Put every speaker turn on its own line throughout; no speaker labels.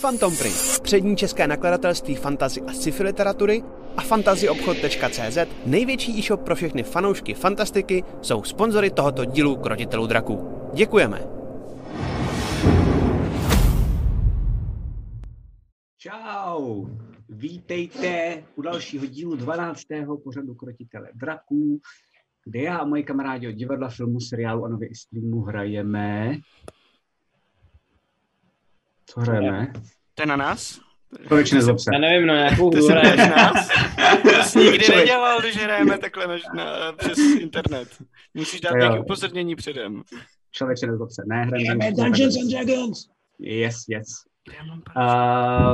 Phantom Print, přední české nakladatelství fantazy a sci-fi literatury a fantazyobchod.cz, největší e-shop pro všechny fanoušky fantastiky, jsou sponzory tohoto dílu Krotitelů draků. Děkujeme!
Čau! Vítejte u dalšího dílu 12. pořadu Krotitele draků, kde já a moji kamarádi od divadla, filmu, seriálu a nově i streamu hrajeme... Co hrajeme?
To je na nás?
Konečně nezlob se.
Já nevím, no nějakou
Ty
hru
jsi
hraješ.
na nás? To jsi nikdy
Člověk.
nedělal, když hrajeme takhle na, na, přes internet. Musíš dát
Jo.
nějaké upozornění předem.
Člověče nezlob se. Ne, hrajeme...
Hrajeme Dungeons and Dragons.
Yes, yes.
Já mám pa-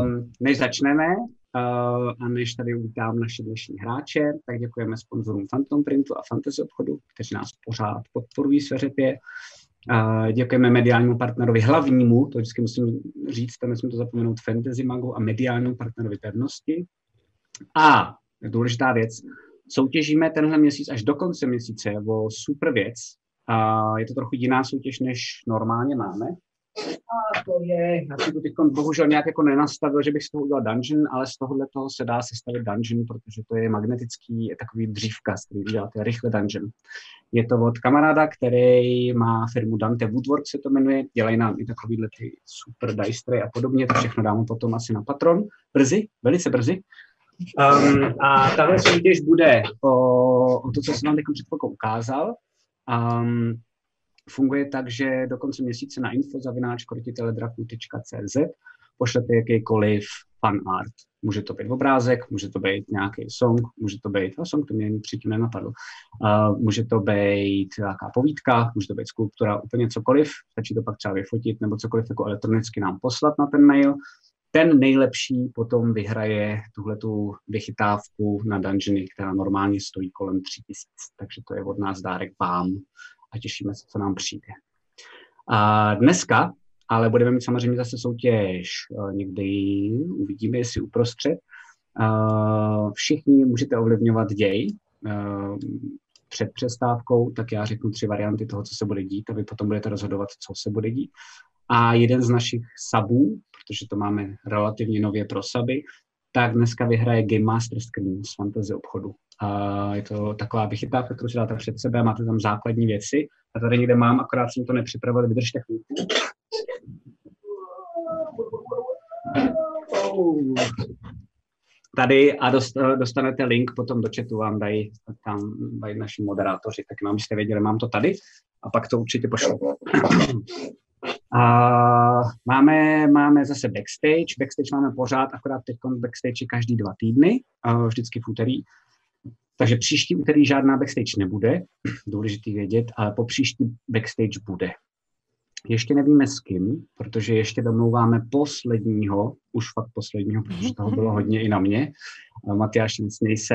Um, než začneme uh, a než tady uvítám naše dnešní hráče, tak děkujeme sponzorům Phantom Printu a Fantasy Obchodu, kteří nás pořád podporují sveřepě. Uh, děkujeme mediálnímu partnerovi hlavnímu, to vždycky musím říct, tam jsme to zapomenout, Fantasy Magu a mediálnímu partnerovi pevnosti. A důležitá věc, soutěžíme tenhle měsíc až do konce měsíce o super věc. Uh, je to trochu jiná soutěž, než normálně máme, a to je, já jsem to teď bohužel nějak jako nenastavil, že bych z toho udělal dungeon, ale z tohohle toho se dá sestavit dungeon, protože to je magnetický je takový dřívka, z který uděláte rychle dungeon. Je to od kamaráda, který má firmu Dante Woodwork, se to jmenuje, dělají nám i takovýhle ty super dice tray a podobně, to všechno dáme potom asi na Patron, brzy, velice brzy. Um, a tahle soutěž bude o, o to, co jsem vám teď před chvilkou ukázal. Um, funguje tak, že do konce měsíce na info.zavináčkrotiteledraku.cz pošlete jakýkoliv fan art. Může to být obrázek, může to být nějaký song, může to být, no song to mě předtím nenapadl, uh, může to být nějaká povídka, může to být skulptura, úplně cokoliv, stačí to pak třeba vyfotit nebo cokoliv jako elektronicky nám poslat na ten mail. Ten nejlepší potom vyhraje tuhletu vychytávku na dungeony, která normálně stojí kolem 3000, takže to je od nás dárek vám a těšíme se, co nám přijde. A dneska ale budeme mít samozřejmě zase soutěž. eh, Někdy uvidíme, jestli uprostřed. Eh, Všichni můžete ovlivňovat děj eh, před přestávkou, tak já řeknu tři varianty toho, co se bude dít a vy potom budete rozhodovat, co se bude dít. A jeden z našich sabů, protože to máme relativně nově pro saby, tak dneska vyhraje Game Master Screen z Fantasy obchodu. A je to taková vychytávka, kterou si dáte před sebe, máte tam základní věci. A tady někde mám, akorát jsem to nepřipravil, vydržte chvíli. Tady a dost, dostanete link potom do chatu, vám dají tam dají naši moderátoři, tak jenom abyste věděli, mám to tady a pak to určitě pošlu. A máme, máme zase backstage, backstage máme pořád, akorát teď backstage je každý dva týdny, a vždycky v úterý. Takže příští úterý žádná backstage nebude, důležitý vědět, ale po příští backstage bude. Ještě nevíme s kým, protože ještě domlouváme posledního, už fakt posledního, protože toho bylo hodně i na mě. Eh, Matyáš, nesměj se.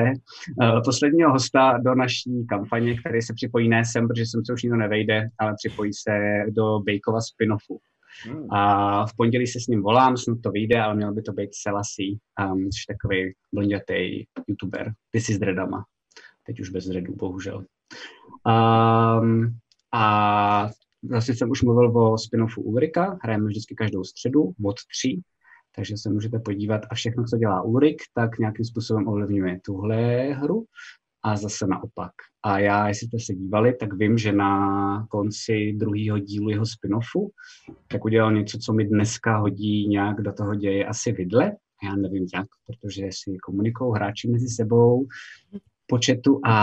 Eh, Posledního hosta do naší kampaně, který se připojí ne sem, protože sem se už nikdo nevejde, ale připojí se do Bejkova spin-offu.
Hmm.
A v pondělí se s ním volám, snad to vyjde, ale měl by to být Selassie, um, což je takový blondětej youtuber, ty si s dreadama. Teď už bez dreadů, bohužel. Um, a zase jsem už mluvil o spin-offu Ulrika, hrajeme vždycky každou středu od tří, takže se můžete podívat a všechno, co dělá Ulrik, tak nějakým způsobem ovlivňuje tuhle hru a zase naopak. A já, jestli jste se dívali, tak vím, že na konci druhého dílu jeho spin-offu, tak udělal něco, co mi dneska hodí nějak do toho děje asi vidle. Já nevím jak, protože si komunikují hráči mezi sebou početu a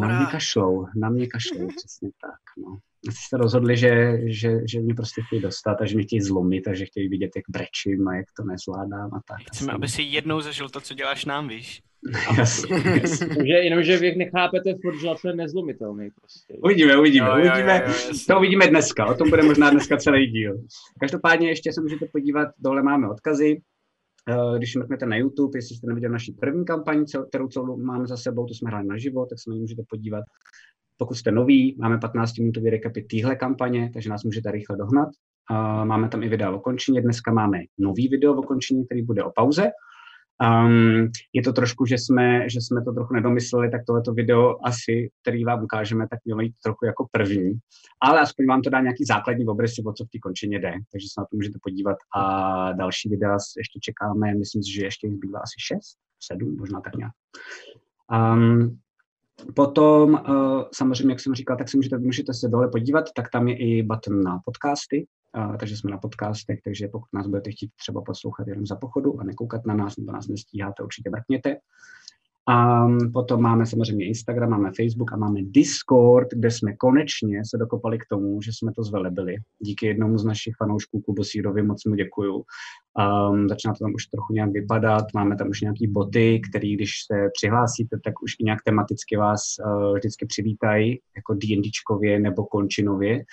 na mě kašlou, na mě kašlou, přesně tak. No. Asi se rozhodli, že, že, že mě prostě chtějí dostat a že mě chtějí zlomit a že chtějí vidět, jak brečím a jak to nezvládám a tak.
Chceme, aby si jednou zažil to, co děláš nám, víš?
Jasně, jasně.
Takže jenom, že vy nechápete furt, že Zlatan je nezlomitelný prostě.
Uvidíme, uvidíme,
Jo, jo, jo,
uvidíme.
jo, jasně.
to uvidíme dneska, o tom bude možná dneska celý díl. Každopádně ještě se můžete podívat, dole máme odkazy, Eh, když mrknete na YouTube, jestli jste neviděl naši první kampaň, cel- kterou celou máme za sebou, to jsme hráli na živo, tak se na ní můžete podívat. Pokud jste nový, máme 15-minutový recapy téhle kampaně, takže nás můžete rychle dohnat. Eh, Máme tam i videa o končině, dneska máme nový video o končině, který bude o pauze. Um, je to trošku, že jsme, že jsme to trochu nedomysleli, tak tohleto video asi, který vám ukážeme, tak mělo jít trochu jako první. Ale aspoň vám to dá nějaký základní obrys, o co v té končině jde, takže se na to můžete podívat. A další videa s- ještě čekáme, myslím si, že ještě jich bývá asi šest, sedm, možná tak nějak. Um, Potom, uh, samozřejmě, jak jsem říkal, tak si můžete, můžete se dole podívat, tak tam je i button na podcasty, uh, takže jsme na podcastech, takže pokud nás budete chtít třeba poslouchat jenom za pochodu a nekoukat na nás, nebo nás nestíháte, určitě mrkněte. A um, potom máme samozřejmě Instagram, máme Facebook a máme Discord, kde jsme konečně se dokopali k tomu, že jsme to zvelebili. Díky jednomu z našich fanoušků, Kubosírovi, moc mu děkuju. Um, začíná to tam už trochu nějak vypadat, máme tam už nějaký boty, který když se přihlásíte, tak už i nějak tematicky vás uh, vždycky přivítají, jako D&Dčkově nebo končinově.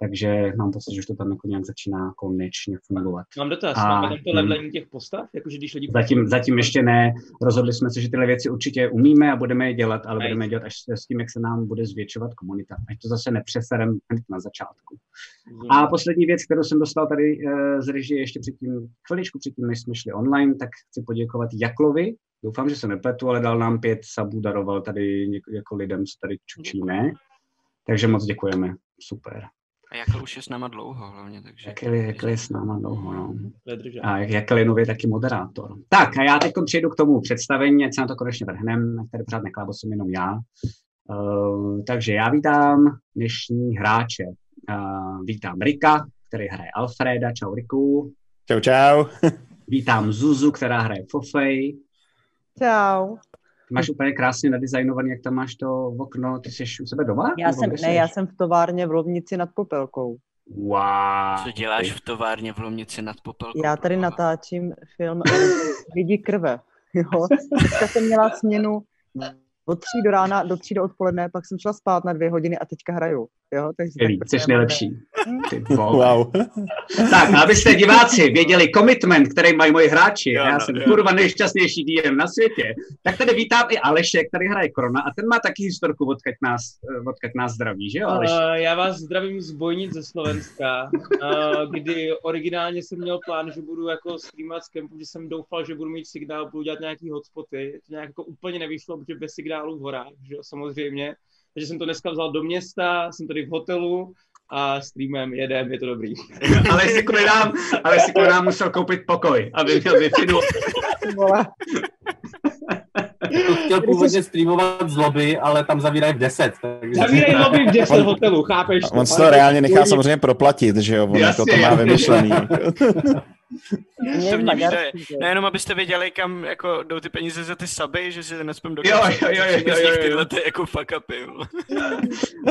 Takže mám pocit, že už to tam jako nějak začíná konečně fungovat.
Mám dotaz,
A,
máme tam to
hm.
levelení těch postav? Jakože když lidi...
Zatím, zatím ještě ne. Rozhodli jsme se, že tyhle věci určitě umíme a budeme je dělat, ale
Nice.
budeme je dělat až s tím, jak se nám bude zvětšovat komunita. Ať to zase nepřeserem hned na začátku. A poslední věc, kterou jsem dostal tady eh, z režie ještě předtím, chviličku předtím, než jsme šli online, tak chci poděkovat Jaklovi. Doufám, že se nepletu, ale dal nám pět sabů, daroval tady něk- jako lidem, co tady čučíme. Takže moc děkujeme. Super.
A jako už je s náma dlouho hlavně, takže...
Jakeli, jakeli je s náma dlouho, no.
Nedržel.
A Jakelinově taky moderátor. Tak a já teď přijdu k tomu představení, ať se na to konečně vrhnem, ať tady pořád neklábo jsem jenom já. Uh, takže já vítám dnešní hráče. Uh, vítám Rika, který hraje Alfreda, čau Riku.
Čau, čau.
Vítám Zuzu, která hraje Fofej.
Čau.
Ty máš úplně krásně nadizajnovaný, jak tam máš to okno, ty jsi u sebe doma?
Já
Nebo
jsem,
kde
ne,
jsi?
já jsem v továrně v Lovnici nad Popelkou.
Wow.
Co děláš v továrně v Lomnici nad popelkou?
Já tady
proboha?
natáčím film Lidi krve. Jo. Teďka jsem měla směnu od tří do rána, do tří do odpoledne, pak jsem šla spát na dvě hodiny a teďka hraju. Jo, takže
Skvělý,
tak prostě
Jsi
protože-
nejlepší. Ty vole.
Wow.
Tak, abyste diváci věděli commitment, který mají moji hráči,
Jo,
jo, já
no,
jsem
jo.
kurva nejšťastnější DM na světě, tak tady vítám i Aleše, který hraje Krona a ten má taky historku, odkud nás, eh, odkud nás zdraví, že jo Aleš?
Uh, já vás zdravím z Bojnic ze Slovenska, uh, kdy originálně jsem měl plán, že budu jako streamat z kempu, že jsem doufal, že budu mít signál, budu dělat nějaký hotspoty. To nějak jako úplně nevyšlo, protože bez signálu v horách, že jo, samozřejmě. Takže jsem to dneska vzal do města, jsem tady v hotelu a streamem jedem, je to dobrý.
Ale si konám, ale si konám musel koupit pokoj, aby měl wi
Ty vole.
chtěl původně streamovat z lobby, ale tam zavírají v 10. Takže...
Zavírej lobby v 10
On-
hotelu, chápeš?
On si to reálně nechá samozřejmě proplatit, že jo? On jako to
Jasně.
má vymyšlený.
Mě
To mě
maďarský, že?
Nejenom No abyste věděli, kam jako jdou ty peníze za ty suby, že si nespím do
Jo, jo, jo, jo, jo, jo, jo.
tyhle ty jako fuck upy. jo.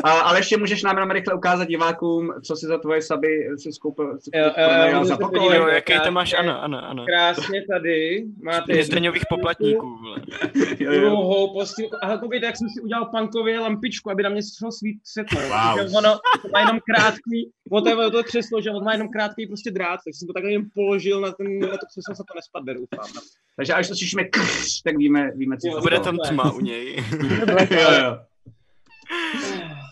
A Aleši, můžeš nám jenom rychle ukázat divákům, co si za tvoje saby si skoupil co si
Jo, jo, jo,
pronajal
můžu
za
se
pokoj.
podívat.
Jo, jaký to máš, ano, ano, ano.
Krásně tady, máte
Je z daňových poplatníků, vole.
Jo, jo.
druhou postilku. Ale koukejte, jak jsem si udělal punkově lampičku, aby na mě šlo svít světlo.
Wow.
Wow. Ono to má jenom krátký, ono to, je, to je křeslo, že on má jenom krátký prostě drát, takže jsem to takhle jen položil na, ten, na to křeslo, se to nespadne, doufám.
Takže až to slyšíme krš, tak víme, víme co
Jo,
to
Bude
bylo.
tam tma u něj.
jo, jo.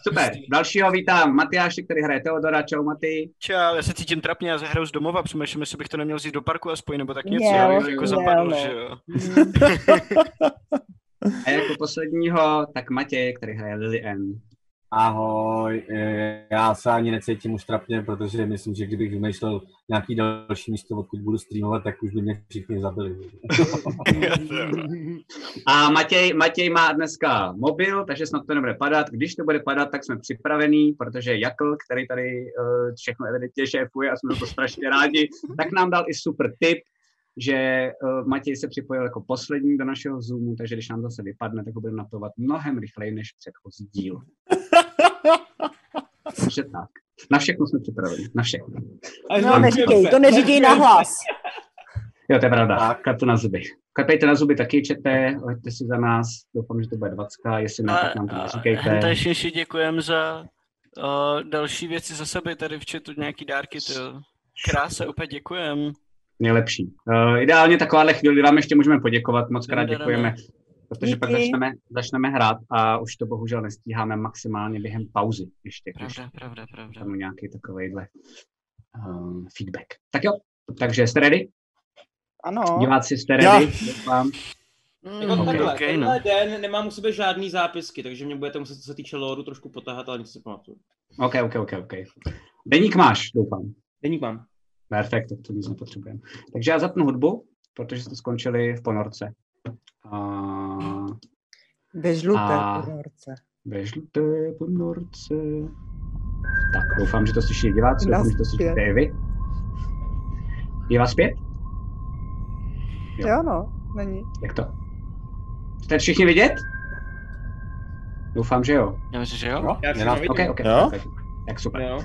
Super, dalšího vítám Matyáše, který hraje Teodora, čau Maty.
Čau, já se cítím trapně, já zahraju z domova, přemýšlím, jestli bych to neměl vzít do parku aspoň, nebo tak něco,
Měl,
jo, jako
měl,
zapadl,
no.
že jo.
A jako posledního, tak Matěj, který hraje Lily N.
Ahoj, eh, já se ani necítím už trapně, protože myslím, že kdybych vymýšlel nějaký další místo, odkud budu streamovat, tak už by mě všichni zabili.
A Matěj, Matěj má dneska mobil, takže snad to nebude padat. Když to bude padat, tak jsme připravení, protože Jakl, který tady eh, všechno evidentně šéfuje a jsme za to strašně rádi, tak nám dal i super tip, že eh, Matěj se připojil jako poslední do našeho Zoomu, takže když nám zase vypadne, tak ho budeme napovat mnohem rychleji než předchozí díl. Takže tak. Na všechno jsme připraveni. Na všechno.
No, neříkej, to neříkej na hlas.
Jo, to je pravda.
Tak.
Klepte na zuby. Klepejte na zuby taky, čete, hoďte si za nás. Doufám, že to bude 20, jestli ne, No, tak nám to neříkejte.
Tašinši děkujem za uh, další věci za sebe, tady v chatu nějaký dárky, to Krása, úplně děkujem.
Nejlepší. Uh, ideálně takováhle chvíli kdy vám ještě můžeme poděkovat, moc krát děkujeme, protože pak
Díky.
začneme, začneme hrát a už to bohužel nestíháme maximálně během pauzy ještě, když
Pravda, pravda, pravda.
tam ehm, nějaký takovejhle um, feedback. Tak jo, takže jste ready?
Ano.
Diváci jste
Já.
ready? Doufám.
Mm,
Jako
Ok.
okay, takhle,
okay,
tenhle
no.
den nemám u sebe žádný zápisky, takže mě budete muset, co se týče lore, trošku potáhat, ale nic si pamatuju.
OK, OK, OK, OK. Deník máš, doufám.
Deník mám.
Perfekt, tak to nic nepotřebujeme. Takže já zapnu hudbu, protože jste skončili v ponorce. A...
Ve žluté
A-
ponorce.
Ve žluté ponorce. Tak, doufám, že to slyší diváci,
Nás
doufám, že to slyšíte
pět.
i vy. Je vás pět? Jo.
Jo no, není.
Jak to? Jste všichni vidět? Doufám, že jo.
Já myslím, že jo.
No.
Jo?
Já si
Nenad-
nevidím.
OK, OK.
Jo?
tak- Tak super.
Jo.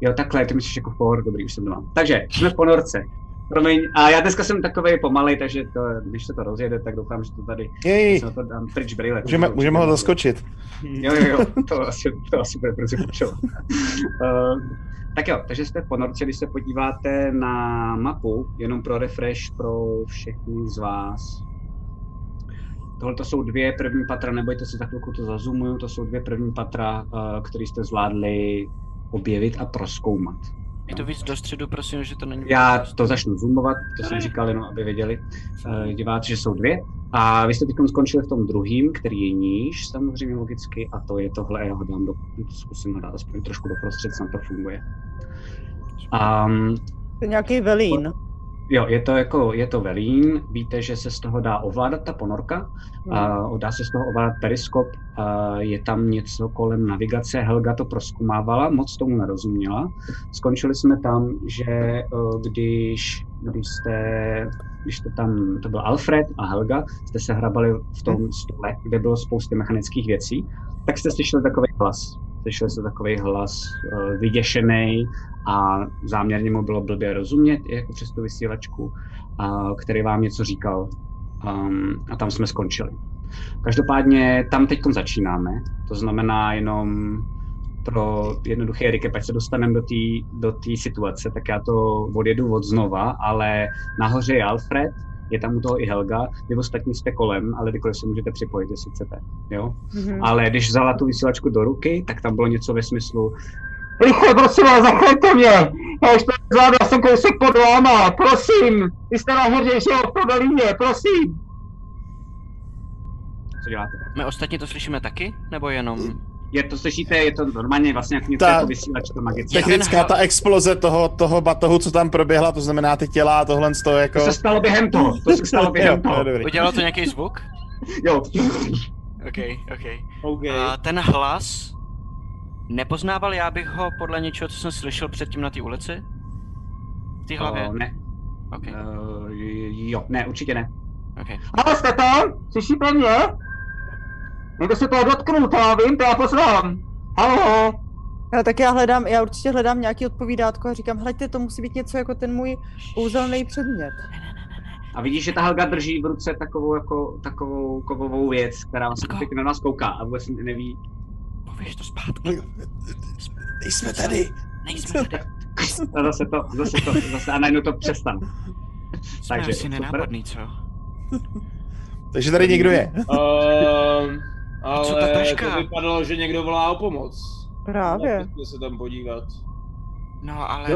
Jo, takhle, ty myslíš jako v pohodu, dobrý, už jsem doma. Takže, jsme v ponorce. Promiň, a já dneska jsem takovej pomalej, takže to, když se to rozjede, tak doufám, že to tady,
Jej,
že se na to dám pryč brýle.
můžeme, můžeme ho zaskočit.
Jo, jo, jo, to asi, to asi bude prostě potřeba. uh, tak jo, takže jste v ponorce, když se podíváte na mapu, jenom pro refresh pro všechny z vás. Tohle to jsou dvě první patra, nebojte se, za chvilku to zazumuju, to jsou dvě první patra, uh, které jste zvládli objevit a proskoumat.
Je to víc do středu, prosím, že to není...
Já to začnu zoomovat, to jsem říkal jenom, aby věděli eh, diváci, že jsou dvě. A vy jste teď skončili v tom druhým, který je níž, samozřejmě logicky, a to je tohle, já ho dám do, zkusím ho dát aspoň trošku do prostřed, snad to funguje. Um,
To je nějaký velín.
jo, je to jako, je to velín, víte, že se z toho dá ovládat ta ponorka, a dá se z toho ovládat periskop, a je tam něco kolem navigace, Helga to proskumávala, moc tomu nerozuměla. Skončili jsme tam, že eh, když, když jste, když jste tam, to byl Alfred a Helga, jste se hrabali v tom stole, kde bylo spousty mechanických věcí, tak jste slyšeli takový hlas. Slyšeli jste takový hlas eh, vyděšený a záměrně mu bylo blbě rozumět, i jako přes tu vysílačku, a který vám něco říkal um, a tam jsme skončili. Každopádně tam teď začínáme, to znamená jenom pro jednoduché recap, ať se dostaneme do té do té situace, tak já to odjedu od znova, ale nahoře je Alfred, je tam u toho i Helga, vy ostatní jste kolem, ale kdykoliv se můžete připojit, jestli chcete. Jo?
Mhm.
Ale když vzala tu vysílačku do ruky, tak tam bylo něco ve smyslu Rychle, prosím vás, zachraňte mě! Já už to zvládl, já jsem kousek pod váma, prosím! Vy jste nejhodnější od po Berlíně, prosím! Co děláte?
My ostatně to slyšíme taky? Nebo jenom...
Je to, slyšíte, je to normálně vlastně jak něco
Ta-
jako vysílačka magická.
Techni-
Technická ta exploze toho, toho batohu, co tam proběhla, to znamená ty těla a tohle z toho
To
jako...
se stalo během toho, to se stalo během
Jo, to
toho.
je dobrý.
Udělalo to nějaký zvuk?
Jo,
OK, OK.
OK.
A Eh, ten hlas... Nepoznával já bych ho podle něčeho, co jsem slyšel předtím na té ulici? V té hlavě?
O, No, ne,
OK,
uh, jo, ne, určitě ne.
OK.
Ale jste tam? Slyšíte mě? Někdo se toho dotknu, to já vím, to já poznám. Halo?
Hele, tak já hledám, já určitě hledám nějaký odpovídátko a říkám, hleďte, to musí být něco jako ten můj kouzelný předmět.
A vidíš, že ta Helga drží v ruce takovou jako takovou kovovou věc, která vlastně pěkně na nás kouká a vůbec neví.
Pověš to zpátky.
Jsme tady.
Nejsme tady.
A zase to, zase to, zase a najednou to přestane.
Jsme
Takže,
Takže, asi
super.
nenápadný, co?
Takže tady někdo je.
Um,
A co ta
ale
taška?
to vypadalo, že někdo volá o pomoc.
Právě.
Musíme se tam podívat.
No ale...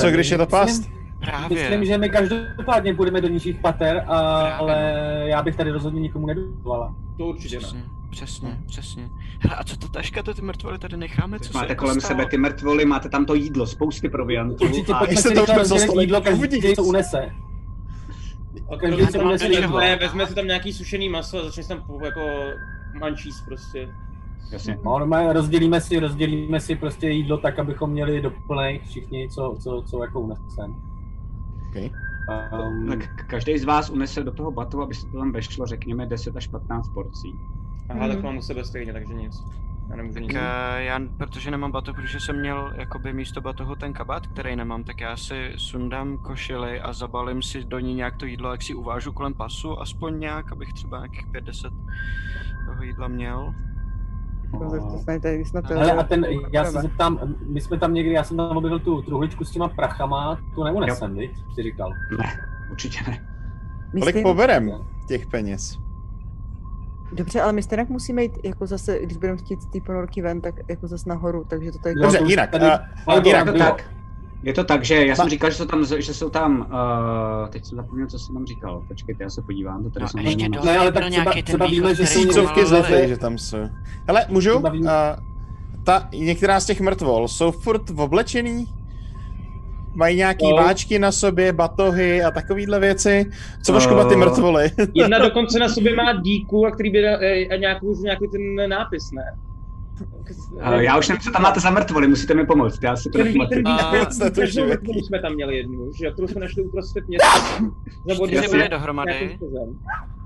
Co když je to past?
Právě.
Myslím, že my každopádně půjdeme do nižších pater, a,
Právě,
ale já bych tady rozhodně nikomu nedovolala.
To určitě ne.
Přesně, přesně, přesně. Hele, a co ta taška, to ty mrtvoly tady necháme, co
Teď
se
máte
jako
kolem
stalo?
sebe ty mrtvoly, máte tam to jídlo, spousty proviantů.
Určitě
a-
pojďme
jste
si
to
rychle
vůbec
rozdělit
dostali
jídlo,
k
každý
uvidí.
si to unese.
A
Jako
Každý
kromě
si
tam
unese
do
jedno.
čeho.
ne, vezme si tam nějaký sušený maso a začne se tam po- jako mančíst prostě.
Jasně.
No, normálně rozdělíme si, rozdělíme si prostě jídlo tak, abychom měli doplnej všichni, co, co, co jako unesem.
Okay.
Um,
Tak každý z vás unese do toho batu, aby se to tam vešlo, řekněme, 10 až 15 porcí.
Aha, tak mám u sebe stejně, takže nic. Já nemůžu nic.
Mhm. Tak eh, já, protože nemám batoh, protože jsem měl jakoby místo batohu ten kabát, který nemám, tak já si sundám košili a zabalím si do ní nějak to jídlo, jak si uvážu kolem pasu, aspoň nějak, abych třeba nějakých 50 toho jídla měl.
To snad, tady, snad to
Hele, a ten, já se zeptám, my jsme tam někdy, já jsem tam objevil tu truhličku s těma prachama, tu neunesem, viď? Jsi říkal.
Určitě ne.
Kolik poberem těch peněz?
Dobře, ale my stejně musíme jít, jako zase, když budeme chtít z té ponorky ven, tak jako zase nahoru, takže to tady...
Jo,
Dobře,
to už
jinak,
Tady,
a-
ale
jinak,
jinak, No, bylo.
tak. Je to tak, že já jsem
Pa-
říkal, že jsou tam, že jsou tam uh, teď jsem zapomněl, co jsem tam říkal. Počkejte, já se podívám, to tady
No,
jsem
ještě
měl.
do-
Ne, ale
Byl
tak třeba,
nějaký ten
třeba víme,
východ,
že
který
jsou
jsme
Tisícovky
něco...
z
Malé.
Lety, že tam jsou. Hele, můžu? Uh,
Třeba vím.
ta, některá z těch mrtvol jsou furt oblečený? Mají nějaký
No.
Jo.
váčky na sobě, batohy a takovýhle věci? Co
Eh.
voškuba
No.
ty mrtvoly?
Jedna dokonce na sobě má díku, a který by na- eh, a nějakou, nějaký ten nápis, ne?
Uh, já už nevím, co tam máte za mrtvoly, musíte mi pomoct, já si to
Ten výtrný
nepamatuju.
A
Moc netuším, jaký.
Kterou jsme tam měli jednu, že jo, kterou jsme našli uprostřed města. Za
čtyři
odnesl
byly
nějakým
dohromady.
kozem.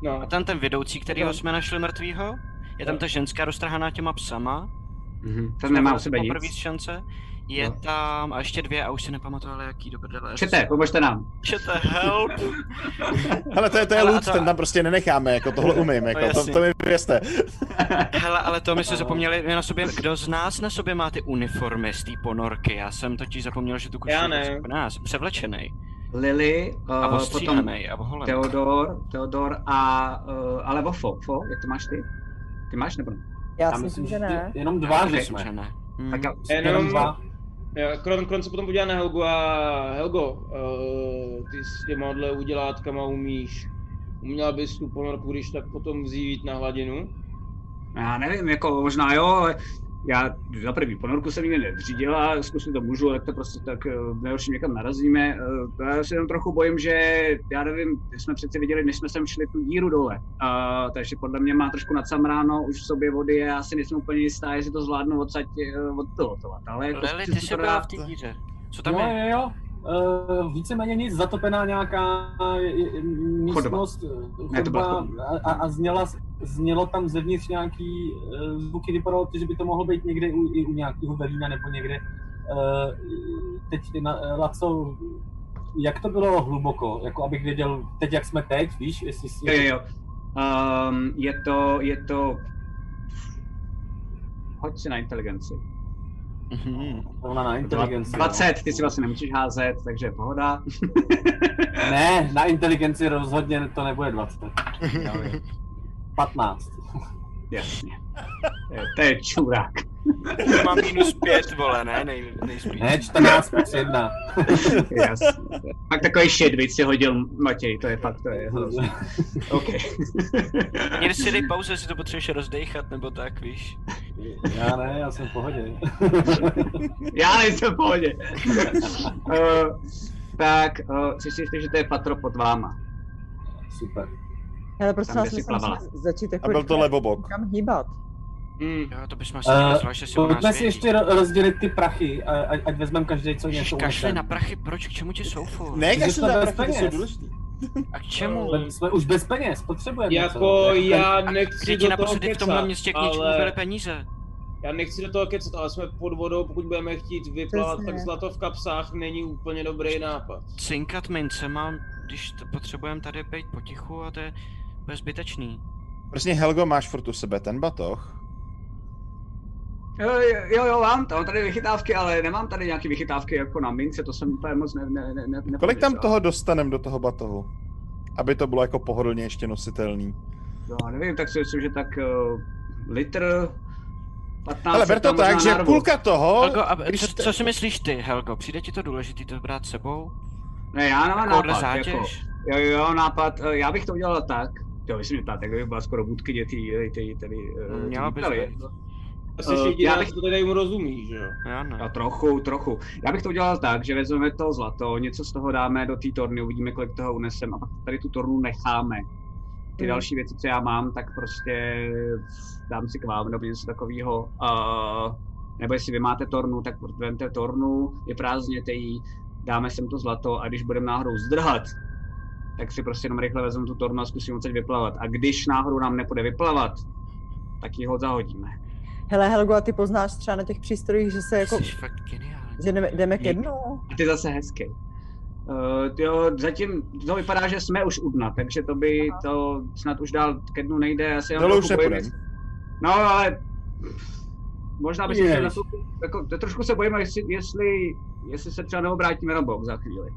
No,
A tam ten vedoucí, kterýho jsme našli mrtvýho, je tam ta ženská roztrhaná těma psama.
Mhm, Ten
Jsme
nemá u
byli
sebe
po první
nic.
šance. Je
No.
tam, a ještě dvě, a už si nepamatuju, ale jaký do prdele.
Čete, pomožte nám.
Čete, help!
Hele, to je, to je
Ale a
loot,
to-
ten tam prostě nenecháme, jako tohle umím, jako, to,
jasně.
to mi věřte.
Hele, ale to my jsme zapomněli my na sobě, kdo z nás na sobě má ty uniformy z té ponorky? Já jsem totiž zapomněl, že tu kuši
Já ne.
nás, převlečenej
Lily,
a
uh, potom
postříhanej a voholený.
Teodor, Teodor a... Uh, ale Vofo, Fo, jak to máš ty? Ty máš nebo ne?
Já
Já
si myslím, že ne.
jenom
Já
dva,
taky
že
myslím,
jsme.
ne. Hmm.
Tak já,
Jenom
Jenom-
dva.
jo, Kron, Kron se potom podívá na Helgu a Helgo, uh, ty s těma udělátkama umíš. Uměla bys tu ponorku, když tak potom vzít na hladinu?
já nevím, jako možná jo, ale já za první ponorku jsem nikdy nedřídila, zkusit to můžu, tak to prostě tak eh, nejhorší někam narazíme. Eh, Já se jenom trochu bojím, že já nevím, my jsme přeci viděli, než jsme sem šli tu díru dole. A, takže podle mě má trošku nadsamráno už v sobě vody a já si nejsem úplně jistá, jestli to zvládnu odsaď eh, odpilotovat. Ale jako
Lili, ty
zkusím
jsi
to
byla
dát.
v té
dát.
díře. Co tam
Tam jo,
je?
jo, jo. Uh, víceméně nic, zatopená nějaká je- je- místnost, eh, chodba,
Ne, to byla
a, a, a zněla, znělo tam zevnitř nějaký uh, zvuky, vypadalo to, že by to mohlo být někde u, i u nějakého velína nebo někde. Uh, teď, ty na, eh, Laco, jak to bylo hluboko, jako abych věděl teď, jak jsme teď, víš, jestli si...
Jo, jo, jo. Um, je to, je to... Hoď si na inteligenci.
Mhm.
Ona na inteligenci.
Dva-
no.
20, ty si vlastně nemusíš házet, takže pohoda.
Ne, na inteligenci rozhodně to nebude 20. Já vím. 15.
Jasně. To je- To je čurák.
Mám minus pět, vole, ne? Nej, nejspíš.
Ne, 14 plus 1.
Jasně. Pak takový šedvič si hodil Matěj, to je fakt, to je hrozné. OK.
Měli si dej pauzu, jestli to potřebuješ rozdejchat nebo tak, víš.
Já ne, já jsem v pohodě.
Já nejsem v pohodě. uh, tak, uh, jsi si jistý, že to je patro pod váma.
Super.
Ale prostě
Tam,
vás
kde
my
jsi
se musíme
plavala.
začít jako
A byl to
rychle
levobok.
někam hýbat.
Hmm.
Jo, to bychom asi
Eh,
měli zvlášť, že si o nás
Pojďme si
vědí.
ještě ro- rozdělit ty prachy, a- a- ať vezmeme každý co
Ježiš,
něco
Kašli na
unese.
prachy, proč, k čemu ti jsou furt?
Ne, jak
Že
se
jsme bez
zaprachy, ty jsou
peněz.
důležitý.
A k čemu?
Jsme- Jsme už bez peněz, potřebujeme
Jako
něco.
já
A
nechci
kdy
do
ti
toho
naposledy v tomhle
kecat,
městě k něčemu byly
ale
peníze?
já nechci do toho kecat, ale jsme pod vodou, pokud budeme chtít vyplavat,
Přesně.
tak zlato v kapsách není úplně dobrý nápad.
Cinkat mince mám, když t- potřebujeme tady být potichu a to je to je zbytečný.
Prostě Helgo, máš furt u sebe ten batoh?
Jo, jo, Eh, jo, jo, mám to, mám tady vychytávky, ale nemám tady nějaké vychytávky jako na mince, to jsem úplně moc ne, ne, ne, ne
Kolik tam
nepamatuji.
toho dostanem do toho batohu? Aby to bylo jako pohodlně ještě nositelný.
Já nevím, tak si myslím, že tak uh, litr, 15
Ale ber to
tam možná
tak, že
na rubu.
půlka toho...
Helgo, a
No, když
co,
te-
co si myslíš ty, Helgo? Přijde ti to důležitý to brát sebou?
Ne, já nemám
Takovouhle
nápad,
zátěž?
jako, jo, jo, jo, nápad, eh, já bych to udělal tak, jo, myslím, že ta, tak by byla skoro budkyně ty, ty, tady, eh,
No,
ty
měla bys
výpravy.
být.
Asi
Eh,
uh,
já
jediná,
bych-
bych... co tady mu rozumí, že jo?
Já ne.
No, trochu, trochu. Já bych to udělal tak, že vezmeme to zlato, něco z toho dáme do té torny, uvidíme, kolik toho unesem a pak tady tu tornu necháme. Ty
Mm.
další věci, co já mám, tak prostě dám si k vám nebo něco takového. Uh, nebo jestli vy máte tornu, tak vemte tornu, vyprázdněte ji, dáme sem to zlato a když budeme náhodou zdrhat, tak si prostě jenom rychle vezmeme tu tornu a zkusím odsaď vyplavat. A když náhodou nám nepůjde vyplavat, tak ji ho zahodíme.
Hele, Helgo, a ty poznáš třeba na těch přístrojích, že se jako,
Jsi fakt geniální.
že jdeme, jdeme k
Dík.
jednu?
A ty zase hezky. Uh, jo, zatím to vypadá, že jsme už u dna, takže to by to snad už dál ke dnu nejde. Já si jenom
Dole už
trochu bojím,
nepůjdem.
jestli- No, ale možná bychom se
Jež.
na tu, jako, to trošku se bojíme, jestli, jestli, jestli se třeba neobrátíme na bok za chvíli.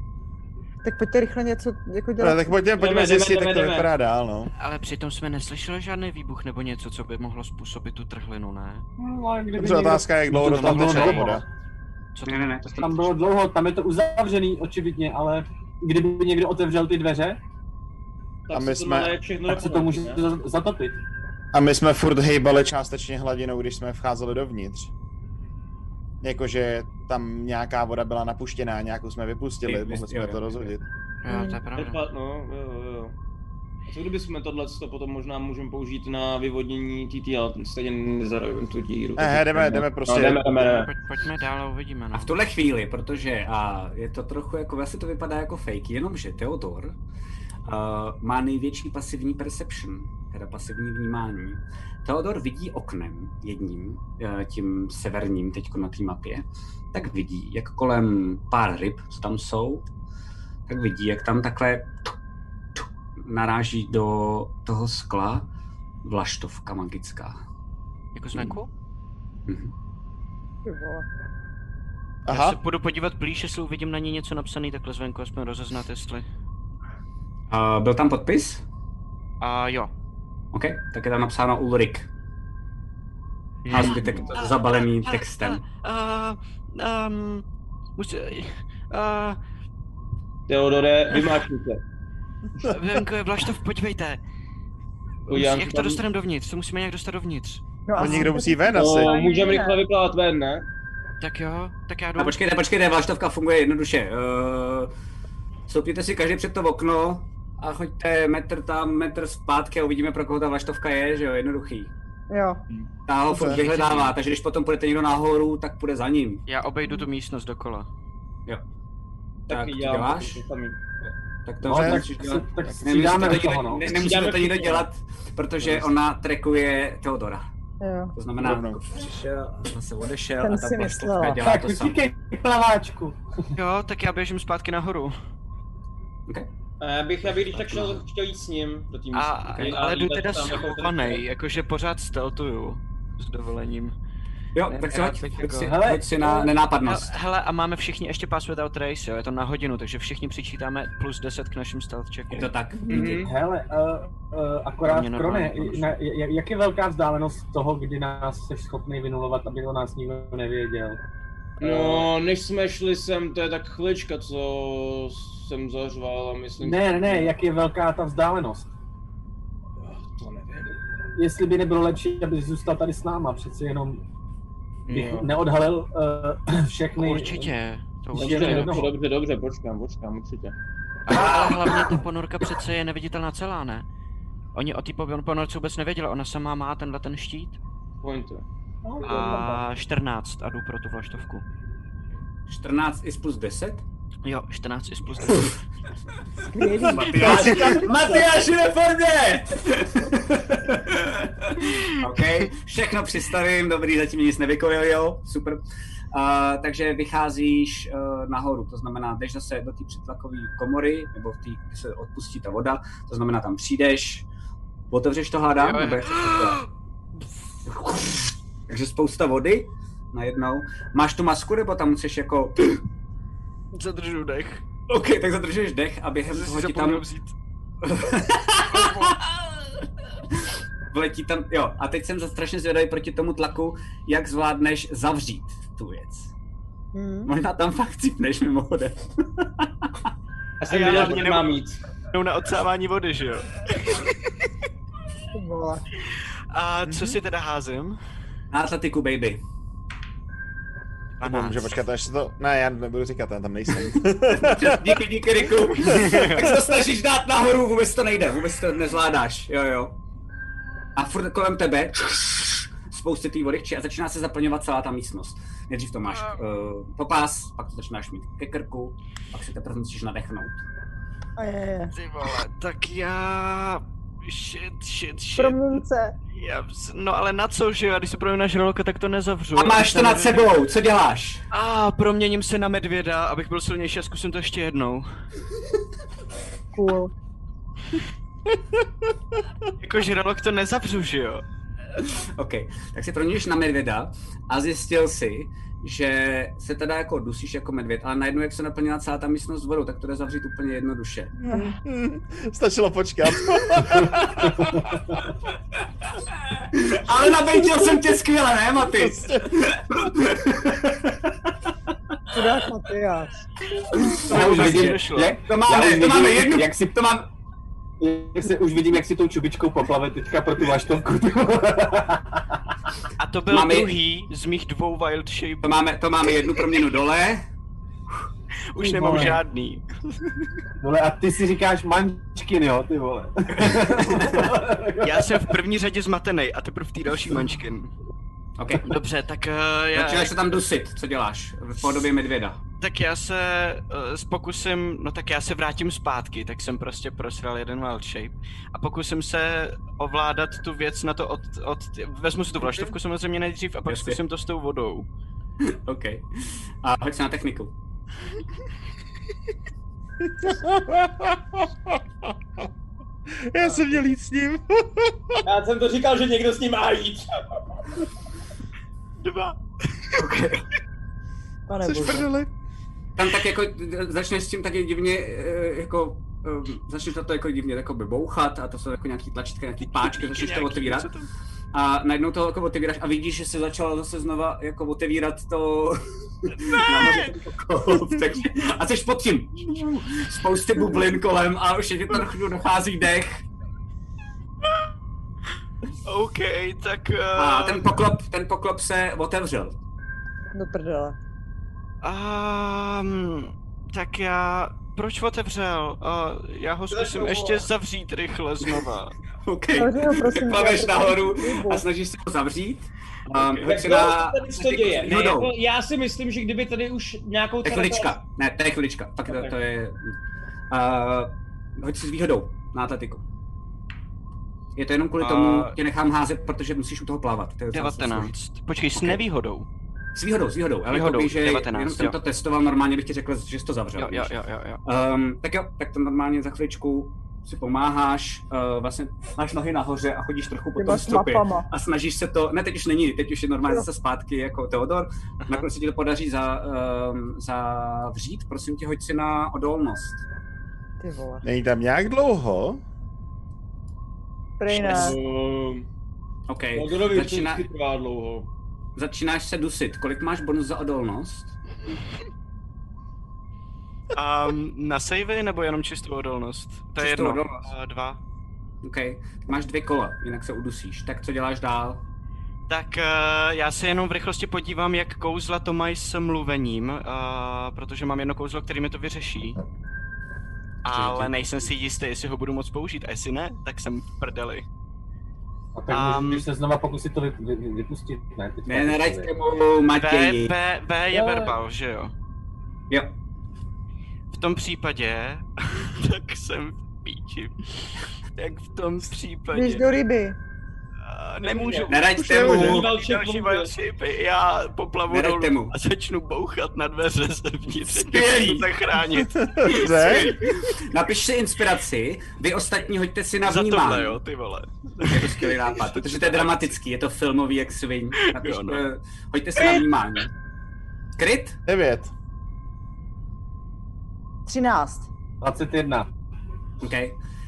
Tak pojďte rychle něco jako
Ne,
dělat.
No, tak pojďme, pojďme
Jdeme,
zjistit,
jdeme,
jak to
jdeme.
vypadá dál, no.
Ale přitom jsme neslyšeli žádný výbuch nebo něco, co by mohlo způsobit tu trhlinu, ne?
No, a kdyby
Dobře,
někdo-
otázka je, jak dlouho
To
do toho
mohlo
teče ta
dlouho.
voda.
Co
Ne, ne, ne.
to
Tam bylo dlouho, tam je to uzavřený očividně, ale kdyby někdo otevřel ty dveře,
Tak
A my
se to
jsme-
naleje všechno
tak se to
dohromady, ne?
může za- zatopit.
A my jsme furt hejbali částečně hladinou, když jsme vcházeli dovnitř. Jakože tam nějaká voda byla napuštěná, nějakou jsme
Jo,
vypustili, mohli
jo,
jsme
jo.
to rozhodit.
Jo,
Hmm.
to je pravda.
Vypad- No, jo, jo, jo. A co kdyby jsme tohle to potom možná můžeme použít na vyvodnění TTL, stejně nezarojujeme tu díru.
Ne, he, jdeme, jdeme
No,
prostě.
jdeme, jdeme, jdeme.
Pojď, pojďme dál a uvidíme, no.
A v tuhle chvíli, protože a je to trochu jako, vlastně to vypadá jako fake, jenomže Theodor uh, má největší pasivní perception, teda pasivní vnímání. Theodor vidí oknem jedním, uh, tím severním teď na té mapě, tak vidí, jak kolem pár ryb, co tam jsou, tak vidí, jak tam takhle tuk, tuk, naráží do toho skla vlaštovka magická.
Jako znaku?
Mhm.
Ty vole.
Já se
Aha,
půjdu podívat blíž, jestli uvidím na ní něco napsané takhle zvenku, aspoň rozeznat, jestli.
Uh, byl tam podpis?
A jo.
OK, tak je tam napsáno Ulrik. A zbytek zabalený textem.
Uh, um, musí, uh,
Teodore, vymáčni se.
venku je Vlaštov, podívejte.
Udělám
Jak
si
to
tam-
dostaneme dovnitř? To musíme nějak dostat dovnitř.
No
no někdo musí ven asi.
No, můžeme rychle vyplávat ven, ne?
Tak jo, tak já jdu.
A No, počkejte, počkejte, vlaštovka funguje jednoduše. Uh, stoupněte si každý před to okno a choďte metr tam, metr zpátky a uvidíme, pro koho ta vlaštovka je, že jo, jednoduchý.
Jo,
Ta ho furt
Dobře.
vyhledává, takže když potom půjdete někdo nahoru, tak půjde za ním.
Já obejdu tu místnost dokola.
Tak
i
to
já,
děláš?
to samý.
Tak to
No,
no,
tak,
musíš dělat.
tak, tak
Nemusíte
střídáme
to
do
nikdo-
toho, no.
ne- Nemusíte
Střídáme
to nikdo
všechno.
dělat, protože ona trekuje Teodora.
jo.
To znamená,
Rovnou.
jako přišel, zase odešel
Jsem
a ta
si
vlaštovka
myslela.
dělá
Tak
to samé.
utíkej, plaváčku.
Jo, tak já běžím zpátky nahoru.
A já Eh, bych, já bych když
no.
tak šel, chtěl jít s ním do té
A,
místnosti.
ale jdu
jít
teda
tam jako ten-
schovanej, jakože pořád steltuju. S dovolením.
Jo,
Ne,
tak si
já
hoď,
bych
hoď
jako-
si,
Hele,
hoď si na
No.
nenápadnost.
He- hele, a máme všichni ještě pass without trace, jo, je to na hodinu, takže všichni přičítáme plus 10 k našim stealth
Je
checkům.
to tak?
Mhm.
Hele, uh, uh, akorát
Mě
Krone,
normálně
na, j- jak je velká vzdálenost toho, kdy nás jsi schopný vynulovat, aby o nás nikdo nevěděl?
No, než jsme šli sem, to je tak chvilička, co jsem zařval a myslím...
Ne, ne, ne, jak je velká ta vzdálenost?
To nevím.
Jestli by nebylo lepší, aby zůstal tady s náma, přeci jenom bych
Jo.
neodhalil uh, všechny.
Určitě, to
Dobře,
Dobře,
určitě.
ne,
dobře,
no.
dobře, dobře, počkám, počkám, určitě.
Ale, ale hlavně ta ponorka přece je neviditelná celá, ne? Oni o té po- ponorce vůbec nevěděli, ona sama má tenhle ten štít.
Pointu.
No,
A 14 a jdu pro tu vlaštovku.
14 is plus 10?
Jo, 14 is plus 10.
Matyáš, Matyáš je formě! OK, všechno přistavím, dobrý, zatím nic nevykojil, jo, super. Uh, takže vycházíš uh, nahoru, to znamená, jdeš zase do té přetlakové komory, nebo v té, kde se odpustí ta voda, to znamená, tam přijdeš, otevřeš to hádám,
Jo, jo.
nebo jak to dělat? Takže spousta vody najednou. Máš tu masku, nebo tam musíš jako...
Zadržu dech.
OK, tak zadržuješ dech a během toho ti tam...
vzít.
Vletí tam, jo, a teď jsem za- strašně zvědavý proti tomu tlaku, jak zvládneš zavřít tu věc.
Hm.
Možná tam fakt cipneš mimochodem.
Já jsem
já
věděl, že
hlavně
nemám mít.
na odsávání vody, že jo?
Ty vole.
A co si teda házím?
Atletiku, baby.
A
může počkat, až se to... Ne, já nebudu říkat, já tam nejsem.
díky, díky, Riku. tak se to snažíš dát nahoru, vůbec to nejde, vůbec to nezvládáš, jo, jo. A furt kolem tebe spousty té vody či a začíná se zaplňovat celá ta místnost. Nejdřív to máš uh, popás, pak to začínáš mít ke krku, pak se teprve musíš nadechnout.
A je, je.
Ty vole, tak já... Shit, shit, shit.
Promluvím se.
Já, vz- no ale na co, že jo? A Když se projím na žraloka, tak to nezavřu.
A máš to nad sebou, co děláš?
A proměním se na medvěda, abych byl silnější a zkusím to ještě jednou.
Cool.
Jako žralok to nezavřu, že jo?
OK, tak si proměníš na medvěda a zjistil si, že se teda jako dusíš jako medvěd, ale najednou, jak se naplnila celá ta místnost vodou, tak to jde zavřít úplně jednoduše.
Stačilo počkat.
Ale nabejtil jsem tě skvěle, ne, Maty?
chudák Matyáš.
Já už vidím,
došlo.
jak,
To
já už
máme, to
vidím,
máme jednu.
jak si to mám... Jak se, už vidím, jak si tou čubičkou poplave teďka pro tu vlaštovku.
A to byl
Mami.
druhý z mých dvou wild shape.
To máme, to máme jednu proměnu dole.
Už nemám
vole.
žádný.
Vole, a ty si říkáš mančkin, jo, ty vole.
Já jsem v první řadě zmatený a teprve v té další mančkin.
OK.
Dobře, tak uh, já,
Začínáš se tam dusit, co děláš? V podobě medvěda.
tak já se uh, pokusím, no tak já se vrátím zpátky, tak jsem prostě prosral jeden wild shape a pokusím se ovládat tu věc na to od, od vezmu si tu vlaštovku samozřejmě nejdřív a pak
Jasně.
zkusím to s tou vodou.
OK. A hoď se na techniku.
Já jsem měl jít s ním.
Já jsem to říkal, že někdo s ním má jít.
Pane
Což
bože.
prdeli.
Tam tak jako eh, začneš s tím taky divně, eh, jako ehm, začneš na to jako divně jako by bouchat a to jsou jako nějaký tlačítka, nějaký páčky, začneš to otevírat a najednou to jako otevíráš a vidíš, že se začalo zase znova jako otevírat to nahoře ten okop, takže, a jsi pod tím spousty bublin kolem a už je tam trochu dochází dech
OK, tak... Uh,
a ten poklop, ten poklop se otevřel.
Do prdele.
Um, tak já... Proč otevřel? Uh, já ho zkusím ještě zavřít rychle znova.
OK,
Zavři ho, prosím
tak
tě,
plaveš
já to-
nahoru a snažíš se ho zavřít. Um, hoď
Tak
se
jo,
na...
tady No, co děje. Ne,
Hodou.
jako, já si myslím, že kdyby tady už nějakou...
To je chvilička. Ne, to je chvilička. Pak to, to je... Uh, hoď si s výhodou na atletiku. Je to jenom kvůli
A-
tomu, tě nechám házet, protože musíš u toho plavat. To je docela
19. Počkej, s
OK.
nevýhodou.
složitý. S výhodou, s výhodou. Ale
Výhodou,
výhodou, že
19,
jenom jsem
jo.
to testoval, normálně bych ti řekl, že jsi to zavřel.
Jo,
víš.
jo, jo, jo, jo.
Um, tak jo, tak to normálně za chviličku si pomáháš, uh, vlastně máš nohy nahoře a chodíš trochu po tom
Těma s
stopě
mapama.
a snažíš se to, ne teď už není, teď už je normálně
Jo.
zase zpátky jako Teodor, nakonec se ti to podaří za, um, zavřít, prosím tě, hoď si na odolnost.
Ty vole.
Není tam nějak dlouho?
Prej ne.
OK,
Odorovi Eh, to
Začíná-
vždycky trvá dlouho.
začínáš se dusit, kolik máš bonus za odolnost?
A na savey nebo jenom čistou odolnost? To je
Čistou
jedno.
odolnost.
A dva.
OK, tak máš dvě kola, jinak se udusíš, tak co děláš dál?
Tak eh, já se jenom v rychlosti podívám, jak kouzla to mají s mluvením, eh, protože mám jedno kouzlo, který mi to vyřeší. Ale nejsem si jistý, jestli ho budu moc použít, a jestli ne, tak jsem v prdeli.
A tak
Um.
um, se znova pokusit to vy, vy, vy, vypustit, ne? Teďka
Ne, ne,
to-
mu
V,
Matěji.
v, v je
Jo.
verbal, že jo?
Jo,
V tom případě, tak jsem v píči. Tak v tom případě...
Běž do ryby.
Eh, nemůžu.
neraďte
Už
mu,
nemůžu.
Další
Další
pomůže.
vajlšipy, já poplavu dolů
neraďte mu.
a začnu bouchat na dveře zevnitř,
Skvělý.
kde zachránit.
Dobře.
Napiš si inspiraci, vy ostatní hoďte si na
Za
vnímání.
tohle, jo, ty vole.
Je to skvělý nápad, protože to je dramatický, je to filmový jak svin. Napiš,
Jo, no.
eh, Hoďte si na vnímání. Kryt?
9.
13.
21.
OK.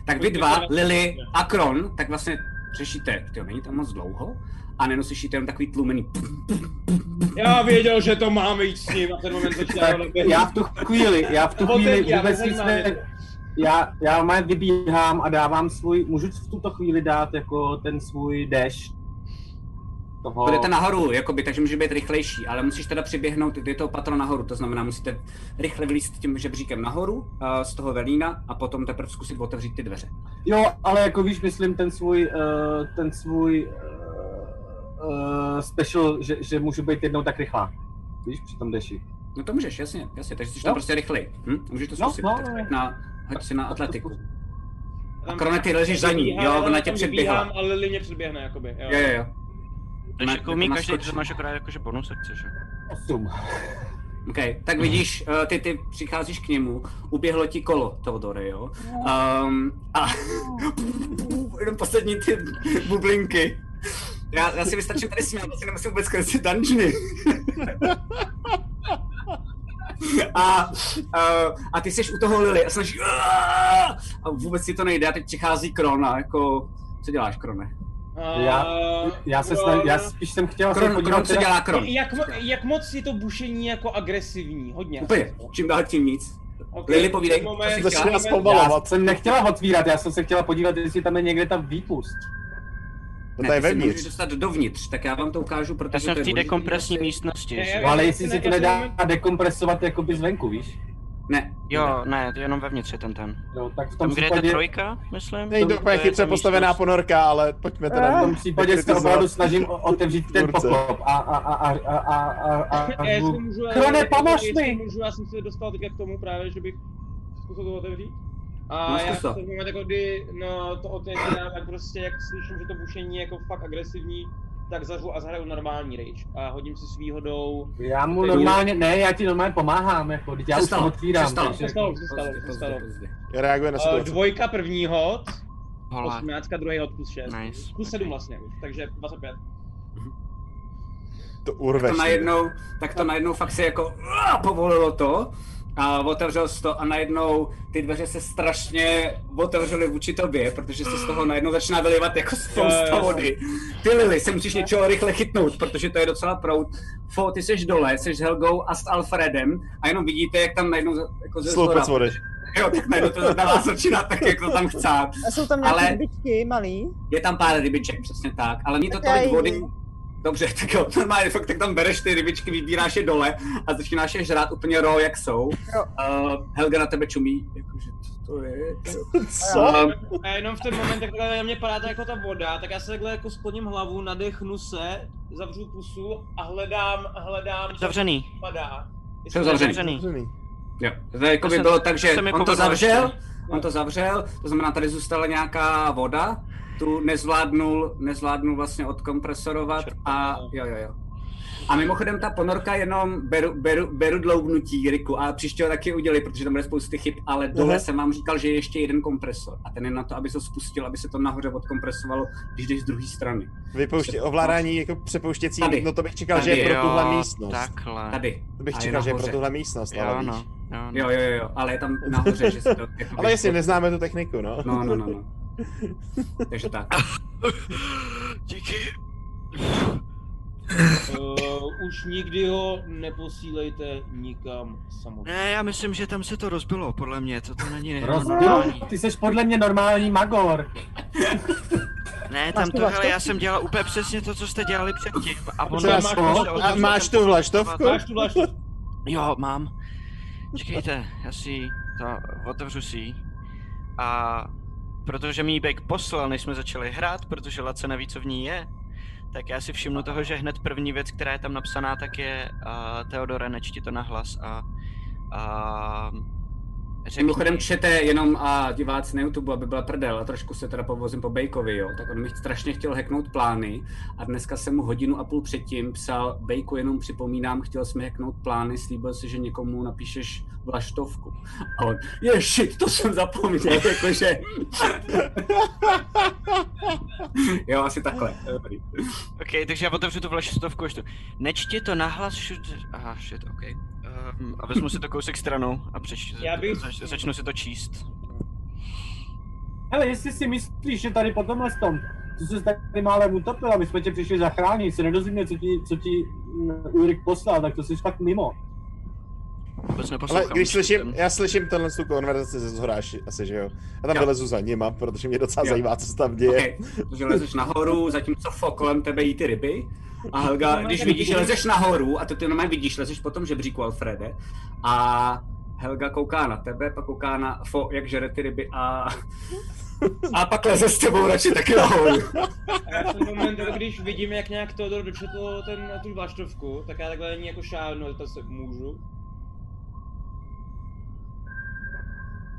Tak vy dva, Lily a Kron, tak vlastně řešíte, jo, není tam moc dlouho, a nenoslyšíte jenom takový tlumený pum, pum, pum, pum.
Já věděl, že to máme jít s ním a ten moment začíná
Tak
odebíhat.
já v tu chvíli, já v tu chvíli
Otevírám,
vůbec nic
nezajímá mě to.
ne... Já, já má vybíhám a dávám svůj, můžu v tuto chvíli dát jako ten svůj dash toho...
Půjdete nahoru, jakoby, takže může být rychlejší, ale musíš teda přiběhnout, je to patro nahoru, to znamená, musíte rychle vylíst tím žebříkem nahoru eh, z toho velína a potom teprve zkusit otevřít ty dveře.
Jo, ale jako víš, myslím ten svůj, uh, ten svůj uh, uh, special, že, že můžu být jednou tak rychlá. Víš, při tom deši.
No to můžeš, jasně, jasně, takže jsi
No.
to prostě rychlej. Hm? Můžeš to
No,
zkusit,
no,
tak
no.
hoď na, hoď si na atletiku. A
Tam-
Krone, ty ležíš za ní,
Vybíhá,
jo,
já
ona tě
tam
předběhla.
vybíhám, Ale Lily mě předběhne, jakoby. Jo.
Jo, jo, jo.
Takže jako umí
Ona
každý,
skočí.
to máš akorát jakože bonus akce, že?
8.
OK, tak vidíš, eh, ty, ty přicházíš k němu, uběhlo ti kolo, Teodore, jo? Um, a jenom poslední ty bublinky. Já, já si vystačím tady s ním, já si nemusím vůbec kreslit dungeony. a, uh, a ty jsi u toho Lily a snažíš a vůbec ti to nejde a teď přichází Krona, jako, co děláš Krone?
Já, já, se sna- já spíš jsem chtěl
Kron- Kron co
teda-
dělá Kron?
Jak, mo- jak moc je to bušení jako agresivní? Hodně.
Úplně, čím dál tím nic.
Ok,
Lili, povídej,
moment,
co si
moment.
říká?
Já jsem nechtěla otvírat, já jsem se chtěla podívat, jestli tam je někde ta výpust.
No To
Ne,
tady
ty se
vevnitř.
můžeš dostat dovnitř, tak já vám to ukážu, protože
Já
to
jsem v
je
té
důležitý.
dekompresní místnosti.
Ne,
že?
já-
No, ale jestli
ne,
se to
já si
nedá
nemyslím-
dekompresovat jakoby zvenku, víš?
Ne,
Jo, ne, to jenom vevnitř je ten ten.
No, tak v tom
Tam, kde je ta
případě,
trojka, myslím?
Není to
To
úplně
je ta
chytře postavená
místnost.
ponorka, ale pojďme
v
Eh,
teda.
tom
jako
případě se opravdu snažím o- otevřít ten
Tvůrce.
poklop a, a, a, a, a, a, a, a, a,
Já jestli Eh, můžu,
Krone,
jestli
pomož
jestli
mi!
Můžu, já jsem se dostal teďka k tomu právě, že bych zkusil to otevřít. A
No,
já
zkus
jsem
to.
v moment, jako kdy no, to otevírám, tak prostě jak slyším, že to bušení je jako fakt agresivní, tak zařvu a zahraju normální rage. A hodím si s výhodou.
já mu normálně, ne, já ti normálně pomáhám, jako, teď já už to
Přestalo,
otvírám,
přestalo.
takže, jako
Přestalo,
Pozdě,
přestalo,
pozdě,
přestalo.
pozdě.
Reaguje na
prostě Eh,
situaci.
Dvojka první hod,
Hola.
18, druhý hod plus 6.
Nice.
Plus 7 vlastně už, takže 25.
To
Tak
urveš.
to najednou, tak to najednou fakt se jako "Ah!" povolilo to a otevřel jsi to a najednou ty dveře se strašně otevřely vůči tobě, protože se z toho najednou začíná vylivat jako
Jo,
spousta
jo.
vody. Ty Lily, se musíš něčeho rychle chytnout, protože to je docela prout. Fo, ty jsi dole, jsi s Helgou a s Alfredem a jenom vidíte, jak tam najednou za- jako ze
Sloupec
zhora,
vody.
jo, tak najednou to na vás začíná tak, jak to tam chcát.
A jsou tam nějaké
Ale-
ale... rybičky malý?
Je tam pár rybiček, přesně tak, ale není to
Tak já
tolik
jim.
vody. Dobře, tak jo, normálně fakt tak tam bereš ty rybičky, vybíráš je dole a začínáš je žrát úplně raw, jak jsou.
Jo.
Uh, Helga na tebe čumí, jakože co to je.
Co?
Uh,
A jenom v ten moment, jak takhle na mě padá ta- jako ta voda, tak já se takhle jako skloním hlavu, nadechnu se, zavřu pusu a hledám, hledám, co
Zavřený.
padá. Jestli
Jsem
to-
zavřený.
Zavřený.
jo, to jako by
jsem-
bylo
to
tak, že
se mi
on to
povedlo
zavřel,
ještě.
on to zavřel, to znamená tady zůstala nějaká voda, tu nezvládnul, nezvládnul vlastně odkompresorovat a jo, jo, jo. A mimochodem ta ponorka jenom beru, beru, beru dloubnutí, Riku, a příště ho taky udělej, protože tam bude spousty chyb, ale dole
Aha.
jsem vám říkal, že je ještě jeden kompresor a ten je na to, aby se to spustil, aby se to nahoře odkompresovalo, když jdeš z druhé strany.
Vypouště, ovládání jako přepouštěcí,
Tady.
no to bych čekal,
Tady,
že je pro
Jo,
tuhle místnost.
Takhle.
Tady.
To bych
A je
čekal, že je pro
nahoře.
tuhle místnost, ale
Jo,
víš.
no. Jo, no.
Jo, jo, jo, jo, ale je tam nahoře, že se to... jakoby-
Ale jestli neznáme tu techniku, no.
No, no, no, no. Takže tak.
Díky.
Uh, už nikdy ho neposílejte nikam samotný.
Ne, já myslím, že tam se to rozbilo, podle mě, to to není
Rozbil?
normální.
Ty jsi podle mě normální magor.
Ne, tam
Máš tu
to, hele,
vlaštovku?
já jsem dělal úplně přesně to, co jste dělali předtím. A on
Třeba
máš
spolu?
to-
A máš tu vlaštovku?
Máš tu vlaštu.
Jo, mám. Čekejte, já si ji- to otevřu si ji. A protože mi ji Bek poslal, než jsme začali hrát, protože Lace neví, co v ní je, tak já si všimnu toho, že hned první věc, která je tam napsaná, tak je uh, Teodore, nečti to nahlas a... a řekni-
Mimochodem čete jenom a diváci na YouTube, aby byla prdel a trošku se teda povozím po Bejkovi, jo. Tak on mi strašně chtěl hacknout plány a dneska jsem mu hodinu a půl předtím psal Bejku, jenom připomínám, chtěl jsem hacknout plány, slíbil si, že někomu napíšeš vlaštovku. A on, je shit, to jsem zapomněl, jakože... jo, asi takhle. Dobrý.
Ok, takže já otevřu tu vlaštovku až tu. Nečti to nahlas should... Aha, shit, ok. Um, a vezmu si to kousek stranou a přečtu,
Já bych-
zač, začnu si to číst.
Hele, jestli si myslíš, že tady po tomhle tom, co jsi tady málem utopil a my jsme tě přišli zachránit, se nedozvíme, co ti, co ti mm, Ulrik poslal, tak to jsi fakt mimo.
Vůbec neposlouchám.
Ale když
už
slyším,
jsem-
já slyším tenhle tu konverzaci ze zhora asi- asi, že jo. A tam
Jo.
vylezu za nima, protože mě docela
Jo.
zajímá, co se tam děje.
Okay. Takže lezeš nahoru, zatímco fo kolem tebe jí ty ryby. A Helga, když vidíš, že lezeš nahoru, a to ty normálně vidíš, lezeš po tom žebříku Alfrede, a Helga kouká na tebe, pak kouká na fo, jak žere ty ryby a... A pak leze s tebou radši taky nahoru.
A já jsem v moment, jako když vidím, jak nějak Teodor dočetl ten, tu vlaštovku, tak já takhle není jako šáhnu, to se můžu.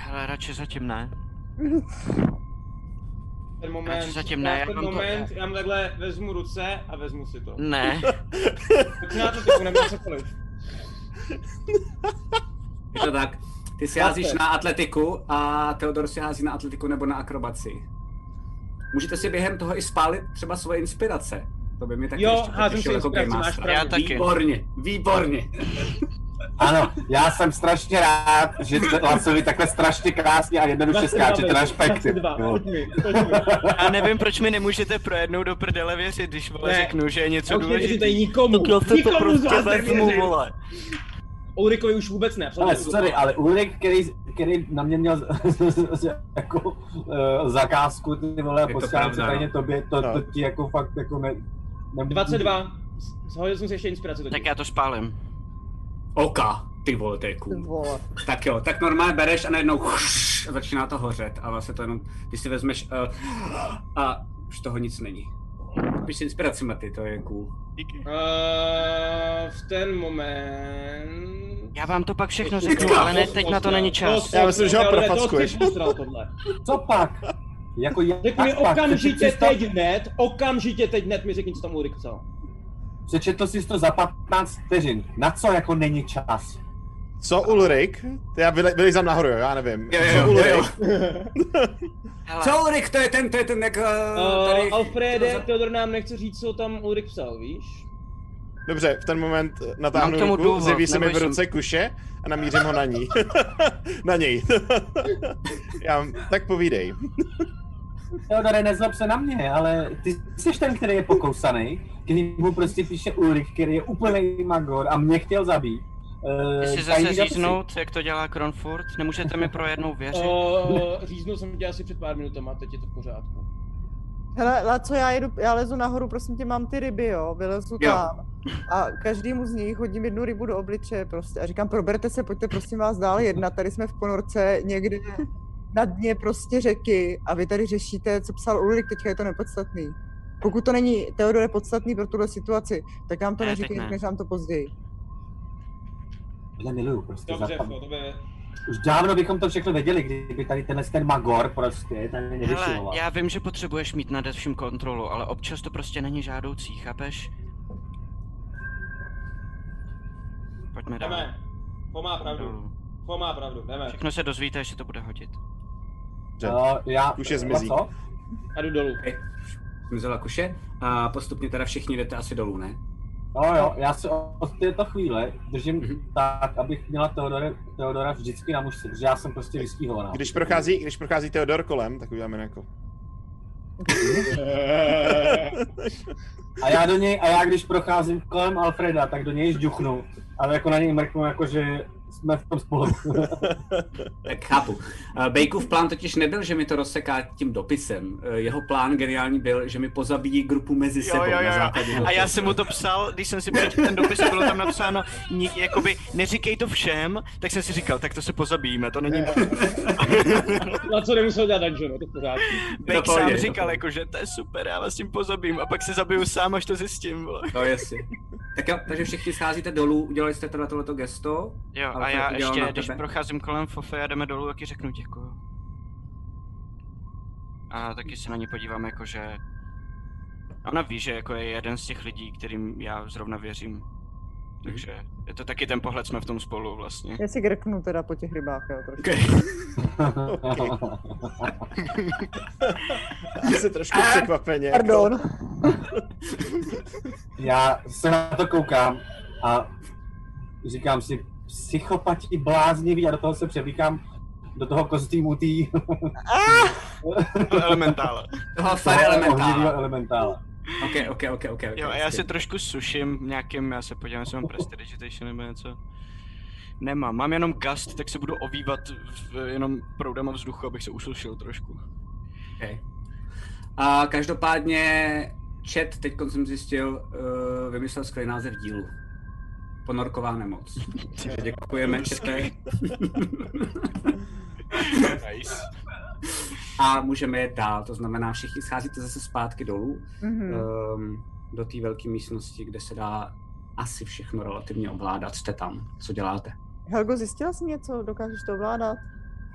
Hele, radši zatím ne.
Ten moment,
Já si zatím ne,
já
já
v ten
mám to-
moment, já mu takhle vezmu ruce a vezmu si to.
Ne.
Tak si na to typu, nebo cokoliv.
Je to tak. Ty si házíš na atletiku a Teodor si hází na atletiku nebo na akrobaci. Můžete si během toho i spálit třeba svoje inspirace. To by mi taky
Jo,
ještě
házím si
potěšilo jako
inspiraci,
game
máš
mastera.
pravdu.
Já taky.
Výborně, výborně.
Ano, já jsem strašně rád, že Lacovi takhle strašně krásně a jednoduše skáčete na špekty. jo.
Já nevím, proč mi nemůžete projednou do prdele věřit, když vole
Ne.
řeknu, že je
Já
něco
už nevěřím
důležitý.
tady nikomu.
Dokonce to
Nikomu z
prostě
vás
vezmu,
nevěřím.
vole.
Ulrikovi už vůbec ne.
Ale sorry, ale Ulrik, který, který na mě měl jako uh, zakázku, ty vole,
Je to
posílám
pravda,
to
no.
tobě, to,
No.
to ti jako fakt jako ne, nemůžu.
22. Zhodil jsem si ještě inspiraci totiž.
Tak já to spálím. Oka, ty vole, to je cool. Tak jo, tak normálně bereš a najednou chuš, a začíná to hořet a vlastně to jenom, ty si vezmeš uh, a už toho nic není. Píš si inspiraci, Maty, to je cool.
Uh, v ten moment...
Já vám to pak všechno
Ještě
řeknu,
to-
ale ne, teď na to není čas.
To- to- to- to- to- to- to- tohle.
Co pak? Jako jak
Řekni
pak?
okamžitě
Přečetl jsi to-
teď hned, okamžitě teď hned mi řekni, co tam Ulrik psal.
Přečetl jsi to za 15 vteřin. Na co jako není čas?
Co Ulrik? Ty já vyle, vylezám nahoru, jo, já nevím.
Jo, jo,
Co
jo,
Ulrik?
jo. Co Ulrik, to je ten, to je ten, jak...
Eh,
Uh, tady,
Uh, Alfrede, Teodor nám nechce říct, co tam Ulrik psal, víš?
Dobře, v ten moment eh,
Mám
natáhnu
k tomu
ruku,
důvod,
zjeví se mi v
neboj se.
ruce kuše a namířím ho na ní. na něj. já, tak povídej.
Teodore, nezlob se na mě, ale ty jsi ten, který je pokousaný, který mu prostě píše Ulrik, který je úplný magor a mě chtěl zabít. Eh,
Chci zase
tajný dopisy.
říznout, jak to dělá Kronfurt, nemůžete mi projednou věřit.
Uh, říznul jsem tě asi před pár minutama, teď je to v pořádku.
Hele, Laco, já, jedu, já lezu nahoru, prosím tě, mám ty ryby, jo, vylezu
Jo.
jo. tam. A každému z nich hodím jednu rybu do obličeje prostě a říkám, proberte se, pojďte prosím vás dále jednat, tady jsme v ponorce někde na dně prostě řeky a vy tady řešíte, co psal Ulrik, teďka je to nepodstatný. Pokud to není Teodore podstatný pro tuhle situaci, tak nám to
Ne,
ne,
teď
neříkej,
ne.
řekneš nám to později.
Tohle miluju prostě.
Dobře,
západ.
to, to by...
Už dávno bychom to všechno věděli, kdyby tady tenhle ten magor prostě tady
Hele,
nevyšiloval.
já vím, že potřebuješ mít nad vším kontrolu, ale občas to prostě není žádoucí, chápeš? Pojďme dál.
Jdeme. Fo má pravdu. Fo má pravdu, jdeme.
Všechno se dozvíte, až se to bude hodit.
No, já...
Kuše zmizí.
Co?
A jdu dolů.
Zmizela kuše a postupně teda všichni jdete asi dolů, ne?
No jo, já se od této chvíle držím
Mhm.
tak, abych měla Teodora, Teodora vždycky na mužce, protože já jsem prostě vystíhovaná.
Když prochází, když prochází Teodor kolem, tak uděláme jako...
A já do něj, a já když procházím kolem Alfreda, tak do něj žduchnu, ale jako na něj mrknu, jako že jsme v tom spolu.
Tak chápu. Eh, Bejkův plán totiž nebyl, že mi to rozseká tím dopisem. Eh, Jeho plán geniální byl, že mi pozabíjí grupu mezi sebou na základě
A já
dopisu.
jsem mu to psal, když jsem si přečetl ten dopis, bylo tam napsáno, ni- jakoby neříkej to všem, tak jsem si říkal, tak to se pozabijíme, to není...
Na co nemusel dělat dungeon, no, to v pořádku.
Bake sám říkal, jako, že to je super, já vás tím pozabím a pak se zabiju sám, až to zjistím. Vole.
No jasně. Tak jo, takže všichni scházíte dolů, udělali jste teda tohleto gesto.
Jo, a
Alfred
já
udělal
ještě,
na
když
tebe.
procházím kolem Fofy a jdeme dolů, taky řeknu děkuju. A taky se na ní podívám, jako že... Ona ví, že jako je jeden z těch lidí, kterým já zrovna věřím. Takže je to taky ten pohled, jsme v tom spolu vlastně.
Já si grknu teda po těch rybách, jo, trošku.
Asi trošku překvapeně. jako-
Pardon.
já se na to koukám a říkám si, psychopati blázniví a do toho se převlíkám do toho kostýmu tý...
elementále.
Toho fire elementála.
elementála.
Ok, ok, ok, ok.
Jo, a já se trošku suším nějakým, já se podívám, jestli mám prestidigitation nebo něco. Nemám, mám jenom gust, tak se budu ovývat v, jenom proudama vzduchu, abych se usušil trošku.
Okay. A každopádně chat, teď jsem zjistil, uh, vymyslel skvělý název dílu. Ponorková nemoc. Takže děkujeme, čete.
nice.
A můžeme jet dál, to znamená, všichni scházíte zase zpátky dolů
Mhm.
um, do té velké místnosti, kde se dá asi všechno relativně ovládat. Jste tam, co děláte?
Helgo, zjistila jsi něco? Dokážeš to ovládat?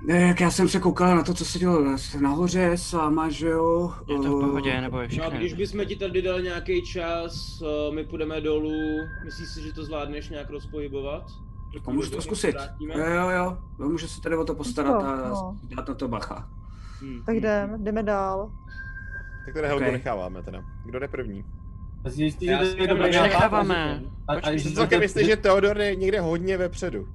Ne, jak já jsem se koukal na to, co se dělo nahoře sama, že jo? Je to v pohodě,
nebo je
No a když bychom ti tady dali nějaký čas, eh, my půjdeme dolů, myslíš si, že to zvládneš nějak rozpohybovat?
To No, můžu to zkusit. Jo, jo, jo. No, může se tady o to postarat a
no.
dát na to bacha.
Tak jdem, jdeme dál.
Tak tady Helgu
Ok.
necháváme teda. Kdo jde první?
Zjistí,
Já
že
si
to je
říkám,
dobrý
proč necháváme?
nápad. A, a,
Počkej,
a,
Jsem celkem jistý, že Teodor je někde hodně vepředu.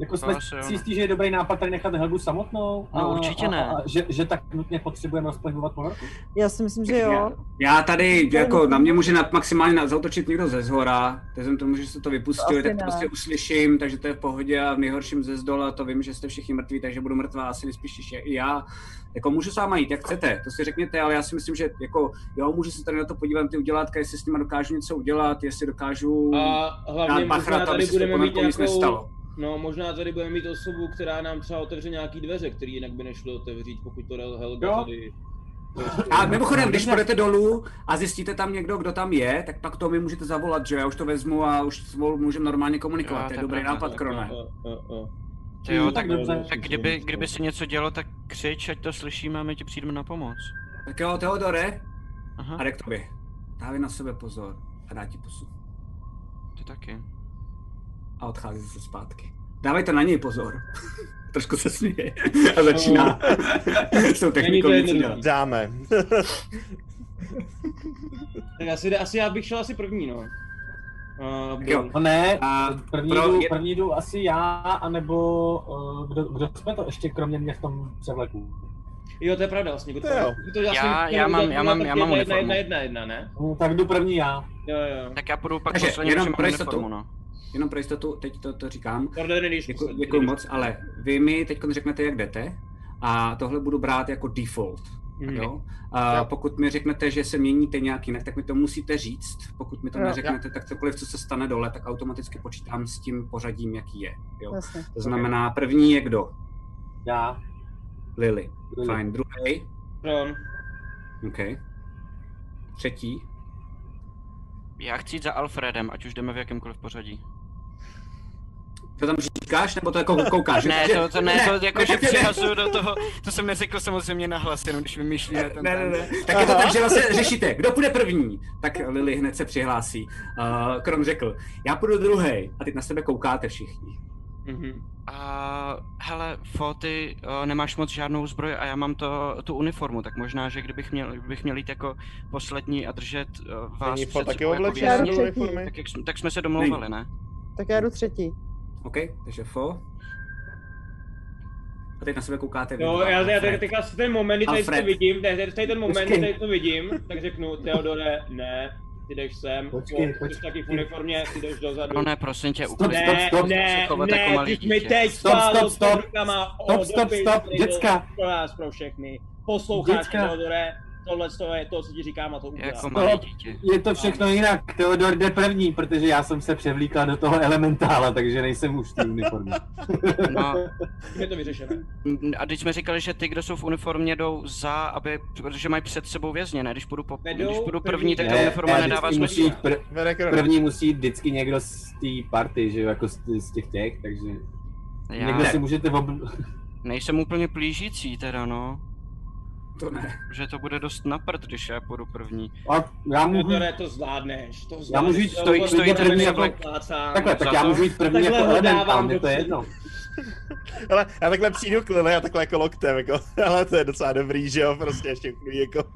Jako jsme
Vypadá se, jo, no.
si jistí, že je dobrý nápad tady nechat Helgu samotnou?
No, určitě
a,
ne.
A, a, že, že tak nutně potřebujeme rozplehovat ponorku?
Já si myslím, že jo.
Já tady, jako na mě může nad, maximálně na, zautočit někdo ze zhora, takže tomu, že se to vypustili,
Asi
tak
ne.
to prostě uslyším, takže to je v pohodě a v nejhorším ze zdola to vím, že jste všichni mrtví, takže budu mrtvá asi nejspíš ještě i já. Jako můžu s váma jít, jak chcete, to si řekněte, ale já si myslím, že jako jo, můžu se tady na to podívat, ty udělátka, jestli s nima dokážu něco udělat, jestli dokážu...
A hlavně
Dát bacha na
možná
to, aby
tady
se s tou
budeme mít
ponorkou nic
nějakou,
nestalo.
no, možná tady budeme mít osobu, která nám třeba otevře nějaký dveře, které jinak by nešlo otevřít, pokud to Hel- Helga
Jo.
tady...
A mimochodem,
No,
když půjdete dolů a zjistíte tam někdo, kdo tam je, tak pak to mi můžete zavolat, že jo? já už to vezmu a už spolu můžeme normálně komunikovat.
Jo,
to
to
je
je
dobrý
pravda.
nápad, Krone.
Jo, jo, jo.
Ty jo,
Hmm,
tak,
tak dobře.
tak kdyby, kdyby se něco dělo, tak křič, ať to slyšíme a my ti přijdeme na pomoc.
Tak jo, Teodore,
Aha,
a jde k tobě. Dávej na sebe pozor a dá ti pusu.
ty taky.
A odchází se zpátky. Dávejte na něj pozor. Trošku se směje a začíná s tou technikou
No. Není to
něco dělat.
jednoduchý.
Dáme.
Tak asi, asi já bych šel asi první, no. Uh,
Tak jo.
No ne,
A
první,
pro-
jdu,
je-
první jdu asi já, anebo uh, kdo, kdo jsme to ještě kromě mě v tom převleku?
jo, to je pravda vlastně. Kdo to,
To jo.
to vlastně
Já-
musíme
já mám-
udělat
já mám-
tak
já mám
jedna, jedna,
uniformu.
jedna, jedna, jedna, ne?
No, tak jdu první já.
Jo, jo.
Tak já půjdu pak
Takže
posledně
jenom
při
pro jistotu.
uniformu, no.
Jenom pro jistotu, teď to, to říkám.
Pardon, nejdeš
Děkuji, děkuji moc, ale vy mi teď řeknete, jak jdete. A tohle budu brát jako default.
Mhm.
Jo? A pokud mi řeknete, že se měníte nějak jinak, tak mi to musíte říct. Pokud mi to
Jo.
neřeknete, tak cokoliv, co se stane dole, tak automaticky počítám s tím pořadím, jaký je. Jo?
Jasně.
To znamená, první je kdo?
Já.
Lily. Fajn. Druhý?
Pardon.
OK. Třetí?
Já chci jít za Alfredem, ať už jdeme v jakémkoliv pořadí.
To tam říkáš, nebo to jako koukáš?
Ne,
Že-
to, to ne, to jako, že
ne, ne,
přihazuju do toho, to jsem neřekl samozřejmě nahlas, jenom když vymýšlíme ten
Ne, ne,
ten-
ne. Tak je to tak, že vlastně řešíte, kdo půjde první, tak Lily hned se přihlásí. Uh, Krom řekl, já půjdu druhý a teď na sebe koukáte všichni.
Mhm.
A hele, Fo, ty uh, nemáš moc žádnou zbroj a já mám to, tu uniformu, tak možná, že kdybych měl, kdybych měl jít jako poslední a držet uh, vás
Není
před
fot taky
sebou jako
oblečený
vězně,
do
vězení,
uniformy?
tak, jak, jsme- tak jsme se domlouvali, ne?
Tak já jdu třetí.
OK, takže fo. A teď na sebe koukáte vy
Jo,
dva,
No, já, já tady
Alfred.
teďka ten moment, kdy tady to
Alfred.
vidím, tady, tady- tady ten moment, kdy
Počkej.
tady to vidím, tak řeknu, Teodore, ne, ty jdeš sem,
Počkej,
jo, ty jsi
počkej.
taky v uniformě, ty jdeš dozadu.
No ne, prosím tě,
Stop,
uklid.
stop, stop.
ne,
Chovat jako
ne,
malý
ty jsi mi
dítě.
teď
Stop,
stál
stop,
pod
stop.
rukama, o,
Stop, stop,
dopis,
stop,
který
děcka.
byl Pro nás, pro všechny. Posloucháš,
Děcka.
Teodore, tohle to je to, co ti říkám a to udělám.
Jako malé dítě.
Je to všechno jinak, Teodor jde první, protože já jsem se převlíkla do toho elementála, takže nejsem už v té uniformě.
No,
Tím je to vyřešené.
a když jsme říkali, že ty, kdo jsou v uniformě, jdou za, aby, protože mají před sebou vězně, ne? Když půjdu, po,
Vedou
když půjdu
první
první, tak ta
Ne,
uniforma
ne,
nedává
vždycky musí
smysl.
jít pr-
Vede jako- krona.
první musí jít vždycky někdo z té party, že jo, jako z, z těch těch, takže
Já
někdo si můžete ob...
nejsem úplně plížící teda, no.
To ne.
Že to bude dost na prd, když já půjdu první.
A já můžu,
Teodore, to zvládneš, to zvládneš.
můžu jít-
to
stojí-
vůbec
stojí
nebudeme
tady
jako
převlek.
plácán.
takhle,
za
tak já
to?
můžu jít první
Takhle
jako
ho
elementál,
dávám
mě to
do
je
ceny.
jedno.
Ale já takhle přijdu k Lily a takhle jako loktem, jako, ale to je docela dobrý, že jo, prostě ještě chvíli, jako.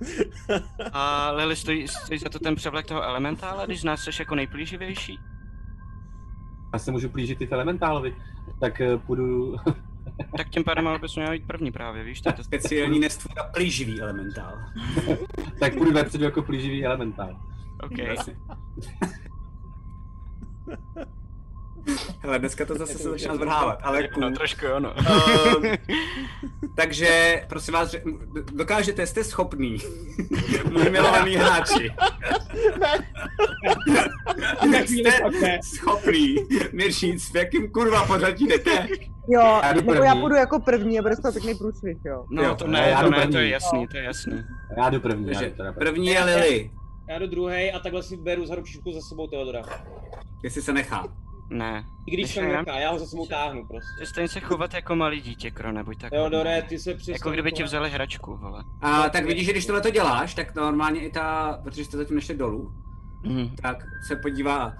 A Lily, stojí, stojí za to ten převlek toho elementála, když z nás jsi jako nejplíživější?
Já se můžu plížit i v elementálovi, tak eh, půjdu,
Tak tím pádem ale bys měl jít první právě, víš? To je to...
Speciální nestvůra plíživý elementál.
tak půjdu vepředu jako plíživý elementál.
Okay.
Hele, dneska to zase se začíná zvrhávat, ale cool.
No, trošku jo, no.
Ehm, takže, prosím vás, že- dokážete, jste schopný, můj milovaný hráči. jste schopný mi říct, v jakým kurva pořadí jdete.
Jo,
Já jdu
nebo já
první.
půjdu jako první a bude to pěkný průsvih, jo.
No,
Jo,
to
ale
ne,
já
to
jdu
ne, to je
první.
jasný, to je jasný.
Já jdu první, já
Takže
jdu teda první.
první je Lily,
Já jdu druhý a takhle si beru za ručičku za sebou Teodora.
jestli se nechá.
Ne.
I když
Když
to
já-
nechá, já ho za sebou táhnu prostě.
Přestaň se chovat jako malý dítě, Kro, nebuď tak.
Teodore,
hodný.
ty se přestaň.
Jako kdyby ti
chovat.
vzali hračku, vole.
A tak vidíš, že když tohle to děláš, tak normálně i ta, protože jste zatím nešli dolů,
Mhm.
tak se podívá.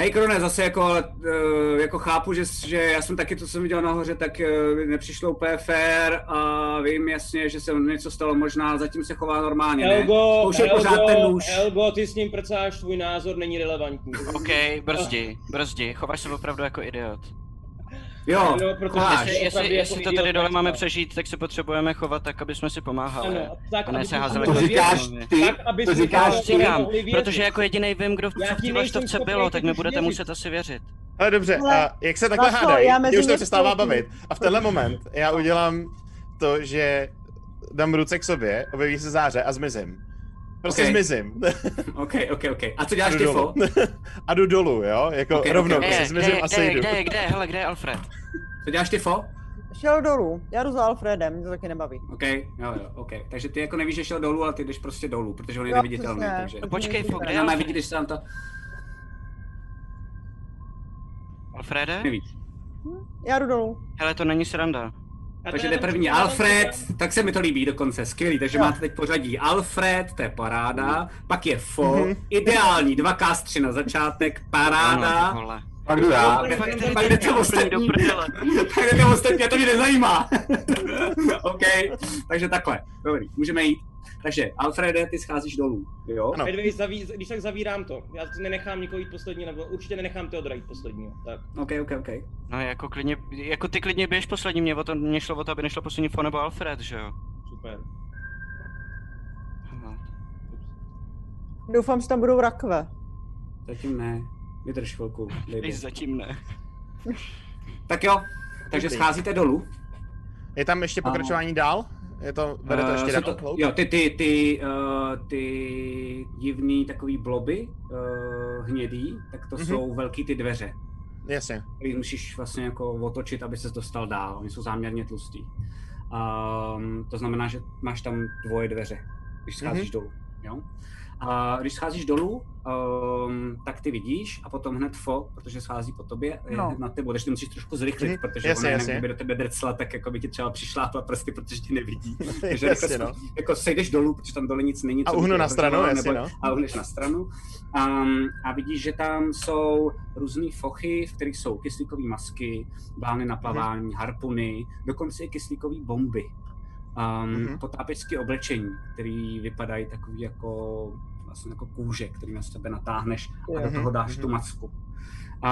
Hej, Krone, zase jako, eh, jako chápu, že, že já jsem taky to, co jsem viděl nahoře, tak eh, mi nepřišlo úplně fair a vím jasně, že se něco stalo, možná zatím se chová normálně, ne?
Elgo,
Zkoušej pořád ten
Elgo,
nůž.
Elgo, ty s ním prcáš, tvůj názor není relevantní.
OK, brzdi, brzdi, chováš se opravdu jako idiot.
Jo,
Jo, protože
Jestli,
se
jestli,
opravdu
jestli
jako
to tady
idiot
dole máme
nechová.
přežít, tak se potřebujeme chovat tak, aby jsme si pomáhali.
Ano, tak,
a ne
aby
se
jsme-
házeli
To
do
říkáš
zdi.
ty, Tak, aby to jsme říkáš
Já
ty.
jako říkám,
mohli věřit.
protože jako jediný vím, kdo v,
Já
co v
ti
té
nejsem
vlaštovce
schopný
bylo,
teď
tak
už
mi budete
věřit.
muset asi věřit.
Ale dobře, a jak se takhle
Vlasto,
hádají,
já
mě
mezi
už to
ně
přestává
vstoupím.
bavit. A v tenhle moment já udělám to, že dám ruce k sobě, objeví se záře a zmizím. Prostě
Ok.
zmizím.
OK, OK, OK. A co děláš
A
ty,
jdu
Fo?
dolů. A jdu dolů, jo? Jako
Ok, ok,
rovnou,
ok.
prostě
Kde,
zmizím
kde,
a
Eh, kde,
sejdu.
kde, kde, hele, kde je Alfred?
Co děláš ty, Fo?
Šel dolů, já jdu za Alfredem, mě to taky nebaví.
OK, jo, jo, OK. Takže ty jako nevíš, že šel dolů, ale ty jdeš prostě dolů, protože on je
Jo,
neviditelný,
přesně.
takže...
No počkej, Fo, kde je
Já má
Alfred?
vidíš, když se tam to...
Alfrede?
Nevíš.
Já jdu dolů.
Hele, to není sranda.
A
Takže
to
jde
je
první
dobrý,
Alfred, tak se mi to líbí dokonce, skvělý, takže máte teď pořadí Alfred, to je paráda, pak je Fo, ideální, 2K3 na začátek, paráda, No,
Ano, jako- ty vole.
Pak jdu já.
pak jdete- pak jdete
Úplně do
ostatní,
prdele.
tak jdete ostatní, to mě nezajímá. OK, takže takhle, dobrý, můžeme jít. Takže Alfrede, ty scházíš dolů, jo?
Ano.
By the way, zaví, když tak zavírám to, já to nenechám nikoho jít poslední, nebo určitě nenechám Teodora jít posledního. Tak.
OK, OK, OK.
No jako klidně, jako ty klidně běž poslední, mě, o to, mě šlo o to, aby nešlo poslední Fo nebo Alfred, že jo?
Super.
No.
Doufám, že tam budou rakve.
Zatím ne, vydrž chvilku, baby.
Ej, zatím ne.
Tak jo, takže
Dobrý.
scházíte dolů.
Je tam ještě
Ano.
pokračování dál? Je to, vede to
Eh,
ještě
jsou
dál? Klouk?
Jo, ty, ty, ty, uh, ty divný takový bloby uh, hnědý, tak to
Mhm.
jsou velký ty dveře.
Jasně.
Který musíš vlastně jako otočit, aby ses dostal dál. Oni jsou záměrně tlustý. Um, to znamená, že máš tam dvoje dveře, když
Mhm.
scházíš dolů. Jo? A když scházíš dolů, um, tak ty vidíš a potom hned fo, protože schází po tobě, no.
No.
hned na tebe, takže ty musíš trošku zrychlit,
Mhm,
protože
jasně,
ona jinak,
jasně.
kdyby do tebe drcla, tak jako by ti třeba přišlápla prsty, protože ti nevidí. Takže
Jasně,
jako,
no.
jako sejdeš dolů, protože tam dole nic není.
A
co by
uhnu
tě
na
jako
stranu,
zajímalo,
jasně, no.
A uhneš na stranu. Um, a vidíš, že tam jsou různé fochy, v kterých jsou kyslíkové masky, blány na plavání, harpuny, dokonce i kyslíkové bomby. Um,
Mhm.
Potápěčské oblečení, které vypadají takový jako vlastně jako kůže, který na sebe natáhneš a do
Mhm,
toho dáš
mhm.
tu masku.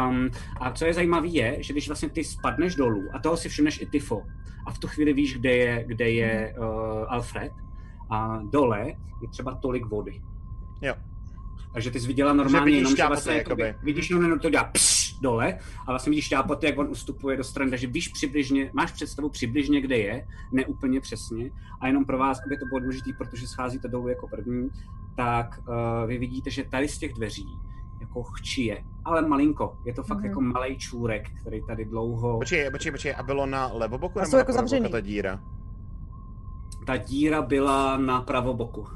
Um, a co je zajímavé je, že když vlastně ty spadneš dolů, a toho si všimneš i Tyfo, a v tu chvíli víš, kde je, kde je
Mhm.
uh, Alfred, a dole je třeba tolik vody.
Jo.
Takže ty jsi viděla normálně
vidíš
jenom, že
šťápoty,
vlastně jakoby,
jakoby.
vidíš jenom, jenom to dělá pš, dole a vlastně vidíš šťápoty, jak on ustupuje do strany, takže víš přibližně, máš představu přibližně, kde je, ne úplně přesně a jenom pro vás, aby to bylo důležité, protože scházíte dolů jako první, tak uh, vy vidíte, že tady z těch dveří jako chčije, ale malinko, je to fakt
Mhm.
jako malý čůrek, který tady dlouho...
Počkej, počkej, počkej, a bylo na levoboku
A
nebo
jsou
na
jako
pravoboku
zavřený.
ta díra?
Ta díra byla na pravoboku.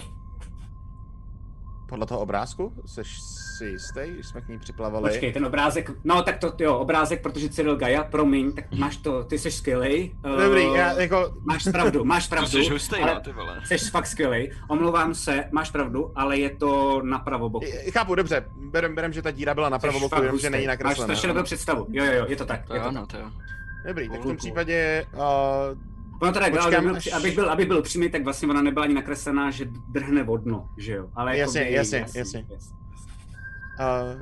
Podle toho obrázku? Seš si jistý, když jsme k ní připlavali?
Počkej, ten obrázek, no tak to, jo, obrázek, protože Cyril Gaja, promiň, tak máš to, ty jsi skvělej. eh,
Mhm. Dobrý, já jako...
Máš pravdu, máš
To
pravdu.
jsi hustej,
ale
no, ty vole.
Jsi fakt skvělej, omlouvám se, máš pravdu, ale je to na pravoboku.
Eh, Chápu, dobře, berem, berem že ta díra byla na
Jsi
pravoboku,
fakt
jenom že
hustej.
není
Máš
nakreslená.
strašně dobrou představu, jo, jo, jo, je to tak.
To
je
jo,
to tak.
ano, to jo.
Dobrý, tak v tom
Cool, cool.
případě uh,
Ono teda,
Počkám,
Počkám, ale,
až-
až... abych byl, abych byl přímý, tak vlastně ona nebyla ani nakreslená, že drhne vodno, že jo. Ale
Jasně,
jako
jasně, jasně. Uh,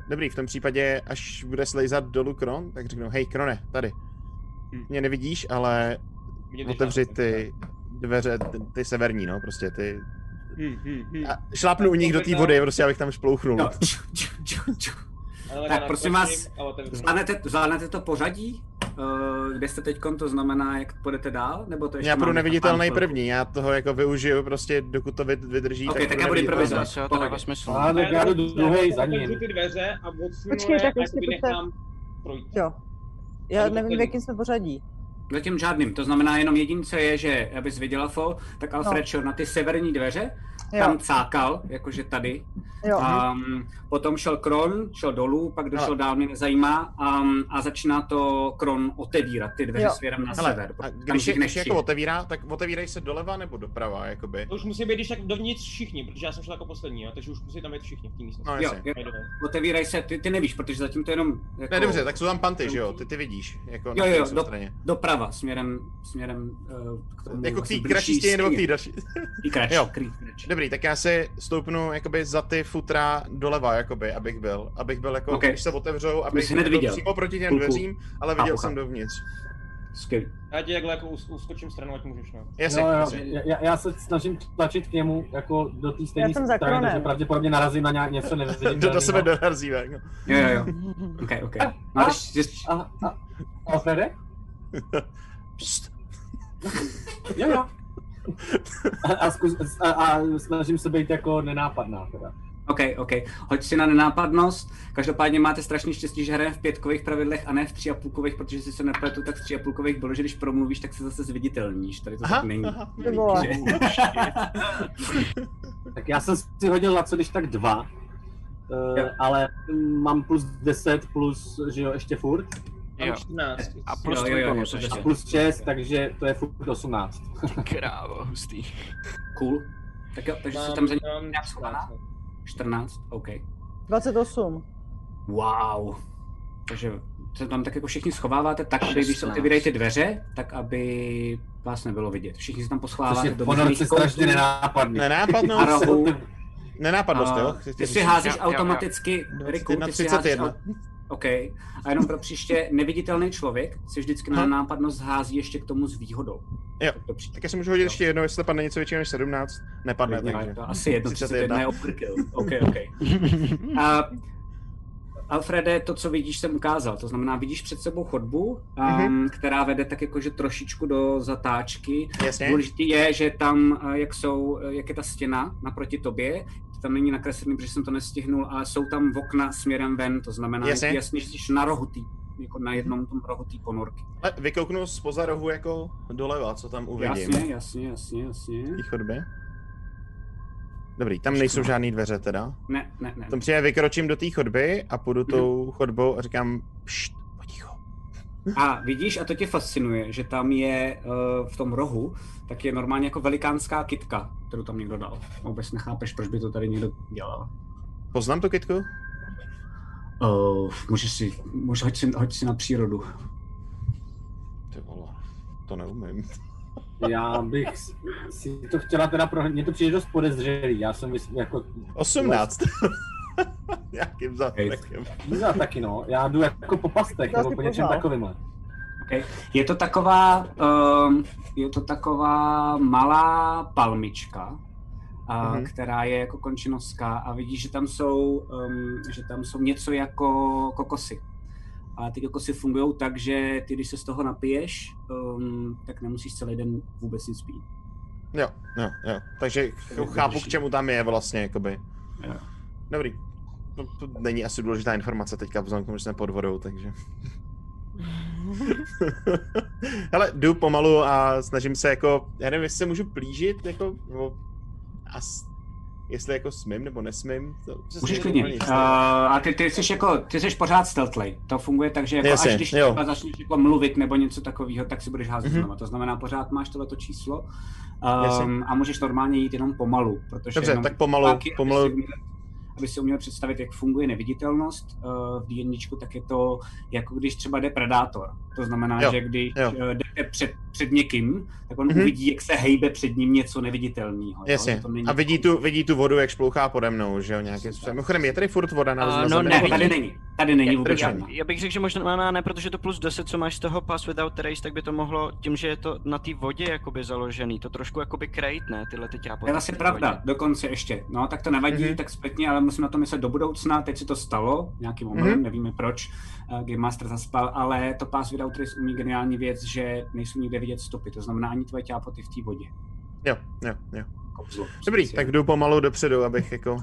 dobrý, v tom případě, až bude slejzat dolů Kron, tak řeknu, hej Krone, tady.
Hm.
Mě nevidíš, ale
Vidíte,
otevři
že-
ty dveře, ty, ty severní, no, prostě ty.
Hmm, hmm, hmm.
A šlápnu u nich do té vody, prostě, abych tam šplouchnul.
No, ču, ču, ču, ču.
Ale
tak
já
prosím
nakreslím
vás,
a otevřu.
Zvládnete, zvládnete to pořadí, eh, kde jste teď, to znamená, jak půjdete dál, nebo to ještě
Já budu
máme
neviditelný
tam pár chvilku?
první, já toho jako využiju prostě, dokud to vyd- vydrží.
Ok, tak já budu
neviditelný.
improvizovat.
Zase, jo, to dává
Pohodě.
smysl.
A tak já jdu druhý za
Otevřu
ním.
ty dveře a odsunu
Počkej,
je
tak
a
jestli
jakoby
to se-
nechám projít.
Jo. Já
Tady
nevím, v
poslední.
jakém jsme pořadí.
Zatím žádným. To znamená jenom jedince je, že abys viděla fo, tak Alfred
No.
no. šel na ty severní dveře,
Jo.
tam cákal, jakože tady.
Jo.
Um, potom šel Kron, šel dolů, pak došel
Hele.
dál, mě nezajímá, um, a začíná to Kron otevírat ty dveře
Jo.
směrem na
Hele,
sever.
a
Tam
když je,
jich
když
nechci.
je jako otevírá, tak otevírají se doleva nebo doprava, jakoby.
To už musí být když tak dovnitř všichni, protože já jsem šel jako poslední, jo, takže už musí tam být všichni v té místnosti.
No,
Jo,
jasně.
jo, otevírají se, ty, ty nevíš, protože zatím to jenom... Jako...
Ne, dobře, tak jsou tam panty, že jo? Ty ty vidíš, jako na
Jo, jo,
té
jo, do,
straně.
doprava, směrem, směrem uh, k tomu
Jako k
vlastně
té
blížší
kratší stěně nebo k té další.
Tý kratší,
Jo.
krý- kratší.
Dobrý, tak já si stoupnu jakoby za ty futra doleva, jakoby, abych byl. Abych byl jako,
Ok.
okay. když se otevřou, abych
jsi hned
byl
viděl.
přímo proti těm
Půlku.
dveřím, ale
Chápu,
viděl
chápu.
jsem dovnitř.
Skvělý.
Já ti takhle jako us- uskočím stranou, ať můžeš, no.
Jasně,
Jo, jo,
jasně.
já- já, já, se snažím tlačit k němu jako do té
Já
stejné
jsem za
strany,
Kronem.
takže pravděpodobně narazím na nějak něco, nevidím.
Do, do sebe dorazí, no.
Jo, jo, jo. OK, OK. No, když, když,
A, a, Alfrede?
Pst.
Jo, jo. A, a, zkus, a, a, snažím se být jako nenápadná teda.
OK, OK. Hoď si na nenápadnost. Každopádně máte strašně štěstí, že hrajeme v pětkových pravidlech a ne v tři a půlkových, protože si se nepletu, tak v tři a půlkových bylo, že když promluvíš, tak se zase zviditelníš. Tady to
Aha,
tak není.
aha.
Ty vole.
Tak já jsem si hodil na co když tak dva, uh,
Jo.
ale mám plus 10, plus, že jo, ještě furt,
Mám
Jo.
14.
A plus
Jo,
tvůj
jo, jo,
bonus
jo, to
ještě.
a plus 6, takže to je furt 18.
Krávo, hustý.
Cool. Tak jo, takže jsi
Mám-
tam za
mám
nějak schovaná?
14, no.
14, OK.
28.
Wow. Takže se tam tak jako všichni schováváte tak, aby když se
16.
otevírají ty dveře, tak aby vás nebylo vidět. Všichni se tam poschváváte
Což je
do
ponorce
možných
strašně
koutů.
nenápadný.
A
Nenápadnost,
rohu.
nenápadnost,
A
jo?
Ty si házíš
Já- já- já.
automaticky, Riku, ty si
31.
házíš... au- OK. A jenom pro příště, neviditelný člověk si vždycky na
Aha.
nápadnost hází ještě k tomu s výhodou.
Jo.
Tak to přijde.
Tak já si můžu hodit ještě jednou, jestli padne něco většího než 17. Nepadne, takže.
To asi jedno,
31.
31 je overkill. OK, OK. A Alfrede, to, co vidíš, jsem ukázal. To znamená, vidíš před sebou chodbu, um,
Mhm.
která vede tak jakože trošičku do zatáčky.
Jasně.
Důležité je, že tam, eh, jak, jsou, eh, jak je ta stěna naproti tobě, to tam není nakreslený, protože jsem to nestihnul, ale jsou tam okna směrem ven, to znamená,
Jasně.
jasně, jasně že jsi na rohu tý, jako na jednom tom rohu tý ponorky.
Ale vykouknu spoza rohu jako doleva, co tam uvidím.
Jasně, jasně, jasně, jasně.
té chodby. Dobrý, tam nejsou žádné dveře teda.
Ne, ne, ne.
Tam přijde, vykročím do té chodby a půjdu tou chodbou a říkám pšt, poticho.
A vidíš, a to tě fascinuje, že tam je eh, v tom rohu, tak je normálně jako velikánská kitka, kterou tam někdo dal. Vůbec nechápeš, proč by to tady někdo dělal.
Poznám tu kytku?
Uh, můžeš si, můžeš, hoď si, hoď si na přírodu.
Ty vole, to neumím.
Já bych si to chtěla teda pro... Mně to přijde dost podezřelý, já jsem vys... jako...
18. Jakým zátekem.
Já taky no, já jdu jako po pastech
Já
nebo
si
po něčem
pořád.
takovýmhle.
Okay. Je to taková, um, je to taková malá palmička, a,
Mhm.
mm-hmm. která je jako končinovská a vidíš, že tam jsou, um, že tam jsou něco jako kokosy. A ty kokosy fungují tak, že ty, když se z toho napiješ, um, tak nemusíš celý den vůbec nic pít.
Jo, jo, jo. Takže ch-
To je
chápu, k
vyřešený.
čemu tam je vlastně, jakoby.
Jo.
Dobrý. To, to není asi důležitá informace teďka, vzhledem k tomu, že jsme pod vodou, takže... Hele, jdu pomalu a snažím se jako, já nevím, jestli se můžu plížit, jako, nebo as, jestli jako smím nebo nesmím. To,
Můžeš
to
klidně. Uh,
úplně jisté.
a ty, ty jsi jako, ty jsi pořád steltlej. To funguje tak, že jako
Jasně,
až když
jo.
třeba začneš jako mluvit nebo něco takového, tak si budeš házet
Mhm.
mm-hmm. znova. To znamená, pořád máš tohleto číslo
Jasně.
um, a můžeš normálně jít jenom pomalu, protože
Dobře,
jenom
tak pomalu,
páky, Aby
pomalu.
si, uměl, aby si uměl představit, jak funguje neviditelnost eh, v D&Dčku, tak je to jako když třeba jde predátor. To znamená,
Jo,
že když
jo.
eh, jdete před, před někým, tak on
Mhm.
uvidí, jak se hejbe před ním něco neviditelného.
Jasně. A vidí
jako-
tu, vidí tu vodu, jak šplouchá pode mnou, že jo, nějakým
Přesně
způsobem.
tak.
Mimochodem, je tady furt voda na,
A,
na
no,
zemi?
Ne,
Nevidí.
tady není. Tady není vůbec
já,
žádná.
já, bych řekl, že možná no, ne, protože to plus 10, co máš z toho Pass Without Trace, tak by to mohlo, tím, že je to na té vodě jakoby založený, to trošku jakoby krejt, ne, tyhle ty ťápoty.
To je vlastně pravda, dokonce ještě. No, tak to nevadí,
Mhm.
mm-hmm. tak zpětně, ale musíme na to myslet do budoucna. Teď se to stalo, nějakým omylem,
Mhm.
mm-hmm. nevíme proč, uh, Game Master zaspal, ale to Pass Without Trace umí geniální věc, že nejsou nikde vidět stopy, to znamená ani tvoje ťápoty v té vodě.
Jo, jo, jo.
Kouzlo.
Dobrý, tak jdu pomalu dopředu, abych jako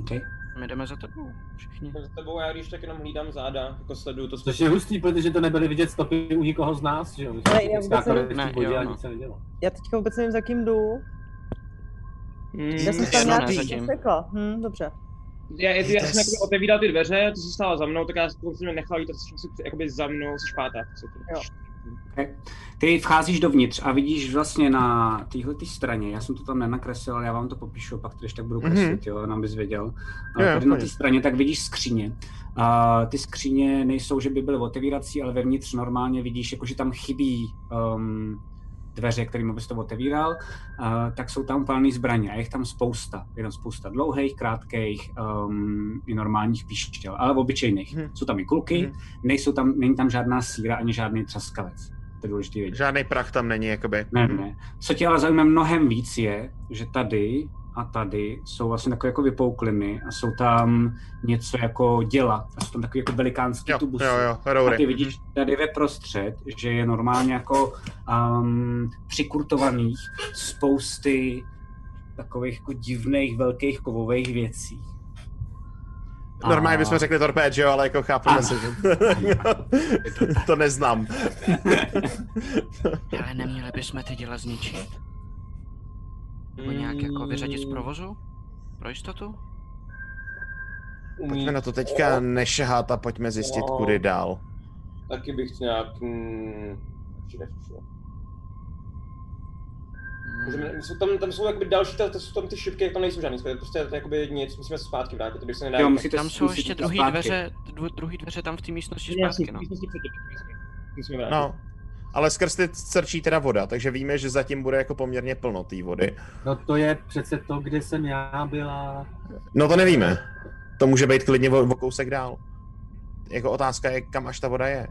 Okay.
My jdeme za tebou, všichni.
Za tebou já když tak jenom hlídám záda, jako sleduju to. co
Což
se
je
děje.
hustý, protože to nebyly vidět stopy u nikoho z nás, že jo? My jsme
Ale já vůbec
skákali
nevím.
přes
Ne,
body
jo,
a
no.
nic se nedělo.
Já teďka vůbec nevím, za kým jdu.
Mm,
Já jsem
to
tam
je
nějak
nutné zatím.
řekla. Hm, dobře.
já, já, já
s-
jsem jakoby otevíral ty dveře, to se stalo za mnou, tak já jsem mě nechal jít a jsem si jakoby za mnou se špátá.
Jo.
Ty vcházíš dovnitř a vidíš vlastně na téhle straně, já jsem to tam nenakreslil, ale já vám to popíšu, pak to když tak budu kreslit, mm-hmm. jo, jenom bys věděl.
Mhm. Jo, jo,
A tady na
fajn.
té straně tak vidíš skříně. A ty skříně nejsou, že by byly otevírací, ale vevnitř normálně vidíš, jako že tam chybí um, dveře, kterým bys to otevíral, a, tak jsou tam palné zbraně a je jich tam spousta. Je tam spousta dlouhých, krátkých um, i normálních píštěl, ale obyčejných.
Mhm.
Jsou tam i kluky,
Mhm.
nejsou tam, není tam žádná síra ani žádný třaskavec. To je důležité vědět.
Žádný prach tam není, jakoby.
Ne, ne. Co tě ale zajímá mnohem víc je, že tady a tady jsou vlastně takové jako vypoukliny a jsou tam něco jako děla. A jsou tam takové jako velikánský
Jo,
tubusy.
jo, Mhm. jo,
A ty
roury.
vidíš tady ve prostřed, že je normálně jako um, přikurtovaných spousty takových jako divných velkých kovových věcí.
Mhm. Normálně bychom řekli torpéd, že jo, ale jako chápeme
Ano.
se, že... to neznám.
Ale neměli bychom ty děla zničit? Nebo
Hmm.
nějak jako vyřadit z provozu? Pro jistotu?
Mm,
Pojďme na to teďka nešahat a pojďme zjistit,
No.
kudy dál.
Taky bych nějak... Mm, radši nezkusil.
Hmm.
Můžeme, jsou tam, tam jsou jakoby další, ta- to jsou tam ty šipky, jak tam nejsou žádný, to je prostě jakoby nic, musíme se zpátky vrátit, to by se nedá.
Jo, musíte,
Tam jsou
musíte
ještě
to
druhý
zpátky.
dveře, dvo, druhý dveře tam v té místnosti
Ne, jasně,
zpátky, no.
místnosti předtím, místnosti. Musíme vrátit.
No, ale skrz ty crčí teda voda, takže víme, že zatím bude jako poměrně plno té vody.
No to je přece to, kde jsem já byla.
No to nevíme. To může být klidně o, o kousek dál. Jako otázka je, kam až ta voda je.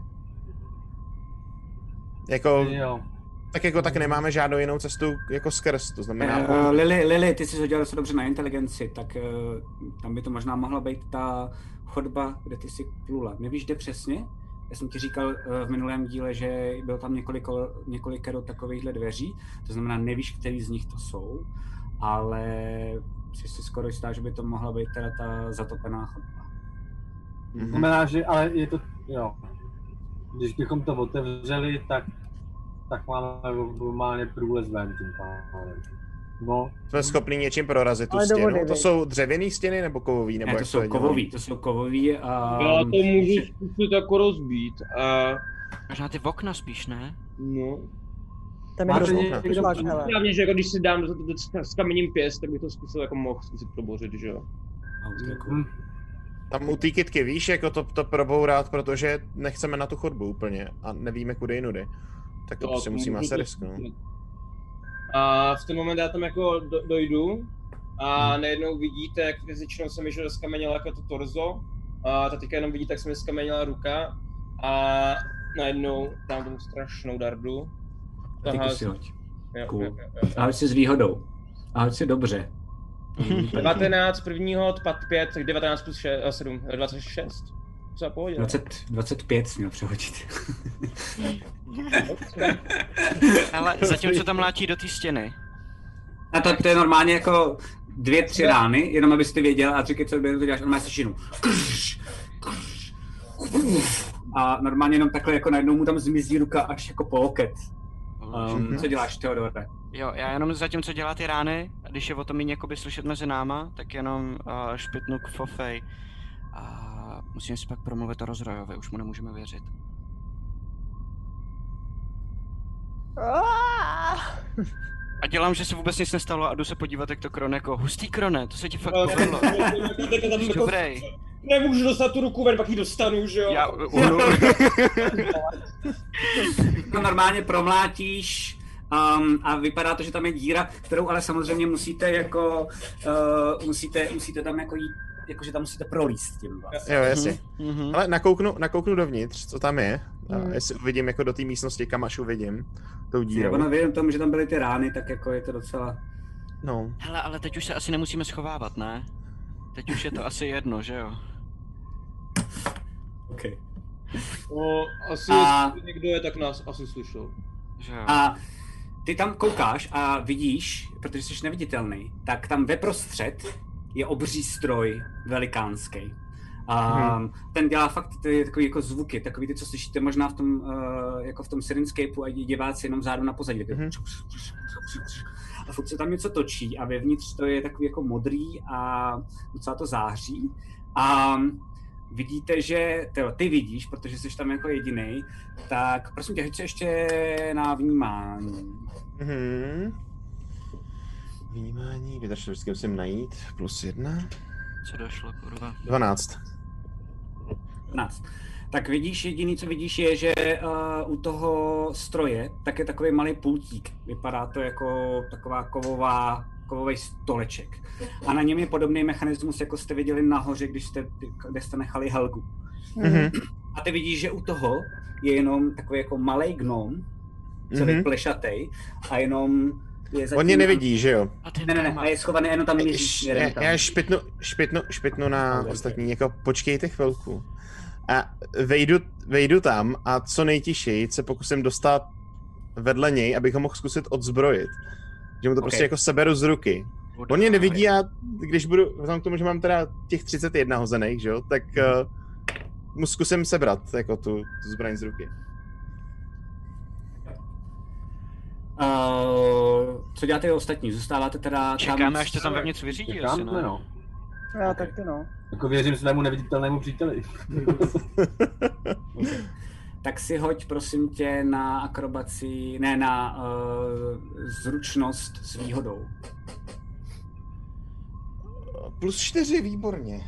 Jako,
Jo.
tak jako tak nemáme žádnou jinou cestu jako skrz, to znamená...
Eh, Lili, Lili, ty jsi hodil docela dobře na inteligenci, tak eh, tam by to možná mohla být ta chodba, kde ty jsi plula. Nevíš, kde přesně? Já jsem ti říkal eh, v minulém díle, že bylo tam několik, několikero takovýchhle dveří, to znamená, nevíš, který z nich to jsou, ale jsi si skoro jistá, že by to mohla být teda ta zatopená chodba.
Mhm.
Znamená, že ale je to, jo. Když bychom to otevřeli, tak, tak máme normálně průlez ven tím pádem. No,
Jsme schopni něčím prorazit tu
Ale do
stěnu.
vody,
To
vej.
jsou dřevěné stěny nebo kovový? Nebo
Ne, to
jak
jsou
je dělaný?
kovový, to jsou kovový a...
Já No, to můžu zkusit jako rozbít a
Možná ty okna spíš, ne?
no.
Tam je
máte
hrozný
rozhodnout,
někdo
šlak, hele.
Hlavně, že jako když si dám do, do, do, s kamením pěst, tak bych to zkusil jako mohl zkusit probořit, že jo.
Autorku.
Jako-
Hm,
Tam u té kytky, víš, jako to, to probourat, protože nechceme na tu chodbu úplně a nevíme kudy jinudy. Tak to
Jo,
prostě
to
musíme
můžu
asi
to
risknout.
zkusit. A v ten moment já tam jako do, dojdu a najednou vidíte, jak většinou jsem již rozkamenila jako to torzo a ta teďka jenom vidíte, jak se mi skamenila ruka a najednou dám tomu strašnou dardu.
Ty
Aha,
kusy hoď.
jo,
cool.
jo, jo, jo.
A hoď si s výhodou. A hoď si dobře.
19 první hod, pak 5, tak 19 plus 6, 7, 26. Co za pohodě.
20, 25 jsi měl přehodit.
Ale zatímco tam látí do té stěny.
A to, to je normálně jako dvě, tři rány, jenom abyste věděl a říkej, co by to děláš, on má sešinu. Krš, krš, uf. A normálně jenom takhle jako najednou mu tam zmizí ruka až jako po loket. Um, co děláš, Teodore?
Jo, já jenom zatímco dělá ty rány, a když je o tom méně jakoby slyšet mezi náma, tak jenom uh, špitnu k Fofej. A musím si pak promluvit o rozrojovi, už mu nemůžeme věřit.
Aaaa!
A dělám, že se vůbec nic nestalo a jdu se podívat, jak to krone jako hustý krone, to se ti fakt
Ale-
povedlo.
Teďka tam
Jsi
jako-
Dobrý,
Nemůžu dostat tu ruku ven, pak ji dostanu, že jo.
já uhnu.
To normálně promlátíš um, a vypadá to, že tam je díra, kterou ale samozřejmě musíte jako, uh, musíte, musíte tam jako jít, jakože tam musíte prolíst tím vlastně.
Jo, jasně.
Mhm.
Ale nakouknu, nakouknu dovnitř, co tam je. A
Mhm.
jestli uvidím jako do té místnosti, kam až uvidím. Tou
Jo. Ono
dírou.
věděl no, tomu, že tam byly ty rány, tak jako je to docela...
No.
Hele, ale teď už se asi nemusíme schovávat, ne? Teď už je to asi jedno, že jo?
Okay.
No, asi
A-
jestli někdo je, tak nás asi slyšel.
Že jo?
A ty tam koukáš a vidíš, protože jsi neviditelný, tak tam ve prostřed je obří stroj, velikánský. A hmm. ten dělá fakt ty, takový jako zvuky, takový ty, co slyšíte možná v tom, uh, jako v tom Sirenscapeu, a diváci jenom zádu na pozadí. Hmm. A furt se tam něco točí a vevnitř to je takový jako modrý a docela to září. A vidíte, že tyjo, ty vidíš, protože jsi tam jako jediný, tak prosím tě, hoď se ještě na vnímání.
Mhm. Vnímání, vydrž vždycky musím najít, plus jedna,
Co došlo, kurva?
12.
15. Tak vidíš, jediný, co vidíš, je, že uh, u toho stroje tak je takový malý pultík. Vypadá to jako taková kovová, kovový stoleček. A na něm je podobný mechanismus, jako jste viděli nahoře, když jste, kde jste nechali Helgu.
Mhm.
A ty vidíš, že u toho je jenom takový jako malý gnom, celý
Mhm.
mm-hmm. plešatej, a jenom je zatím...
On mě nevidí, že jo?
Ne, ne, ne, a je schovaný jenom tam míří
Š-
směrem tam.
Já špitnu, špitnu, špitnu na ostatní, jako počkejte chvilku. A vejdu, vejdu tam a co nejtišeji se pokusím dostat vedle něj, abych ho mohl zkusit odzbrojit. Že mu to
Ok.
prostě jako seberu z ruky. On mě nevidí a když budu, vzhledem k tomu, že mám teda těch 31 hozených, že jo, tak uh, mu zkusím sebrat jako tu, tu zbraň z ruky.
Uh, Eh, co děláte vy ostatní? Zůstáváte teda tam...
Čekáme, až to tam vevnitř vyřídí, asi
Čekáme,
ne?
no.
Já okay. taky no.
Jako věřím svému neviditelnému příteli.
Tak si hoď, prosím tě, na akrobaci, ne, na uh, zručnost s výhodou.
Plus 4, výborně.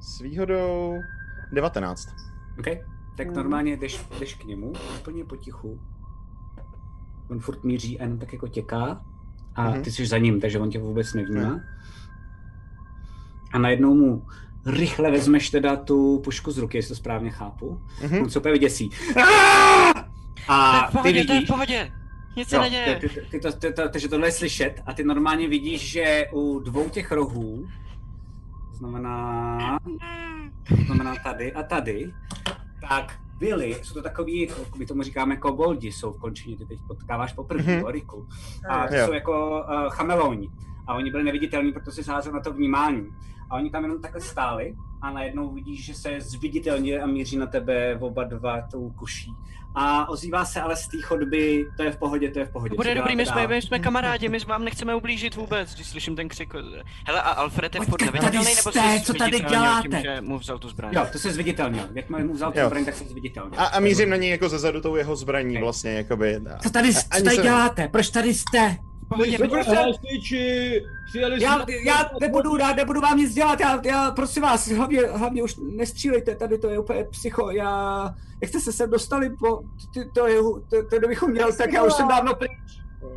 S výhodou 19.
OK? Tak
Mhm.
normálně jdeš, jdeš k němu, úplně potichu. On furt míří a jenom tak jako těká. A
Mhm.
ty jsi za ním, takže on tě vůbec nevnímá. A najednou mu rychle vezmeš teda tu pušku z ruky, jestli to správně chápu.
Mhm.
On se úplně vyděsí. Ah! Aaaa! A ty
to je v
vidíš,
pohodě. Nic se
Jo,
neděje.
No, ty- ty- ty to- ty to- Takže tohle je slyšet a ty normálně vidíš, že u dvou těch rohů, to znamená, to znamená tady a tady, tak byly, jsou to takový, my tomu říkáme koboldi, jsou v končině, ty teď potkáváš poprvé,
Mhm.
mm Oriku. A to
Jo.
jsou jako uh, chameleoni. A oni byli neviditelní, proto si sázel na to vnímání. A oni tam jenom takhle stáli a najednou vidíš, že se zviditelní a míří na tebe oba dva tou kuší. A ozývá se ale z té chodby, to je v pohodě, to je v pohodě.
Bude
co
dobrý, my
děláte
jsme,
dál?
my jsme kamarádi, my vám nechceme ublížit vůbec, když slyším ten křik. Hele, a Alfred je furt
Pojďte,
neviditelný,
tady
nebo
jste,
jsi
co tady
zviditelnil
děláte?
Tím, že mu vzal tu zbraň.
Jo, to se zviditelnil. Jakmile mu vzal tu
Jo.
zbraň, tak se zviditelnil.
A, a mířím na něj jako zezadu tou jeho zbraní vlastně, jakoby. A,
Co tady,
a-
co
ani
tady
se-
děláte? Proč tady jste?
Pohodě,
Hele, sliči, přijeli
Já,
jsme-
já nebudu rád, nebudu vám nic dělat, já, já prosím vás, hlavně, hlavně už nestřílejte, tady to je úplně psycho, já, jak jste se sem dostali, po, ty, to, je, to, to kdybychom měl, tak já už jsem dávno pryč.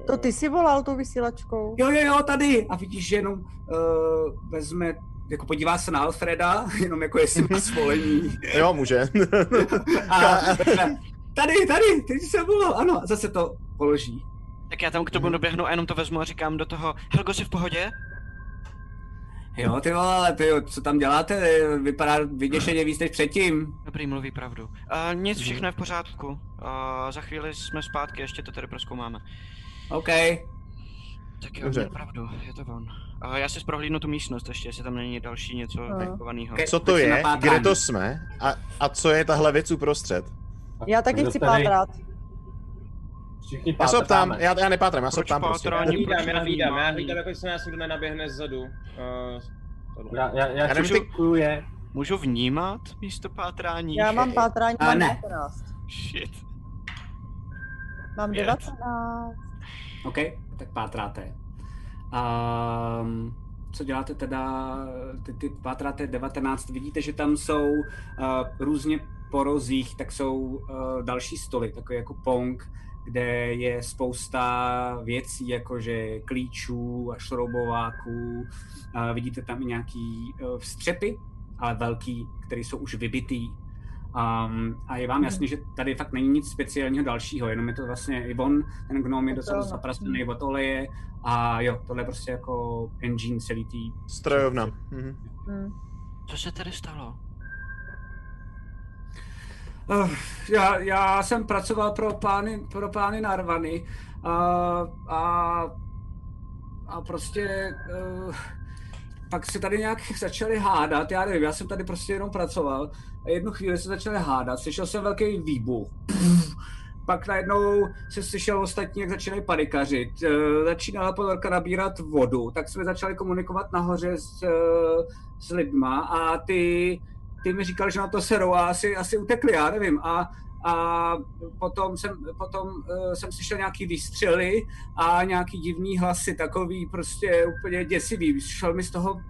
To ty jsi volal tou vysílačkou.
Jo, jo, jo, tady. A vidíš, že jenom uh, vezme, jako podívá se na Alfreda, jenom jako jestli má svolení.
Jo, může.
A tady, tady, teď jsem volal, ano, a zase to položí.
Tak já tam k tomu doběhnu a jenom to vezmu a říkám do toho, Helgo, jsi v pohodě?
Jo, ty vole, ale ty, jo, co tam děláte, vypadá vyděšeně víc než předtím.
Dobrý, mluví pravdu. A nic, všechno je v pořádku. A za chvíli jsme zpátky, ještě to tady proskoumáme.
OK.
Tak jo,
Dobře.
Dobře. pravdu, je to on. A já si zprohlídnu tu místnost ještě, jestli tam není další něco
No.
Aha.
hackovaného.
Ke-
Co to
Teď se
je,
napátráme.
kde to jsme a, a co je tahle věc uprostřed?
Já taky
Tak
chci
zastaví.
pátrat.
Všichni
Já se
pátráme.
ptám, já, já nepátrám, já se
Proč
ptám prostě.
pátrání?
Já hlídám,
Proč
já hlídám, já
nevnímání?
hlídám, jako jestli nás nikdo nenaběhne zezadu. Eh,
Já, já, já,
Já
já
nevím, ty-
čekuju je.
Můžu vnímat místo pátrání?
Já mám pátrání,
A
mám
ne.
19.
Shit.
Mám
Pět.
19.
OK, tak pátráte. Um, co děláte teda, ty, ty pátráte 19, vidíte, že tam jsou uh, různě po rozích, tak jsou uh, další stoly, takové jako pong, kde je spousta věcí, jakože klíčů a šrobováků. Uh, vidíte tam i nějaký uh, vstřepy, ale velký, které jsou už vybitý. Um, a je vám jasný, že tady fakt není nic speciálního dalšího, jenom je to vlastně i on, ten gnom je
To
docela
to ano.
zapracený od oleje a jo, tohle je prostě jako engine celý tý.
Strojovna. Mhm.
No.
Hm.
Co se tady stalo?
Uh, já, já, jsem pracoval pro pány, pro pány Narvany a, a, a prostě uh, pak se tady nějak začali hádat, já nevím, já jsem tady prostě jenom pracoval a jednu chvíli se začali hádat, slyšel jsem velký výbuch. Pff, pak najednou se slyšel ostatní, jak začínají panikařit. Eh, Začínala ponorka nabírat vodu, tak jsme začali komunikovat nahoře s, eh, s lidma a ty, ty mi říkali, že na to serou a asi, asi utekli, já nevím. A, a potom, jsem, potom eh, jsem slyšel nějaký výstřely a nějaký divný hlasy, takový prostě úplně děsivý. Šel mi z toho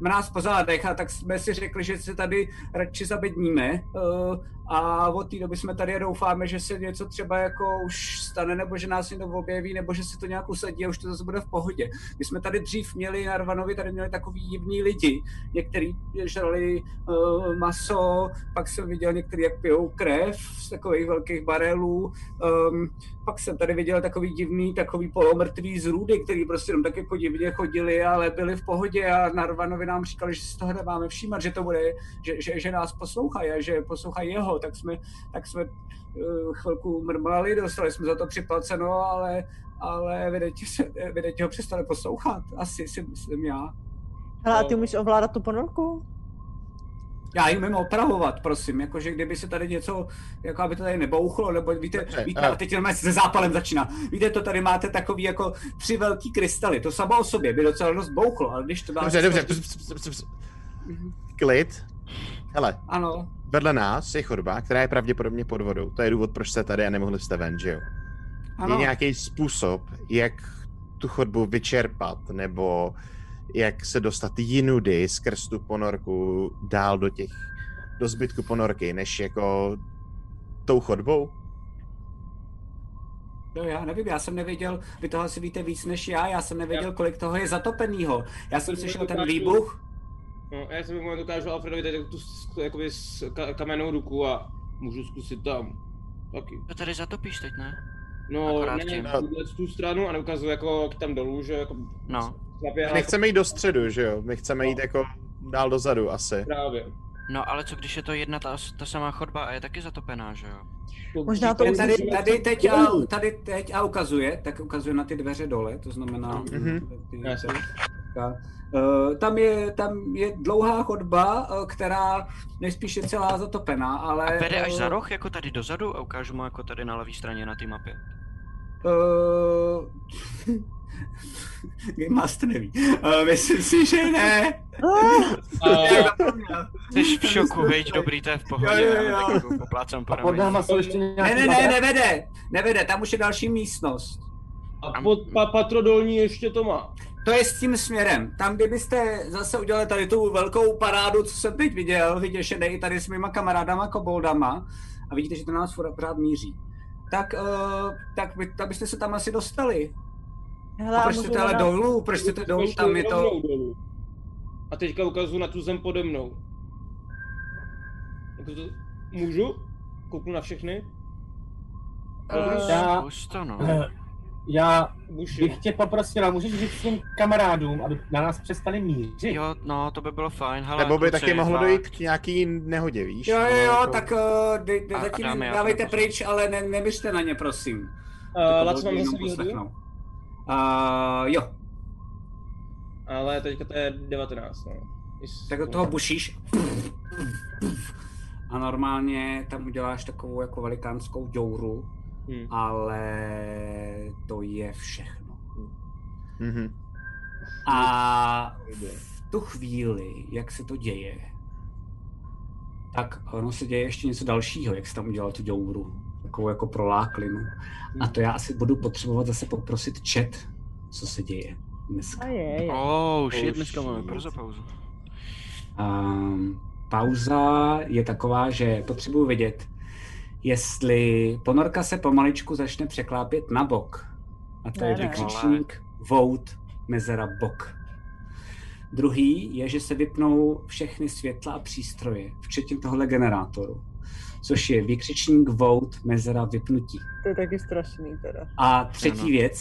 mráz po zádech a tak jsme si řekli, že se tady radši zabedníme eh, a od té doby jsme tady a doufáme, že se něco třeba jako už stane, nebo že nás někdo objeví, nebo že se to nějak usadí a už to zase bude v pohodě. My jsme tady dřív měli na Rvanovi, tady měli takový divní lidi, některý žrali eh, maso, pak jsem viděl některý, jak pijou krev z takových velkých barelů, um, pak jsem tady viděl takový divný, takový polomrtvý zrůdy, který prostě jenom tak jako divně chodili, ale byli v pohodě a Narvanovi nám říkali, že si toho nemáme všímat, že to bude, že, že, že nás poslouchají a že poslouchají jeho, tak jsme, tak jsme eh, chvilku mrmlali, dostali jsme za to připlaceno, ale, ale evidentně, se, evidentně ho přestali poslouchat, asi si myslím já.
Hele, a ty umíš ovládat tu ponorku?
Já jim jim opravovat, prosím, jakože kdyby se tady něco, jako aby to tady nebouchlo, nebo víte, víte
ale-
ale teď jenom se zápalem začíná. Víte, to tady máte takový jako tři velký krystaly, to samo o sobě by docela dost bouchlo, ale když to dáte...
Dobře, dobře. Ps, ps, ps, ps, ps. Klid. Hele,
Ano,
vedle nás je chodba, která je pravděpodobně pod vodou. To je důvod, proč jste tady a nemohli jste ven, že jo?
ano.
Je nějaký způsob, jak tu chodbu vyčerpat, nebo jak se dostat jinudy skrz tu ponorku dál do těch, do zbytku ponorky, než jako tou chodbou?
No, já nevím, já jsem nevěděl, vy toho asi víte víc než já, já jsem nevěděl, kolik toho je zatopenýho. Já jsem
To
slyšel ten
dokážu-
výbuch,
No, a já si moment ukážu Alfredovi tady tu s- jakoby s ka- kamennou ruku a můžu zkusit tam. Taky.
To tady zatopíš teď, ne?
No,
Akorát
ne,
tím.
tuhle tu stranu a neukazuju jako k tam dolů, že jako
No,
chlapě, ale
Nechceme jít do středu, že jo? My chceme jít jako dál dozadu asi.
právě.
no ale co když je to jedna ta, ta samá chodba a je taky zatopená, že jo?
Možná to
je
Jako
už-
tady, tady, teď a, tady teď a ukazuje, tak ukazuje na ty dveře dole, to znamená...
Mhm.
Ty,
Jasně.
Tak. Eh, tam, je, tam je dlouhá chodba, eh, která nejspíš je celá zatopená, ale...
A vede až za
eh,
roh, jako tady dozadu a ukážu mu jako tady na levé straně na té mapě.
eh, Game Master neví. Eh, myslím si, že ne.
A-
Jsi v šoku, veď, dobrý, to je v pohodě,
Jo, jo,
já
jo.
tak jako poplácám po
Pod
rameni.
náma jsou ještě
Ne,
nějaké...
ne, ne, nevede. Nevede, tam už je další místnost.
A pod pa, patro dolní ještě to má.
To je s tím směrem. Tam, kdybyste zase udělali tady tu velkou parádu, co jsem teď viděl, vyděšený i tady s mýma kamarádama Koboldama, a vidíte, že to na nás furt pořád míří, tak, uh, tak by, tam byste se tam asi dostali.
Hele,
A
a
proč jste
můžu
ale
hledat-
dolů? Proč jste Prostě dolů? Tam je to...
Rovnou dolů. A teďka ukazuju na tu zem pode mnou. Jako to, můžu? Kouknu na všechny?
Já-
Zkus to, no.
Eh, Já
Buši. Eh,
bych tě poprosila, můžeš říct svým kamarádům, aby na nás přestali mířit?
Jo, no, to by bylo fajn, hele,
Nebo by
kluci,
taky mohlo
fakt.
dojít k nějaký nehodě, víš?
Jo, jo,
Ono
jo,
jako-
tak uh, de, de,
A- a
zatím
dáme, já
dávejte
jsem
pryč, ale ne, nemyřte na ně, prosím.
Uh,
Ty
Laco
koboldi
mám zase
jenom
výhodu,
poslechnou. Uh, jo,
ale teďka to je 19. No. Jist-
Tak do toho bušíš. A normálně tam uděláš takovou jako velikánskou děuru,
Hmm.
ale to je všechno.
Mhm.
A v tu chvíli, jak se to děje, tak ono se děje ještě něco dalšího, jak jsi tam udělal tu děuru, takovou jako proláklinu. A to já asi budu potřebovat zase poprosit chat, co se děje dneska.
A je, je.
Oh,
Oh,
shit, dneska máme
shit.
brzo pauzu.
Um, pauza je taková, že potřebuji vědět, jestli ponorka se pomaličku začne překlápět na bok. A to
Ne,
je
ne.
vykřičník Vout mezera bok. Druhý je, že se vypnou všechny světla a přístroje, včetně tohle generátoru, což je vykřičník Vout mezera vypnutí.
To je taky strašný teda.
A třetí
Ano.
věc,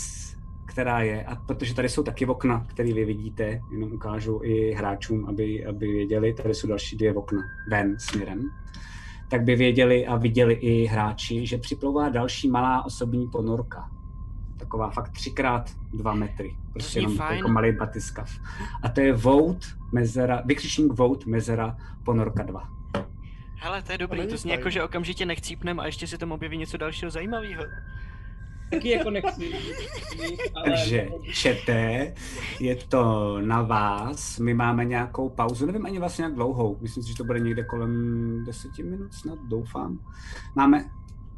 která je, a protože tady jsou taky okna, které vy vidíte, jenom ukážu i hráčům, aby, aby věděli, tady jsou další dvě okna ven směrem, tak by věděli a viděli i hráči, že připlouvá další malá osobní ponorka. Taková fakt třikrát dva metry. Prostě
zní
jenom
fajn.
jako malý batiskav. A to je Vout, mezera, vykřičník Vout, mezera, ponorka 2.
Hele, to je dobrý,
není
to zní
fajn.
jako, že okamžitě nechcípnem a ještě si tam objeví něco dalšího zajímavého.
Taky jako nechci.
Takže čete, je to na vás. My máme nějakou pauzu, nevím ani vlastně jak dlouhou. Myslím si, že to bude někde kolem 10 minut, snad doufám. Máme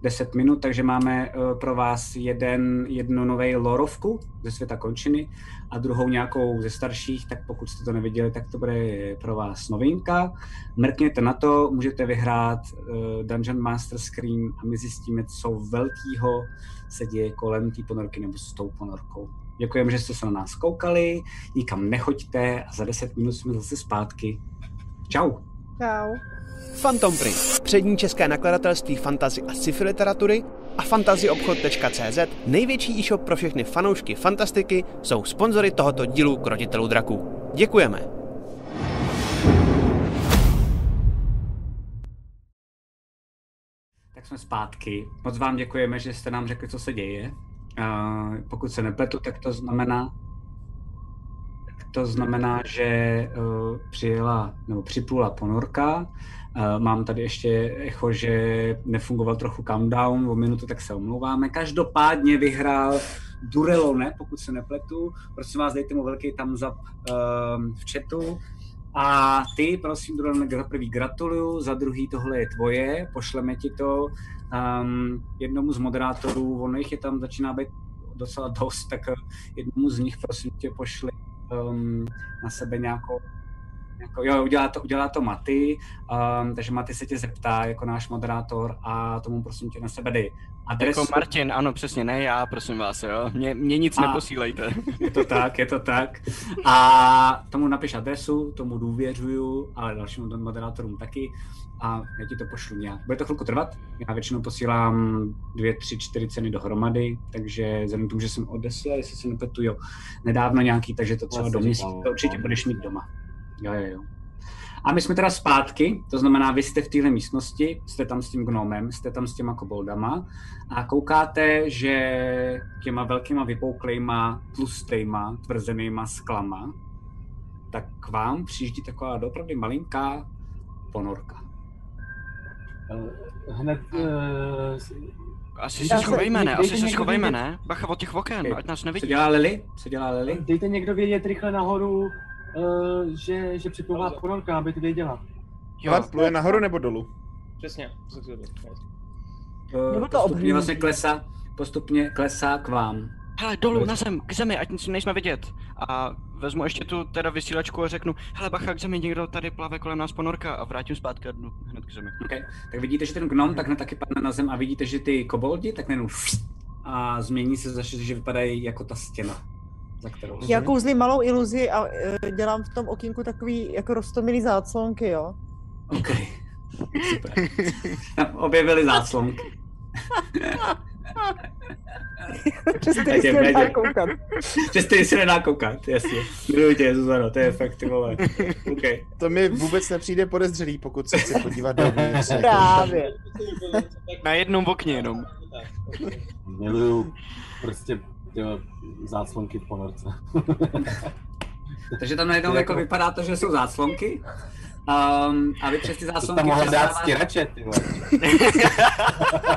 10 minut, takže máme eh, pro vás jeden, jednu novej lorovku ze světa končiny a druhou nějakou ze starších, tak pokud jste to neviděli, tak to bude pro vás novinka. Mrkněte na to, můžete vyhrát eh, Dungeon Master Screen a my zjistíme, co velkýho se děje kolem té ponorky nebo s tou ponorkou. Děkujeme, že jste se na nás koukali, nikam nechoďte a za 10 minut jsme zase zpátky. Čau!
Čau.
Phantom Print, přední české nakladatelství fantazy a sci-fi literatury a fantazyobchod.cz, největší e-shop pro všechny fanoušky fantastiky, jsou sponzory tohoto dílu Krotitelů draků. Děkujeme!
Tak jsme zpátky. Moc vám děkujeme, že jste nám řekli, co se děje. Uh, pokud se nepletu, tak to znamená, tak to znamená, že uh, přijela nebo připlula ponorka. Uh, mám tady ještě echo, že nefungoval trochu countdown o minutu, tak se omlouváme. Každopádně vyhrál Durelone, pokud se nepletu. Prosím vás, dejte mu velký thumbs up um, v chatu. A ty, prosím, Durelone, za prvý gratuluju, za druhý tohle je tvoje, pošleme ti to um, jednomu z moderátorů, ono jich je tam, začíná být docela dost, tak eh, jednomu z nich prosím tě pošli um, na sebe nějakou jako, jo, udělá to, udělá to Maty, um, takže Maty se tě zeptá jako náš moderátor a tomu prosím tě na sebe dej adresu.
Jako Martin, ano, přesně, ne já, prosím vás, jo. Mě, mě nic
A-
neposílejte.
Je to tak, je to tak. A tomu napiš adresu, tomu důvěřuju, ale dalším moderátorům taky. A já ti to pošlu nějak. Bude to chvilku trvat. Já většinou posílám dvě, tři, čtyři ceny dohromady, takže vzhledem k tomu, že jsem odeslal, jestli se nepletu, jo, nedávno nějaký, takže to třeba
Já
do
jsem
měsíce
říkal,
to určitě
no.
budeš mít doma. Jo, jo, jo. A my jsme teda zpátky, to znamená, vy jste v téhle místnosti, jste tam s tím gnomem, jste tam s těma koboldama a koukáte, že těma velkýma vypouklejma, tlustejma, tvrzenýma sklama, tak k vám přijíždí taková opravdu malinká ponorka.
Eh, Hned... eh, s-
Asi
Dejte-
se schovejme, ne?
dejte
Asi se
někdo
schovejme,
vědět-
ne? Bacha od těch oken, ať nás
Co
nevidí.
dělá Lily? Co dělá Lily?
Dejte někdo vědět rychle nahoru, eh, že, že připlula ponorka, aby to věděla.
Hele, pluje nahoru nebo dolů?
Přesně, to jsem si uvědomil.
Eh, Postupně vlastně klesá, postupně klesá k vám.
Hele, dolů, na zem, k zemi, ať nic nejsme vidět. A vezmu ještě tu teda vysílačku a řeknu, hele bacha, k zemi, někdo tady plave kolem nás ponorka a vrátím zpátky a jdu hned k zemi.
Okay. Tak vidíte, že ten gnom takhle taky padne na zem a vidíte, že ty koboldi tak najednou a změní se zase, že vypadají jako ta stěna, za kterou
Já kouzlím malou iluzi a eh, dělám v tom okýnku takový jako roztomilý záclonky, jo?
OK. Super. Tam objevili záclonky.
Přes který
Věděl,
se nedá
věděl.
koukat.
Že jste se nedá koukat, jasně. Miluji tě, Zuzano, to je fakt, ty vole. OK.
To mi vůbec nepřijde podezřelý, pokud se chci podívat dovnitř. jako.
Právě.
Na jednom okně jenom.
Miluju prostě tyjo, záclonky v ponorce.
Takže tam najednou jako vypadá to, že jsou záclonky. Um, a vy přes ty
To
záclonky
tam mohl dát
přestáváte-
stěrače, ty vole.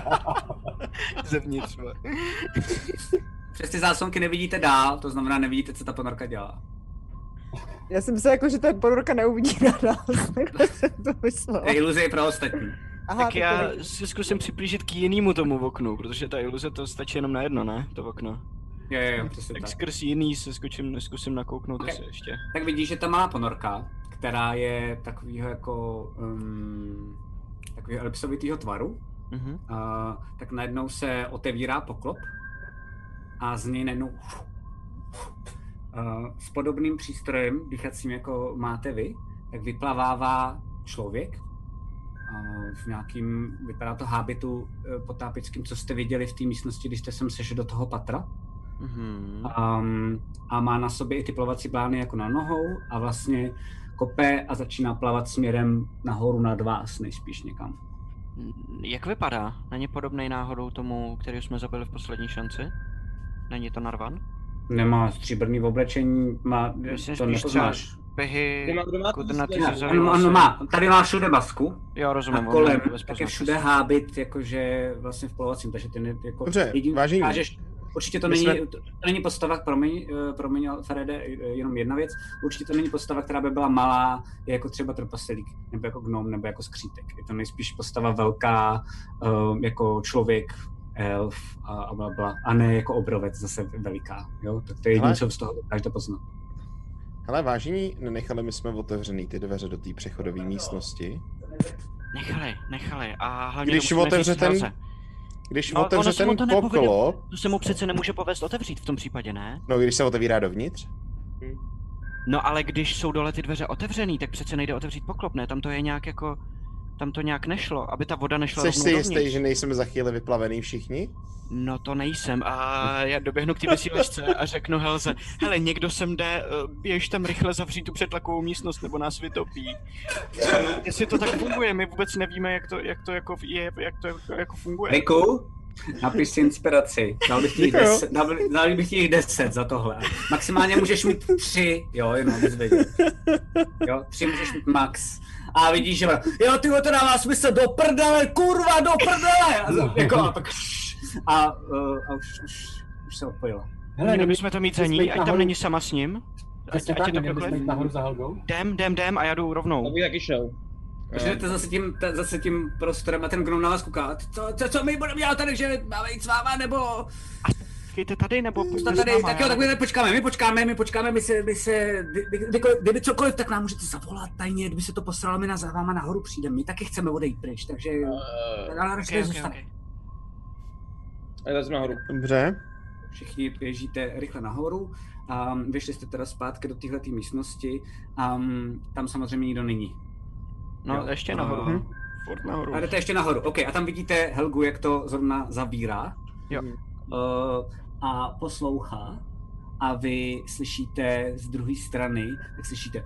Zevnitř, vole.
přes ty záclonky nevidíte dál, to znamená nevidíte, co ta ponorka dělá.
Já jsem se jako, že ten ponorka neuvidí na nás, takhle jsem to myslela.
To je iluzie pro ostatní.
Aha,
Tak já
to-
se zkusím připlížit k jinému tomu oknu, protože ta iluze to stačí jenom na jedno, ne? To okno.
Jo, jo, jo, přesně
Tak
tak.
skrz jiný se skočím, zkusím nakouknout
Ok.
jestli ještě.
Tak vidíš, že ta malá ponorka, která je takovýho jako um, takového elipsovitého tvaru,
Mhm.
uh, tak najednou se otevírá poklop a z něj najednou uh, s podobným přístrojem dýchacím, jako máte vy, tak vyplavává člověk uh, v nějakým, vypadá to hábitu uh, potápickým, co jste viděli v té místnosti, když jste sem sešli do toho patra.
Mhm.
Um, a má na sobě i ty plavací blány jako na nohou a vlastně kope a začíná plavat směrem nahoru nad vás, nejspíš někam.
Jak vypadá? Není podobný náhodou tomu, který jsme zabili v poslední šanci? Není to Narvan?
Nemá stříbrný oblečení, má,
Myslím,
to
spíš třeba
nepoznáš.
pehy, kudrnatý
Ne,
řezavý
Ano, ano,
vlasy.
má. Tady má všude masku.
Jo, rozumím,
A
on
kolem,
není bez
tak je
poznačnosti.
všude hábit, jakože vlastně v plovacím, takže ty ne, jako...
Dobře,
jediný,
vážení.
Kážeš, určitě to
My
není,
jsme-
to, to není postava, promiň, eh, promiň Alfrede, eh, jenom jedna věc, určitě to není postava, která by byla malá, je jako třeba trpaslík, nebo jako gnom, nebo jako skřítek. Je to nejspíš postava velká, eh, jako člověk, elf a, a, bla, bla, a ne jako obrovec zase veliká, jo? Tak to je jediné,
Hele.
co z toho dokážete poznat.
Hele, vážení, nenechali my jsme otevřený ty dveře do té přechodové místnosti.
Nechali, nechali. A hlavně
Když
to musíme
otevře
říct
ten,
Helze.
když
Ale No, ono
otevře
se mu
ten
to nepovedlo.
poklop,
To se mu přece nemůže povést otevřít v tom případě, ne?
no když se otevírá dovnitř,
No ale když jsou dole ty dveře otevřený, tak přece nejde otevřít poklop, ne? Tam to je nějak jako... Tam to nějak nešlo, aby ta voda nešla
jsi
rovnou
si jistý,
dovnitř.
že nejsme za chvíli vyplavený všichni?
No to nejsem a já doběhnu k té vysílačce a řeknu Helze, hele někdo sem jde, eh, běž tam rychle zavřít tu přetlakovou místnost, nebo nás vytopí. Eh, Jestli to tak funguje, my vůbec nevíme, jak to, jak to jako je, jak to jako, jako funguje.
Riku, napiš si inspiraci. Dal bych ti jich
Děkuju.
10, dal, dal bych ti jich 10 za tohle. Maximálně můžeš mít tři, jo, jenom abys věděl. Jo, tři můžeš mít max. A vidíš, že jo, ty to dává smysl, do prdele, kurva, do prdele! A, za- jako, a pak a, uh, a už, už, už se odpojila.
Hele,
Měli bychom to mít za ní, ať tam není sama s ním. Ať,
Přesně
ať je
tak,
to
neměli bychom
proklet.
jít nahoru za Helgou.
Jdem, jdem, jdem a já jdu
To
rovnou.
bych taky šel. Eh,
Takže jdete zase tím, ta, zase tím prostorem a ten gnom na vás kouká. "A Co, co, co my budeme dělat tady, že máme jít s váma, nebo
Počkejte tady, nebo
Zůstat
pojďte
tady,
s náma,
tak
já
jo, tak my
nevím.
počkáme, my počkáme, my počkáme, my se, my se, kdy- kdy- kdykoliv- kdyby cokoliv, tak nám můžete zavolat tajně, kdyby se to posralo, my na za váma nahoru přijdeme, my taky chceme odejít pryč, takže, ale radši
Eh, Ok, ok,
okay, zůstane.
ok.
A já jsem eh, nahoru.
Dobře.
Všichni běžíte rychle nahoru, a vyšli jste teda zpátky do téhle místnosti, a tam samozřejmě nikdo není.
No,
Jo.
ještě
A-
nahoru.
Mhm.
Furt nahoru.
A jdete ještě nahoru, ok, a tam vidíte Helgu, jak to zrovna zabírá.
Jo.
Uh, a poslouchá a vy slyšíte z druhé strany, tak slyšíte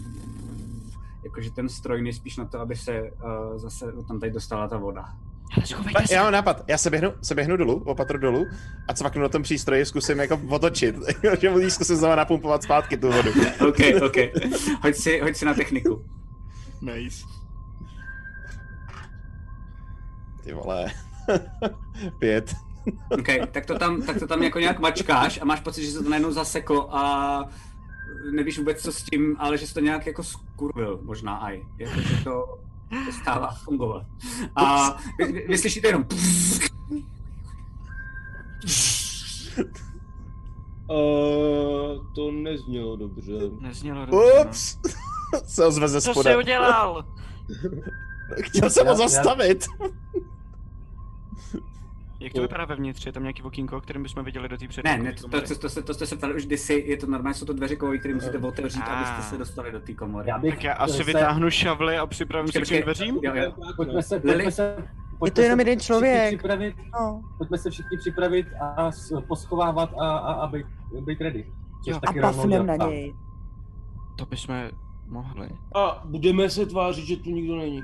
jakože ten stroj nejspíš na to, aby se uh, zase tam tady dostala ta voda.
Hele, schovejte se.
Já mám nápad, já se běhnu, se běhnu dolů, opatro dolů a cvaknu na tom přístroji, zkusím jako otočit, že mu ji zkusím znovu napumpovat zpátky tu vodu.
OK, OK. Hoď si, hoď si na techniku.
Nice.
Ty vole. Pět.
OK, tak to tam, tak to tam jako nějak mačkáš a máš pocit, že se to najednou zaseklo a nevíš vůbec co s tím, ale že se to nějak jako skurvil možná aj. Jako, že to stává fungovat. A vy, vy, vy slyšíte jenom
Uh, to neznělo dobře.
Neznělo dobře, no.
Ups. Se ozve ze
Co jsi
spoda.
udělal?
Chtěl jsem ho
Já- já-
zastavit.
Jak to vypadá vevnitř? Je tam nějaký okýnko, kterým bychom viděli do té přední?
Ne, ne, to, to, to, to, se, to jste se ptali už kdysi, je to normálně, jsou to dveře kovy, které musíte
Eh,
otevřít, abyste se dostali do té komory.
Já bych,
Tak já
eh,
asi
se-
vytáhnu šavly a připravím se k těm dveřím.
Jo, jo.
Pojďme se,
Lili.
pojďme se, pojďme
Je to jenom
se
jeden
všichni
člověk.
Připravit,
No.
pojďme se všichni připravit a s- poschovávat a, a, a být, být ready.
Jo,
A pafnem na něj.
To bychom mohli.
A budeme se tvářit, že tu nikdo není.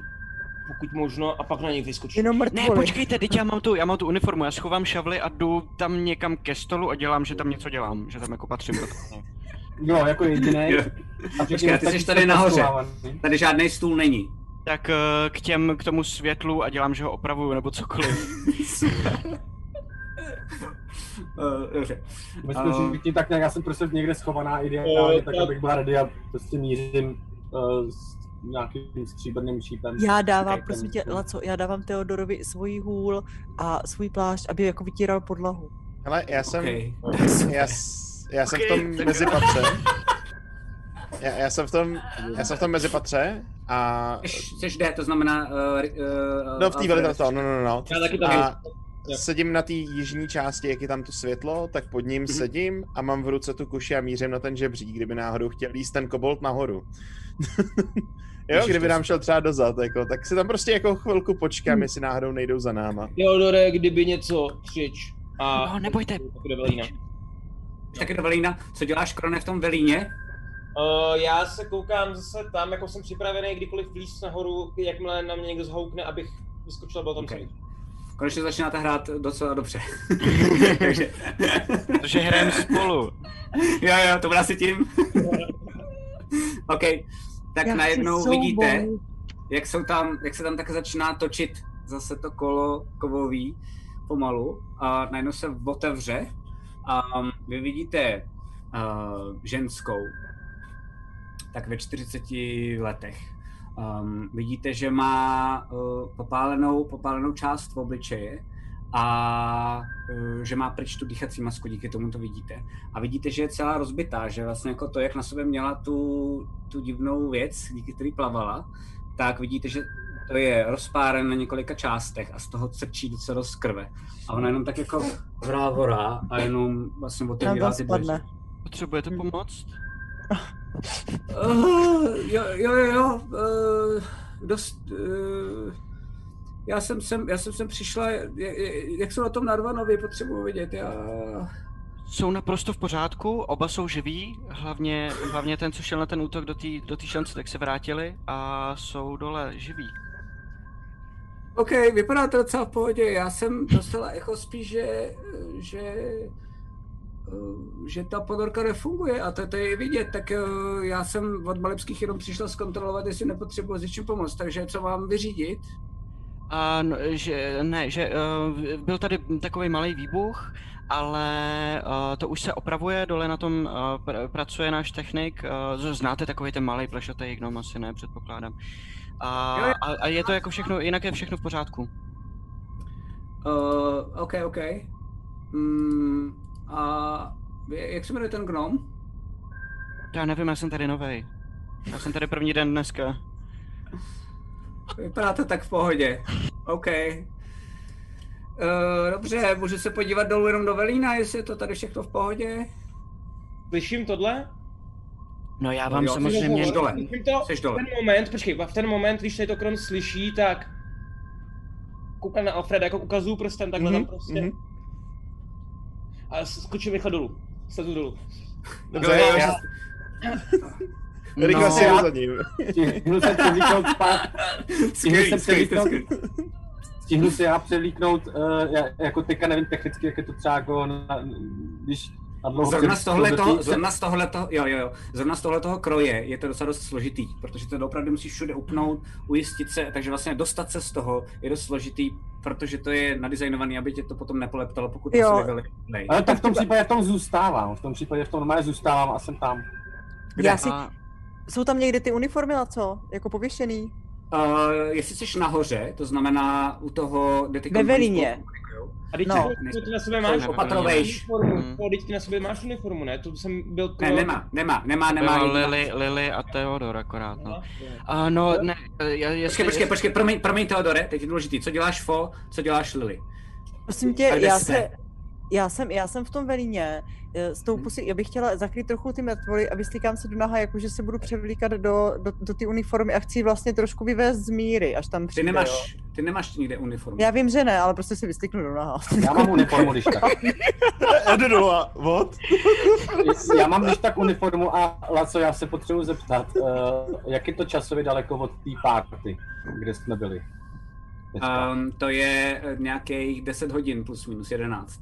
Pokud možno, a pak na něj vyskočíme.
Jenom
Ne,
mrtvoli.
počkejte, teď já mám tu, já mám tu uniformu, já schovám šavly a jdu tam někam ke stolu a dělám, že tam něco dělám, že tam jako patřím do toho.
Jo, jako jediný.
Jo. Počkej, ty jsi tady nahoře. Tady žádný stůl není.
Tak eh, k těm, k tomu světlu a dělám, že ho opravuju nebo cokoliv.
Uh, dobře.
Myslím, že ti tak nějak, já jsem prostě někde schovaná ideálně,
Jo,
tak
tak-
abych byla ready a prostě mířím uh, s nějakým stříbrným šípem.
Já dávám,
Čekej,
prosím
ten-
tě, Laco, já dávám Teodorovi svoji hůl a svůj plášť, aby jako vytíral podlahu.
Hele, já jsem,
Okay.
já, s- já jsem v
Ok,
tom
tak-
mezipatře. Já, já, jsem v tom, já jsem v tom mezipatře a
Jsi D, to znamená... Uh, uh,
No v té velice to, no, no, no.
Já taky
A
tam
sedím na té jižní části, jak je tam to světlo, tak pod ním sedím a mám v ruce tu koši a mířím na ten žebřík, kdyby náhodou chtěl jíst ten kobolt nahoru. jo,
Ježiš, to
kdyby
je
nám šel třeba dozad, jako, tak si tam prostě jako chvilku počkám, jestli náhodou nejdou za náma.
Teodore, kdyby něco, křič. A...
No, nebojte.
Tak jde Velína.
Taky do Velína. Co děláš, Krone, v tom Velíně?
Uh, já se koukám zase tam, jako jsem připravený kdykoliv vlíz nahoru, jakmile na mě někdo zhoukne, abych vyskočil, byl tam
Ok.
okay.
Konečně začínáte hrát docela dobře.
Protože hrajeme spolu.
jo, jo, to bude asi tím. OK, tak
Já chci
najednou
souboj.
vidíte, jak, jsou tam, jak se tam tak začíná točit zase to kolo kovový pomalu a najednou se otevře a um, vy vidíte uh, ženskou, tak ve 40 letech. Um, vidíte, že má uh, popálenou, popálenou část v obličeje a uh, že má pryč tu dýchací masku, díky tomu to vidíte. A vidíte, že je celá rozbitá, že vlastně jako to, jak na sobě měla tu, tu divnou věc, díky který plavala, tak vidíte, že to je rozpáren na několika částech a z toho crčí docela dost krve. A ona jenom tak jako vrávorá a jenom vlastně otevírá
Nám to
ty dveře.
spadne.
Potřebujete pomoc?
Uh, jo, jo, jo, jo. Uh, dost, uh, já, jsem sem, já jsem sem přišla, je- je- jak jsou na tom Narvanovi, potřebuji vidět. Já...
Jsou naprosto v pořádku, oba jsou živí, hlavně, hlavně ten, co šel na ten útok do té do té šance, tak se vrátili a jsou dole živí.
OK, vypadá to docela v pohodě. Já jsem dostala echo spíš, že, že, uh, že ta ponorka nefunguje a to, to je vidět. Tak uh, já jsem od Malebských jenom přišla zkontrolovat, jestli nepotřebuji s něčím pomoct. Takže co mám vyřídit?
A no, že ne, že uh, byl tady takový malý výbuch, ale uh, to už se opravuje, dole na tom uh, pr- pracuje náš technik, uh, z- znáte takový ten malý plešatý gnom, asi ne, předpokládám. A,
Jo, jo.
a, a je to jako všechno, jinak je všechno v pořádku.
Uh, OK, OK. Mm, a jak se jmenuje ten gnom?
Já nevím, já jsem tady novej. Já jsem tady první den dneska.
Vypadá to tak v pohodě. OK. Uh, dobře, můžu se podívat dolů jenom do Velína, jestli je to tady všechno v pohodě?
Slyším tohle?
No já vám
jo,
samozřejmě...
jsi dole.
Slyším to
Jsi dole.
V ten moment, počkej, v ten moment, když tady to Kron slyší, tak koukám na Alfreda, jako ukazuju prstem takhle
Mhm,
tam prostě. A skočím rychle dolů. Sledu dolů.
Dobře, já- já- Rychle
No.
si jdu za ním.
Stihl se převlíknout pár... Stihl se
Skvělý, skvělý, to je
převlíknout... Stihnu se já převlíknout, uh, já, jako teďka nevím technicky, jak je to třeba jako na, když na dlouho...
No Zrovna
před-
z tohle toho,
dlouhotý-
zrovna z tohle toho, jo, jo, jo, zrovna z tohle toho kroje je to docela dost složitý, protože to opravdu musíš všude upnout, ujistit se, takže vlastně dostat se z toho je dost složitý, protože to je nadizajnovaný, aby tě to potom nepoleptalo, pokud
Jo.
to se
Ale tak v tom případě v tom zůstávám, v tom případě v tom normálně zůstávám a jsem tam.
Já si...
A-
Jsou tam někde ty uniformy na co? Jako pověšený?
Uh, jestli jsi nahoře, to znamená u toho, kde ty
Ve Velíně.
A teď
No.
no, ty na sobě máš
Nejsem opatrovejš.
Mhm.
uniformu. To, teď ty na sobě máš uniformu, ne? To jsem byl
Ne, nemá, nemá, nemá, nemá.
Bylo
jediná.
Lily, Lily a Theodor akorát, no. A no, ne, já, jestli,
Počkej, počkej, počkej, promiň, promiň Teodore, teď je důležitý, co děláš Fo, co děláš Lily?
Prosím tě,
A kde
já
jste?
se... Já jsem, já jsem v tom velíně, eh, s tou
Hm.
pusy, já bych chtěla zakrýt trochu ty mrtvoly a vyslíkám se do naha, jakože se budu převlíkat do, do, do ty uniformy a chci ji vlastně trošku vyvést z míry, až tam
Ty
přijde, jo.
nemáš, ty nemáš nikde uniformu.
Já vím, že ne, ale prostě si vyslíknu do naha.
Já mám uniformu, když tak.
Já jdu dolů a what?
Já mám když tak uniformu a Laco, já se potřebuji zeptat, uh, jak je to časově daleko od té party, kde jsme byli? Dneska.
Um, to je eh, nějakých 10 hodin plus minus 11.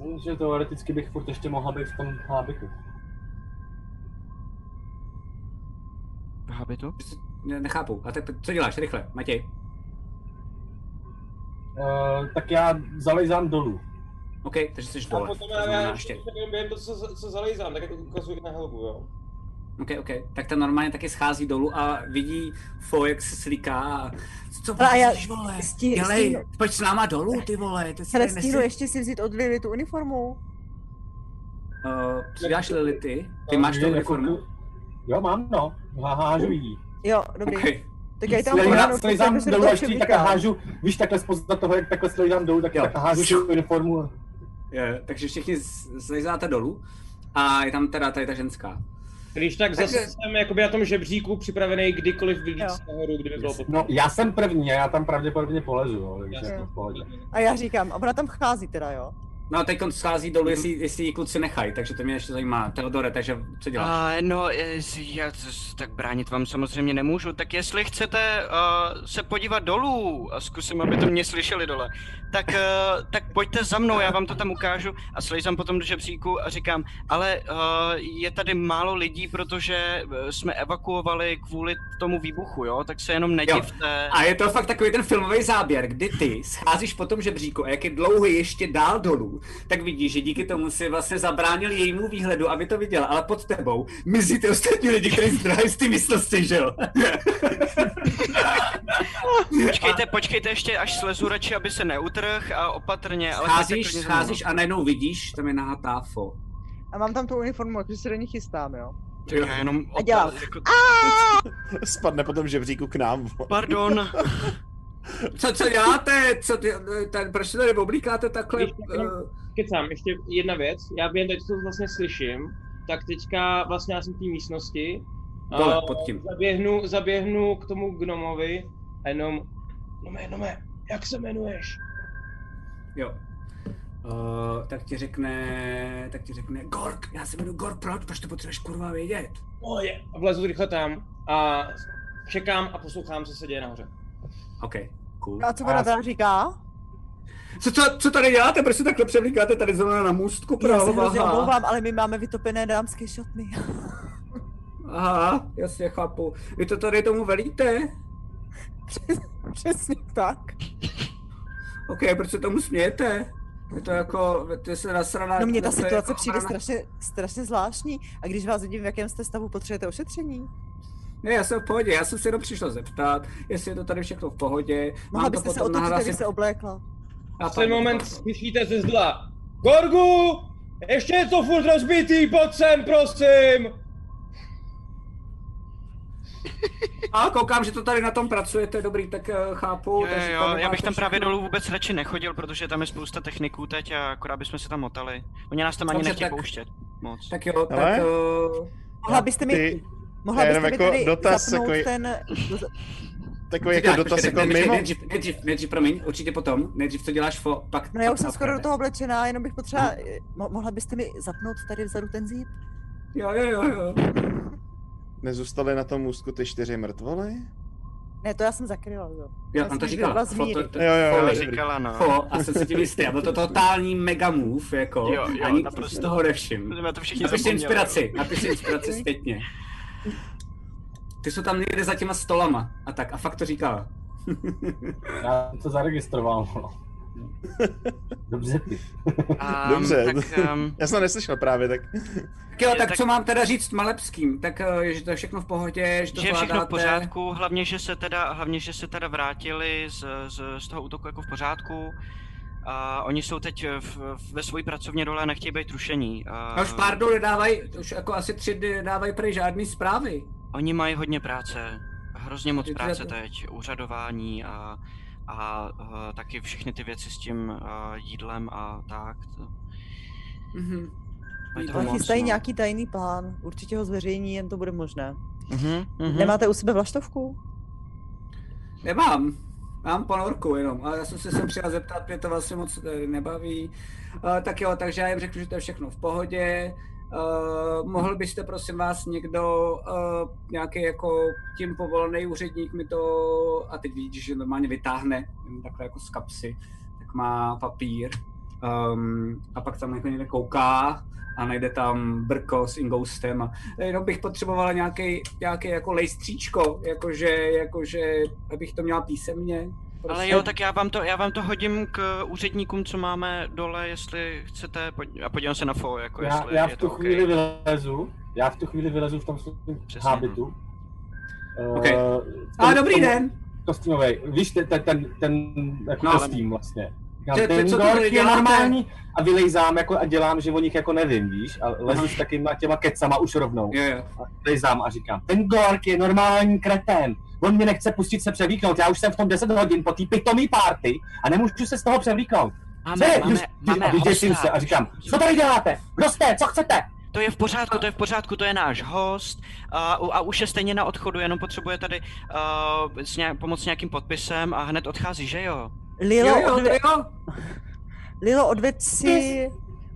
No, Že teoreticky bych furt ještě mohla být v tom hábitu.
v Habitu?
Ne, nechápu. A tak co děláš? Rychle, Matěj.
Uh, tak já zalezám dolů.
OK, takže jsi
A
dole.
potom
To
já,
znamená
já
ještě.
během to, co, co zalejzám, tak jako ukazuju i na helbu, jo.
OK, OK. Tak ta normálně taky schází dolů a vidí Fo, jak se slíká. a Co
Ale a já-
chceš, vole?
stí-
Dělej,
stínu-
pojď s náma dolů, ty vole. Ty si
Ale
tady
stínu
nesi...
ještě si vzít od Lily tu uniformu.
Uh, co děláš Lily ty? Ty
No,
máš
že
tu
jako-
uniformu?
Jo, mám no. Há- Hážu jí.
Jo, dobrý.
OK.
Tak já ji tam
Slejzám,
pohlednu,
slejzám
aby se do
dolů
toho
až jí takhle
převlíkám.
hážu, víš, takhle spozna toho, jak takhle slejzám dolů, tak,
Jo.
tak hážu tu uniformu.
Je, takže všichni s- slejzáte dolů a je tam teda tady ta ženská.
Když tak
Takže-
zase jsem jakoby na tom žebříku připravený kdykoliv vylít
Jo.
z nahoru, kdyby bylo potřeba.
No, já jsem první a já tam pravděpodobně polezu, jo, takže
No.
Jasně.
jako v pohodě.
A já říkám, a ona tam chází teda, jo.
No a teď schází
Mhm.
dolů, jestli, jestli ji kluci nechají, takže to mě ještě zajímá. Teodore, takže co děláš?
A, no, eh, s- já s- tak bránit vám samozřejmě nemůžu, tak jestli chcete uh, se podívat dolů, a zkusím, aby to mě slyšeli dole, tak, uh, tak pojďte za mnou, já vám to tam ukážu a slejzám potom do žebříku a říkám, ale uh, je tady málo lidí, protože eh, jsme evakuovali kvůli tomu výbuchu, jo, tak se jenom nedivte.
A je to fakt takový ten filmový záběr, kdy ty scházíš po tom žebříku a jak je dlouho ještě dál dolů, tak vidíš, že díky tomu si vlastně zabránil jejímu výhledu, aby to viděla, ale pod tebou mizí ty ostatní lidi, kteří zdrhají z ty místnosti, že jo?
Počkejte, počkejte ještě, až slezu radši, aby se neutrh a opatrně, ale
Scházíš, scházíš a najednou vidíš, tam je nahá táfo.
A mám tam tu uniformu, jakože se do ní chystám, jo.
Já jenom jako-
A dělám.
Spadne potom žebříku k nám.
Pardon.
Co, co děláte? Co ty, ten, proč se tady oblíkáte takhle? eh,
Kecám, ještě jedna věc. Já během teď to vlastně slyším, tak teďka vlastně já jsem v té místnosti.
Dole,
A
pod tím.
Zaběhnu, zaběhnu k tomu gnomovi a jenom... No mé, no mé, jak se jmenuješ?
Jo. Uh, tak ti řekne, tak ti řekne, Gork, já se jmenuji Gork, proč, proč to potřebuješ kurva vědět?
Moje. A vlezu rychle tam a čekám a poslouchám, co se děje nahoře.
OK, cool.
No A co ona teda říká?
Co, co, co tady děláte? Proč se takhle převlíkáte tady zrovna na můstku?
Já
Pro
se hrozně
Boha?
omlouvám, ale my máme vytopené dámské šatny.
Aha, jasně, chápu. Vy to tady tomu velíte?
Přesně tak.
OK, proč se tomu smějete? Je to jako, ty se nasraná...
No mně ta
to je
situace
jako
přijde
ochrana-
strašně, strašně zvláštní. A když vás vidím, v jakém jste stavu, potřebujete ošetření?
Ne, já jsem v pohodě, já jsem se jenom přišel zeptat, jestli je to tady všechno v pohodě.
Mohla
Mám to
byste se
potom
otočit,
nahlásit-
abyste oblékla.
Já
V ten
pardon,
moment
pardon.
slyšíte ze zla. Gorgu! Ještě je to furt rozbitý, pojď sem, prosím!
A koukám, že to tady na tom pracujete, dobrý, tak eh, chápu.
Jo,
takže
jo,
tam
jo, já
máte
bych tam právě
všechno.
dolů vůbec radši nechodil, protože tam je spousta techniků teď a akorát bychom se tam motali. Oni nás tam ani
Dobře,
nechtějí
tak-
pouštět moc.
Tak jo, tak...
Ale? Jako
eh,
Mohla byste mi,
Ty-
mohla
já
byste
jenom
mi
jako
tady
dotaz
zapnout
takový-
ten...
Takový
Co
jako
děláš?
dotaz
Počkej,
jako
ne- ne-
mimo.
Nejdřív, nejdřív, nejdřív, promiň, určitě potom. Nejdřív, co děláš, fo, pak...
No já
pak
už jsem
se
skoro do
opravdu.
toho oblečená, jenom bych potřeba... Mo- mohla byste mi zapnout tady vzadu ten zíp?
Jo, jo, jo, jo.
Nezůstaly na tom můstku ty čtyři mrtvoly?
Ne, to já jsem zakryla, jo.
Jo, on to
jsem
říkala.
byla
Fo, to, to,
Jo, jo,
fo,
jo.
Ale
dobrý.
říkala, no.
fo, a jsem si tím jistý. A byl to totální mega move, jako.
Jo, jo,
Ani
naprosto.
z toho nevšim.
Jsme to všichni
Napište
zapomněli.
inspiraci, napište inspiraci zpětně. Ty jsou tam někde za těma stolama a tak. A fakt to říkala.
Já jsem to zaregistroval. vole. Dobře ty.
Ehm,
Dobře.
Tak, um,
Já jsem to neslyšel právě, tak
Tak jo,
Je,
tak
tak-
co mám teda říct Malepským? Tak, eh, že to je všechno v pohodě, že to
že je všechno v
zvládáte.
pořádku, hlavně, že se teda, hlavně, že se teda vrátili z, z, z toho útoku jako v pořádku. A oni jsou teď v, ve své pracovně dole a nechtějí být rušení. A
A No už pár dnů nedávají, už jako asi tři dny nedávají prej žádný zprávy.
Oni mají hodně práce, hrozně moc
Je to
práce
tak.
teď, úřadování a, a, eh, taky všechny ty věci s tím eh, jídlem a tak. to-
Mhm.
Mají toho
Jídlo.
Ale
moc,
chystají
no.
nějaký tajný plán, určitě ho zveřejní, jen to bude možné.
Mhm, mhm.
Nemáte u sebe vlaštovku?
Nemám. Mám ponorku jenom, ale já jsem se sem přijel zeptat, mě to vlastně moc eh, nebaví. Uh, tak jo, takže já jim řeknu, že to je všechno v pohodě. Uh, mohl byste prosím vás někdo, uh, nějaký jako tím povolený úředník mi to, a teď vidíš, že normálně vytáhne jen takhle jako z kapsy, tak má papír um, a pak tam jako někde kouká a najde tam brko s ingoustem a jenom bych potřebovala nějaký, nějaký jako lejstříčko, jakože, jakože, abych to měla písemně.
Ale jo, tak já vám, to, já vám to hodím k úředníkům, co máme dole, jestli chcete, poj- a podívám se na FO, jako
Já,
jestli
já
je
v
to
tu
OK.
chvíli vylezu, já v tu chvíli vylezu v tom svém
Přesně, no.
hábitu.
OK.
Eh,
A
ten-
dobrý
tomu-
den!
Kostýmový, víš, ten, ten, ten, ten jako
No,
no,
ale-
kostým vlastně. Říkám,
To je to,
ten
co tu
gork je
děláte.
normální a vylejzám jako a dělám, že o nich jako nevím, víš, a lezu
Aha.
s takovýma těma kecama už rovnou.
Jo, jo.
A vylejzám a říkám, ten Gork je normální kretén, on mě nechce pustit se převlíknout, já už jsem v tom 10 hodin po té pitomý party a nemůžu se z toho převlíknout.
Máme,
Ne,
máme,
just-
máme
a vyděsím
hosta.
se a říkám, co tady děláte? Kdo jste? Co chcete?
To je v pořádku, to je v pořádku, to je náš host a, u- a už je stejně na odchodu, jenom potřebuje tady uh, s nějak, pomoc s nějakým podpisem a hned odchází, že jo?
Lilo,
Jo, jo, to
odve-
jo.
Lilo, odveď si,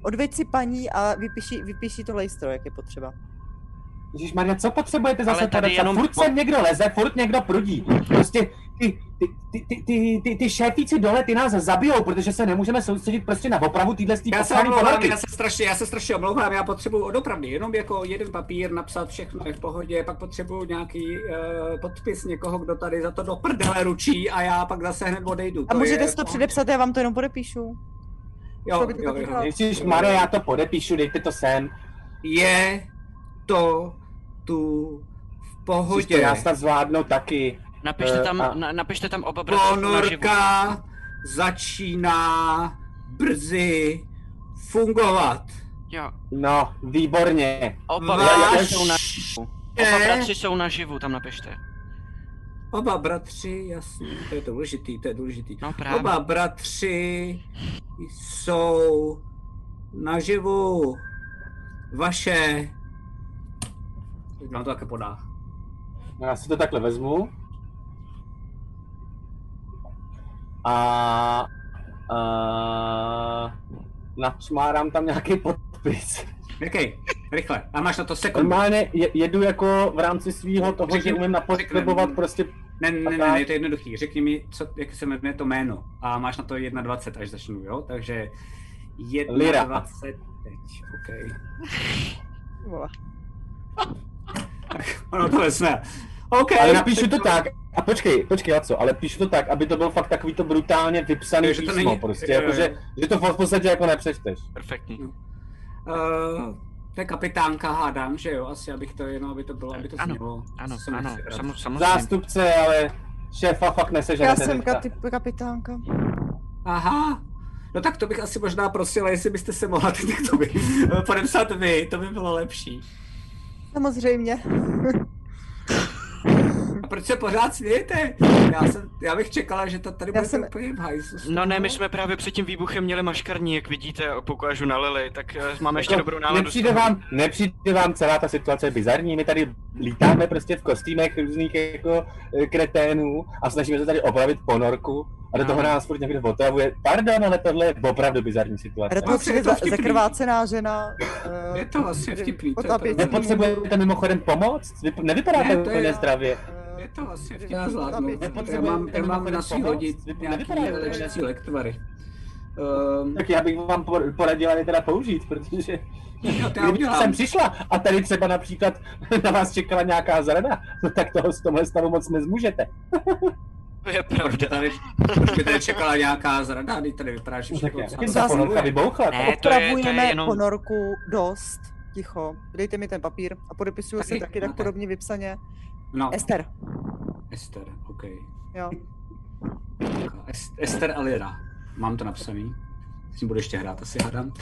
odveď si paní a vypíši, vypíši to lejstro, jak je potřeba.
Ježíš Maria, co potřebujete
Ale
zase
tady
tady
jenom
jenom... Furt
po-
sem někdo leze, furt někdo prudí. Prostě ty, ty, ty, ty, ty, ty, ty šéfíci dole, ty nás zabijou, protože se nemůžeme soustředit prostě na opravu týhle z
Já se omlouvám,
ponorky.
já se strašně, já se strašně omlouvám, já potřebuju opravdy jenom jako jeden papír napsat všechno je v pohodě, pak potřebuju nějaký uh, podpis někoho, kdo tady za to do prdele ručí a já pak zase hned odejdu.
A
To
můžete
je
si to
v pohodě.
předepsat, já vám to jenom podepíšu. šlo
Jo,
by to
jo,
taky
jo.
dělat.
Ježíš Maria, já to podepíšu, dejte to sem.
Je to tu v
Ježíš, to
pohodě.
já snad zvládnu taky.
Napište
Eh,
tam,
a-
na, napište tam oba bratři naživu.
Ponorka začíná brzy fungovat.
Jo,
No, výborně.
oba
Váš-
bratři jsou naživu. Oba bratři jsou naživu, tam napište.
Oba bratři, jasně, to je důležitý, to je důležitý.
No právě.
Oba bratři jsou naživu vaše... Teď vám to také podá.
Já si to takhle vezmu. A... a načmárám tam nějaký podpis.
Jaký? Rychle. A máš na to sekundu.
Normálně je, jedu jako v rámci svého toho, že
Řekni-
umím napotřebovat
řekni-
prostě...
Ne, ne, ne,
Tak.
ne, je to jednoduchý. Řekni mi, co, jak se jmenuje to jméno. A máš na to 21, až začnu, jo? Takže
Lira.
21 teď, OK.
Vole.
Ono to vezme. OK,
Ale napíšu to tak, a počkej, počkej, já co, ale píšu to tak, aby to byl fakt takový to brutálně vypsaný
Jo,
že
že to
písmo,
není-
prostě,
jo, jo,
jako,
jo.
že, že to v podstatě jako nepřečteš.
Perfektní.
Uh, to je kapitánka, hádám, že jo? Asi, abych to jenom, aby to bylo, aby to
Ano,
znělo.
Ano,
Co se
ano,
musí brát.
sam, samozřejmě.
Zástupce, ale šéfa fakt neseženete
Já jsem
teďka.
kati- kapitánka.
Aha. No tak to bych asi možná prosila, jestli byste se mohla teď to by, podepsat vy, to by bylo lepší.
Samozřejmě.
A proč se pořád smějete? Já, jsem, já bych čekala, že to tady
Já
bude
jsem-
jsem... úplně v hajzlu z
No ne,
toho.
my jsme právě před tím výbuchem měli maškarní, jak vidíte, poukážu na Lily, tak eh, máme ještě
Jako,
dobrou náladu. z
Nepřijde
toho.
vám, nepřijde vám celá ta situace bizarní, my tady lítáme prostě v kostýmech různých jako eh, kreténů a snažíme se tady opravit ponorku a do
No.
toho nás furt někdo otravuje. Pardon, ale tohle je opravdu bizarní situace.
Do toho
je
přijde
to
za-
vtipný.
zakrvácená žena. eh,
Je to asi vtipný, to je
potápěcí.
pravda.
Nepotřebujete mimochodem pomoc? Vy nevypadáte
Ne, to je
úplně
já.
zdravě.
Eh,
Je to asi
Že
já
to
zvládnu.
tam je.
Já
Nepotřebujete
mám, já mám
mimochodem
na svý hodit
pomoct?
nějaký
Nevypadá to, že-
léčící lektvary. Um,
Tak já bych vám por- poradila je teda použít, protože
jo, to já
kdyby
udělám.
jsem přišla a tady třeba například na vás čekala nějaká zrada, no tak toho z tomhle stavu moc nezmůžete.
To je
Proč by
pravda.
tady, proč by tady čekala nějaká zrada, když tady vypadá, že
Tak
všechno
jak by
docela
ta
Zas-
ponorka
Ne,
vybouchla?
to je, to je
Opravujeme
jenom...
ponorku dost. Ticho. Dejte mi ten papír a podepisuju se
Taky?
taky tak
No, tak.
podobně vypsaně.
No,
Ester,
Ester, OK.
jo.
Es- Ester Alira. Mám to napsaný. S tím budu ještě hrát, asi hádám.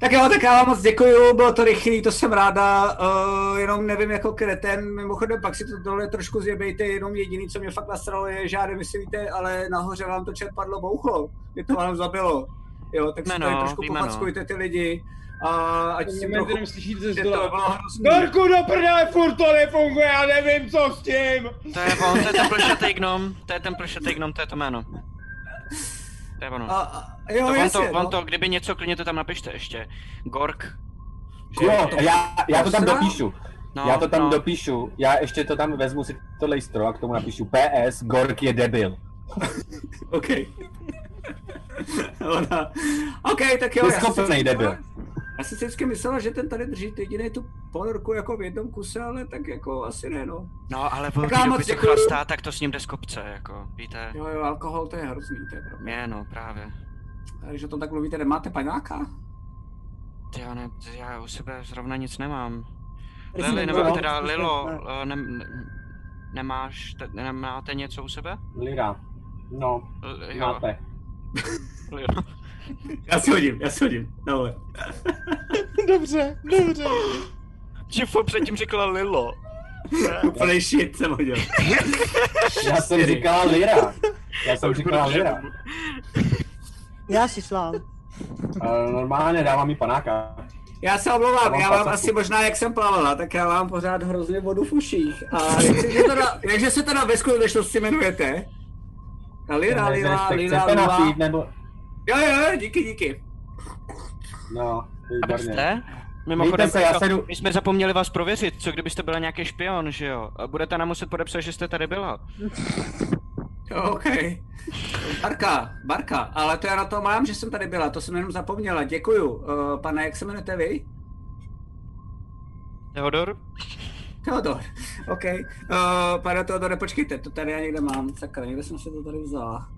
Tak jo, tak já vám moc děkuju, bylo to rychlý, to jsem ráda, uh, jenom nevím jako kreten, mimochodem pak si to tohle trošku zjebejte, jenom jediný, co mě fakt nasralo je, že já nevím, jestli víte, ale nahoře vám to čerpadlo bouchlo, mě to vám zabilo, jo, tak si
Víme
tady
no,
trošku
víme no.
pofackujte ty lidi a ať si
Mě
trochu,
jenom slyšíte ze
že to vlastně- bylo
zdola.
hrozný.
Norku do prdele, furt to nefunguje, já nevím co s tím.
To je on, to je ten plešatý gnom, to je ten plešatý gnom, to je to jméno. To je ono.
A, a, jo,
To, on, to,
jasně,
on
no.
to, kdyby něco, klidně to tam napište ještě. Gork.
Jo,
to-
já, já to tam
Sra-
dopíšu.
No,
já to tam
no.
dopíšu. Já ještě to tam vezmu si to lejstro a k tomu napíšu PS, Gork je debil.
OK. Ona... OK, tak jo. já
Vyskopenej
jsem si-
debil.
Já jsem si vždycky myslel, že ten tady drží jediný tu ponorku jako v jednom kuse, ale tak jako asi ne, no.
No, ale
Tak
velký
já moc
doby se
děkuju.
chlastá, tak to s ním jde z kopce, jako, víte.
Jo, jo, alkohol to je hrozný, to je problém.
Je, no, právě.
A Když o tom tak mluvíte, nemáte paňáka?
Ty Já, ne, já u sebe zrovna nic nemám.
Tady si
Lili,
nemůžu
nebo
dát
teda
příště,
Lilo,
ne.
eh, nem, ne- nemáš, te, nemáte něco u sebe?
Lira. No,
L, jo,
máte.
Lilo.
Já si hodím, já si hodím. No, ale.
Dobře, dobře.
Čifo předtím řekla Lilo.
Úplnej shit jsem hodil.
Já jsem říkala Lira. Já jsem říkala Lira.
Já šišlám.
Eh, Normálně dávám mi panáka.
Já se omlouvám,
Mám
já vám
pacaku.
asi možná, jak jsem plavala, tak já vám pořád hrozně vodu v uších. A jak se teda, jakže se teda ve skutečnosti jmenujete? Lira,
Nezneš,
lira,
tak
lira,
chcete
lira.
napít, nebo...
Jo, jo, jo, díky, díky.
No,
A vy
výborně.
jste? Mimochodem,
se, já
jako,
se jdu-
my jsme zapomněli vás prověřit, co kdybyste byla nějaký špion, že jo? A budete nám muset podepsat, že jste tady byla.
Jo, OK. Barka, Barka, ale to já na to mám, že jsem tady byla, to jsem jenom zapomněla, děkuju. Uh, pane, jak se jmenujete vy?
Teodor?
Teodor, OK. Uh, pane Teodore, počkejte, to tady já někde mám, sakra, někde jsem si to tady vzala.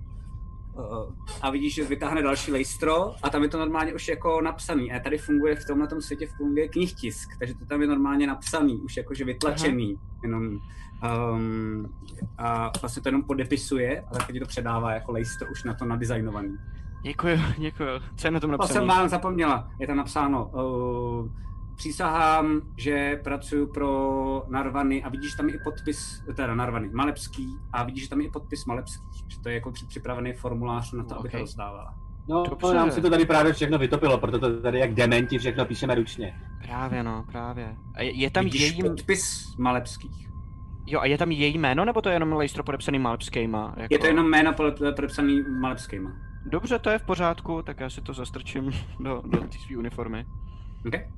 Uh, a vidíš, že vytáhne další lejstro a tam je to normálně už jako napsaný. A tady funguje v tomhle světě funguje knihtisk, takže to tam je normálně napsaný, už jakože vytlačený. Aha. Jenom, um, a vlastně to jenom podepisuje a taky ti to předává jako lejstro už na to nadizajnovaný.
Děkuju, děkuju. Co je na tom
To
napsané?
jsem vám zapomněla, je tam napsáno. Uh, přísahám, že pracuji pro Narvany a vidíš tam i podpis, teda Narvany, Malepský a vidíš že tam i podpis Malepský, že to je jako při- připravený formulář na to, aby to
ok.
rozdávala.
No,
Dobře.
nám se to tady právě všechno vytopilo, proto to tady jak dementi všechno píšeme ručně.
Právě no, právě. A je, je tam
vidíš
její...
podpis Malepských.
Jo, a je tam její jméno, nebo to je jenom lejstro podepsaný Malpskejma? Jako...
Je to jenom jméno pole- podepsaný Malepskýma.
Dobře, to je v pořádku, tak já si to zastrčím do, do té své uniformy.
Okay.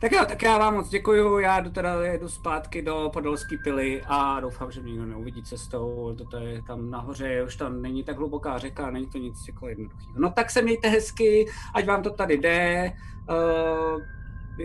Tak jo, tak já vám moc děkuju, já jdu teda jedu zpátky do Podolský pily a doufám, že mě nikdo neuvidí cestou, toto je tam nahoře, už tam není tak hluboká řeka, není to nic jako jednoduchého. No tak se mějte hezky, ať vám to tady jde, uh,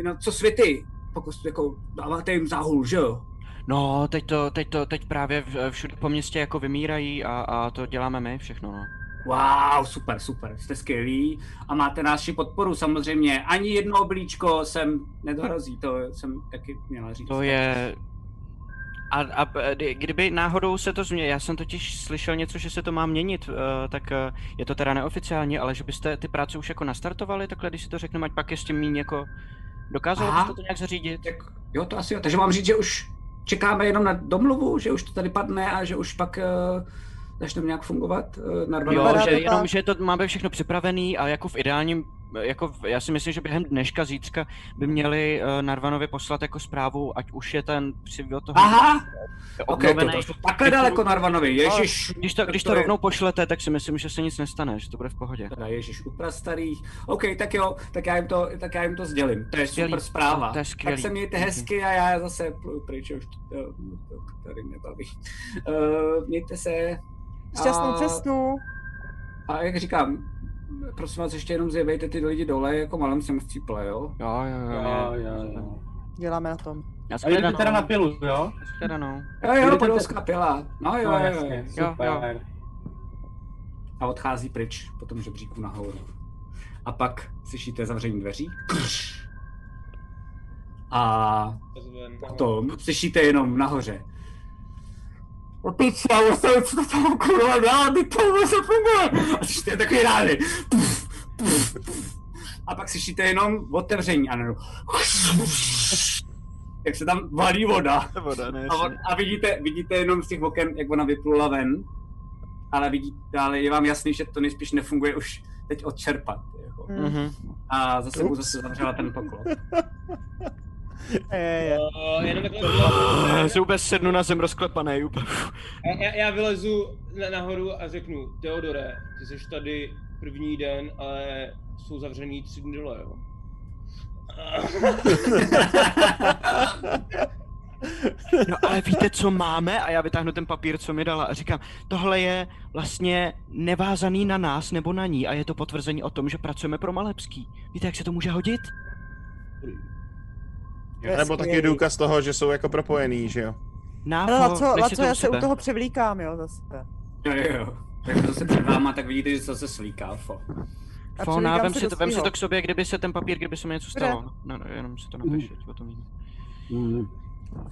no co světy, pokud jako dáváte jim záhul, že jo?
No, teď to, teď to, teď právě v- všude po městě jako vymírají a, a to děláme my všechno, no.
Wow, super, super, jste skvělí a máte naši podporu samozřejmě, ani jedno oblíčko sem nedorazí, to jsem taky měla říct.
To je... A, a b- kdy- kdyby náhodou se to změnilo, já jsem totiž slyšel něco, že se to má měnit, uh, tak eh, je to teda neoficiálně, ale že byste ty práce už jako nastartovali, takhle když si to řeknu, ať pak je s tím míň jako... Dokázali
Aha.
byste to nějak zařídit?
Tak jo, to asi jo. Takže mám říct, že už čekáme jenom na domluvu, že už to tady padne a že už pak uh, začneme nějak fungovat uh, na
Jo,
Rwanda.
že jenom, že to máme všechno připravený a jako v ideálním, jako v, já si myslím, že během dneška, zítřka by měli uh, Narvanovi poslat jako zprávu, ať už je ten přivod toho
Aha, ok, to,
obnovený.
to, to, takhle daleko Narvanovi, ježiš.
Když to, když to
je-
rovnou pošlete, tak si myslím, že se nic nestane, že to bude v pohodě.
Teda ježiš, upra starých. OK, tak jo, tak já jim to, tak já jim to sdělím. To je
Skvělý,
super zpráva.
to je
tak
skvělý.
se mějte
Díky.
hezky a já zase pluju pryč, už to, to tady nebaví. Uh, mějte se.
Šťastnou
A-
cestu.
A jak říkám, prosím vás, ještě jenom zjevejte ty lidi dole, jako malem jsem v cíple, jo?
Jo, jo, jo.
Jo, jo, jo.
Děláme na tom.
Já
A jdete teda na pilu, jo?
shledanou.
Jo, jo,
Jdete-
podolská pila. No jo,
No,
jo, jo.
jasně, super.
A odchází pryč po tom žebříku nahoru. A pak slyšíte zavření dveří. Krš. A to slyšíte jenom nahoře. O piče, já jsem, co to tam kurva dělá, ty to vůbec funguje. A slyšíte takový rány. Puf, puf, puf. A pak slyšíte jenom otevření, a nebo... Jak se tam valí voda.
Voda, ne,
A, on- a vidíte, vidíte jenom z těch oken, jak ona vyplula ven, ale, vidíte, ale je vám jasný, že to nejspíš nefunguje už teď odčerpat. Jako.
Mhm.
Mhm.
A za sebou zase zavřela ten poklop.
Uh, jenom takhle vylezu-
Se vůbec sednu na zem rozklepaný úplně.
já- já, já vylezu na, nahoru a řeknu, Teodore, ty jsi tady první den, ale jsou zavřený tři dny dole, jo.
No ale víte, co máme? A já vytáhnu ten papír, co mi dala a říkám, tohle je vlastně nevázaný na nás nebo na ní a je to potvrzení o tom, že pracujeme pro Malepský. Víte, jak se to může hodit?
je
Nebo taky
skvělý.
důkaz toho, že jsou jako propojený, že jo?
Náfo,
Ale Laco,
nech si
Laco,
to
já se
sebe.
u toho převlíkám, jo, zase.
Jo, jo, jo. Takže zase před váma, tak vidíte, že se zase svlíká. Fo.
A
Fo,
převlíkám
na, vem,
se
si
do
to, vem si
svýho.
to k sobě, kdyby se ten papír, kdyby se mi něco
Dobré.
stalo. No, no, jenom si to napiš, ať o tom víme.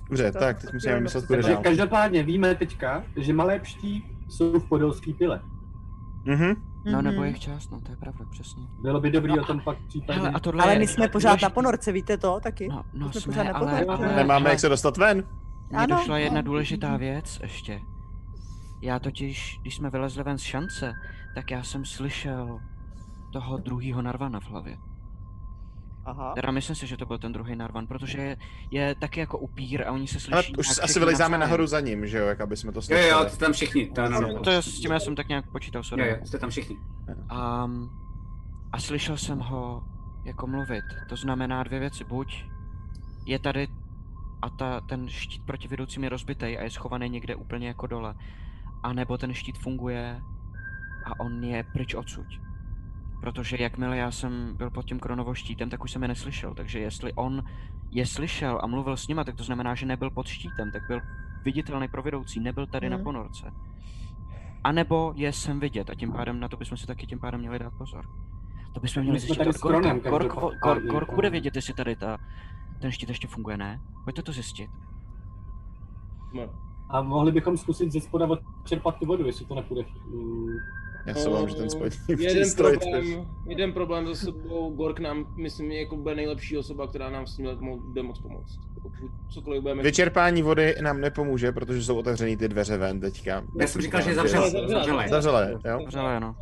Dobře, tak teď musíme vymyslet kudy
prostě
Takže
dál.
každopádně víme teďka, že malé pští jsou v podolský pile.
Mhm.
No nebo
Mhm.
jejich čas, no to je pravda, přesně.
Bylo by dobrý
No
o tom pak případně...
Hele, a tohle
Ale
je
my jsme pořád na
důležitý-
ponorce, víte to taky?
No, no
My jsme
jsme,
pořád na
ale,
ponorce.
ale,
Nemáme
ale,
jak se dostat ven.
Mně
Ano.
došla jedna důležitá věc ještě. Já totiž, když jsme vylezli ven z šance, tak já jsem slyšel toho druhýho Narvana v hlavě.
Aha.
Teda myslím si, že to byl ten druhý Narvan, protože je, je taky jako upír a oni se slyší
Ale už
nějak
asi
všichni
vylejzáme
navzájem.
nahoru za ním, že jo, jak aby jsme to
Jo, jo,
slyšeli.
jste tam všichni. To je normální.
To je, s tím já jsem tak nějak počítal,
Jo,
sorry.
jo, jste tam všichni.
Um, A slyšel jsem ho jako mluvit. To znamená dvě věci. Buď je tady a ta, ten štít proti vedoucím je rozbitý a je schovaný někde úplně jako dole. A nebo ten štít funguje a on je pryč odsud. Protože jakmile já jsem byl pod tím kronovou štítem, tak už jsem je neslyšel. Takže jestli on je slyšel a mluvil s nima, tak to znamená, že nebyl pod štítem, tak byl viditelný pro vedoucí, nebyl tady na
Mhm.
ponorce. A nebo je sem vidět a tím pádem na to bychom si taky tím pádem měli dát pozor. To bychom
My
měli
jsme
zjistit
tady
od
s
Gorka.
Kronem
Gork,
každopádně, jako-
Gork, Gork
ano.
bude vědět, jestli tady ta, ten štít ještě funguje, ne? Pojďte to zjistit.
Hm.
A mohli bychom zkusit ze spoda odčerpat tu vodu, jestli to nepůjde. Mm.
Já se obávám, že ten spojitý
jeden
přístroj...
problém, jeden problém za sebou, Gork nám, myslím, jako bude nejlepší osoba, která nám s tím mo- bude moc pomoct. Jako pokud Cokoliv budeme...
Vyčerpání vody nám nepomůže, protože jsou otevřený ty dveře ven teďka.
Já jsem říkal, že je zavřelé. Zavřelé.
Zavřelé, jo?
Zavřelé, no.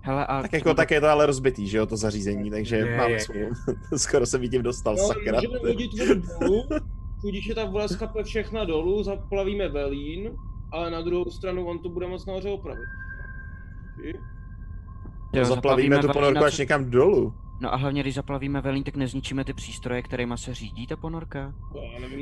Hele, a...
Tak jako tak je to ale rozbitý, že jo, to zařízení, takže
Je,
mám
je.
smůlu. Skoro jsem tím dostal,
No,
sakra.
můžeme hodit vodu dolů, tudíž je ta voda schape všechna dolů, zaplavíme velín, ale na druhou stranu on to bude moc nahoře opravit. I-
To zaplavíme tu
velín
ponorku
na-
až někam dolů.
No a hlavně, když zaplavíme velín, tak nezničíme ty přístroje, kterýma se řídí ta ponorka.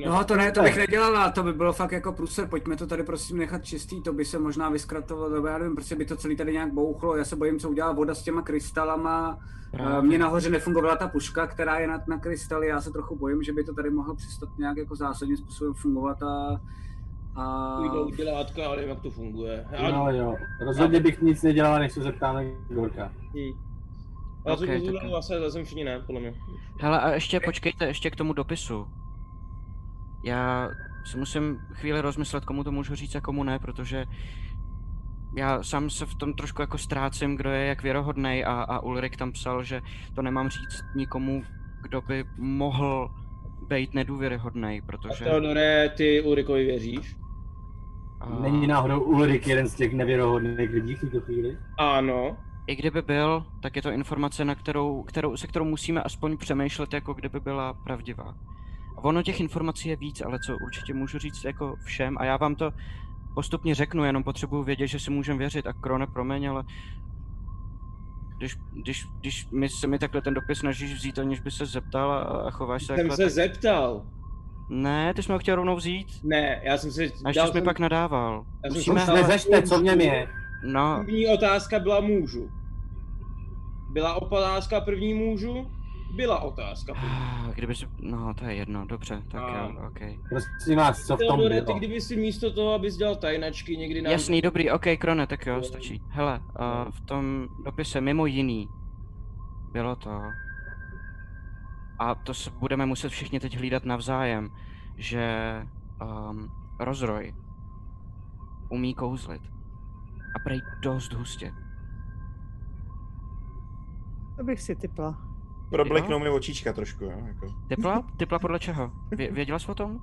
No to ne, to bych nedělala, to by bylo fakt jako průser, pojďme to tady prosím nechat čistý, to by se možná vyskratovalo, nebo já nevím, prostě by to celý tady nějak bouchlo, já se bojím, co udělá voda s těma krystalama,
Právě.
Eh, mně nahoře nefungovala ta puška, která je na, na krystaly, já se trochu bojím, že by to tady mohlo přestat nějak jako zásadním způsobem fungovat a... a...
Půjdou ty látka, ale nevím, jak to funguje. Já-
No,
Ale jo, rozhodně bych nic nedělal, než se zeptáme Gorka.
Hm. Ale
Ok,
okay,
tak-
tak... asi lezem všichni ne, podle mě.
Hele, a ještě počkejte, ještě k tomu dopisu. Já si musím chvíli rozmyslet, komu to můžu říct a komu ne, protože já sám se v tom trošku jako ztrácím, kdo je jak věrohodný a, a Ulrik tam psal, že to nemám říct nikomu, kdo by mohl být nedůvěryhodný, protože...
A Teodore, ty Ulrikovi věříš?
Není náhodou Ulrik jeden z těch nevěrohodných lidí v tuto chvíli?
Ano.
I kdyby byl, tak je to informace, na kterou, kterou, se kterou musíme aspoň přemýšlet, jako kdyby byla pravdivá. A ono těch informací je víc, ale co určitě můžu říct jako všem, a já vám to postupně řeknu, jenom potřebuju vědět, že si můžem věřit, a Krone, promiň, ale když, když, když mi, se mi takhle ten dopis snažíš vzít, aniž by se zeptal a, a chováš se
Jsem
takhle,
se
tak...
zeptal.
Ne, ty jsi mi ho chtěl rovnou vzít.
Ne, já jsem si...
A ještě
dal
jsi mi
jsem-
pak nadával.
Já jsem
Musíme...
se ptal- Neřešte, co v něm je.
No,
První otázka byla můžu. Byla otázka první můžu? Byla otázka první.
a kdyby si... No, to je jedno, dobře, tak
No.
jo, okej.
Prosím vás, Prostě co v tom
Teodore, ty
bylo?
kdyby si místo toho, abys dělal tajnačky někdy nám...
Jasný, dobrý, ok, Krone, tak jo, stačí. Hele, uh, v tom dopise mimo jiný bylo to, a to se budeme muset všichni teď hlídat navzájem, že um, rozroj umí kouzlit. A prej dost hustě.
To bych si typla.
Probleknou mi očička trošku, jo. Jako.
Typla? Typla podle čeho? Vě- věděla jsi o tom?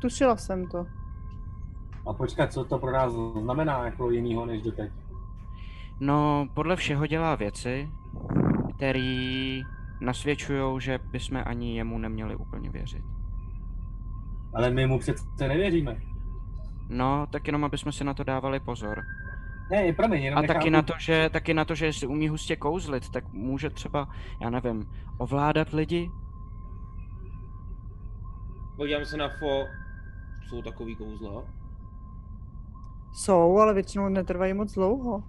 Tušila jsem to.
A počkat, co to pro nás znamená jako jinýho než doteď?
No, podle všeho dělá věci, které nasvědčují, že bychom ani jemu neměli úplně věřit.
Ale my mu přece nevěříme.
No, tak jenom, aby jsme si na to dávali pozor.
Ne, promiň, jenom
A taky
nechápu-
na, to, že, taky na to, že jestli umí hustě kouzlit, tak může třeba, já nevím, ovládat lidi?
Podívám se na fo... Jsou takový kouzla.
Jsou, ale většinou netrvají moc dlouho.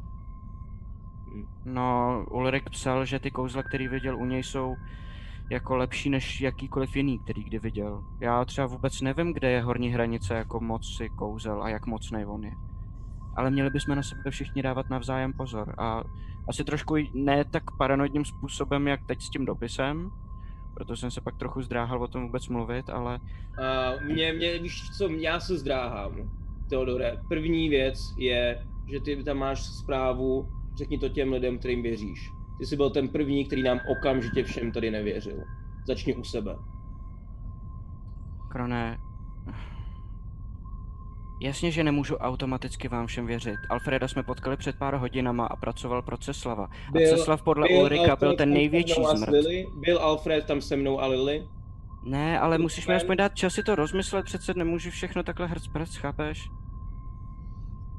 No, Ulrik psal, že ty kouzla, který viděl u něj, jsou jako lepší než jakýkoliv jiný, který kdy viděl. Já třeba vůbec nevím, kde je horní hranice jako moci kouzel a jak mocnej on je. Ale měli bychom na sebe všichni dávat navzájem pozor a asi trošku i ne tak paranoidním způsobem, jak teď s tím dopisem, proto jsem se pak trochu zdráhal o tom vůbec mluvit, ale
A mě, mě, víš co, já se zdráhám, Teodore. První věc je, že ty tam máš zprávu, řekni to těm lidem, kterým věříš. Ty jsi byl ten první, který nám okamžitě všem tady nevěřil. Začni u sebe.
Krone, jasně, že nemůžu automaticky vám všem věřit. Alfreda jsme potkali před pár hodinama a pracoval pro Ceslava. A Ceslav podle Ulrika byl
Alfred
ten
tam se
největší
mnou a s
zmrt.
Lily? Byl Alfred tam se mnou a Lily?
Ne, ale musíš mi
Ben?
aspoň dát čas si to rozmyslet, přece nemůžu všechno takhle hrc prc, chápeš?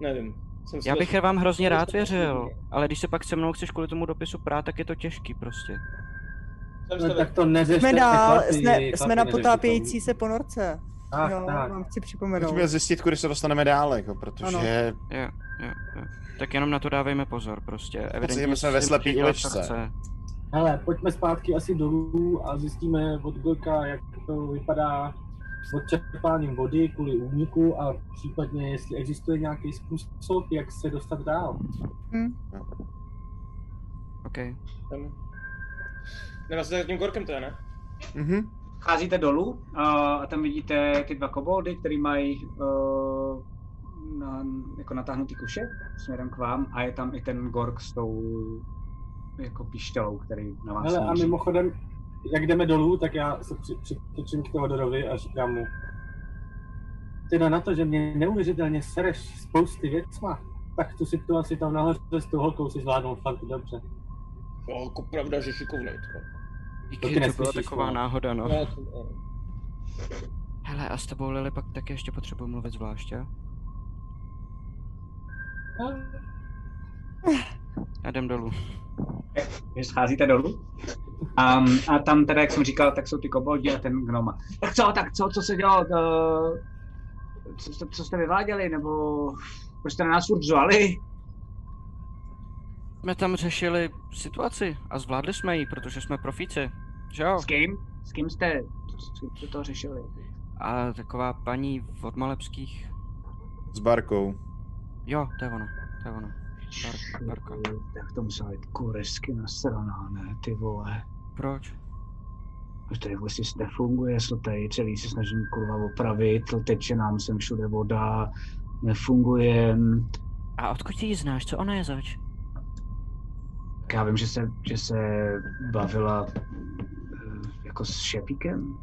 Nevím. Jsem
Já bych
slyšel.
vám hrozně rád věřil, ale když se pak se mnou chceš kvůli tomu dopisu prát, tak je to těžký prostě.
Jsem
No,
sebe-
tak to neřešte.
Jsme dál,
chlapi,
jsme,
chlapi,
jsme na
neřešte to.
potápějící se ponorce.
Ach,
jo,
tak.
vám chci připomenout.
Pojďme zjistit, kudy se dostaneme dál, jako, protože
Jo, jo, jo. Tak jenom na to dávejme pozor prostě.
my
Evidentně
jsme ve
si
slepý
může dělat, co
uličce.
chce.
Hele, pojďme zpátky asi dolů a zjistíme od Glka, jak to vypadá s odčerpáním vody kvůli úniku a případně jestli existuje nějaký způsob, jak se dostat dál.
OK.
Tam. Nebo se s tím Gorkem to je, ne?
Mhm.
Cházíte dolů a, a tam vidíte ty dva koboldy, který mají uh, na, jako natáhnutý kuše směrem k vám a je tam i ten Gork s tou jako pištělou, který na vás
Hele, a
míří.
mimochodem, jak jdeme dolů, tak já se při- přitočím k Teodorovi a říkám mu, teda na to, že mě neuvěřitelně sereš spousty věcma, tak tu situaci tam nahoře s tou holkou si zvládnou fakt dobře.
Jo, jako pravda, že šikovnej. to.
To ty
Díky, to byla
neslyšíš,
taková
no.
náhoda, no.
No, to- ano.
Hele, a s tebou Lily pak taky ještě potřebuji mluvit zvlášť, jo? Já jdem dolů.
Vy scházíte dolů. Um, a tam teda, jak jsem říkal, tak jsou ty koboldi a ten gnoma. Tak co, tak co, co se dělo, uh, co, jste, co jste vyváděli, nebo proč jste na nás furt zvali?
Jsme tam řešili situaci a zvládli jsme ji, protože jsme profíci, že jo?
S kým? S kým jste, s kým jste to řešili?
A taková paní od Malepských,
s Barkou.
jo, to je ona, to je ona. Bar, barka.
Tak to musela být kuresky nasraná, ne, ty vole.
Proč?
Protože tady vlastně nefunguje, co tady celý se snažím kurva opravit, teče nám sem všude voda, nefunguje,
A odkud ty ji znáš, co ona je zač?
Tak já vím, že se, že se bavila eh, jako s Šepíkem,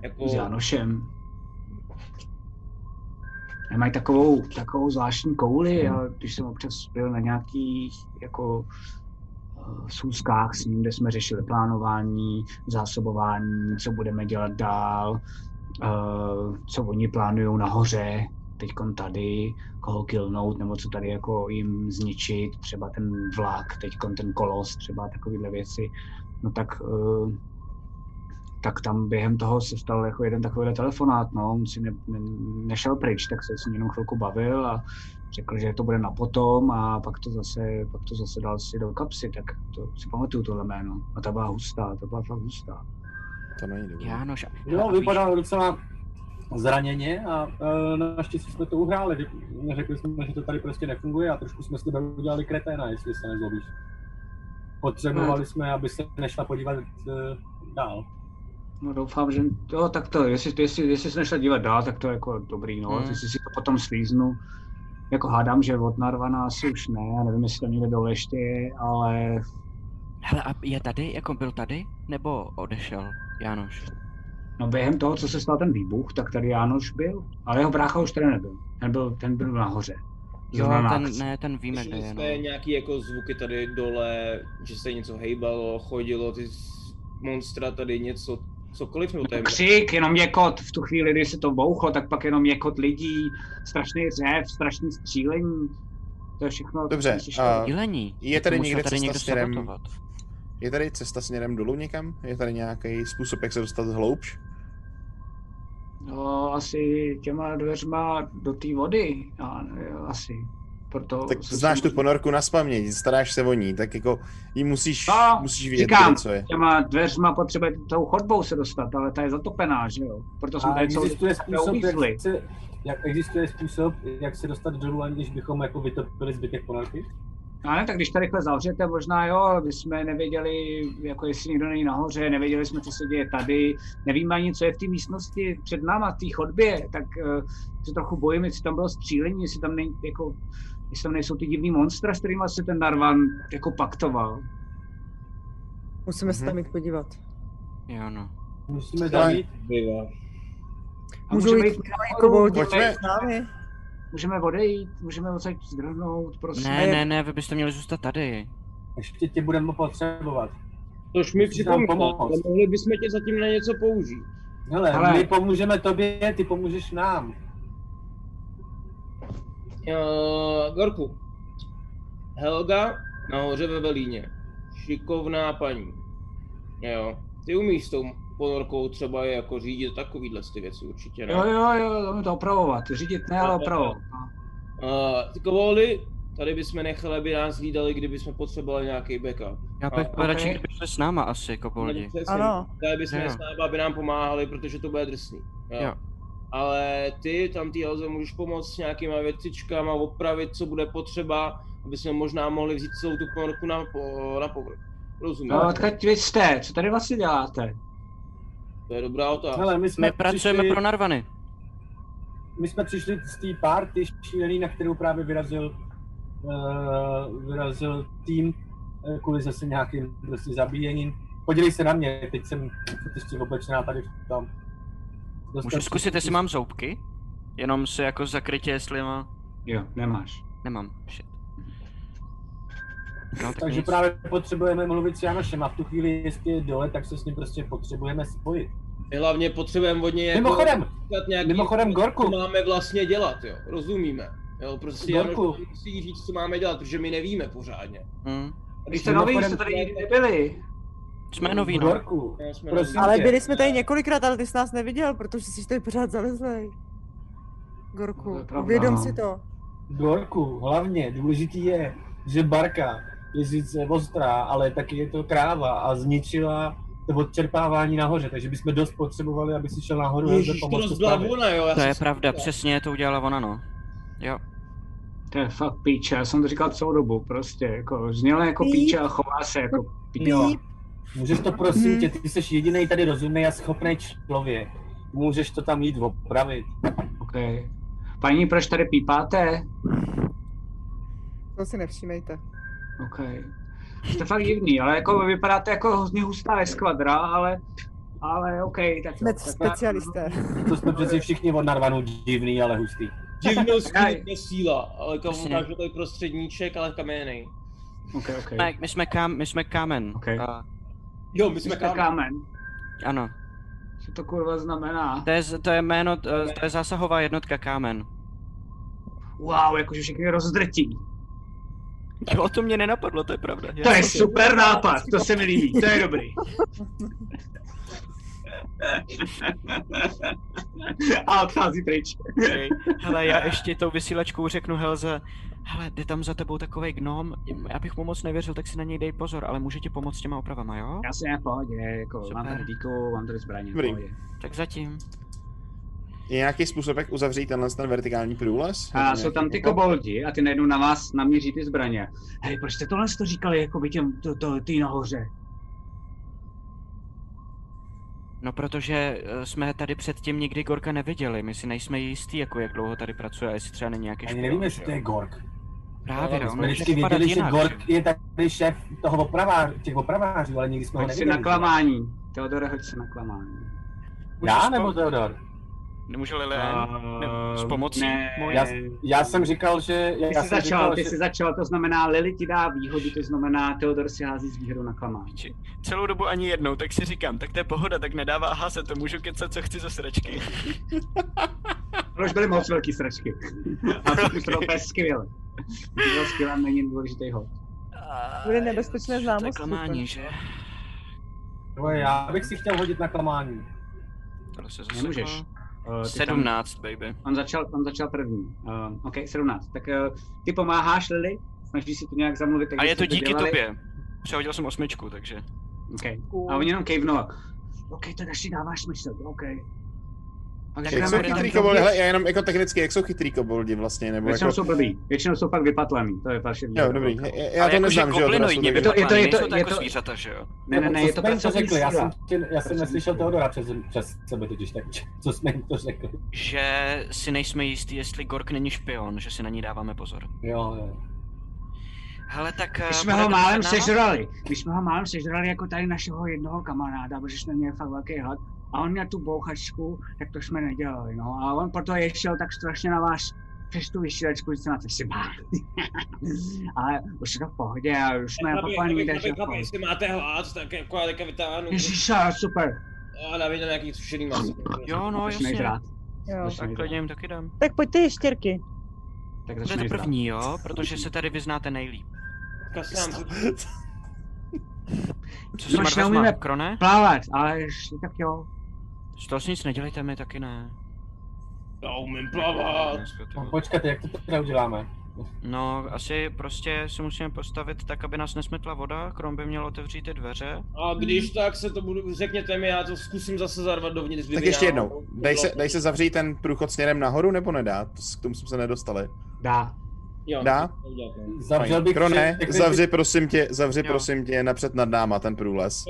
Jako...
s Janošem. A mají takovou, takovou zvláštní kouli a když jsem občas byl na nějakých jako eh, sůzkách s ním, kde jsme řešili plánování, zásobování, co budeme dělat dál, eh, co oni plánují nahoře, teďkon tady, koho killnout, nebo co tady jako jim zničit, třeba ten vlak, teďkon ten kolos, třeba takovéhle věci, no tak eh, tak tam během toho se stal jako jeden takovýhle telefonát, no, on si ne, ne, nešel pryč, tak se s ním jenom chvilku bavil a řekl, že to bude na potom a pak to zase, pak to zase dal si do kapsy, tak to si pamatuju tohle jméno. A ta byla hustá, ta byla fakt hustá.
To není dobré.
Jánoš,
Jo,
a víš-
vypadalo docela zraněně a e, naštěstí jsme to uhráli. Řekli jsme, že to tady prostě nefunguje a trošku jsme s tebe udělali kreténa, jestli se nezlobíš.
Hmm.
Potřebovali jsme, aby se nešla podívat e, dál.
No doufám, že... Jo, tak to, jestli, jestli, jestli se nešla dívat dál, tak to je jako dobrý, no.
Hmm.
Hmm. Jestli si to potom slíznu, jako hádám, že od Narvana asi už ne, já nevím, jestli tam někde dole ještě je, ale
Hele, a je tady, jako byl tady, nebo odešel, Jánoš?
No během toho, co se stal ten výbuch, tak tady Jánoš byl, ale jeho brácha už tady nebyl. Ten byl, ten byl nahoře.
Jo,
Zrovna na
ten,
akci.
ne, ten víme, kde
Slyšeli
je, no.
jste nějaký jako zvuky tady dole, že se něco hejbalo, chodilo, ty s- monstra tady něco, cokoliv, nebo to
No,
je... jako
Křik, jenom jekot. V tu chvíli, kdy se to bouchlo, tak pak jenom jekot lidí, strašný řev, strašný střílení. To je všechno.
Dobře,
slyšel.
a-
Dělení.
Je
To
tady
musel
někde
tady
cesta
někdo
směrem-
sabotovat.
Je tady cesta směrem dolů někam? Je tady nějaký způsob, jak se dostat hloubš?
No, asi těma dveřma do té vody. A, jo, asi. Proto
Tak
jsem
znáš
No, se-
tu ponorku na spaměť, staráš se o ní, tak jako jí musíš,
No,
musíš vědět,
říkám.
kde co je.
Těma dveřma potřebuje tou chodbou se dostat, ale ta je zatopená, že jo? Proto jsme
A
tady celou
existuje
dobu
způsob,
uvízli.
jak se, jak existuje způsob, jak se dostat dolů, aniž bychom jako vytopili zbytek ponorky?
Já ne, No tak když to rychle zavřete, možná jo, ale my jsme nevěděli, jako jestli někdo není nahoře, nevěděli jsme, co se děje tady, nevíme ani, co je v té místnosti před náma, v té chodbě, tak uh, se trochu bojím, jestli tam bylo střílení, jestli tam, nej, jako, jestli tam nejsou ty divný monstra, s kterými se ten Narvan jako paktoval.
Musíme se
Mhm.
tam jít podívat.
Jo, no.
Musíme
Ale-
zavít.
Bývá.
A
Můžou
můžeme
jít jako
jít
Koboldi,
Pojďme.
s námi.
můžeme odejít, můžeme odsaď zdrhnout, prostě.
Ne, ne, ne, vy byste měli zůstat tady.
Ještě tě budeme potřebovat.
Tož mi
Musíš nám
připomíná, ale
pomoct.
mohli bychom tě zatím na něco použít.
Hele,
Hele.
my pomůžeme tobě, ty pomůžeš nám.
Uh, Gorku. Helga nahoře ve Velíně. Šikovná paní. Jo. Ty umíš s tou ponorkou třeba je jako řídit takovýhle ty věci určitě, ne?
Jo, jo, jo, to mi to opravovat. Řídit ne, ale opravovat.
Uh, ty kovoli, tady bychom nechali, aby nás hlídali, kdybychom potřebovali nějaký backup.
Já bych byl radši, kdyby šli s náma asi, jako koboldi.
Ano. Tady bychom
Jo.
je s náma, aby nám pomáhali, protože to bude drsný.
Jo.
Ale ty tam ty Elze můžeš pomoct s nějakýma věcičkama, opravit, co bude potřeba, aby jsme možná mohli vzít celou tu ponorku na, po, na povrch. Rozumím.
No, odkud vy jste? Co tady vlastně děláte?
To je dobrá otázka.
Hele, my jsme
No, My pracujeme
přišli,
pro
narvany.
My jsme přišli z té party šílený, na kterou právě vyrazil, uh, vyrazil tým eh, kvůli zase nějakým prostě zabíjením. Podívej se na mě, teď jsem ještě oblečená tady v tom.
Můžu zkusit, jestli mám zoubky? Jenom si jako zakrytě, jestli má...
Jo, nemáš.
Nemám, shit. No, tak
Takže
nic.
právě potřebujeme mluvit s Janošem a v tu chvíli, jestli je dole, tak se s ním prostě potřebujeme spojit.
My hlavně potřebujeme od něj jako
Mimochodem,
říkat nějaký,
mimochodem, Gorku.
co máme vlastně dělat, jo, rozumíme. Jo, prostě
Gorku.
Janoš nám musí říct, co máme dělat, protože my nevíme pořádně.
Hmm.
Vy jste noví, jste tady nikdy nebyli.
Jsme noví, no.
Gorku,
No, jsme
prosím
Ale
tě.
byli jsme tady několikrát, ale ty jsi nás neviděl, protože jsi tady pořád zalezlej. Gorku,
pravda,
uvědom
no.
si to.
Gorku, hlavně důležitý je, že Barka je sice ostrá, ale taky je to kráva a zničila to odčerpávání nahoře, takže bychom dost potřebovali, aby si šel nahoru a
Ježíš,
za
to
pomoc
rozbila
spravit.
ona, jo, já
To
jsem
je
si
pravda,
říkal.
přesně to udělala ona, no. Jo.
To je fakt píče, já jsem to říkal celou dobu, prostě, jako zněla jako
Píp.
píče a chová se jako píče.
Jo. Můžeš to
Mhm.
prosím tě, ty jsi jediný tady rozumný a schopný člověk. Můžeš to tam jít opravit.
OK. Paní, proč tady pípáte?
To si nevšímejte.
OK. Jste fakt divný, ale jako vy vypadáte jako hrozně hustá eskvadra, ale... Ale OK, tak jo.
specialisté.
To jsme přeci všichni od narvanou divný, ale hustý.
Divnost je síla, ale kam
Přesně.
ukážu tady prostředníček, ale kamenej.
Okay, okay.
My, my, jsme kam, my jsme kámen.
Okay.
A,
Jo, my jsme
Jste
kámen.
kámen.
ano.
Co to kurva znamená?
To je, z- to je jméno, eh, to je zásahová jednotka kámen.
Wow, jakože všechny rozdrtí.
Jo, to mě nenapadlo, to je pravda.
To je super nápad, to se mi líbí, to je dobrý. A odchází pryč.
Okay. Hele, já ještě tou vysílačkou řeknu Helze, hele, jde tam za tebou takový gnom, já bych mu moc nevěřil, tak si na něj dej pozor, ale můžete pomoct s těma opravama, jo?
Já jsem nějak v pohodě, jako
Super.
mám tady díku, mám tady zbraně, v
Dobrý.
pohodě.
Tak zatím.
Je nějaký způsob, jak uzavřít tenhle ten vertikální průles? Jako
A jsou tam ty koboldi a ty najednou na vás namíří ty zbraně. Hej, proč jste tohle to říkali, jako by těm, to, to, ty nahoře?
No protože eh, jsme tady předtím nikdy Gorka neviděli, my si nejsme jistí, jako jak dlouho tady pracuje, a jestli třeba není nějaký
Ani
špion,
nevíme,
že
jestli
jo?
to je Gork.
Právě,
My
no,
jsme
může
vždycky
vypadat
věděli, že
jinak,
Gork je tady šéf toho opravář, těch opravářů, ale nikdy jsme ho
Hoď si
neviděli.
na klamání. Teodore, hoď si na klamání.
Já nebo Teodor?
Nemůže Lilén? Ne, s
Ehm,
pomocí?
ne.
mojí?
Já, já jsem říkal, že...
Ty
já
jsi
jsem
začal,
říkal,
ty
že-
jsi začal, to znamená Lily ti dá výhodu, to znamená Teodor si hází s výhodou na klamání.
Či- Celou dobu ani jednou, tak si říkám, tak to je pohoda, tak nedává házet, to můžu kecat, co chci ze sračky.
Proč byly moc velký sračky? A to bylo úplně skvěle. Bylo skvěle, není důležitý hod.
Bude nebezpečné známost.
Klamání, že?
No, já bych si chtěl hodit na klamání.
Tohle se zase
Nemůžeš. Eh, ty tam-
17, baby.
On začal, on začal první. Uh, OK, 17. Tak uh, ty pomáháš Lily, snažíš si to nějak zamluvit. Tak
A je
jak
to
jste
díky
dělali.
tobě. Přehodil jsem osmičku, takže.
Okay. A oni jenom kejvnula. OK, tak až si dáváš smysl, OK.
Jak jsou chytrý koboldi? Hele, já jenom jako technicky, jak jsou chytrý koboldi vlastně? Nebo
Většinou
jako...
jsou blbý, většinou jsou pak vypatlaný, to je vaše výhoda.
Jo, dobrý.
OK.
Já- Já to neznám, že jo? teda jsou
goblinoidní
dobrý.
vypadá,
je to-
nejsou to
je
jako
to-
zvířata, že jo?
Ne, ne, ne,
Co
je to
jsme jim to
pracovní
řekli, já jsem,
síla.
tě- já jsem neslyšel Teodora přes, přes sebe totiž, tak co jsme jim to řekli?
Že si nejsme jistí, jestli Gork není špion, že si na ní dáváme pozor.
Jo, jo.
Hele, tak...
My
eh,
jsme
bude
ho
to
málem
před náma?
sežrali. My jsme ho málem sežrali jako tady našeho jednoho kamaráda, protože jsme měli fakt velký hlad. A on měl tu bouchačku, tak to jsme nedělali, no. A on proto je šel tak strašně na vás přes tu vysílačku, že se na to si bál. Ale už je to v pohodě, a už jsme
Chlapi,
opapaní,
chlapi,
takže
chlapi,
v
chlapi,
pohodě.
jestli máte hlad, tak jako já teďka vytáhnu.
Ježiša, super.
A dávím tam nějaký sušený maso.
Jo, no,
Začnej
jasně.
žrát.
Jo.
Začnej
Tak
žrát.
klidně jim taky dám.
Tak pojďte ještěrky.
Tak
To je
začneš
to
brát.
první, jo? Protože se tady vyznáte nejlíp.
Kašlám.
Co
Máš
si Marvez
neumíme
má krone?
plavat, ale ještě tak jo.
Z toho si nic nedělejte, my taky ne.
Já umím plavat.
No, počkat, jak to teda uděláme?
No, asi prostě se musíme postavit tak, aby nás nesmetla voda, krom by měl otevřít ty dveře.
A když tak se to budu, řekněte mi, já to zkusím zase zarvat dovnitř.
Hmm. Tak
kdyby
ještě
já-
jednou, dej se, dej se zavřít ten průchod směrem nahoru nebo nedá? To s- K tomu jsme se nedostali.
Dá.
Jo,
Dá?
to uděláte.
Zavřel
Fajn.
bych
Krone,
při-
zavři prosím tě, zavři prosím tě napřed nad náma ten průles.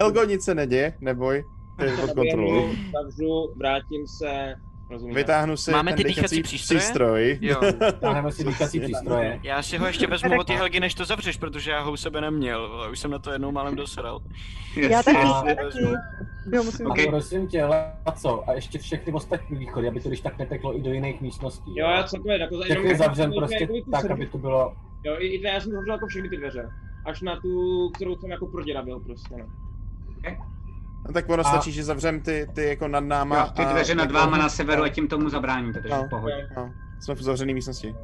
Elgo, nic se neděje, neboj, to je pod kontrolou.
Zaběhnu, Zavřu, vrátím se. Rozumím.
Vytáhnu si
Máme
ten
ty dýchací
dýchací
přístroje?
přístroj.
Jo.
Dáme si dýchací přístroje.
Já si ho ještě vezmu od ty Helgy, než to zavřeš, protože já ho u sebe neměl. vole, Už jsem na to jednou málem dosral.
Já taky,
A-
já taky. Jo, musím
Okay. Prosím tě, Laco, a ještě všechny ostatní východy, aby to když tak neteklo i do jiných místností.
Jo, já celkově jako za-
Všechny
jenom-
zavřen
jenom-
prostě
jako by ty
tak,
sedm-
aby to bylo...
Jo, i, i, já jsem zavřel jako všechny ty dveře. Až na tu, kterou jsem jako proděravil prostě, no.
No, tak ono
A-
stačí, že zavřem ty, ty jako nad náma.
Jo, ty
a- jako-
dveře nad
tak-
váma na severu a tím tomu zabráníte, takže
No.
v pohodě.
No, jsme v zavřené místnosti.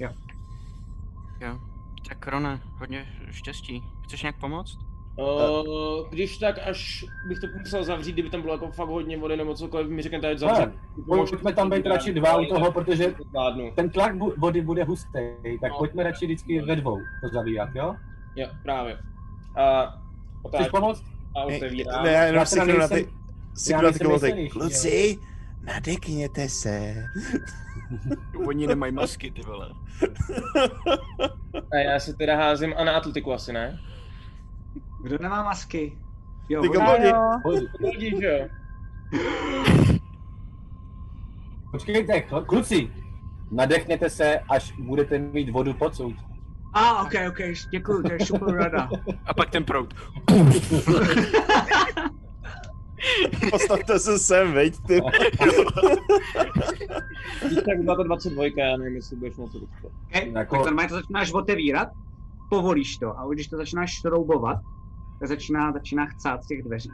Jo. Tak Rona, hodně štěstí. Chceš nějak pomoct?
Uh, když tak, až bych to musel zavřít, kdyby tam bylo jako fakt hodně vody nebo cokoliv, mi řeknete, ať zavřu.
Ne, pojďme tam být radši dva u toho, protože
Zvládnu.
ten tlak bu- vody bude hustý, tak pojďme radši vždycky ve dvou to zavírat, jo?
Jo, právě. A
Chceš
otáčím
pomoct?
a
Ne,
otevírám.
ne, já
Já
jenom
teda
siknu na ty...
nejsem- já
Siknu na ty
nejsem
kovolty.
nejsilnější,
Kluci, nadekněte se.
Oni nemají masky, ty vole.
A já si teda házím a na atletiku asi, ne?
Kdo nemá masky? Jo,
Ty
voda.
koboldi.
jo.
Pojď.
Hodí, že jo?
Počkejte, chl- kluci, nadechněte se, až budete mít vodu pocud.
A, ok, ok, děkuji, to je super rada.
A pak ten prout.
Postavte se sem, veď ty.
Když tak byla to 22, já nevím, jestli budeš moc ručko.
Okay?
Jako-
Tak normálně to začínáš otevírat, povolíš to a když to začínáš šroubovat, tak začíná, začíná chcát z těch dveří.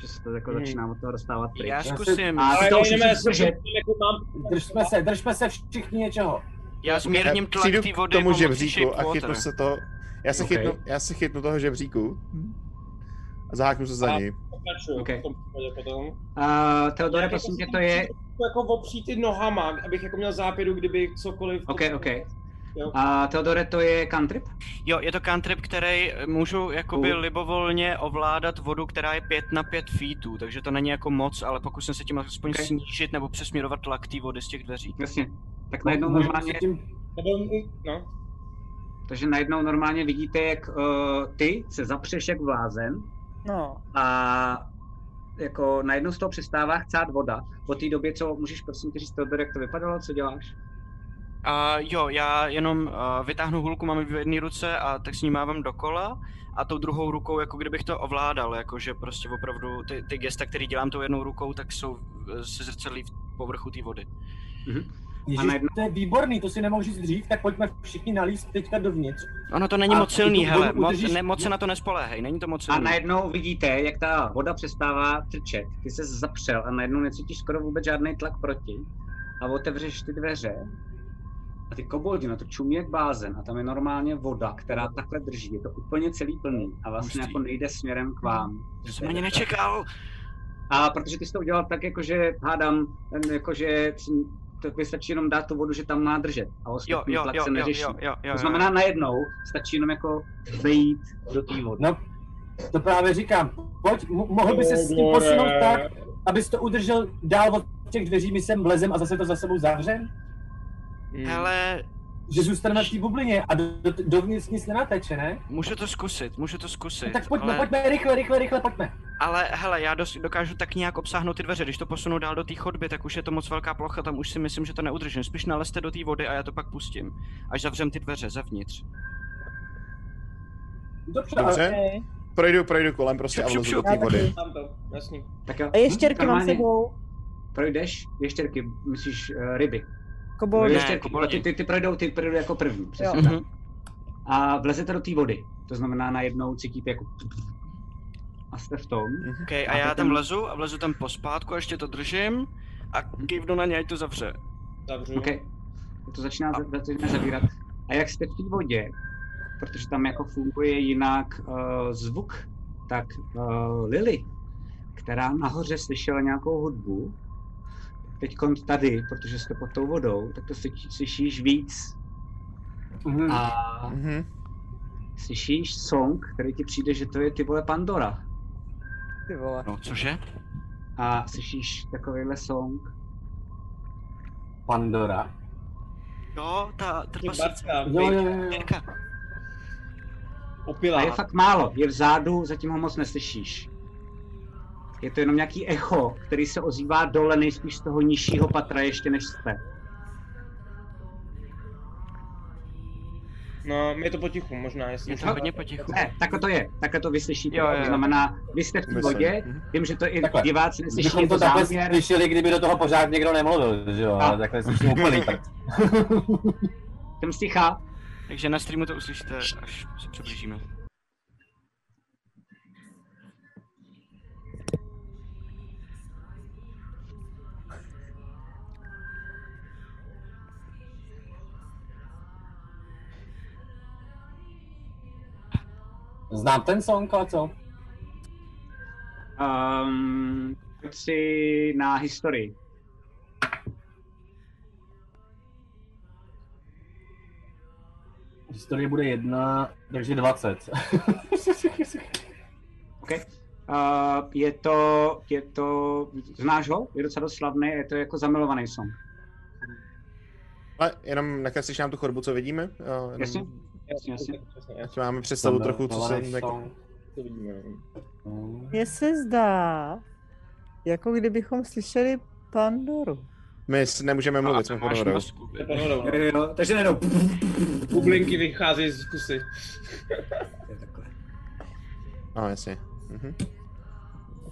Že se to jako
Hmm.
začíná od toho dostávat pryč.
Já
si-
zkusím.
A ty to už
nevím,
musíš
jestli
držet.
jako mám...
Držme se, držme se všichni něčeho.
Já zmírním tlak
Přijdu
té
k
vody jako
tomu
pomocí
žebříku
shape
a chytnu
water.
se to... Já se,
Ok.
chytnu, já se chytnu toho žebříku a zaháknu se za
A-
něj.
Pokračuju
Okay.
v tom případě potom.
Uh, Teodore, prosím tě, to je...
To jako opřít ty nohama, abych jako měl zápěru, kdyby cokoliv...
Ok, ok.
Jo.
A Teodore, to je cantrip?
Jo, je to cantrip, který můžu jakoby
U.
libovolně ovládat vodu, která je 5 na 5 feetů, takže to není jako moc, ale pokusím se tím aspoň
Ok.
snížit nebo přesměrovat tlak té vody z těch dveří.
Jasně. Tak najednou
Můžu
normálně,
se tím-
Nebo, no.
takže najednou normálně vidíte, jak uh, ty se zapřeš jak blázen
No,
a jako najednou z toho přestává chcát voda. Po té době, co můžeš prosím tě říct, Teodore, jak to vypadalo, co děláš?
A jo, já jenom uh, vytáhnu hulku, mám ji v jedné ruce a tak s ní mávám dokola a tou druhou rukou, jako kdybych to ovládal, jakože prostě opravdu ty, ty gesta, které dělám tou jednou rukou, tak jsou eh, se zrcadlí v povrchu té vody.
Ježiš,
A najednou-
to je výborný, to si nemohl říct dřív, tak pojďme všichni nalíst teďka dovnitř.
Ono to není
A
moc
ty
silný,
tu
hele,
vodu
moc,
udržíš-
ne, moc se na to nespoléhej, není to moc
A
silný.
najednou vidíte, jak ta voda přestává trčet. Ty se zapřel a najednou necítíš skoro vůbec žádný tlak proti. A otevřeš ty dveře a ty koboldi na to čumí jak blázen a tam je normálně voda, která takhle drží. Je to úplně celý plný a vlastně
Hustý.
jako nejde směrem k vám.
To jsem ani nečekal.
A protože ty jsi to udělal tak, jakože hádám, jakože to vystačí jenom dát tu vodu, že tam má držet. A
Jo,
ostatní
jo,
tlak
jo,
se
jo,
neřeší.
jo, jo, jo,
To znamená najednou stačí jenom jako vejít do té vody.
No, to právě říkám. Pojď, mo- mohl by se s tím posunout tak, abys to udržel dál od těch dveří, my sem vlezem a zase to za sebou zavřem?
Hele,
Že zůstaneme v té bublině a do, do, dovnitř nic nenateče, ne?
můžu to zkusit, můžu to zkusit.
Tak
no,
pojďme,
ale,
pojďme, rychle, rychle, rychle, pojďme.
ale hele, já dos, dokážu tak nějak obsáhnout ty dveře. Když to posunu dál do té chodby, tak už je to moc velká plocha, tam už si myslím, že to neudržím. Spíš nalezte do té vody a já to pak pustím. Až zavřem ty dveře zevnitř.
Dobře,
Dobře.
ale-
okay.
Projdu, projdu kolem prostě a
Šup, šup,
vlezu do
šup.
té vody.
Tam to, jasný.
Tak jo.
A ještěrky
Hm,
mám
normálně
sebou.
Projdeš ještěrky, myslíš uh, ryby.
Kobold.
Ne.
ještěrky, ale ty, ty, ty, projdou, ty projdou jako první.
Jo.
Přesně. tak. A vlezete do té vody. To znamená najednou cítíte jako a jste v tom.
Okay, a
A
já
ty
tam
tam-
vlezu a vlezu tam pospátku a ještě to držím a kývnu na něj to zavře.
Zavřu.
OK. tak to začíná, za- začíná zavírat. A jak jste v té vodě, protože tam jako funguje jinak uh, zvuk, tak uh, Lily, která nahoře slyšela nějakou hudbu, teď tady, protože jste pod tou vodou, tak to slyš- slyšíš víc.
Mhm.
A slyšíš song, který ti přijde, že to je ty vole Pandora.
Ty vole.
No, cože?
A slyšíš takovýhle song.
Pandora.
Jo, ta trpaslička.
barska,
Jo, jo, jo.
Opilá.
A je fakt málo, je vzadu, zatím ho moc neslyšíš. Je to jenom nějaký echo, který se ozývá dole nejspíš z toho nižšího patra ještě než jste.
No, my je to potichu možná, jestli...
Je to
můžeme-
hodně potichu. Ne, takhle to je, takhle to vy slyšíte.
Jo,
Jo,
jo.
jo. To znamená, vy jste v té
Myslím.
vodě,
Mhm.
vím, že to i
Takhle.
diváci neslyší,
Bychom
je
to
to
takhle
záměr.
slyšeli, kdyby do toho pořád někdo nemluvil, že jo, ale
A.
takhle slyším úplný tak.
Jsem stichá.
Takže na streamu to uslyšíte, až se přiblížíme.
Znám ten song, ale co?
Um, pojď si na historii.
Historie bude jedna, takže 20.
Okay. Uh, je to, je to, znáš ho? Je docela dost slavný, je to jako zamilovaný song.
Ale jenom nakreslíš nám tu chodbu, co vidíme? Uh, jenom,
Jasně.
Jasně, jasně.
Ať máme představu
eh,
trochu, co se... Jako...
To vidíme, no.
Mně se zdá, jako kdybychom slyšeli Pandoru.
My s- nemůžeme mluvit, jsme pod vodou.
To je panorama.
Jo, jo, takže najednou.
Bublinky vycházejí z kusy.
No, jasně. Mhm.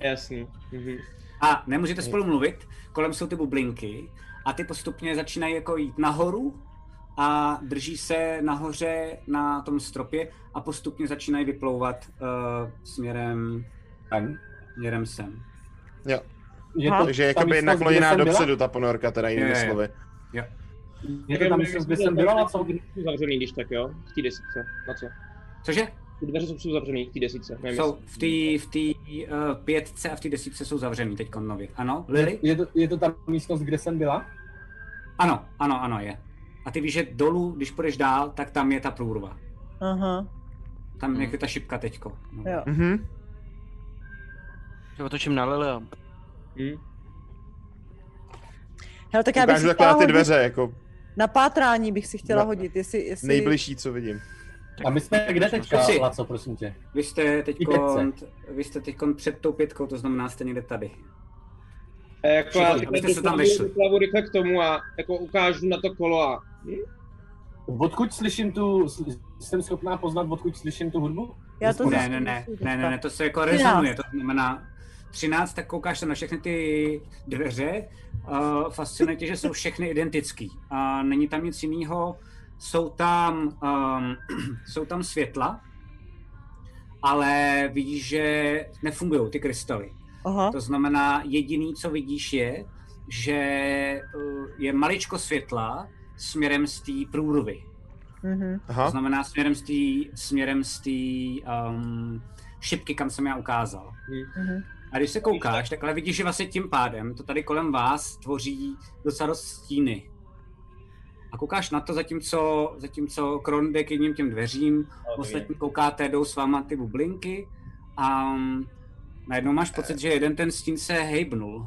Jasný. Mhm.
A nemůžete spolu mluvit, kolem jsou ty bublinky a ty postupně začínají jako jít nahoru a drží se nahoře na tom stropě a postupně začínají vyplouvat uh, směrem
sem.
Směrem sem.
Jo.
Je
to-
Takže je
tam
jakoby
místnost,
nakloněná
kde jsem
dopředu
byla?
ta ponorka, teda
Jo,
jinými
jo, jo.
slovy.
Jo.
Je to tam, myslím, kde jsem byla, co?
Zavřený, když tak jo, v té desítce, na co?
Cože?
Ty dveře jsou jsou zavřený v té desítce, nevím
Jsou
jestli-
v té v tý, uh, pětce a v té desítce jsou zavřený teď nově. Ano, Lily?
Je to, je to ta místnost, kde jsem byla?
Ano, ano, ano je. A ty víš, že dolů, když půjdeš dál, tak tam je ta průrva.
Aha,
Tam jak je jako ta šipka teďko. No.
Hmm. jo.
Mhm.
Já otočím na Lily a...
Hele, tak já bych
Ukážu
si
takhle
chtěla
na ty
hodit,
dveře, jako
na pátrání bych si chtěla
Na-
hodit, jestli, jestli...
nejbližší, co vidím.
A my jsme kde teďka,
Jsi.
Laco, prosím tě?
Vy jste teď
Pětce.
vy jste teďkon před tou pětkou, to znamená jste někde tady.
Eh, Jako já
Všichni, abyste se tam vešli.
Plavu rychle k tomu a jako ukážu na to kolo a...
Odkud slyším tu, sl- jsem schopná poznat, odkud slyším tu hudbu?
Já to
ne,
zase
ne, ne,
musím
ne, ne, ne,
dostat.
to se jako
Třináct.
rezonuje, to znamená 13, tak koukáš tam na všechny ty dveře, uh, fascinuje tě, že jsou všechny identický. Uh, není tam nic jiného, jsou tam, um, jsou tam světla, ale vidíš, že nefungují ty krystaly.
Aha.
To znamená, jediný, co vidíš, je, že uh, je maličko světla směrem z té průrvy.
Mhm.
To znamená směrem z té směrem z tý, um, šipky, kam jsem já ukázal.
Mhm.
A když se koukáš, tak ale vidíš, že vlastně tím pádem to tady kolem vás tvoří docela dost stíny. A koukáš na to, zatímco, zatímco Kron jde k jedním těm dveřím, ostatní koukáte, jdou s váma ty bublinky a um, najednou máš pocit, že jeden ten stín se hejbnul.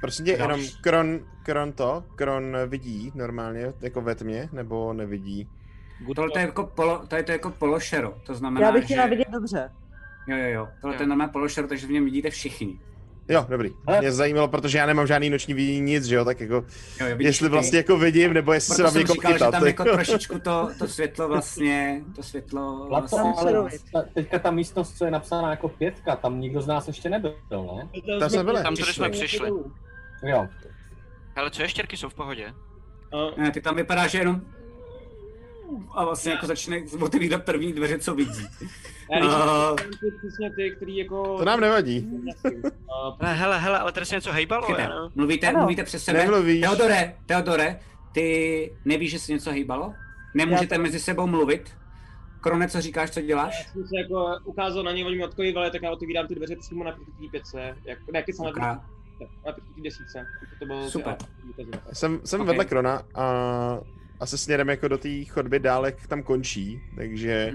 Prosím tě,
Další.
jenom Kron, Kron to, Kron vidí normálně, jako ve tmě, nebo nevidí?
Tohle to je jako, polo, to je to jako pološero, to znamená,
Já bych
že...
chtěla vidět dobře.
Jo, jo, jo, tohle to je normálně pološero, takže v něm vidíte všichni.
Jo, dobrý. Mě zajímalo, protože já nemám žádný noční vidění nic, že jo, tak jako,
jo, vidíš
jestli
ty.
vlastně jako vidím, nebo jestli se
Proto
dám
jsem
někoho
říkal,
chytat.
že tam
to je
jako trošičku to, to světlo vlastně, to světlo
Laco,
vlastně...
ale ta, teďka ta místnost, co je napsaná jako pětka, tam nikdo z nás ještě nebyl, ne?
Tam jsme byli. Tam, tudy jsme přišli.
Jo.
Hele, co ještěrky jsou v pohodě?
No,
Ne, ty tam vypadá, že jenom a vlastně jako začne otevírat první dveře, co vidí.
Já když
A-
přesně ty, který jako... No, prostě
To nám nevadí.
Hele, hele, hele, ale tady se něco hejbalo,
Chyba.
je, no?
Mluvíte,
Ano.
mluvíte přes sebe.
Nemluvíš.
Teodore, Teodore, ty nevíš, že se něco hýbalo? Nemůžete mezi sebou mluvit? Krone, co říkáš, co děláš?
jsem se jako ukázal na něj, oni mi odkojívali, tak já otevírám ty dveře přímo na prkutý pětce. Jak, ne, kecám na
Ok.
prkutý na prkutý desítce. To bylo
Super.
Jsem, jsem okay. vedle Krona a asi směrem jako do té chodby dál, jak tam končí, takže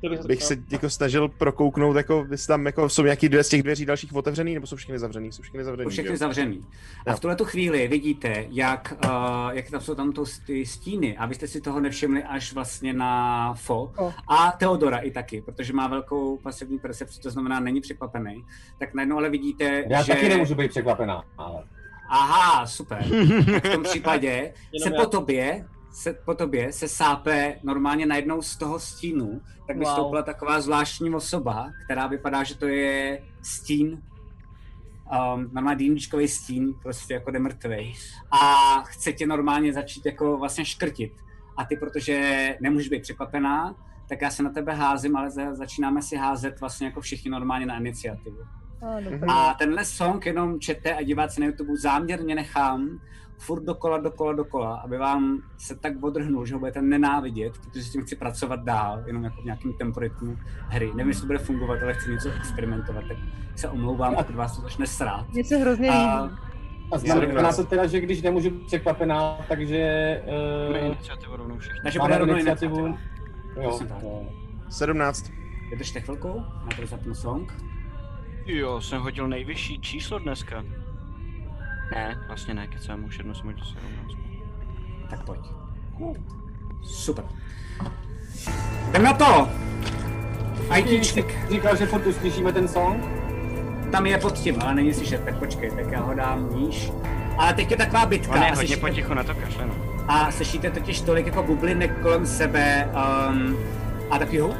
to bych
bych se jako snažil prokouknout, jako jestli tam jako jsou nějaký dvě z těch dveří dalších otevřený, nebo jsou všechny zavřený, jsou všechny zavřený.
Jsou všechny
že jo?
zavřený. A v tuhle tu chvíli vidíte, jak, uh, jak tam jsou tam to, s- ty stíny a vy jste si toho nevšimli až vlastně na Fo. A Teodora i taky, protože má velkou pasivní percepci, to znamená není překvapený. Tak najednou ale vidíte,
Já
že...
taky nemůžu být překvapená, ale...
Aha, super. Tak v tom případě se
Jenom
po
já.
tobě, se po tobě se sápe normálně najednou z toho stínu, tak
Wow.
vystoupila taková zvláštní osoba, která vypadá, že to je stín, um, normálně dýničkový stín, prostě jako jde mrtvej. A chce tě normálně začít jako vlastně škrtit. A ty, protože nemůžeš být překvapená, tak já se na tebe házím, ale za- začínáme si házet vlastně jako všichni normálně na iniciativu.
Hmm.
A tenhle song jenom čete a diváci na YouTube záměrně nechám furt dokola, dokola, dokola, aby vám se tak odrhnul, že ho budete nenávidět, protože s tím chci pracovat dál, jenom jako v nějakém temporitmu hry. Nevím, jestli to bude fungovat, ale chci něco experimentovat, tak se omlouvám, pokud vás to začne srát.
Mně se hrozně
A-
líbí.
A znamená to teda, že když nemůžu být překvapená, takže...
Bude
Uh,
iniciativu rovnou všichni.
Takže
máme
bude rovnou
iniciativu. Jo,
Prosím vás.
jo.
17.
Vydržte chvilku, já tady zapnu song.
Jo, jsem hodil nejvyšší číslo dneska. Ne, vlastně ne, kecám už jedno jsem hodil 17.
Tak pojď. Super. Jdem na to! ITček.
Říkal, že furt uslyšíme ten song?
Tam je pod tím, ale není slyšet, tak počkej, tak já ho dám níž. Ale teď je taková bitka.
On je
a
No hodně
slyšíte-
potichu na to no. kašleno.
a slyšíte totiž tolik jako bublinek kolem sebe um, a takového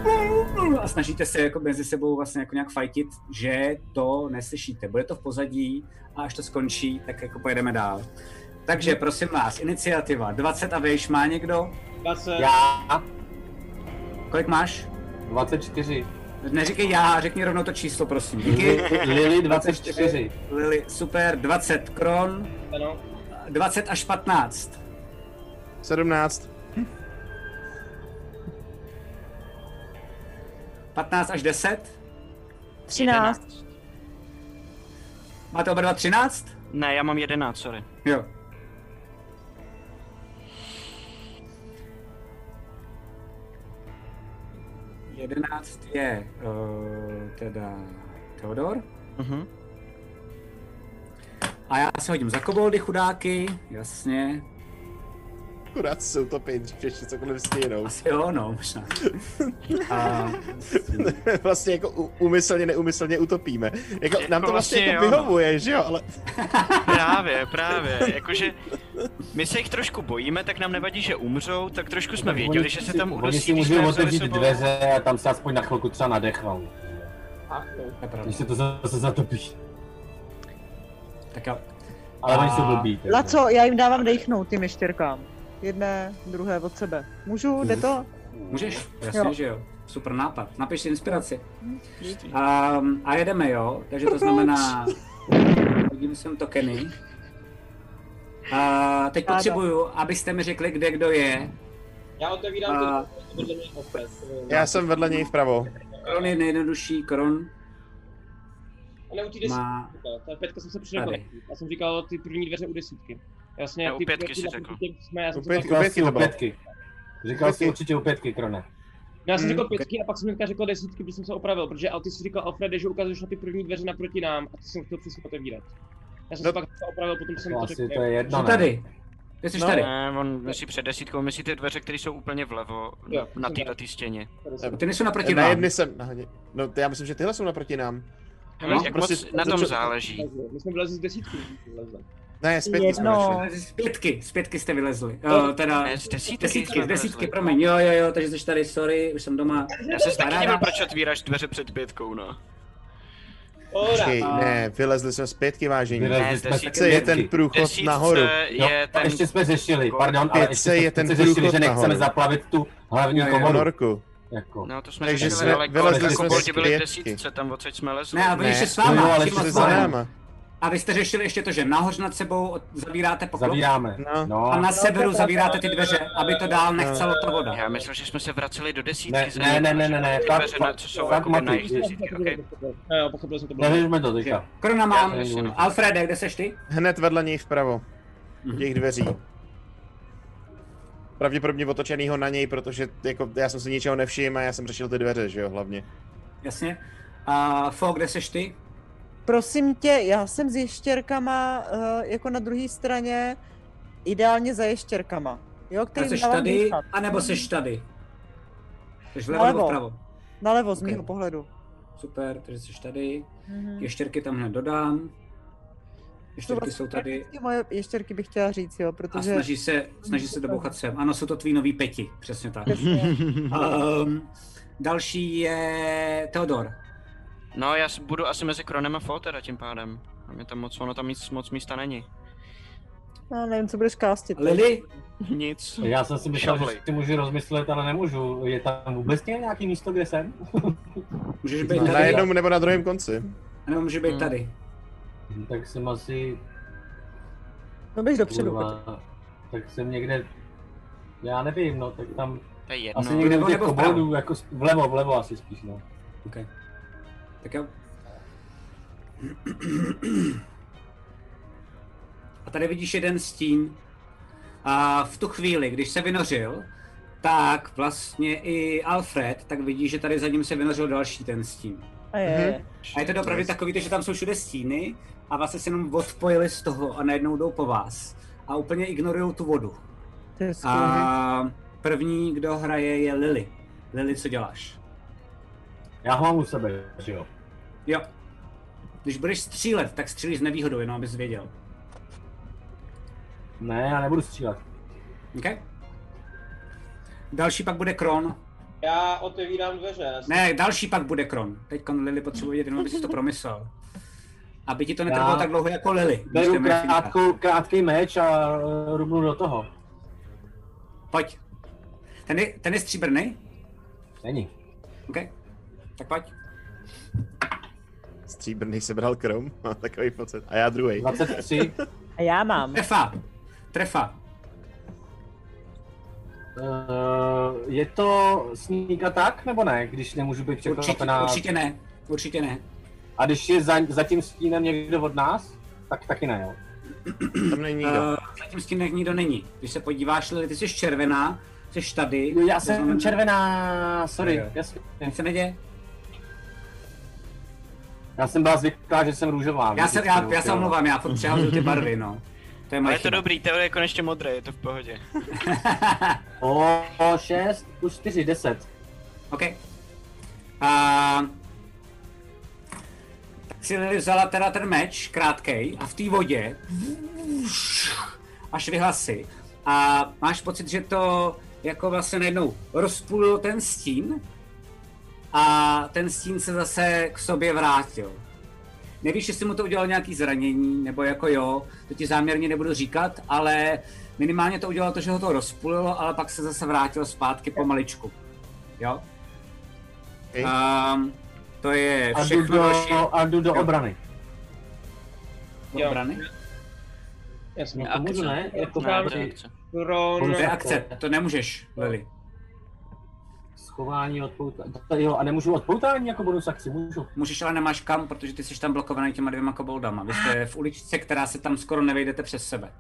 a snažíte se jako mezi sebou vlastně jako nějak fajtit, že to neslyšíte. Bude to v pozadí a až to skončí, tak jako pojedeme dál. Takže prosím vás, iniciativa 20 a vejš má někdo?
20.
Já. Kolik máš? 24. Neříkej já, řekni rovnou to číslo, prosím. Díky.
Lily 24.
Lily, super, 20 kron.
Ano.
20 až 15.
17.
15 až 10.
13.
Máte oba dva 13?
Ne, já mám 11, sorry.
Jo. Jedenáct je uh, teda Teodor.
Mhm.
A já se hodím za koboldy, chudáky, jasně.
Akorát se utopí, dřív než cokoliv stihnou.
Asi jo, no, možná. A...
vlastně jako u- úmyslně, neumyslně utopíme. Jako, nám to vlastně,
vlastně
jako
jo, no.
vyhovuje, že jo, ale...
Právě, právě. Jakože my se jich trošku bojíme, tak nám nevadí, že umřou, tak trošku jsme věděli, že se tam
Oni
udusí,
si
když jsme
můžou
je vzali
otevřít
sebou.
dveře a tam se aspoň na chvilku třeba nadechnou.
Když
se to zase zatopí.
Tak jo.
Ale oni jsou blbí. takže.
Laco, já jim dávám dechnout těm ještěrkám. Jedné, druhé od sebe. Můžu, jde to?
Můžeš, jasně,
Jo.
že jo. Super nápad, napiš si inspiraci. Um, a jedeme, jo, takže to znamená... Hodím sem tokeny. A teď
Ráda.
potřebuju, abyste mi řekli, kde kdo je.
Já otevírám ty
A-
dveře, vedle mě opět.
Já jsem vedle něj vpravo.
Kron je nejjednodušší, Kron
Ale u té desítky,
má-
ta pětka jsem se přišel
Tady.
kolik. Já jsem říkal ty první dveře u desítky. Jasně,
Ne, u
ty
pětky
dveře
jsi
na
řekl.
desítky Jsme, já jsem jako-
U
si
pětky,
říkal-
u pětky to bylo. Říkal jsi určitě u pětky, Krone.
No, já jsem
Mm,
řekl
okay.
pětky a pak jsem hnedka řekl desítky, protože jsem se opravil, protože ale ty jsi říkal Alfrede, že ukazuješ na ty první dveře naproti nám a ty jsem chtěl přesně otevírat. Já jsem se pak opravil, potom jsem to řekl.
No
Ty jsi
no,
tady.
Ne, on myslí před desítkou, myslí ty dveře, které jsou úplně vlevo,
Jo,
jo, na
jsem
této stěně.
Ty nejsou naproti
Na
vám.
jedny jsem... na hodně- No, to já myslím, že tyhle jsou naproti nám.
Hele, jak
prostě
moc na tom záleží.
My jsme vylezli z desítky. vylezli.
Ne, zpětky jsme
No,
našli.
z pětky, z pětky jste vylezli.
No,
Uh, teda,
ne, z desítky
desítky,
jsme
z desítky,
vylezli.
promiň, jo, jo, jo, takže jsi tady, sorry, už jsem doma.
Já se taky
Paráda.
divil, proč otvíráš dveře před pětkou, no.
Počkej, ne, vylezli jsme zpětky, vážení.
Vylezli jsme
Pětce je ten průchod
Desítce
nahoru.
Jo,
je
a
ten...
ještě jsme řešili, pardon, ale ještě
Pětce
jsme
je ten
přece řešili,
průchod
že nechceme
nahoru.
zaplavit tu hlavní
Jo, jo.
komoru.
Ponorku.
Jako.
No, to jsme
Takže
řešili
jsme-
daleko,
vylezli
jako
jsme
boldi
z
byli v
pětky.
desítce, tam odsaď jsme lesli.
Ne, a byli ještě s váma.
No, ale
s těma
šli za
zvolením.
náma.
A vy jste řešili ještě to, že nahoř nad sebou od- zavíráte pokrok.
Zavíráme. No. No.
A na
No,
severu
tak-
zavíráte ty dveře, aby to dál nechcelo ta voda.
Já myslím, že jsme se vraceli do desítky.
Ne,
za
ne,
ním,
ne, ne, ne, ne,
ty
fakt-
dveře, na- co jsou
fakt
jakoby na
Mati,
jejich desítky, okej.
Jo, jo, pochopil jsem to.
Nevěřme to teďka.
Hmm.
Krona mám.
Já to nevím.
Alfrede, kde seš ty?
Hned vedle něj vpravo. U těch dveří. Pravděpodobně otočenýho na něj, protože jako, já jsem si ničeho nevšiml a já jsem řešil ty dveře, že jo, hlavně.
Jasně. A Fo, kde seš ty?
Prosím tě, já jsem s ještěrkama eh, jako na druhé straně, ideálně za ještěrkama. Jo,
A
který
seš tady, anebo seš tady? Seš vlevo nebo
Nalevo.
vpravo?
Nalevo z
Ok.
mého pohledu.
Super, takže seš tady.
Mhm.
Ještěrky tam hned dodám. Ještěrky
vlastně
jsou tady
Ty moje ještěrky bych chtěla říct, jo,
a
protože...
snaží se, snaží se dobouchat sem. Ano, jsou to tví nový peti, přesně tak.
Přesně.
um, další je Teodor.
No, já s- budu asi mezi Kronem a Fo teda tím pádem. Tam je tam moc, ono tam nic moc místa není.
Já nevím, co budeš kástit.
Nic.
Já jsem si myslel,
Šavlej.
že si můžu rozmyslet, ale nemůžu. Je tam vůbec nějaký místo, kde jsem?
Můžeš
být Na tady. jednom nebo na druhém konci.
Nebo může být tady.
Hm, Tak jsem asi...
No běž dopředu,
Kurva, tak jsem někde... Já nevím, no, tak tam...
To je jedno.
Asi někde
Vlevo
u těch
nebo vpravo?
koboldů, jako s- vlevo, vlevo asi spíš, no.
Okay. Tak jo. A tady vidíš jeden stín. A v tu chvíli, když se vynořil, tak vlastně i Alfred, tak vidí, že tady za ním se vynořil další ten stín.
A je.
A je to dopravy takový, že tam jsou všude stíny a vlastně se jenom odpojili z toho a najednou jdou po vás. A úplně ignorují tu vodu.
To je skvělý.
A první, kdo hraje, je Lily. Lily, co děláš?
Já ho mám u sebe, že jo.
Jo. Když budeš střílet, tak střílíš s nevýhodou, jenom abys věděl.
Ne, já nebudu střílet.
OK? Další pak bude Kron.
Já otevírám dveře. já jsem-
Ne, další pak bude Kron. Teď Lily potřebuje vědět, jenom aby si to promyslel. Aby ti to
Já
netrvalo tak dlouho jako Lily. když to je
Beru
moje finta.
krátkou, krátký meč a eh, rubnu do toho.
Pojď. Ten je, ten je stříbrný?
Není.
OK. Tak pojď.
Stříbrný sebral krom, mám takový pocit. A já druhý.
23.
A já mám.
Trefa. Trefa.
Eh, E, je to sníka tak, nebo ne, když nemůžu být
Určitě,
překvapená?
určitě ne. Určitě ne.
A když je za, za tím stínem někdo od nás, tak taky ne, jo.
Tam není
Uh, zatím s tím ne- nikdo není. Když se podíváš, Lily, ty jsi červená, jsi tady.
No, Já jsem červená, sorry, jasně.
Nic se neděje?
Já jsem byla zvyklá, že jsem růžová.
Já se, já, já se omlouvám, já furt přehazuju ty barvy, no. To je
Ale
moje
je to
chyba.
dobrý, teorie je konečně modré, je to v pohodě.
O, 6 plus 4, 10.
OK. Ah, A... Tak si Lily vzala teda ten meč, krátkej, a v té vodě až vyhlasy. A máš pocit, že to jako vlastně najednou rozpůlil ten stín a ten stín se zase k sobě vrátil. Nevíš, jestli mu to udělal nějaký zranění, nebo jako jo, to ti záměrně nebudu říkat, ale minimálně to udělalo to, že ho to rozpůlilo, ale pak se zase vrátil zpátky pomaličku. Jo?
Okay.
Um, to je
A jdu
všechno další
do, a jdu do obrany.
do obrany.
Já
No,
jsem
to můžu, ne? Jako
Tam-
proti-
Kron.
To je akce, to nemůžeš, Lili.
Schování, odpoutání. Jo, a nemůžu odpoutání jako bonus akci, můžu.
Můžeš, ale nemáš kam, protože ty jsi tam blokovaný těma dvěma koboldama. Vy jste v uličce, která se tam skoro nevejdete přes sebe.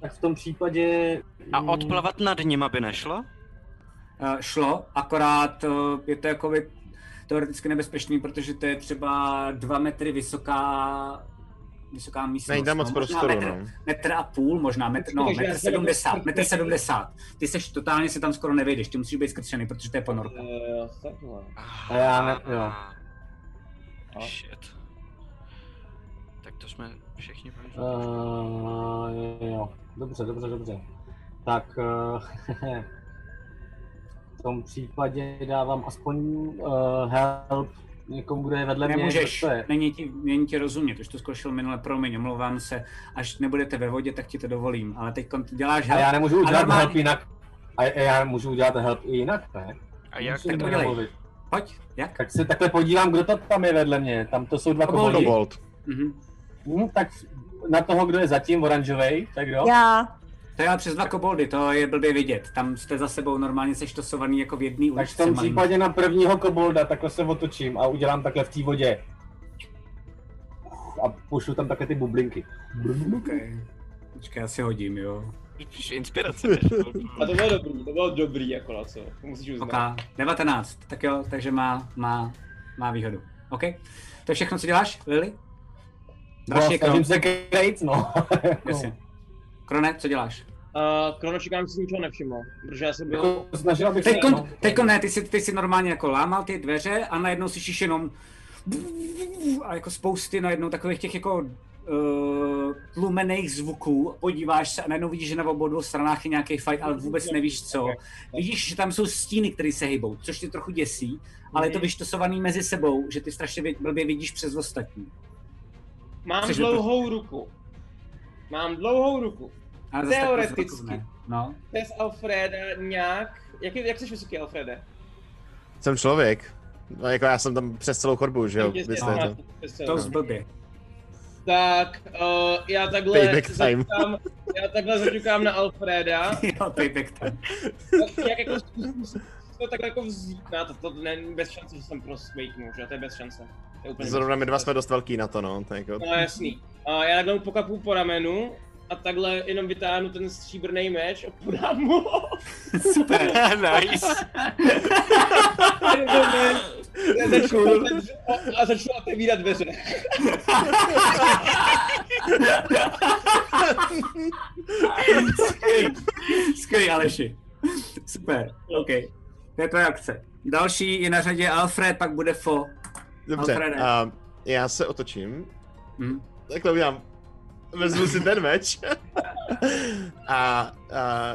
Tak v tom případě... mm,
A odplavat nad ním, aby nešlo?
Uh, šlo, akorát uh, je to jako teoreticky nebezpečný, protože to je třeba dva metry vysoká vysoká místnost.
Není tam moc
možná
prostoru,
metr,
no.
metr a půl, možná metr, no,
Takže já
metr
jsem-
70, metr 70. Ty seš totálně se tam skoro nevejdeš, ty musíš být skrčený, protože to
Eh,
je ponorka.
Jo, takhle.
A já ne, jo.
No.
Ah, Shit. Tak to jsme všichni byli.
Uh, jo, dobře, dobře, dobře. Tak uh, v tom případě dávám aspoň uh, help někomu, kdo je vedle mě.
Nemůžeš,
co to je.
není ti, není ti rozumět, už to zkoušel minule, promiň, omlouvám se, až nebudete ve vodě, tak ti to dovolím, ale teď děláš
A já nemůžu
a
udělat
normálně-
help jinak. A a já můžu udělat help i jinak, ne?
A jak
Tak to dělej. Pojď, jak?
Tak se takhle podívám, kdo to tam je vedle mě. Tam to jsou dva
To byl
koboldi.
Kobold. Mhm.
Hm, tak na toho, kdo je zatím oranžovej, tak jo.
Já.
To já přes dva koboldy, to je blbě vidět. Tam jste za sebou normálně seštosovaný jako v jedný
Tak v tom případě na prvního kobolda takhle se otočím a udělám takhle v té vodě. A pošlu tam takhle ty bublinky.
Okay. Počkej, já si hodím, jo.
Píš inspirace.
A to bylo dobrý, to bylo dobrý jako na co. To musíš uznat.
Ok, 19, tak jo, takže má, má, má výhodu. OK, to je všechno, co děláš, Lily?
No, snažím se krejt, no.
Jasně. Krone, co děláš?
A Krono čekám, že si ničeho nevšiml, protože já jsem byl...
Jako snažil, abych se-
Teďkon,
No,
teďkon ne, ty jsi, ty jsi normálně jako lámal ty dveře a najednou slyšíš jenom a jako spousty najednou takových těch jako uh, tlumených zvuků, podíváš se a najednou vidíš, že na obou dvou stranách je nějaký fight, ale vůbec nevíš co. Vidíš, že tam jsou stíny, které se hybou, což tě trochu děsí, ale je to
Mhm.
vyštosovaný mezi sebou, že ty strašně vě- blbě vidíš přes ostatní.
Mám
Chceš
dlouhou ruku. Mám dlouhou ruku.
Ale zas tak moc velkou
Teoreticky.
ne. No.
Přes Alfreda nějak... Jak, je- jak jsi vysoký, Alfrede?
Jsem člověk. No, jako já jsem tam přes celou chodbu, že jo?
Tam tě
Vy jste
zná-
to.
přes celou. To
zblbě.
Tak uh, já takhle...
Payback time.
zaťukám- Já takhle zaťukám na Alfreda.
jo, payback time.
Tak nějak jako zkusím si to takhle jako vzít na to, to ne, bez šance, že jsem prostě smejknu, že to je bez šance. To je úplně
Zrovna my dva jsme dost velký na to, no. Tak jako...
No jasný. A já takhle mu pokapu po ramenu a takhle jenom vytáhnu ten stříbrný meč a podám mu ho.
Super.
nice.
Já začnu otevř- a začnu otevírat dveře.
Skvělý. Skvělý, Aleši. Super, OK. To je tvoje akce. Další je na řadě Alfred, pak bude Fo.
Dobře,
Alfrede.
a já se otočím.
Mm.
Takhle udělám. Vezmu si ten meč. a, a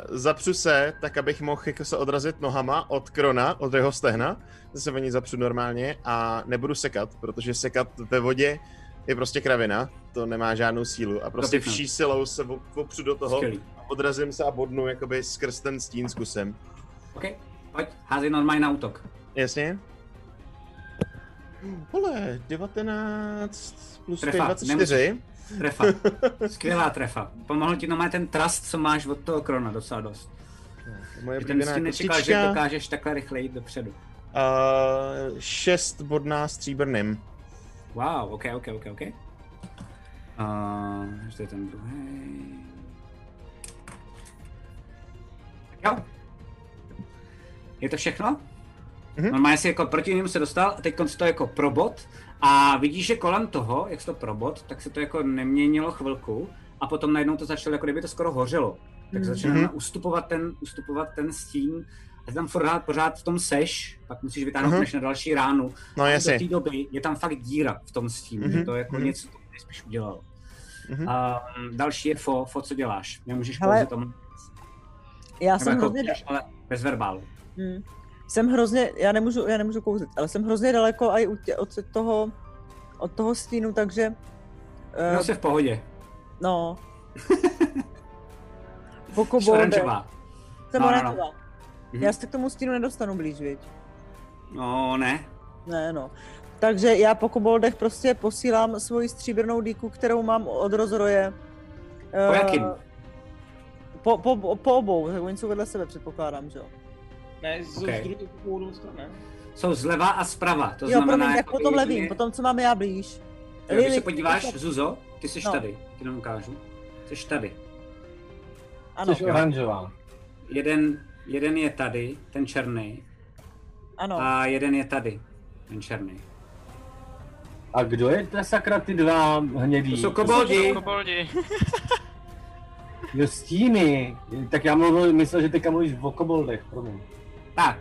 zapřu se, tak abych mohl jako se odrazit nohama od krona, od jeho stehna. Zase o ní zapřu normálně a nebudu sekat, protože sekat ve vodě je prostě kravina, to nemá žádnou sílu a prostě
Kapitán.
vší silou se op- opřu do toho
Skvělý.
a odrazím se a bodnu jakoby skrz ten stín s kusem.
OK, pojď, házej normálně na útok.
Jasně? Vole, 19 plus
Trefa,
pět, 24.
nemusíš. Trefa. Skvělá trefa. Pomohl ti normálně ten trust, co máš od toho krona docela dost.
Moje
Že ten
oblíbená
s tím nečekal, že
kostička.
dokážeš takhle rychle jít dopředu.
Uh, 6 bodná stříbrným.
Wow, OK, OK, OK, OK. Uh, to je ten druhý. Tak jo. Je to všechno?
Mhm.
Mm-hmm. Normálně si jako proti němu se dostal a teď to jako probot a vidíš, že kolem toho, jak se to probot, tak se to jako neměnilo chvilku a potom najednou to začalo, jako kdyby to skoro hořelo. Tak
Mhm.
začíná
Mhm.
ustupovat ten, ustupovat ten stín a ty tam pořád, pořád v tom seš, pak musíš vytáhnout
Mhm.
než na další ránu.
No,
A
jasně.
Do té doby je tam fakt díra v tom stínu,
Mhm.
mm-hmm. to je jako
Mhm.
mm-hmm. něco, to nejspíš udělal.
Mhm.
Um, další je fo, fo, co děláš? Nemůžeš
Hele,
pouze tomu...
Já
nebo
jsem
jako
hrozně...
můžeš, ale bez verbálu.
Hm. Jsem hrozně, já nemůžu, já nemůžu kouzit, ale jsem hrozně daleko a i u tě, od toho, od toho stínu, takže...
Uh,
eh,
no, jsi v pohodě.
No.
Jsi
Bokobolde.
oranžová.
Jsem
No, no, no.
oranžová.
Mhm.
Já se k tomu stínu nedostanu blíž, viď?
No, ne.
Ne, no. Takže já po koboldech prostě posílám svoji stříbrnou dýku, kterou mám od rozroje. eh,
Po jakým?
Po, po, po obou, tak oni jsou vedle sebe, předpokládám, že jo.
Ne, z
Ok.
okay. druhou stranu, ne?
Jsou zleva a zprava, to
jo,
znamená...
promiň, tak
jakoby
potom
úplně-
levým, potom co mám já blíž.
Jo, Když
Lily,
se podíváš,
tak-
Zuzo, ty jsi
No.
tady, ti jenom ukážu. Jsi tady.
no,
Ano.
Jo. Jeden, jeden je tady, ten černý,
Ano.
a jeden je tady, ten černý.
A kdo je ta sakra ty dva hnědý?
To jsou koboldi.
Koboldi.
Jo, stíny. Tak já mluvil, myslel, že teďka mluvíš o koboldech, promiň.
Tak,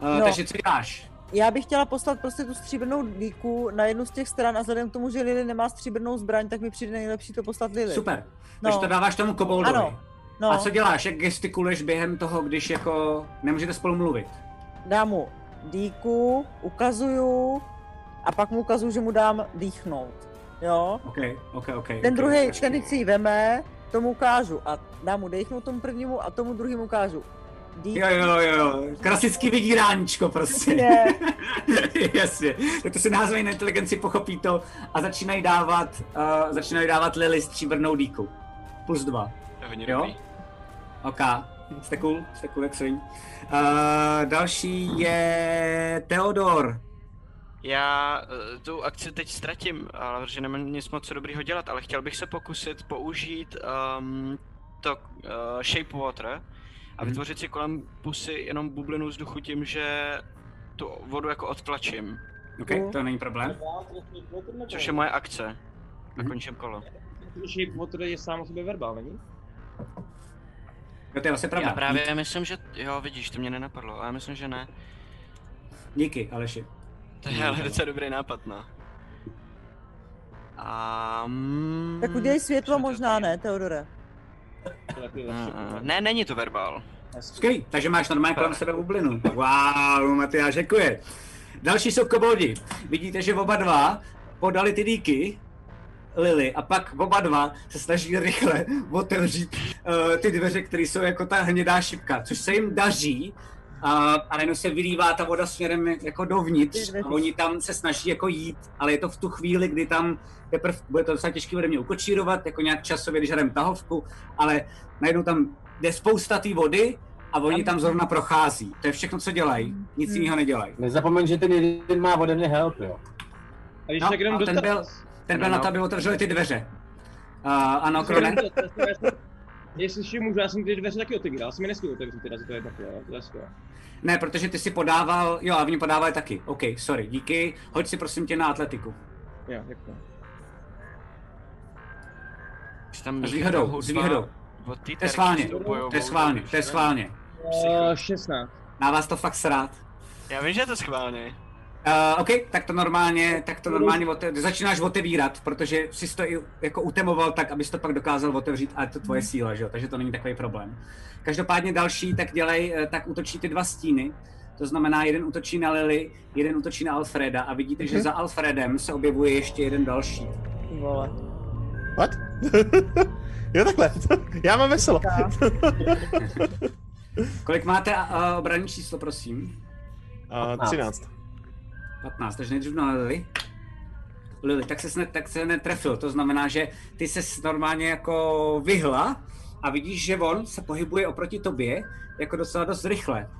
Eh,
No. takže
co děláš?
Já bych chtěla poslat prostě tu stříbrnou dýku na jednu z těch stran a vzhledem k tomu, že Lily nemá stříbrnou zbraň, tak mi přijde nejlepší to poslat Lily.
Super.
No.
Takže to dáváš tomu koboldovi.
Ano. No.
A co děláš, jak gestikuluješ během toho, když jako nemůžete spolu mluvit?
Dám mu dýku, ukazuju a pak mu ukazuju, že mu dám dýchnout. Jo?
OK, OK, OK.
Ten
ok.
druhý, ten si ji veme, tomu ukážu a dám mu dechnout tomu prvnímu a tomu druhému ukážu.
Jo, jo, jo. Klasický vydíráníčko prostě. Jasně. Tak to si naházvají na inteligenci, pochopí to a začínají dávat, uh, začínají dávat Lily stříbrnou díku. Plus dva.
To je hodně
Jo?
dobrý.
OK. Jste cool, jste cool jak svým. Uh, další je Theodor.
Já eh, tu akci teď ztratím, ale protože nemám nic moc dobrýho dělat, ale chtěl bych se pokusit použít um, to uh, Shape Water a
Mhm.
vytvořit si kolem pusy jenom bublinu vzduchu tím, že tu vodu jako odtlačím.
OK, to není problém.
Což je moje akce. A končím kolo.
Shape Water je sám o sobě verbál, není?
Jo, to je vlastně pravda.
Já právě myslím, že... Jo, vidíš, to mě nenapadlo, ale já myslím, že ne.
Díky, Aleši.
To je ale docela dobrý nápad, no. A... mm,
Tak udělej světlo možná, ne, Teodore?
Mm, mm. Ne, není to verbál.
Skvělý, takže máš normálně kolem sebe bublinu. Wow, Matyáš, děkuji. Další jsou koboldi. Vidíte, že oba dva podali ty díky Lily a pak oba dva se snaží rychle otevřít uh, ty dveře, které jsou jako ta hnědá šipka, což se jim daří, a, a najednou se vylívá ta voda směrem jako dovnitř a oni tam se snaží jako jít, ale je to v tu chvíli, kdy tam teprve bude to docela těžké ode mě ukočírovat, jako nějak časově, když hrajeme tahovku, ale najednou tam jde spousta té vody a oni tam zrovna prochází. To je všechno, co dělají. Nic jiného nedělají.
Nezapomeň, že ten jeden má ode mě help, jo.
A když
No,
tak jenom
a ten
dotaz.
byl, ten byl
No,
na
no.
to, aby otevřeli ty dveře. Uh, ano, Krone.
Jestli si můžu, já jsem ty dveře taky otevírá, já jsem je nesmí otevřít, teda, že to je takhle, jo, to je skvělé.
Ne, protože ty si podával, jo, a oni podávali taky. OK, sorry, díky. Hoď si prosím tě na atletiku.
Jo, děkuji.
Jsi tam
S výhodou,
hudba
s výhodou.
od té
To je schválně,
terky s tou bojovou,
to je schválně, to je
takže-
schválně.
Uh, 16.
Na vás to fakt srát.
Já vím, že je to schválně.
Uh, OK, tak to normálně, tak to normálně ote- začínáš otevírat, protože jsi to i jako utemoval tak, abys to pak dokázal otevřít, ale to tvoje síla, že jo, takže to není takový problém. Každopádně další, tak dělej, eh, tak útočí ty dva stíny, to znamená, jeden útočí na Lily, jeden útočí na Alfreda a vidíte, že
Mhm.
za Alfredem se objevuje ještě jeden další.
Vole.
What? jo, takhle. Já mám veselo.
Kolik máte uh, obranní číslo, prosím?
A 13.
15, takže nejdřív na Lily. Lily, tak se, tak se netrefil, to znamená, že ty se normálně jako vyhla a vidíš, že on se pohybuje oproti tobě jako docela dost rychle.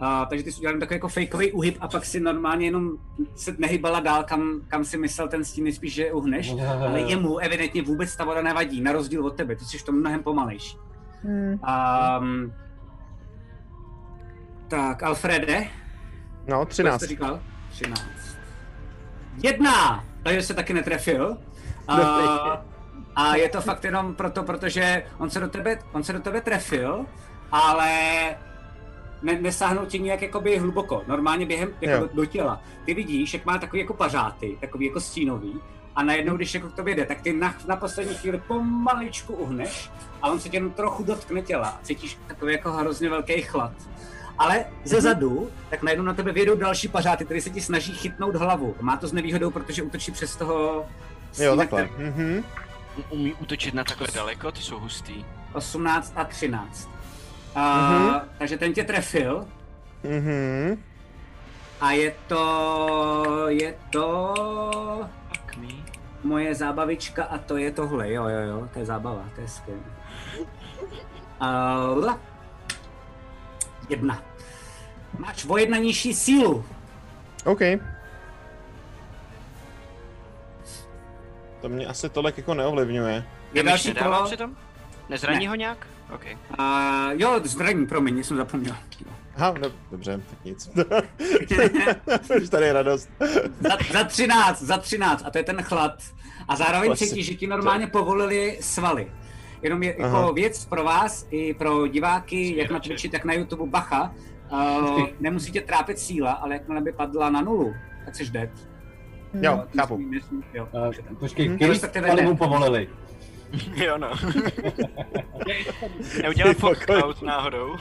A, takže ty jsi udělal jenom takový jako fakeový uhyb a pak si normálně jenom se nehybala dál, kam, kam si myslel ten stín, nejspíš, že uhneš. Ale jemu evidentně vůbec ta voda nevadí, na rozdíl od tebe, ty jsi v tom mnohem pomalejší.
Hmm.
Um, tak, Alfrede,
No, 13.
jsi říkal? 13. Jedna! Takže se taky netrefil. A, a je to fakt jenom proto, protože on se do tebe, on se do tebe trefil, ale ne, nesáhnul ti nějak jakoby hluboko, normálně během jako
Jo.
do, do, těla. Ty vidíš, jak má takový jako pařáty, takový jako stínový, a najednou, když jako k tobě jde, tak ty na, na poslední chvíli pomaličku uhneš a on se tě jenom trochu dotkne těla. a Cítíš takový jako hrozně velký chlad. Ale
Mhm.
ze zadu, tak najednou na tebe vědou další pařáty, které se ti snaží chytnout hlavu. Má to s nevýhodou, protože útočí přes toho...
Jo,
stína,
takhle.
který-
Mhm.
Umí útočit na takhle daleko, ty jsou hustý.
18 a 13. A,
Mhm.
Takže ten tě trefil
Mhm.
a je to... je to... Moje zábavička a to je tohle, jo, jo, jo, to je zábava, to je skvělé. A... la. Jedna. Máš o jedna nižší sílu.
OK. To mě asi tolik jako neovlivňuje.
Je další
nedávám
kolo.
přitom? Nezraní
Ne.
ho nějak? OK.
A jo, zbraní, promiň, jsem zapomněl.
Aha, no, dobře, tak nic. Už tady je radost.
Za, za 13, za 13, a to je ten chlad. A zároveň
Klasika.
cítíš, že ti normálně povolili svaly. Jenom je
Aha.
jako věc pro vás i pro diváky, jak na Twitchi, tak na YouTube, bacha. Uh, nemusí tě trápit síla, ale jakmile by padla na nulu, tak jsi dead.
Jo, chápu.
Jo,
Eh, Počkej,
Hm.
který
Respektive
svaly
ne.
mu povolili?
Jo no. Neudělám fuck out náhodou.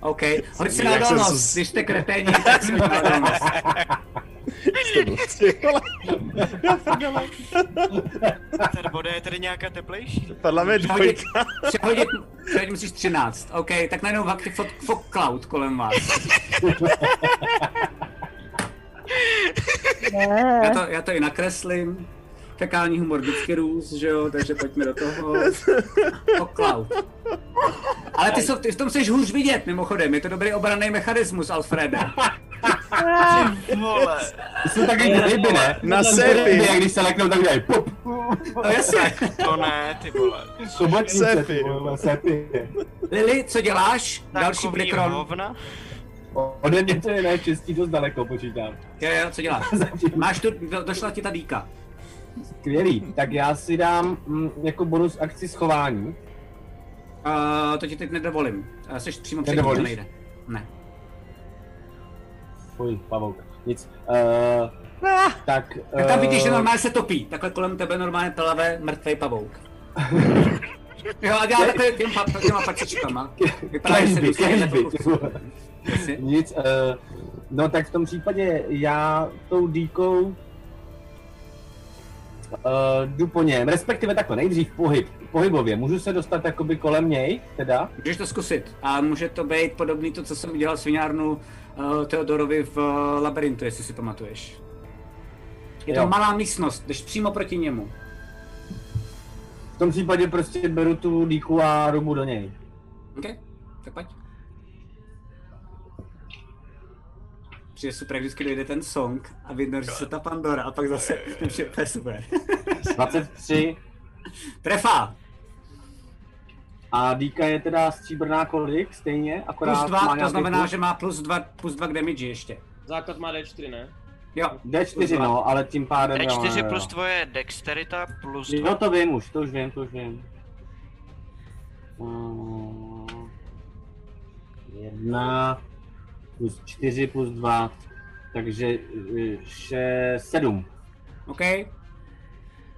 OK, hoď si
Jsem-
na
jak jsem
odolnost,
s-
když jste kreténi, tak si hoď na odolnost.
Jste blbci, prostě, vole.
Voda je tedy nějaká teplejší?
Parlament
Přehodit, přehodit, přehodit musíš 13. OK, tak najednou fakt fot, fot cloud kolem vás. já, to, já to i nakreslím. Fekální humor vždycky růz, že jo, takže pojďme do toho. Fok cloud. Ale ty, jsou, ty v tom jsi hůř vidět, mimochodem. Je to dobrý obraný mechanismus, Alfrede.
Vole.
Jsou taky ryby, ne?
Na
Jsou
sépi.
ryby, jak když se leknou, tak dělají pop.
No jasně.
To ne, ty vole.
Sobotnice, ty vole, sepy.
Lili, co děláš? Další
Takový
Blackron.
hovna.
Ode mě to je nejčistí dost daleko, počítám.
Jo, jo, co děláš? Máš tu, do, došla ti ta dýka.
Skvělý, tak já si dám mm, jako bonus akci schování.
Uh, to ti teď nedovolím. Uh, jsi přímo před tím, to
Nedovolíš?
nejde. Ne.
Fuj, pavouk, nic. Uh, tak,
Ah! Tak tam
eh,
vidíš, že normálně se topí. Takhle kolem tebe normálně plave mrtvý pavouk. jo, a dělá takhle těm pa, těma pačičkama. Vypadá, že se
Klenby,
dostane na
klenby.
tu
Nic, eh, no tak v tom případě já tou dýkou uh, jdu po něm, respektive takhle, nejdřív pohyb, pohybově, můžu se dostat jakoby kolem něj, teda?
Můžeš to zkusit. A může to být podobný to, co jsem udělal sviňárnu uh, Teodorovi v uh, labirintu, jestli si pamatuješ. Je to
Jo.
malá místnost, jdeš přímo proti němu.
V tom případě prostě beru tu dýku a rubu do něj.
OK, tak pojď. Přijde super, jak vždycky dojde ten song a vynoří se ta Pandora a pak zase, takže to je super.
23
Trefa!
a dýka je teda stříbrná kolik stejně, akorát
Plus 2,
má
to
nějaký
znamená,
plus.
že má plus 2, plus 2 k damage ještě.
Základ má D4, ne?
Jo.
D4 no, ale tím pádem jo, jo,
D4
jo.
plus tvoje dexterita plus
Jo, to vím už, to už vím, to už vím. Mm, Jedna plus čtyři plus dva, takže eh, še, sedm.
OK.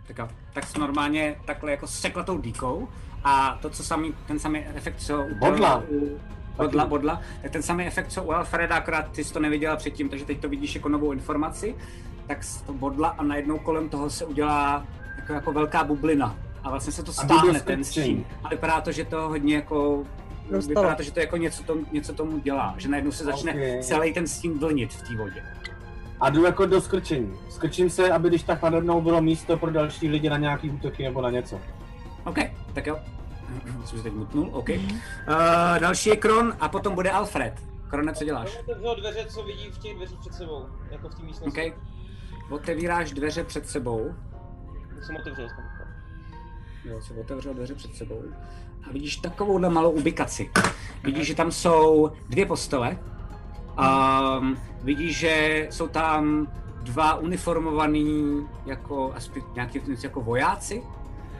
Tak, jo, tak jsi normálně takhle jako sekla tou díkou a to, co samý, ten samý efekt, co u...
Bodla.
u- Bodla, bodla. Tak ten samý efekt, co u Alfreda, akorát ty jsi to neviděla předtím, takže teď to vidíš jako novou informaci, tak jsi to bodla a najednou kolem toho se udělá jako, jako velká bublina. A vlastně se to
A bylo
stáhne ten
skutečný.
střím. A vypadá to, že to hodně jako
Dostalo.
Vypadá to, že to jako něco tomu, něco tomu dělá, že najednou se začne
Ok.
celý ten stín vlnit v té vodě.
A jdu jako do skrčení. Skrčím se, aby když tak nade mnou bylo místo pro další lidi na nějaký útoky nebo na něco.
OK, tak jo. Jsem se teď mutnul, OK. Uh, další je Kron a potom bude Alfred. Krone, co děláš?
Otevřel dveře, co vidí v těch dveřích před sebou, jako v té místnosti.
OK. Otevíráš dveře před sebou.
Jsem otevřel, jsem otevřel.
Jo, se otevřel dveře před sebou. A vidíš takovouhle malou ubikaci. Vidíš, že tam jsou dvě postele. Um, vidíš, že jsou tam dva uniformovaný, jako aspoň nějaký jako vojáci.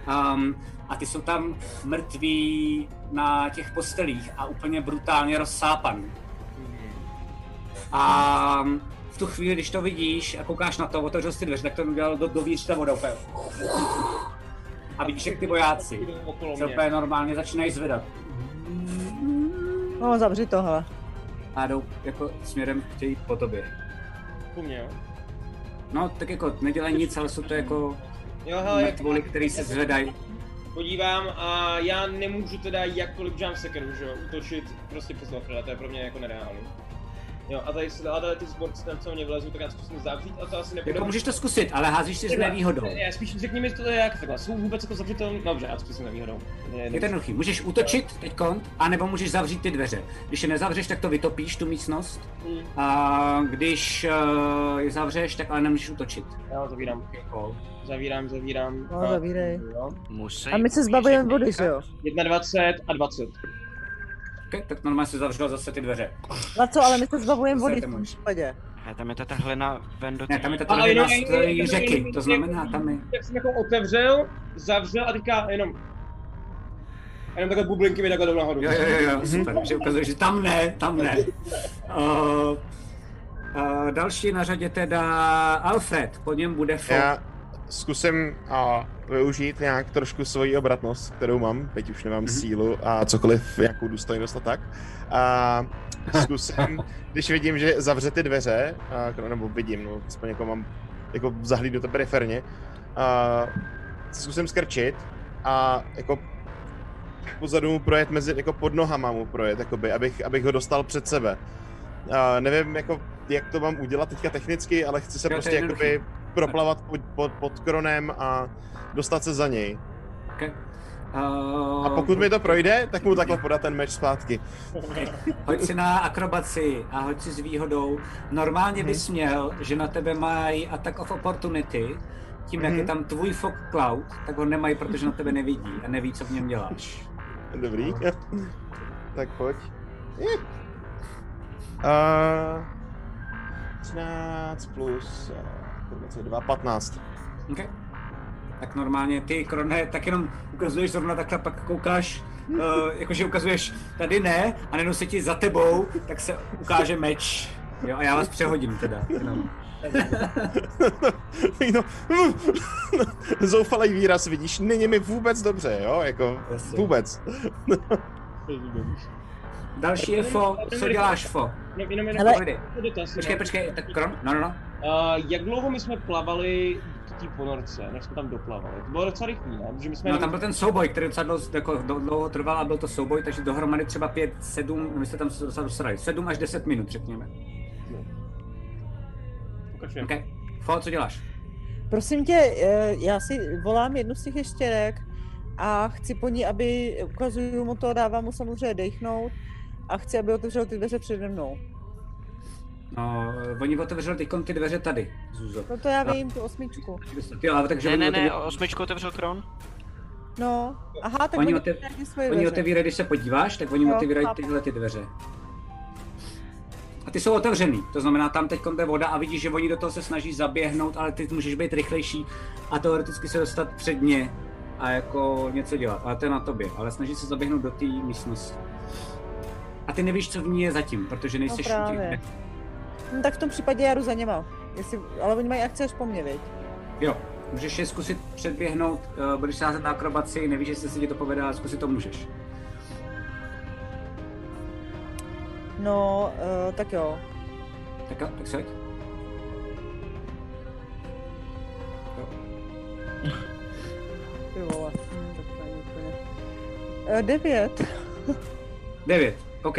Um, a ty jsou tam mrtví na těch postelích a úplně brutálně rozsápaný. A v tu chvíli, když to vidíš a koukáš na to, otevřel si dveře, tak to udělal do, do ta voda úplně. A vidíš, jak ty vojáci se úplně normálně začínají zvedat.
No, zavři to, hele.
A jdou jako směrem chtějí po tobě.
Po mně, jo?
No, tak jako nedělají nic, ale jsou to jako
Jo, hele, jak-
mrtvoli, který se zvedají.
Podívám a já nemůžu teda jakkoliv jump sekeru, že jo, útočit prostě přes Alfreda, to je pro mě jako nereálný. Jo, a tady, se- a tady ty sporty tam, co mě vlezou, tak já zkusím zavřít a to asi nebude.
Jako můžeš to zkusit, ale házíš si s
Takhle,
nevýhodou.
Já spíš řekni mi, co to je jak takhle, jsou vůbec jako zavřitelný, dobře, já zkusím nevýhodou. Je
Je to jednoduchý, můžeš útočit teď kont, anebo můžeš zavřít ty dveře. Když je nezavřeš, tak to vytopíš, tu místnost.
Mm.
A když eh, je zavřeš, tak ale nemůžeš útočit.
Jo, zavírám. Zavírám, zavírám.
No, zavírej.
Musí.
A my se zbavujeme vody, že jo?
21 a 20.
Okay, tak normálně se zavřel zase ty dveře.
Laco, ale my se zbavujeme vody v
Zase
tom případě.
Ne, tam je ta hlina ven do
Ne, tam je
A
ta hlina
jenom-
z
jenom-
té
jenom-
řeky,
jenom-
to znamená tam je.
Tak jsem jako otevřel, zavřel a teďka jenom... A jenom takhle bublinky mi takhle jdou nahoru.
Jo, jo, jo, jo super, že ukazuje, že tam ne, tam ne. Uh, uh, další je na řadě teda Alfred, po něm bude Fo.
Já zkusím a využít nějak trošku svoji obratnost, kterou mám, teď už nemám sílu a cokoliv, jakou důstojnost a tak. A zkusím, když vidím, že zavře ty dveře, a, k- nebo vidím, no, aspoň jako mám jako zahlídnu to periferně. A zkusím skrčit a jako pozadu mu projet mezi, jako pod nohama mu projet, jakoby, abych, abych ho dostal před sebe. A nevím, jako, jak to mám udělat teďka technicky, ale chci se
Jo, to je
prostě jakoby
jednoduchý.
proplavat pod, pod, pod kronem a dostat se za něj.
Okay. eh, No.
A pokud mi to projde, tak mu takhle podat ten meč zpátky.
Hoď si na akrobaci a hoď si s výhodou. Normálně bys měl, že na tebe mají attack of opportunity, tím, jak je tam tvůj fog cloud, tak ho nemají, protože na tebe nevidí a neví, co v něm děláš.
Dobrý. tak pojď. Uh, 13 plus uh, 2, 15.
Okay. Tak normálně ty, Krone, tak jenom ukazuješ zrovna takhle, pak koukáš, uh, jakože ukazuješ tady ne a jenom se ti za tebou, tak se ukáže meč. Jo, a já vás přehodím teda. Jenom.
no, zoufalý výraz vidíš, není mi vůbec dobře, jo, jako vůbec.
Další je fo, co děláš fo?
Jenom, jenom,
Ale-
jenom, dotaz,
Počkej,
no.
počkej, tak Kron, no, no, no.
Uh, jak dlouho my jsme plavali k té ponorce, než jsme tam doplavali? To bylo docela rychlý, ne? Protože my jsme
No tam byl ten souboj, který docela dlouho, jako, dlou- dlouho trval a byl to souboj, takže dohromady třeba 5, 7, my jste tam se docela dosrali, 7 až 10 minut, řekněme. Okay. Fo, co děláš?
Prosím tě, eh, já si volám jednu z těch ještěrek a chci po ní, aby, ukazuju mu to, dávám mu samozřejmě dechnout a chci, aby otevřel ty dveře přede mnou.
No, oni otevřeli teď ty dveře tady, Zuzo.
No to já vím, tu osmičku.
Ty, ale takže
ne,
oni
ne, ne,
otevírají-
osmičku otevřel Kron.
No, aha, tak
Oni
oni,
otev-
otevírají ty svoje
Oni
dveře.
otevírají, když se podíváš, tak oni
Jo,
otevírají
chápu.
tyhle ty dveře. A ty jsou otevřený, to znamená, tam teď je voda a vidíš, že oni do toho se snaží zaběhnout, ale ty můžeš být rychlejší a teoreticky se dostat před ně a jako něco dělat, ale to je na tobě, ale snaží se zaběhnout do té místnosti. A ty nevíš, co v ní je zatím, protože
No
nejseš...
právě. No tak v tom případě já jdu za něma. Jestli, ale oni mají akce až po mně, viď?
Jo, můžeš je zkusit předběhnout, eh, budeš sázet na akrobaci, nevíš, jestli se ti to povede, ale zkusit to můžeš.
No, uh, tak jo.
Tak, jo, tak se hoď.
Ty vole. Hm, tak to není úplně. Eh, devět.
9, OK.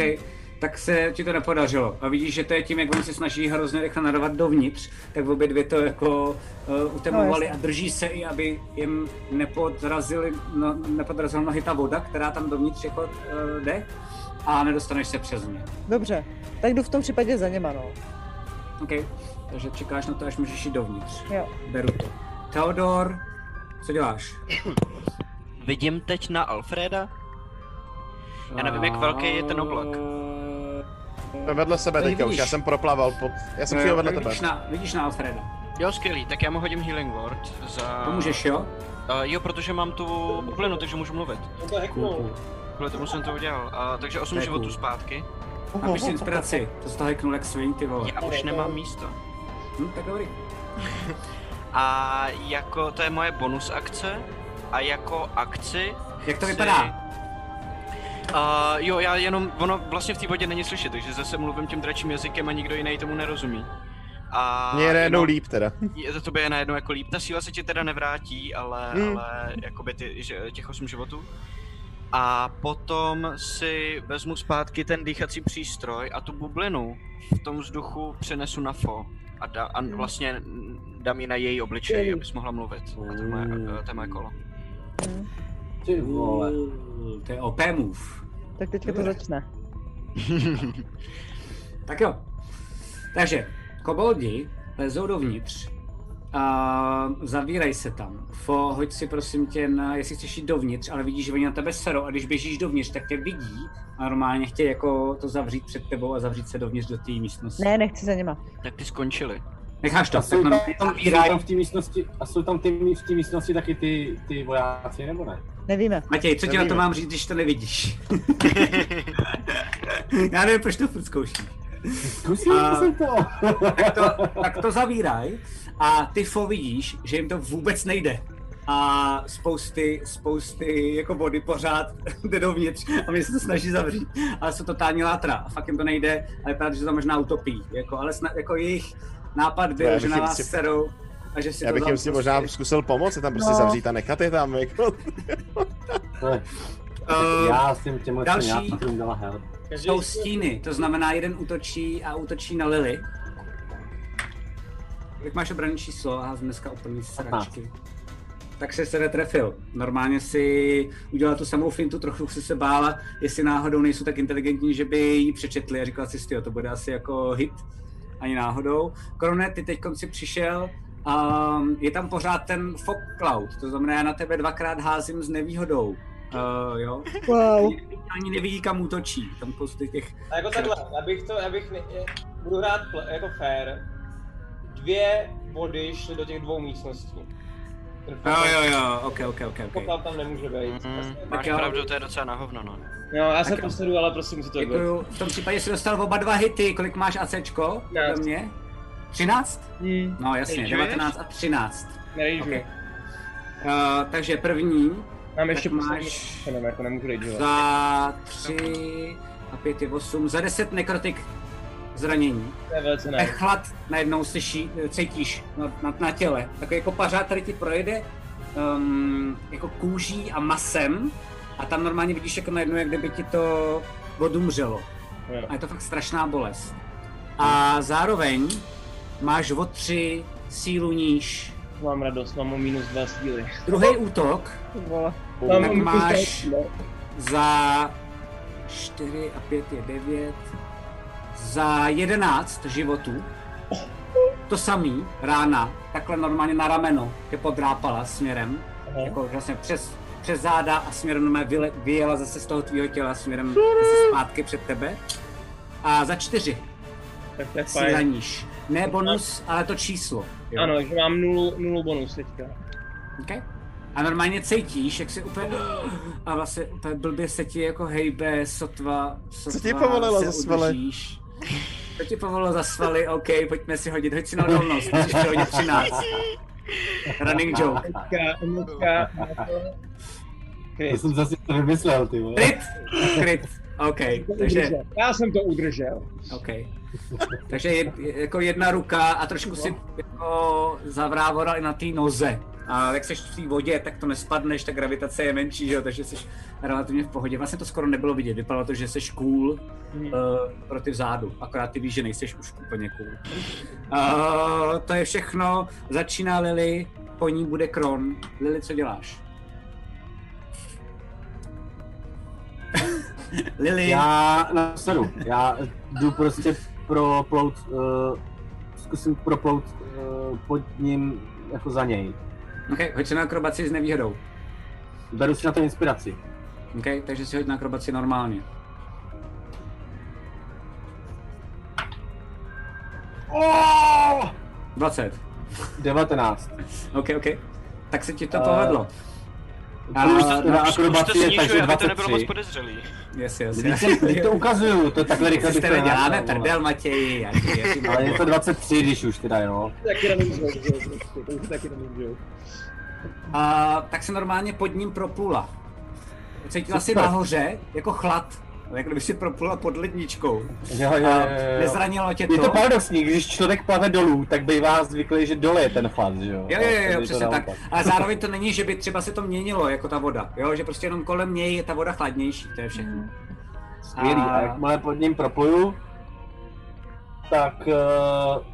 Tak se ti to nepodařilo. A vidíš, že to je tím, jak oni se snaží hrozně rychle narvat dovnitř, tak obě dvě to jako uh, utemovali
No,
a
jasně.
drží se i, aby jim nepodrazili, no, nepodrazila nohy ta voda, která tam dovnitř jako uh, jde a nedostaneš se přes ně.
Dobře, tak jdu v tom případě za něma, no.
OK. Takže čekáš na to, až můžeš jít dovnitř.
Jo.
Beru to. Teodor, co děláš?
Vidím teď na Alfreda? Já nevím, jak velký je ten oblak.
Jsme vedle sebe
Tady
teďka už,
vidíš.
já jsem proplaval, po, já jsem přijel vedle tebe.
Eh, vidíš na, vidíš na Alfreda.
Jo, skvělý, tak já mu hodím Healing Word za...
To můžeš, jo?
Uh, jo, protože mám tu bublinu, takže můžu mluvit. No.
cool.
Kvůli tomu jsem to udělal. A, takže 8
To je
životů
cool.
zpátky.
Napiš si inspiraci, to z toho heknul jak svin, ty vole.
Já už nemám místo.
Hm, tak dobrý.
A jako, to je moje bonus akce. A jako akci...
Jak to
chci-
vypadá?
Uh, jo, já jenom, ono vlastně v té vodě není slyšet, takže zase mluvím tím dračím jazykem a nikdo jiný tomu nerozumí. A
Mně jde jednou
jenom-
líp teda.
Je to tobě je najednou jako líp. Ta síla se ti teda nevrátí, ale,
Hmm.
hmm. ale jakoby ty, že, těch 8 životů. A potom si vezmu zpátky ten dýchací přístroj a tu bublinu v tom vzduchu přenesu na Fo. A, da, a vlastně n- dám ji na její obličej, abys mohla mluvit. A to je moje, to je moje kolo.
Ty vole. To je OP move.
Tak teďka to
Dobré.
začne.
tak jo. Takže, koboldi lezou dovnitř a zavírají se tam. Fo, hoď si prosím tě na, jestli chceš jít dovnitř, ale vidíš, že oni na tebe serou a když běžíš dovnitř, tak tě vidí a normálně chtějí jako to zavřít před tebou a zavřít se dovnitř do té místnosti.
Ne, nechci za něma.
Tak ty skončili.
Necháš to,
A jsou
tak
tam,
normálně
jsou
zavírají.
tam v té místnosti, a jsou tam ty, v té místnosti taky ty, ty vojáci, nebo ne?
Nevíme.
Matěj, co ti na to
Nevíme.
mám říct, když to nevidíš? Já nevím, proč to furt zkoušíš.
Zkusil jsem to.
tak to. Tak to zavíraj a ty fo vidíš, že jim to vůbec nejde. A spousty, spousty jako vody pořád jde dovnitř a my se to snaží zavřít. Ale jsou totální látra a fakt jim to nejde a vypadá, to, že to možná utopí. Jako, ale sna, jako jejich nápad
Ne,
byl, že
bych
na
jim
vás
si-
serou a že si
Já
to
bych
tam
jim si možná zkusil pomoct, je tam prostě
No.
zavřít a nechat je tam, jako.
Já
s tím těmhle
další-
já jsem dala help.
Jsou stíny, to znamená jeden útočí a útočí na Lily. Kolik máš obranné číslo? A dneska úplný sračky. Tak se se netrefil. Normálně si udělala tu samou fintu, trochu si se bála, jestli náhodou nejsou tak inteligentní, že by ji přečetli a říkala si, "Styjo, to bude asi jako hit. Ani náhodou. Korone, ty teď konci přišel a je tam pořád ten fog cloud, to znamená, já na tebe dvakrát házím s nevýhodou. Uh, jo?
Wow.
Ani nevidí, kam útočí. Tam prostě těch...
A jako takhle, já bych to, já bych ne, je- budu hrát pl- jako fair. Dvě body šly do těch dvou místností.
Jo,
Ten fotbal-
jo, jo, ok, ok, ok. ok.
fotbal tam nemůže být.
Mhm. Máš
jo.
pravdu, to je docela na hovno, no.
Jo, já
Tak
se
jo.
posedu, ale prosím, musí to
Děkuju. V tom případě jsi dostal oba dva hity. Kolik máš ACčko? Podle mě? 13?
Hmm.
No jasně,
Rageuješ?
19 a 13.
Nerejžuji.
Uh, takže první.
Mám ještě
tak
máš... jako nemůžu rageovat.
Za 3 a 5 je 8. Za 10 nekrotik zranění.
To je velice
Ne.
ne.
Eh, Chlad najednou slyší, cítíš na, na, na těle. Takový jako pařád tady ti projede um, jako kůží a masem a tam normálně vidíš jako najednou, jak kdyby ti to odumřelo.
Jo.
A je to fakt strašná bolest. A zároveň máš o tři sílu níž.
Mám radost, mám o minus dva síly.
Druhý útok,
Mám
tak
minus dva
máš
síly.
za 4 a 5 je 9, za 11 životů. To samý, rána, takhle normálně na rameno tě podrápala směrem,
Aha.
jako vlastně přes, přes záda a směrem na mé vyle, vyjela zase z toho tvýho těla směrem zase zpátky před tebe. A za 4
Tak to je
si
fajn.
raníš. Ne bonus, ale to číslo. Jo.
Ano, že mám nulu, nulu bonus teďka.
Okay. A normálně cítíš, jak se úplně... A vlastně úplně blbě se ti jako hejbe, sotva, sotva
ti povolilo
se
za svaly?
udržíš. Co ti povolilo za svaly? OK, pojďme si hodit, hoď si na odolnost, musíš to hodit 13. Running joke.
Teďka, teďka, na to-
To jsem zase to vymyslel, ty vole.
Kryt! Kryt, OK, takže...
Já jsem to udržel.
OK. Takže je, je- jako jedna ruka a trošku si jako zavrávoral i na té noze. A jak jsi v té vodě, tak to nespadneš, ta gravitace je menší, že jo, takže jsi relativně v pohodě. Vlastně to skoro nebylo vidět, vypadalo to, že jsi cool
Mhm.
uh, pro ty vzadu, akorát ty víš, že nejseš už úplně cool. Uh, to je všechno, začíná Lily, po ní bude Kron. Lily, co děláš? Lily.
Já na sedu. Já jdu prostě proplout, uh, zkusím proplout uh, pod ním jako za něj.
OK, no, hoď se na akrobaci s nevýhodou.
Beru si na to inspiraci.
OK, takže si hoď na akrobaci normálně.
Oh!
20.
19.
OK, OK. Tak se ti
Eh,
to povedlo.
plus teda
no,
akrobacie,
snižuj,
takže
aby to nebylo
23.
moc podezřelý. Yes, yes,
Vždyť
yes.
jsem- vždyť to ukazuju, to takhle rychle
Co jste
bych to nenapsal,
děláme,
vole.
prdel, Matěji. já ti- já ti-
Ale je to 23, když už teda, jo.
Taky nemůžu, že jo, prostě, to už taky nemůžu.
A, Eh, tak se normálně pod ním proplula. Cítila si
Super.
nahoře jako chlad. Ale jako kdyby si proplula pod ledničkou.
Jo, jo, jo,
A
jo.
Nezranilo tě to.
Je to paradoxní, když člověk plave dolů, tak bývá zvyklý, že dole je ten chlad, že jo?
Jo, jo,
A tady
jo,
je
jo
to
přesně tak.
naopak.
Ale zároveň to není, že by třeba se to měnilo, jako ta voda. Jo, že prostě jenom kolem něj je ta voda chladnější, to je všechno.
Skvělý, a jakmile pod ním propluju, tak uh,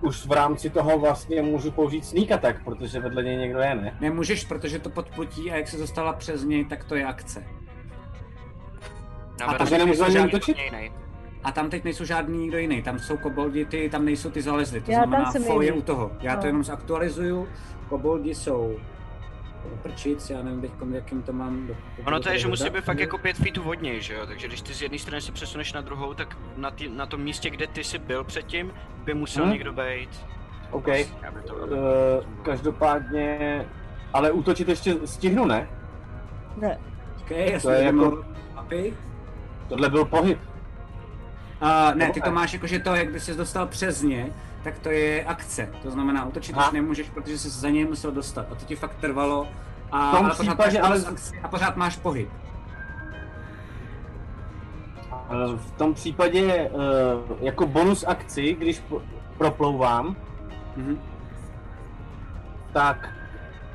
už v rámci toho vlastně můžu použít sneak attack, protože vedle něj někdo je, ne?
Nemůžeš, protože to podplutí a jak se dostala přes něj, tak to je akce.
Dobrá, takže nemůžu ani útočit?
A tam teď nejsou žádný nikdo jiný, tam jsou koboldi, ty, tam nejsou ty zalezly, to
Já tam
znamená,
jsem
fo je
jediný.
u toho. Já to
No.
jenom zaktualizuju, koboldi jsou prčic, já nevím teď, jakým to mám. do-
Ono to je, že musí
dodat.
být fakt jako pět feetů od něj, že jo? Takže když ty z jedné strany se přesuneš na druhou, tak na, ty, na tom místě, kde ty jsi byl předtím, by musel
Mhm.
někdo být.
OK.
Aby to, aby...
Uh, každopádně, ale útočit ještě stihnu, ne?
Ne.
Okay, já
To je jako,
mapy.
tohle byl pohyb.
A ne, ty
Dobře.
to máš jako, že to, jak by ses dostal přes ně, tak to je akce. To znamená, útočit už nemůžeš, protože jsi za něj musel dostat. A to ti fakt trvalo. A,
V tom
ale pořád
případě
máš
ale-
bonus akci a pořád máš pohyb.
Eh, V tom případě eh, jako bonus akci, když po- proplouvám,
mm-hmm.
tak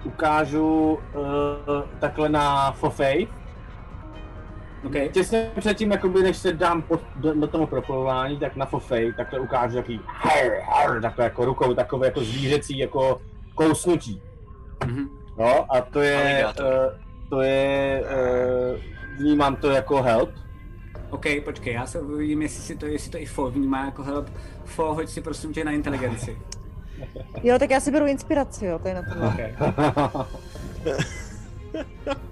ukážu uh, takhle na fofej.
Okay.
Těsně předtím, jakoby, než se dám pod, do, do toho proplování, tak na fofej takhle ukážu taký har, har, takhle jako rukou, takové jako zvířecí jako kousnutí.
Mm-hmm.
No a to je,
Aligátor.
uh, to je, uh, vnímám to jako help.
OK, počkej, já se uvidím, jestli, si to, jestli to i Fo vnímá jako help. Fo, hoď si prosím tě na inteligenci.
Jo, tak já si beru inspiraci, jo, tady na to.
Okay.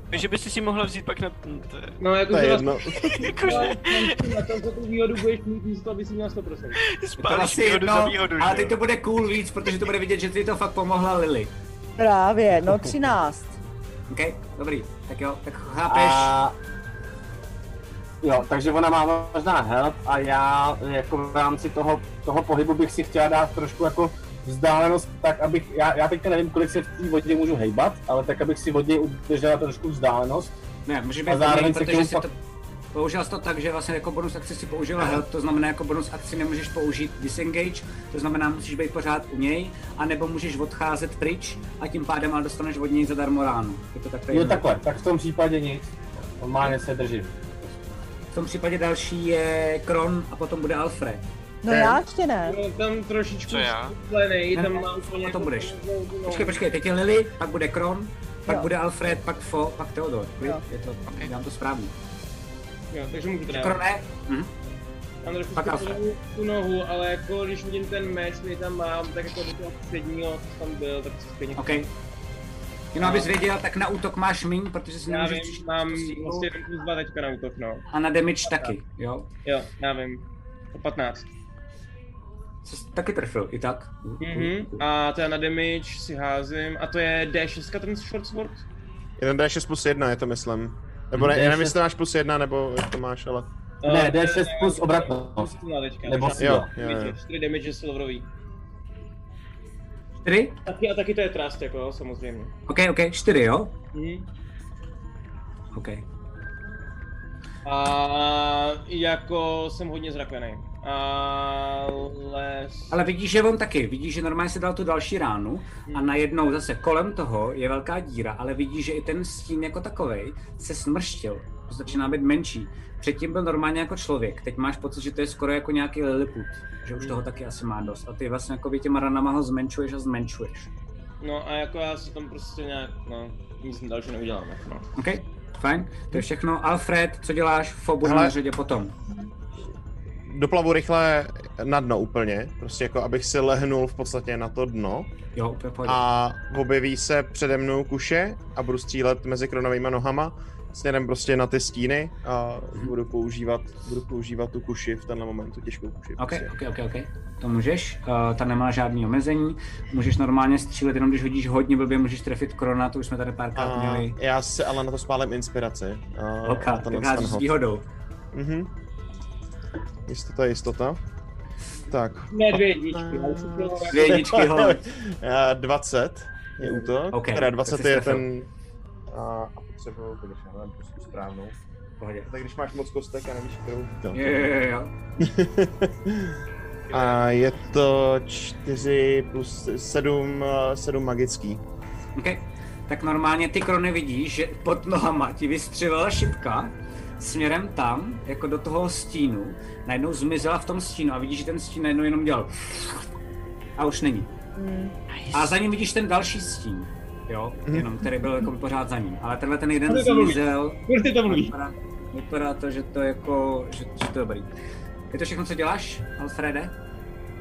Takže byste si mohla vzít pak na... To je...
No, jako,
to
že
je
vás-
jedno. Jakože...
Na tom, co tu výhodu budeš mít místo, aby si měl 100%.
Je to asi jedno, ale teď to bude cool víc, protože to bude vidět, že ty to fakt pomohla Lily.
Právě, no 13.
OK, dobrý, tak jo, tak chápeš.
A... Jo, takže ona má možná help a já jako v rámci toho, toho pohybu bych si chtěla dát trošku jako vzdálenost tak, abych, já, já teďka nevím, kolik se v té vodě můžu hejbat, ale tak, abych si vodě udržela trošku vzdálenost.
Ne, může
a
být
zároveň
zároveň,
se
protože
k tomu
jsi
pak...
to, použil jsi to tak, že vlastně jako bonus akci si použila help, to znamená jako bonus akci nemůžeš použít disengage, to znamená musíš být pořád u něj, anebo můžeš odcházet pryč a tím pádem ale dostaneš od něj zadarmo ránu. Je to takhle
Jo,
jedno.
takhle, tak v tom případě nic. Normálně se držím.
V tom případě další je Kron a potom bude Alfred.
No já ještě ne.
No, tam trošičku
Co já?
skuplenej,
Ne,
tam
ne,
mám úplně...
potom budeš.
no.
Počkej, počkej, teď je Lily, pak bude Kron, pak bude Alfred, pak Fo, pak Theodor. Je to, dám to správně.
Jo, takže můžu teda.
Kron ne?
Hm?
Mhm.
Mám trošku
Pak Alfred.
skuplenou tu nohu, ale jako když vidím ten meč, který tam mám, tak jako do toho středního, co tam byl, tak to stejně...
OK. Jenom abys věděl, tak na útok máš míň, protože si
Já
nemůžeš
vím, mám vlastně jeden plus dva teďka na útok, no.
prostě A na damage taky, jo?
Jo, já vím. To 15.
Jsi taky trefil, i tak.
Mhm. A to já na damage si házím, a to je D6 ten Schwarzword?
1d6 plus 1 je to, myslím. Nebo ne, já nevím, jestli to máš plus 1, nebo jak to máš, ale...
Ne,
No, Eh,
D6 plus obratnost. Nebo
jo,
síla.
jo, jo.
4 damage je silverový.
4?
Taky, a taky to je trust, jako jo, samozřejmě.
OK, OK, 4, jo?
Mhm.
OK.
A jako jsem hodně zrakený. Ale...
Ale vidíš, že on taky, vidíš, že normálně se dal tu další ránu a najednou zase kolem toho je velká díra, ale vidíš, že i ten stín jako takovej se smrštil, začíná být menší. Předtím byl normálně jako člověk, teď máš pocit, že to je skoro jako nějaký liliput, že už toho taky asi má dost a ty vlastně jako by těma ranama ho zmenšuješ a zmenšuješ.
No a jako já si tam prostě nějak, no, nic dalšího neudělám, jako no.
OK, fajn, to je všechno. Alfred, co děláš? Fo, bude
Hele.
na řadě potom.
Doplavu rychle na dno úplně, prostě jako abych si lehnul v podstatě na to dno.
Jo, úplně pohodě.
A objeví se přede mnou kuše a budu střílet mezi kronovými nohama směrem prostě na ty stíny a
Mhm.
budu používat, budu používat tu kuši v tenhle moment, tu těžkou kuši.
OK,
prostě.
OK, OK, OK. To můžeš, uh, ta nemá žádný omezení. Můžeš normálně střílet, jenom když hodíš hodně blbě, můžeš trefit korona, to už jsme tady párkrát
A
měli.
já se ale na to spálím inspiraci. A
OK,
na
tak
tenhle
házíš s
stanhod.
výhodou.
Mhm. Jistota, jistota. Tak.
Ne, dvě jedničky, ale už bylo-
Dvě jedničky, hoď.
Eh, 20 je útok,
OK,
teda
tak
20
jsi
je
trefil.
ten... A a potřebuju, když já mám prostě správnou.
Pohodě.
Tak když máš moc kostek a nevíš, kterou... Jo,
Jo, jo, jo, jo.
A je to 4 plus 7, 7 magický.
OK. Tak normálně ty krony vidíš, že pod nohama ti vystřelila šipka směrem tam, jako do toho stínu. Najednou zmizela v tom stínu a vidíš, že ten stín najednou jenom dělal. A už není. A za ním vidíš ten další stín, jo, jenom který byl jako pořád za ním. Ale tenhle ten jeden
Furt to mluví.
zmizel.
Furt to mluví.
Vypadá, vypadá to, že to jako, že, že to je dobrý. Je to všechno, co děláš, Alfrede?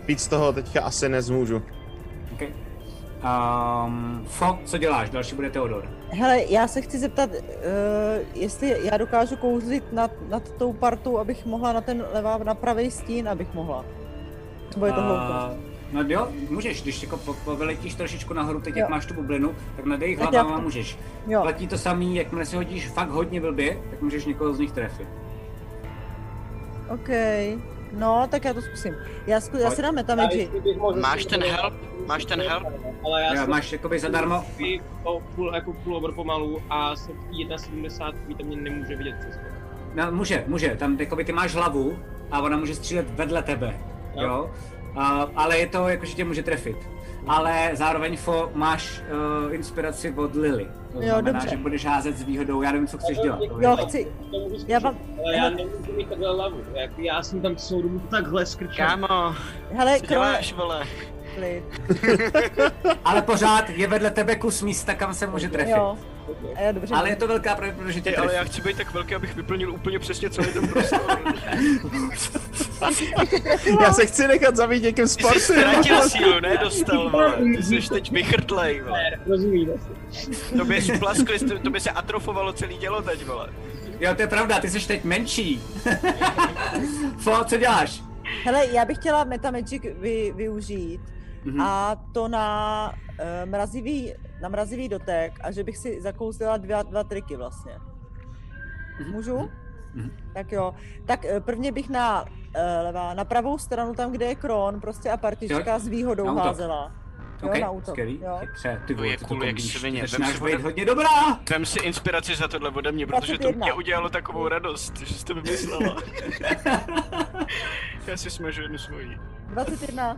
Víc toho teďka asi nezmůžu.
Okay. Um, fo, co děláš? Další bude Teodor.
Hele, já se chci zeptat, eh, jestli já dokážu kouzlit nad, nad tou partou, abych mohla na ten levá, na pravý stín, abych mohla. Nebo je to hloupost?
A- No jo, můžeš, když jako po, poveletíš trošičku nahoru, teď
Jo.
jak máš tu bublinu, tak nad jejich
Tak já-
hlavama můžeš.
Jo.
Platí to samý, jakmile si hodíš fakt hodně blbě, tak můžeš někoho z nich trefit.
OK. No, tak já to zkusím. Já, zku, já si dám metamagic.
Máš ten help? Máš ten help?
Ale já,
Jo, máš jakoby zadarmo.
Ty po- Půl, jako půl obr pomalu a jsem v 1,70, tam mě nemůže vidět přes to.
No, může, může, tam jakoby ty máš hlavu a ona může střílet vedle tebe, jo. A, ale je to jako, že tě může trefit. Ale zároveň fo, máš uh, inspiraci od Lily. To
Jo,
znamená,
dobře.
že budeš házet s výhodou, já nevím, co chceš dělat. to
Jo,
je-
chci. Já mám...
Ale já nemůžu mít takhle lavu, jak já jsem tam celou dobu takhle skrčel.
Kámo,
Hele,
Co
krole...
děláš,
vole?
Klid.
Ale pořád je vedle tebe kus místa, kam se může trefit.
Jo. A já dobře.
Ale je to velká pravděpodobnost, že tě
Ty, ale já
trefí.
chci být tak velký, abych vyplnil úplně přesně celý ten prostor.
Já se chci nechat zabít někým z
Ty jsi
Parsy.
ztratil sílu, ne dostal, vole. Ty jsi teď vychrtlej, vole.
Rozumím.
Tobě splaskli, tobě se atrofovalo celý tělo teď, vole.
Jo, to je pravda, ty jsi teď menší. Fo, co děláš?
Hele, já bych chtěla Metamagic vy, využít
Mhm.
mm-hmm. a to na, uh, mrazivý, na mrazivý dotek a že bych si zakousila dva, dva triky vlastně.
Mhm.
Můžu? Tak jo. Tak eh, prvně bych na, eh, levá, na pravou stranu, tam, kde je kron, prostě a partička
Jo.
s výhodou
Na útok.
házela. Jo,
Ok,
na útok.
skvělý.
Jo.
Pře, ty
To je
vole, ty
cool
to
jak
kombíš.
svině.
Ty začínáš být
ode-
hodně dobrá.
Vem si inspiraci za tohle ode mě, protože to
21.
mě udělalo takovou radost, že jste vymyslela. Já si smažu jednu svoji.
21.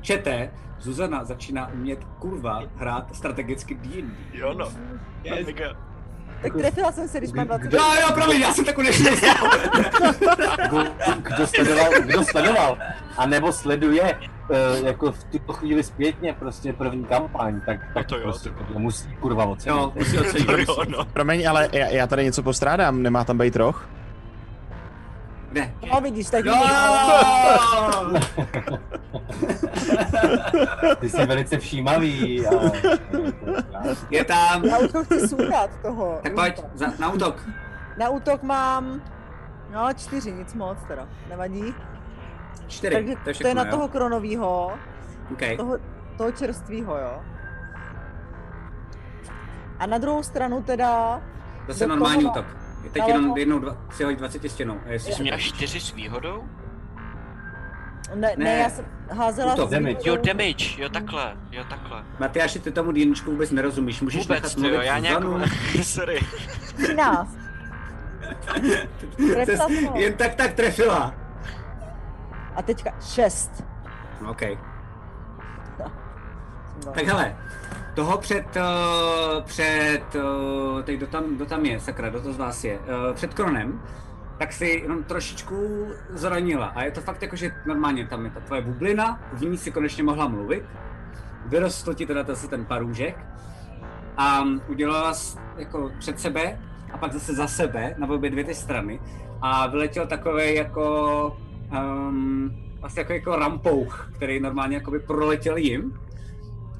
Čete, Zuzana začíná umět kurva hrát strategicky D&D.
Jo no.
Yes.
Tak trefila jsem se, když mám 20.
Jo, jo, promiň, já jsem takový neštěstí.
Kdo sledoval, kdo sledoval, a nebo sleduje eh, jako v tuto chvíli zpětně prostě první kampaň, tak, tak to jo, prostě to musí kurva ocenit.
Jo, no. musí ocenit.
Promiň, ale já, já tady něco postrádám, nemá tam být roh?
Ne.
No, vidíš, tak
Jo!
Ty jsi velice všímavý. A...
Je tam.
Já už to chci sundat toho.
Tak pojď, za, na útok.
Na útok mám, no čtyři, nic moc teda, nevadí.
Čtyři,
Takže
to je
to je
všechno,
na
jo?
toho kronovýho,
Okay.
toho, toho čerstvýho, jo. A na druhou stranu teda...
Zase
do
normální
toho-
útok. Je Teď
Ale-
jenom jednou dva, si hoď 20 stěnou. a Jestli
Jsi
se
měla
to-
čtyři s výhodou?
Ne, ne,
Ne.
já jsem házela... s
Útok.
výhodou-
Damage.
Jo, damage, jo takhle, jo takhle.
Matyáši, ty tomu dýničku vůbec nerozumíš, můžeš
Vůbec,
nechat
ty
mluvit
jo, já nějak...
Zuzanu.
Sorry.
13.
To
Trefila jsem
jsi-
ho.
Jen tak tak trefila.
A teďka 6.
No, OK. Tak hele, toho před, uh, před, uh, teď kdo tam, kdo tam je, sakra, kdo to z vás je, uh, před Kronem, tak si jenom trošičku zranila a je to fakt jako, že normálně tam je ta tvoje bublina, v ní si konečně mohla mluvit, vyrostl ti teda zase ten parůžek a udělala jsi jako před sebe a pak zase za sebe na obě dvě ty strany a vyletěl takový jako um, vlastně jako, jako rampouch, který normálně jakoby proletěl jim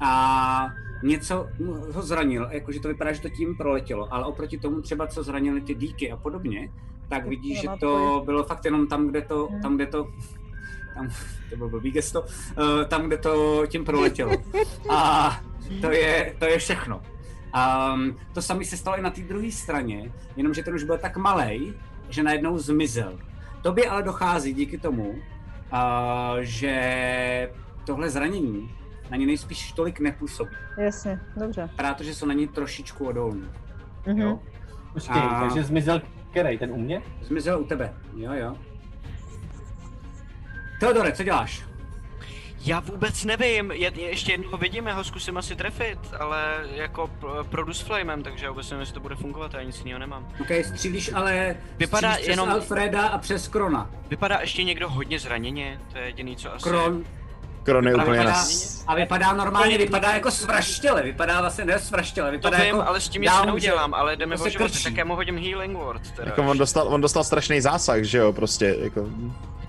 a něco mu- ho zranil, jakože to vypadá, že to tím proletělo, ale oproti tomu třeba, co zranili ty díky a podobně, tak
Tak
vidíš,
to
že
na
to
tvoje-
bylo fakt jenom tam, kde to, tam, kde to, tam, to bylo blbý gesto, eh, tam, kde to tím proletělo. A to je, to je všechno. Um, to samé se stalo i na té druhé straně, jenomže ten už byl tak malý, že najednou zmizel. Tobě ale dochází díky tomu, uh, že tohle zranění na ně nejspíš tolik nepůsobí.
Jasně, dobře.
Protože jsou na ně trošičku odolní.
Mhm.
Počkej,
A-
takže zmizel kerej, ten u mě?
Zmizel u tebe, jo jo. Teodore, co děláš?
Já vůbec nevím, je, je- ještě jednoho vidím, já ho zkusím asi trefit, ale jako pr- produs flamem, takže já vůbec nevím, jestli to bude fungovat, já nic jiného nemám.
OK, střílíš ale
Vypadá
střílíš přes
jenom-
Alfreda a přes Krona.
Vypadá ještě někdo hodně zraněně, to je jediný co asi.
Kron
Kron je
A
úplně
vypadá,
na...
a vypadá normálně, vypadá jako svraštěle, vypadá vlastně ne svraštěle,
To
vypadá
vím,
jako
ale s tím nic
down,
neudělám,
že-
ale jdeme
to
o
se
život,
krčí.
tak já mu hodím healing word teda.
Jako on dostal, on dostal strašný zásah, že jo, prostě, jako...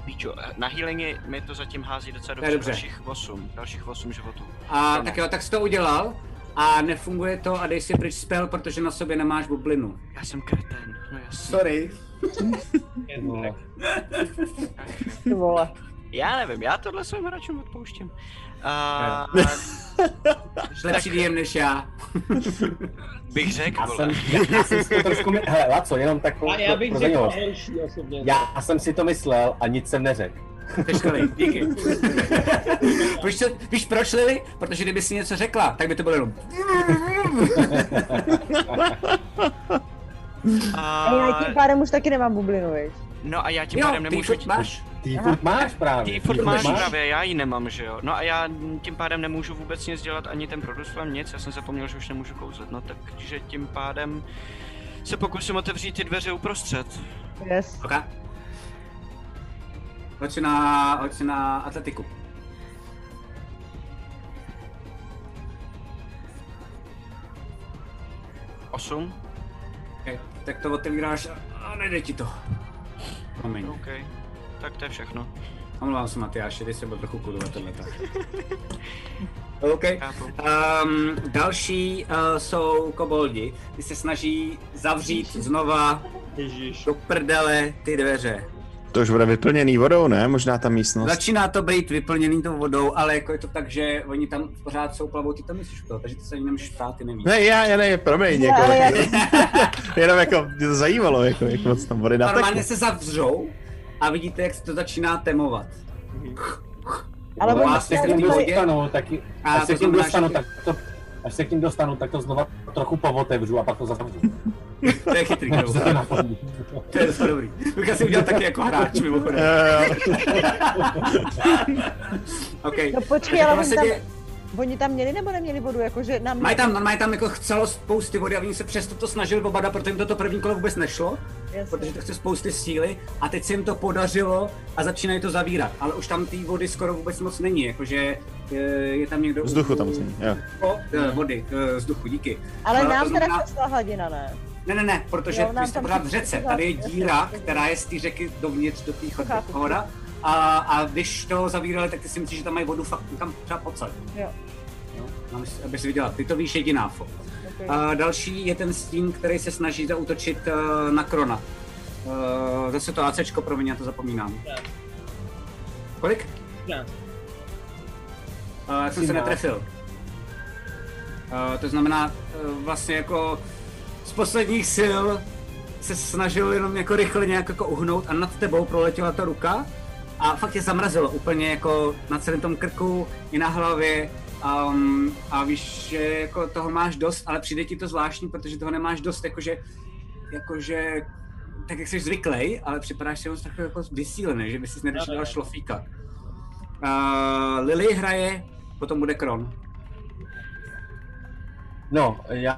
Píčo, na healingy mi to zatím hází docela
To je
dobře,
dobře.
dalších 8, dalších 8 životů.
A tak jo, tak jsi to udělal a nefunguje to a dej si pryč spell, protože na sobě nemáš bublinu.
Já jsem kreten, no jasně.
Sorry.
No.
Ty vole.
Já nevím, já tohle svým hráčům odpouštím. A...
Lepší DM než já.
bych řekl,
Já jsem,
vole.
já, já jsem si to trošku, my- hele, Laco, jenom takovou
A já bych
pro-
řekl
zajímavost.
horší osobně.
Já jsem si to myslel a nic jsem neřekl.
Teškali, díky. Víš, co, víš proč, Lily? Protože kdyby si něco řekla, tak by to bylo jenom...
A...
A já tím pádem už taky nemám bublinu, viď?
No a no já tím
Jo,
pádem
ty
nemůžu...
furt máš.
Ty ji furt máš právě.
Ty ji furt máš právě, já ji nemám, že jo. No a já tím pádem nemůžu vůbec nic dělat, ani ten produslam, nic, já jsem zapomněl, že už nemůžu kouzlet, no takže tím pádem se pokusím otevřít ty dveře uprostřed.
Yes.
Okay. Hoď si na, hoď si na atletiku.
Osm.
Okay. Tak to otevíráš a- a nejde ti to. Promiň.
OK, tak to je všechno.
Omlouvám se Matyáši, ty se byl trochu kurva tohle tak. OK. Um, další uh, jsou koboldi. Ty se snaží zavřít znova do prdele ty dveře.
To už bude vyplněný vodou, ne? Možná ta místnost.
Začíná to být vyplněný tou vodou, ale jako je to tak, že oni tam pořád jsou plavou, ty tam nejsi špil, takže ty se ani nemůžeš ptát, ty nevíš.
Ne, já, já ne, promiň,
Ne,
jako,
ale já-
jenom jako, mě to zajímalo, jako, jak moc tam vody nateklo.
Normálně se zavřou a vidíte, jak se to začíná temovat.
Ale
Volá
no, až
se
se k
v
ním
té vodě.
dostanu, taky,
A
až se
to
k ním
znamená,
dostanu,
že-
tak to, až se k ním dostanu, tak to znova trochu povotevřu a pak to zavřu.
To je chytrý, Kubo. To je docela dobrý. Lukas si udělal taky jako hráč, mimochodem.
Eh,
okay.
No počkej, ale oni tam, oni tam měli nebo neměli vodu, jakože nám...
vlastně Mají tam, mají tam jako chcelo spousty vody a oni se přesto to snažili obadat, protože jim toto první kolo vůbec nešlo,
Jasně.
protože to chce spousty síly a teď se jim to podařilo a začínají to zavírat, ale už tam té vody skoro vůbec moc není, jakože eh, je tam někdo...
Vzduchu tam moc není, jo.
O, eh, vody, eh, vzduchu, díky.
Ale
No, to
nám teda
znamená-
klesla hladina, ne?
Ne, ne, ne, protože
Jo, nám
vy jste
tam
pořád v
chybí
řece.
pořád-
Tady je
jasně,
díra,
jasně.
která je z té řeky dovnitř do té chodby.
Chápu.
Pohoda. A, a když to zavírali, tak ty si myslíš, že tam mají vodu fakt tam třeba pocet.
Jo.
Jo, aby si- aby si viděla. Ty to víš jediná. Fo.
Okay.
A další je ten stín, který se snaží zautočit eh, na Krona. Eh, Zase to ACčko, promiň, já to zapomínám. Kolik?
Ne.
Uh, jsem se
Třináct.
netrefil. Uh, to znamená, uh, vlastně jako z posledních sil se snažil jenom jako rychle nějak jako uhnout a nad tebou proletěla ta ruka a fakt je zamrazilo úplně jako na celém tom krku i na hlavě um, a víš, že jako toho máš dost, ale přijde ti to zvláštní, protože toho nemáš dost, jakože, jakože tak jak jsi zvyklý, ale připadáš si jenom trochu jako vysílený, že by si
No,
nedošel šlofíka. Uh, Lily hraje, potom bude Kron.
No, já...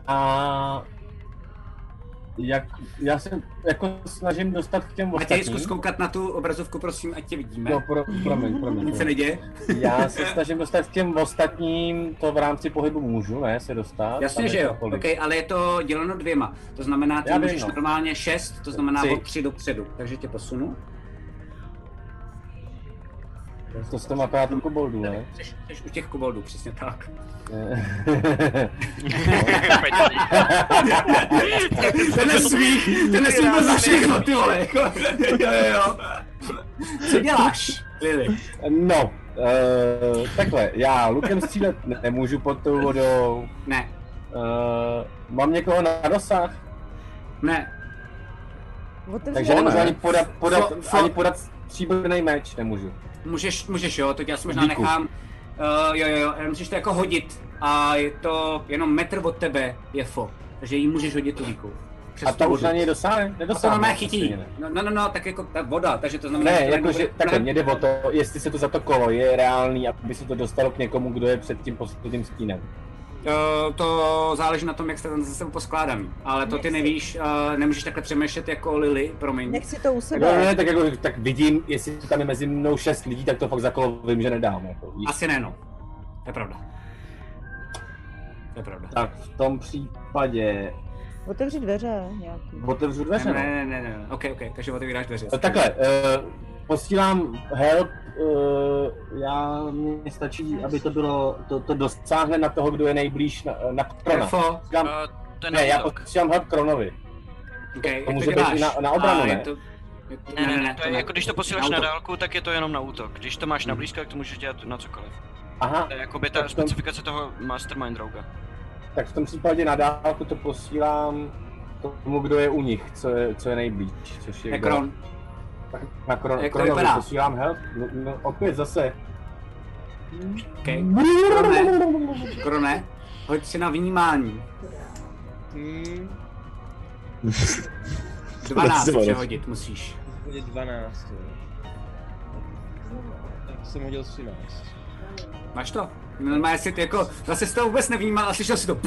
Jak, já se jako snažím dostat k těm
Matěj,
ostatním.
zkus koukat na tu obrazovku, prosím, ať tě vidíme.
No, pro, promiň, promiň.
Nic se
promiň.
neděje.
Já se snažím dostat k těm ostatním, to v rámci pohybu můžu, ne, se dostat.
Jasně,
Tam je
že
to
jo,
kolik?
okay, ale je to děleno dvěma. To znamená, ty
Já vím,
můžeš
no.
normálně šest, to znamená
Tři.
o tři dopředu, takže tě posunu.
To jsem akorát u koboldu, ne?
Jsi, jsi u těch koboldů, přesně tak. ten smích, ten smích byl za všechno, ty vole. jako. jo, jo, jo. Co děláš, Lily?
No, uh, takhle, já lukem střílet nemůžu pod tou vodou.
Ne.
Uh, mám někoho na dosah?
Ne.
Takže nemůžu ani podat, podat,
Fo- fo-
ani podat stříbrný meč, nemůžu.
Můžeš, můžeš jo, to já si možná
Díku.
nechám. Uh, jo, jo, jo, musíš to jako hodit a je to jenom metr od tebe je fo, takže ji můžeš hodit tu díku.
A ta už na něj dosáhne?
A No to
Nedosáhne.
normálně chytí.
stejně ne.
No, no, no, no, tak jako ta voda, takže to znamená,
Ne,
to
jakože
nebude-
takhle, mě jde o to, jestli se to za to kolo je reálný, aby se to dostalo k někomu, kdo je před tím posledním stínem.
Eh, to záleží na tom, jak jste tam zase poskládaný. Ale to ty nevíš, eh, nemůžeš takhle přemýšlet jako Lily, promiň.
Nechci to u
No,
sebe.
ne, tak, jako, tak vidím, jestli tam je mezi mnou šest lidí, tak to fakt za kolo vím, že nedám. Jako, víš?
Asi ne, no. To je pravda. To je pravda.
Tak v tom případě
Otevři dveře nějaký.
otevřu dveře.
Ne,
no.
ne, ne, ne, ne. OK, OK, takže otevíráš dveře.
No Takhle, uh, posílám help, uh, já mně stačí, aby to bylo, to, to dosáhne na toho, kdo je nejblíž na, eh, na Krona.
Info.
Posílám,
Eh,
Eh,
to je na
ne, já
útok.
posílám help Kronovi.
Okay,
to může být i na, na obranu, ne?
To...
Ne, ne, ne, to je, jako když to posíláš na
útok.
dálku, tak je to jenom na útok. Když to máš na blízko, tak to můžeš dělat na cokoliv.
Aha.
To je jakoby ta specifikace toho Mastermind Rouga.
Tak v tom případě na dálku to posílám tomu, kdo je u nich, co je, co je nejblíž, což je...
Je
kdo.
Kron.
Tak na
Jak
Kron,
to
Kronovi
vypadá?
posílám help, no, no, opět zase.
Okay. Krone, Krone, hoď si na vnímání.
Hmm,
12
Dvacet.
přehodit musíš.
je 12. jo. jsem hodil 13.
Máš to? Normálně si ty jako, zase jsi to vůbec nevnímal a slyšel si to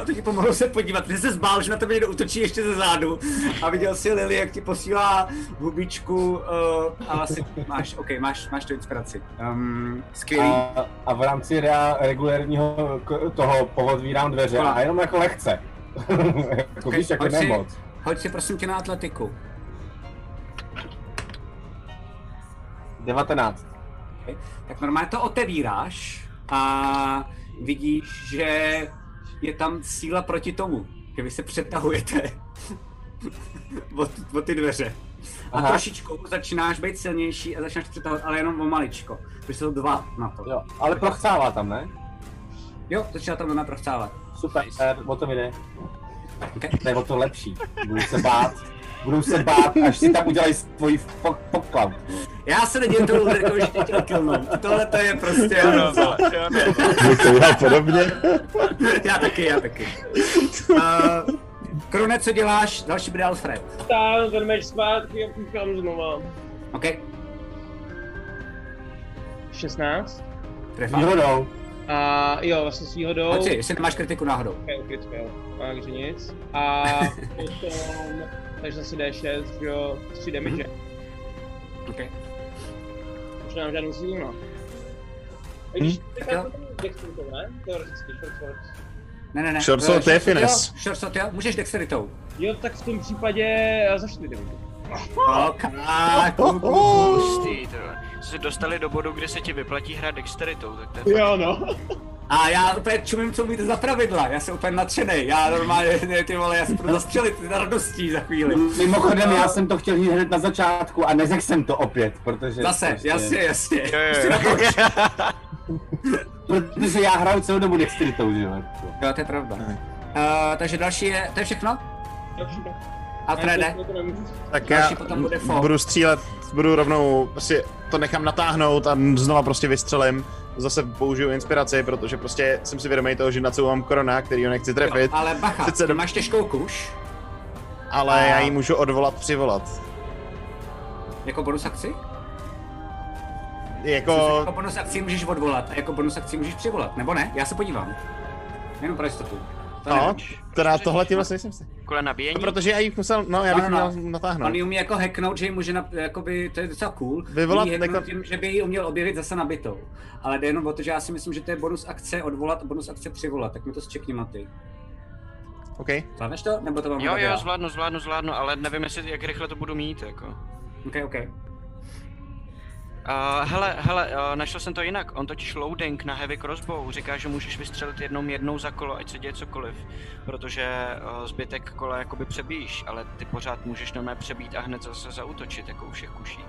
a to ti pomohlo se podívat, ty se zbál, že na tebe někdo útočí ještě ze zádu a viděl si Lily, jak ti posílá hubičku uh, a asi máš, OK, máš, máš tu inspiraci. Um, skvělý.
A, a v rámci rea, regulérního k- toho poodvírám dveře
Kola.
a jenom jako lehce. jako víš, jako
hoď, si,
nemoc.
hoď si prosím tě na atletiku.
19.
Okay. Tak normálně to otevíráš a vidíš, že je tam síla proti tomu, že vy se přetahujete o, o ty dveře. A
Aha.
Aha. trošičku začínáš být silnější a začínáš přetahovat, ale jenom o maličko. Protože jsou dva na to.
Jo, ale prochcává tam, ne?
Jo, začíná tam normálně prochcávat.
Super, eh, o to mi jde.
Okay.
To je o to lepší. Budu se bát. Budu se bát, až si tam udělají svoji pok- poklav.
Já se nedělím tomu Drkovi, že tě chtěl killnout. Tohle to je prostě...
Jo, no, vole,
jo,
To já podobně.
já taky, já taky. Uh, Krone, co děláš? Další bude Alfred.
Stánu ten meč zpátky a půjkám znova.
OK.
16.
Trefa. Výhodou.
A jo, vlastně s výhodou.
Hoci, jestli nemáš kritiku náhodou.
Okay, okay, okay. Takže nic. A potom, takže zase D6, že jo, 3 damage.
Mhm. OK.
Už nemám žádnou sílu, no. I když
Mhm.
tak jako já to mám dexteritu, ne? Teoreticky, short sword.
Ne, ne, ne.
Short sword,
Eh,
to je
short sword,
finesse.
jo, Short sword, jo, můžeš dexteritou.
Jo, tak v tom případě eh, za 4 damage.
OK.
Ty, se dostali do bodu, kde se ti vyplatí hra dexteritou, tak to je
Jo, no.
A já úplně čumím, co mluvíte za pravidla. Já jsem úplně nadšený. Já normálně, ne, ty vole, já jsem budu zastřelit na radostí za chvíli.
Mimochodem, já jsem to chtěl mít hned na začátku a neřekl jsem to opět, protože... prostě-
Zase, jasně, jasně. Jo,
Prostě
Protože já hraju celou dobu dexteritou, že jo.
Jo, to je pravda. Uh, takže další je, to je všechno? Alfrede?
Tak já
Další potom bude fo.
budu střílet, budu rovnou, si to nechám natáhnout a znova prostě vystřelím. Zase použiju inspiraci, protože prostě jsem si vědomý toho, že na co mám korona, který ho nechci trefit.
Ale bacha,
Sice do-
máš těžkou kuš,
Ale
A-
já ji můžu odvolat, přivolat.
jako bonus akci?
Jako-
Jako bonus akci můžeš odvolat a jako bonus akci můžeš přivolat, nebo ne? Já se podívám. Jenom pro jistotu. To
No,
nevím.
teda tohle tím vlastně nejsem si.
Kole nabíjení?
No, protože já ji musel, no, já bych ji měl natáhnout.
On ji umí jako hacknout, že ji může, na, jakoby, to je docela cool.
Vyvolat
Umí ji hacknout
takhle-
tím, že by ji uměl objevit zase nabitou. Ale jde jenom o to, že já si myslím, že to je bonus akce odvolat a bonus akce přivolat, tak mi to zčekni Maty.
OK.
Zvládneš to? Nebo to mám
Jo,
udělat
jo,
já?
zvládnu, zvládnu, zvládnu, ale nevím, jestli, jak rychle to budu mít, jako.
OK, OK.
Uh, hele, hele, uh, našel jsem to jinak. On totiž loading na heavy crossbow říká, že můžeš vystřelit jednou jednou za kolo, ať se děje cokoliv. Protože uh, zbytek kola jakoby přebíjíš, ale ty pořád můžeš na mé přebít a hned zase zautočit, jako u všech kuší.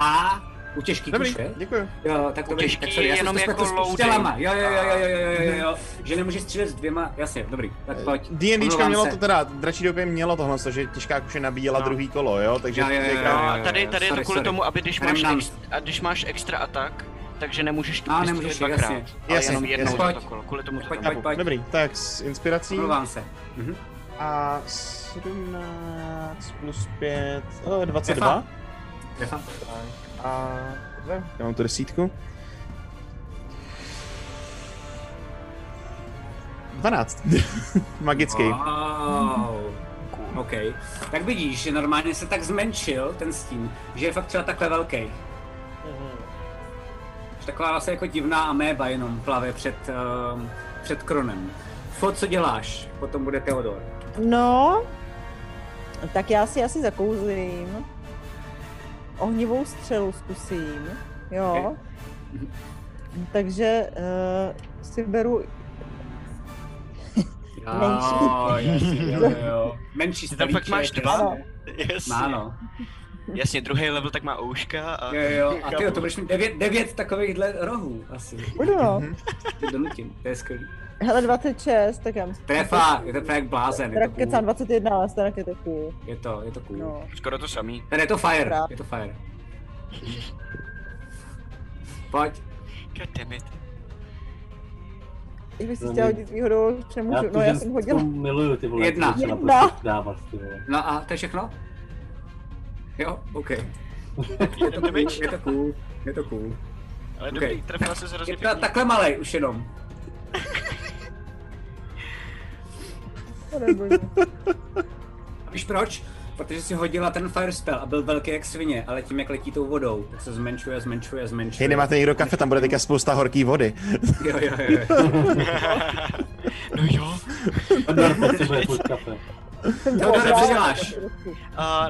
A u těžký
Dobrý,
kuše?
děkuji.
Jo, tak to
U
bude,
těžký
tak sorry, já jsem
jenom
to spletl
jako
s
loading.
střelama. Jo, jo, jo, jo, jo, jo, jo, jo, jo, že nemůžeš střílet s dvěma, jasně, dobrý, tak pojď.
D&Dčka
Omlouvám
mělo
se.
to teda, dračí době mělo tohle, co, že těžká kuše nabíjela
No.
druhý kolo, jo, takže...
Jo, jo, jo,
jako-
jo,
A tady, tady je to
sorry,
kvůli
sorry.
tomu, aby když máš,
Remnant.
ex, a když máš extra atak, takže nemůžeš tu
A,
vystřelit
No, nemůžeš,
dvakrát,
jasně.
ale
Jasně,
jenom jednou
jasně.
za to kolo, kvůli tomu to
Pojď,
tam
pojď,
je.
pojď.
Dobrý, tak s inspirací.
Omlouvám se. Mhm.
A 17 plus 5, oh, 22.
Trefa.
A dobře, já mám tu desítku. 12. Magický.
Wow. OK. Tak vidíš, že normálně se tak zmenšil ten stín, že je fakt třeba takhle velký. Že Taková vlastně jako divná améba jenom plave před, ehm, před kronem. Fo, co děláš? Potom bude Teodor.
No, tak já si asi zakouzlím. Ohnivou střelu zkusím, jo. Takže uh, si beru Menší.
Jo, jasně, jo, jo. Menší
Ty tam pak
stolíček,
máš dva? no.
jasně.
Jasně.
Má, no.
Jasně, druhý level tak má ouška a...
Jo, jo, a ty jo, to budeš mít devět, devět takovýchhle rohů asi.
Budu, no.
Mhm. Ty donutím, to je skvělý.
Hele, 26, tak já myslím.
Trefa, je to právě jak blázen,
Teda
je to
kecám
cool.
21, ale stejně je to cool.
Je to, je to cool.
No.
Skoro to samý.
Tady je to fire,
Dobrá.
je to fire. Pojď.
God damn it.
Kdybych si
No,
chtěla
my-
hodit výhodou, přemůžu. No, já jsem hodila.
miluju, ty
vole,
Jedna.
to je docela Jedna. prostě
Dávat, ty vole. No a to je všechno? Jo, OK. je, to cool, je to cool, je to cool.
Ale
Ok.
dobrý, trefila se hrozně
Je teda takhle malej už jenom. A Víš proč? Protože si hodila ten fire spell a byl velký jak svině, ale tím, jak letí tou vodou, tak se zmenšuje, zmenšuje, zmenšuje.
Hej, nemáte někdo kafe, tam bude teďka spousta horký vody.
Jo, jo, jo. no jo. Teodore, co děláš?
Uh,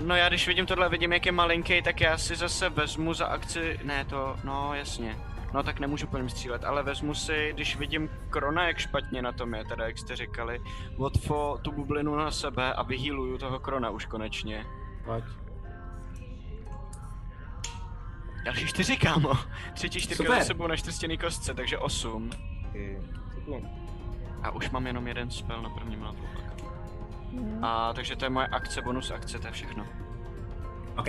no já když vidím tohle, vidím jak je malinký, tak já si zase vezmu za akci, ne to, no jasně. No tak nemůžu po něm střílet, ale vezmu si, když vidím Krona, jak špatně na tom je, teda jak jste říkali, Watfo tu bublinu na sebe a vyhýluju toho Krona už konečně.
Pojď.
Další čtyři, kámo. Třetí čtyřka za
Super.
sebou na čtyřstěný kostce, takže osm. A už mám jenom jeden spell na prvním levelu. tak. A takže to je moje akce, bonus akce, to je všechno.
OK.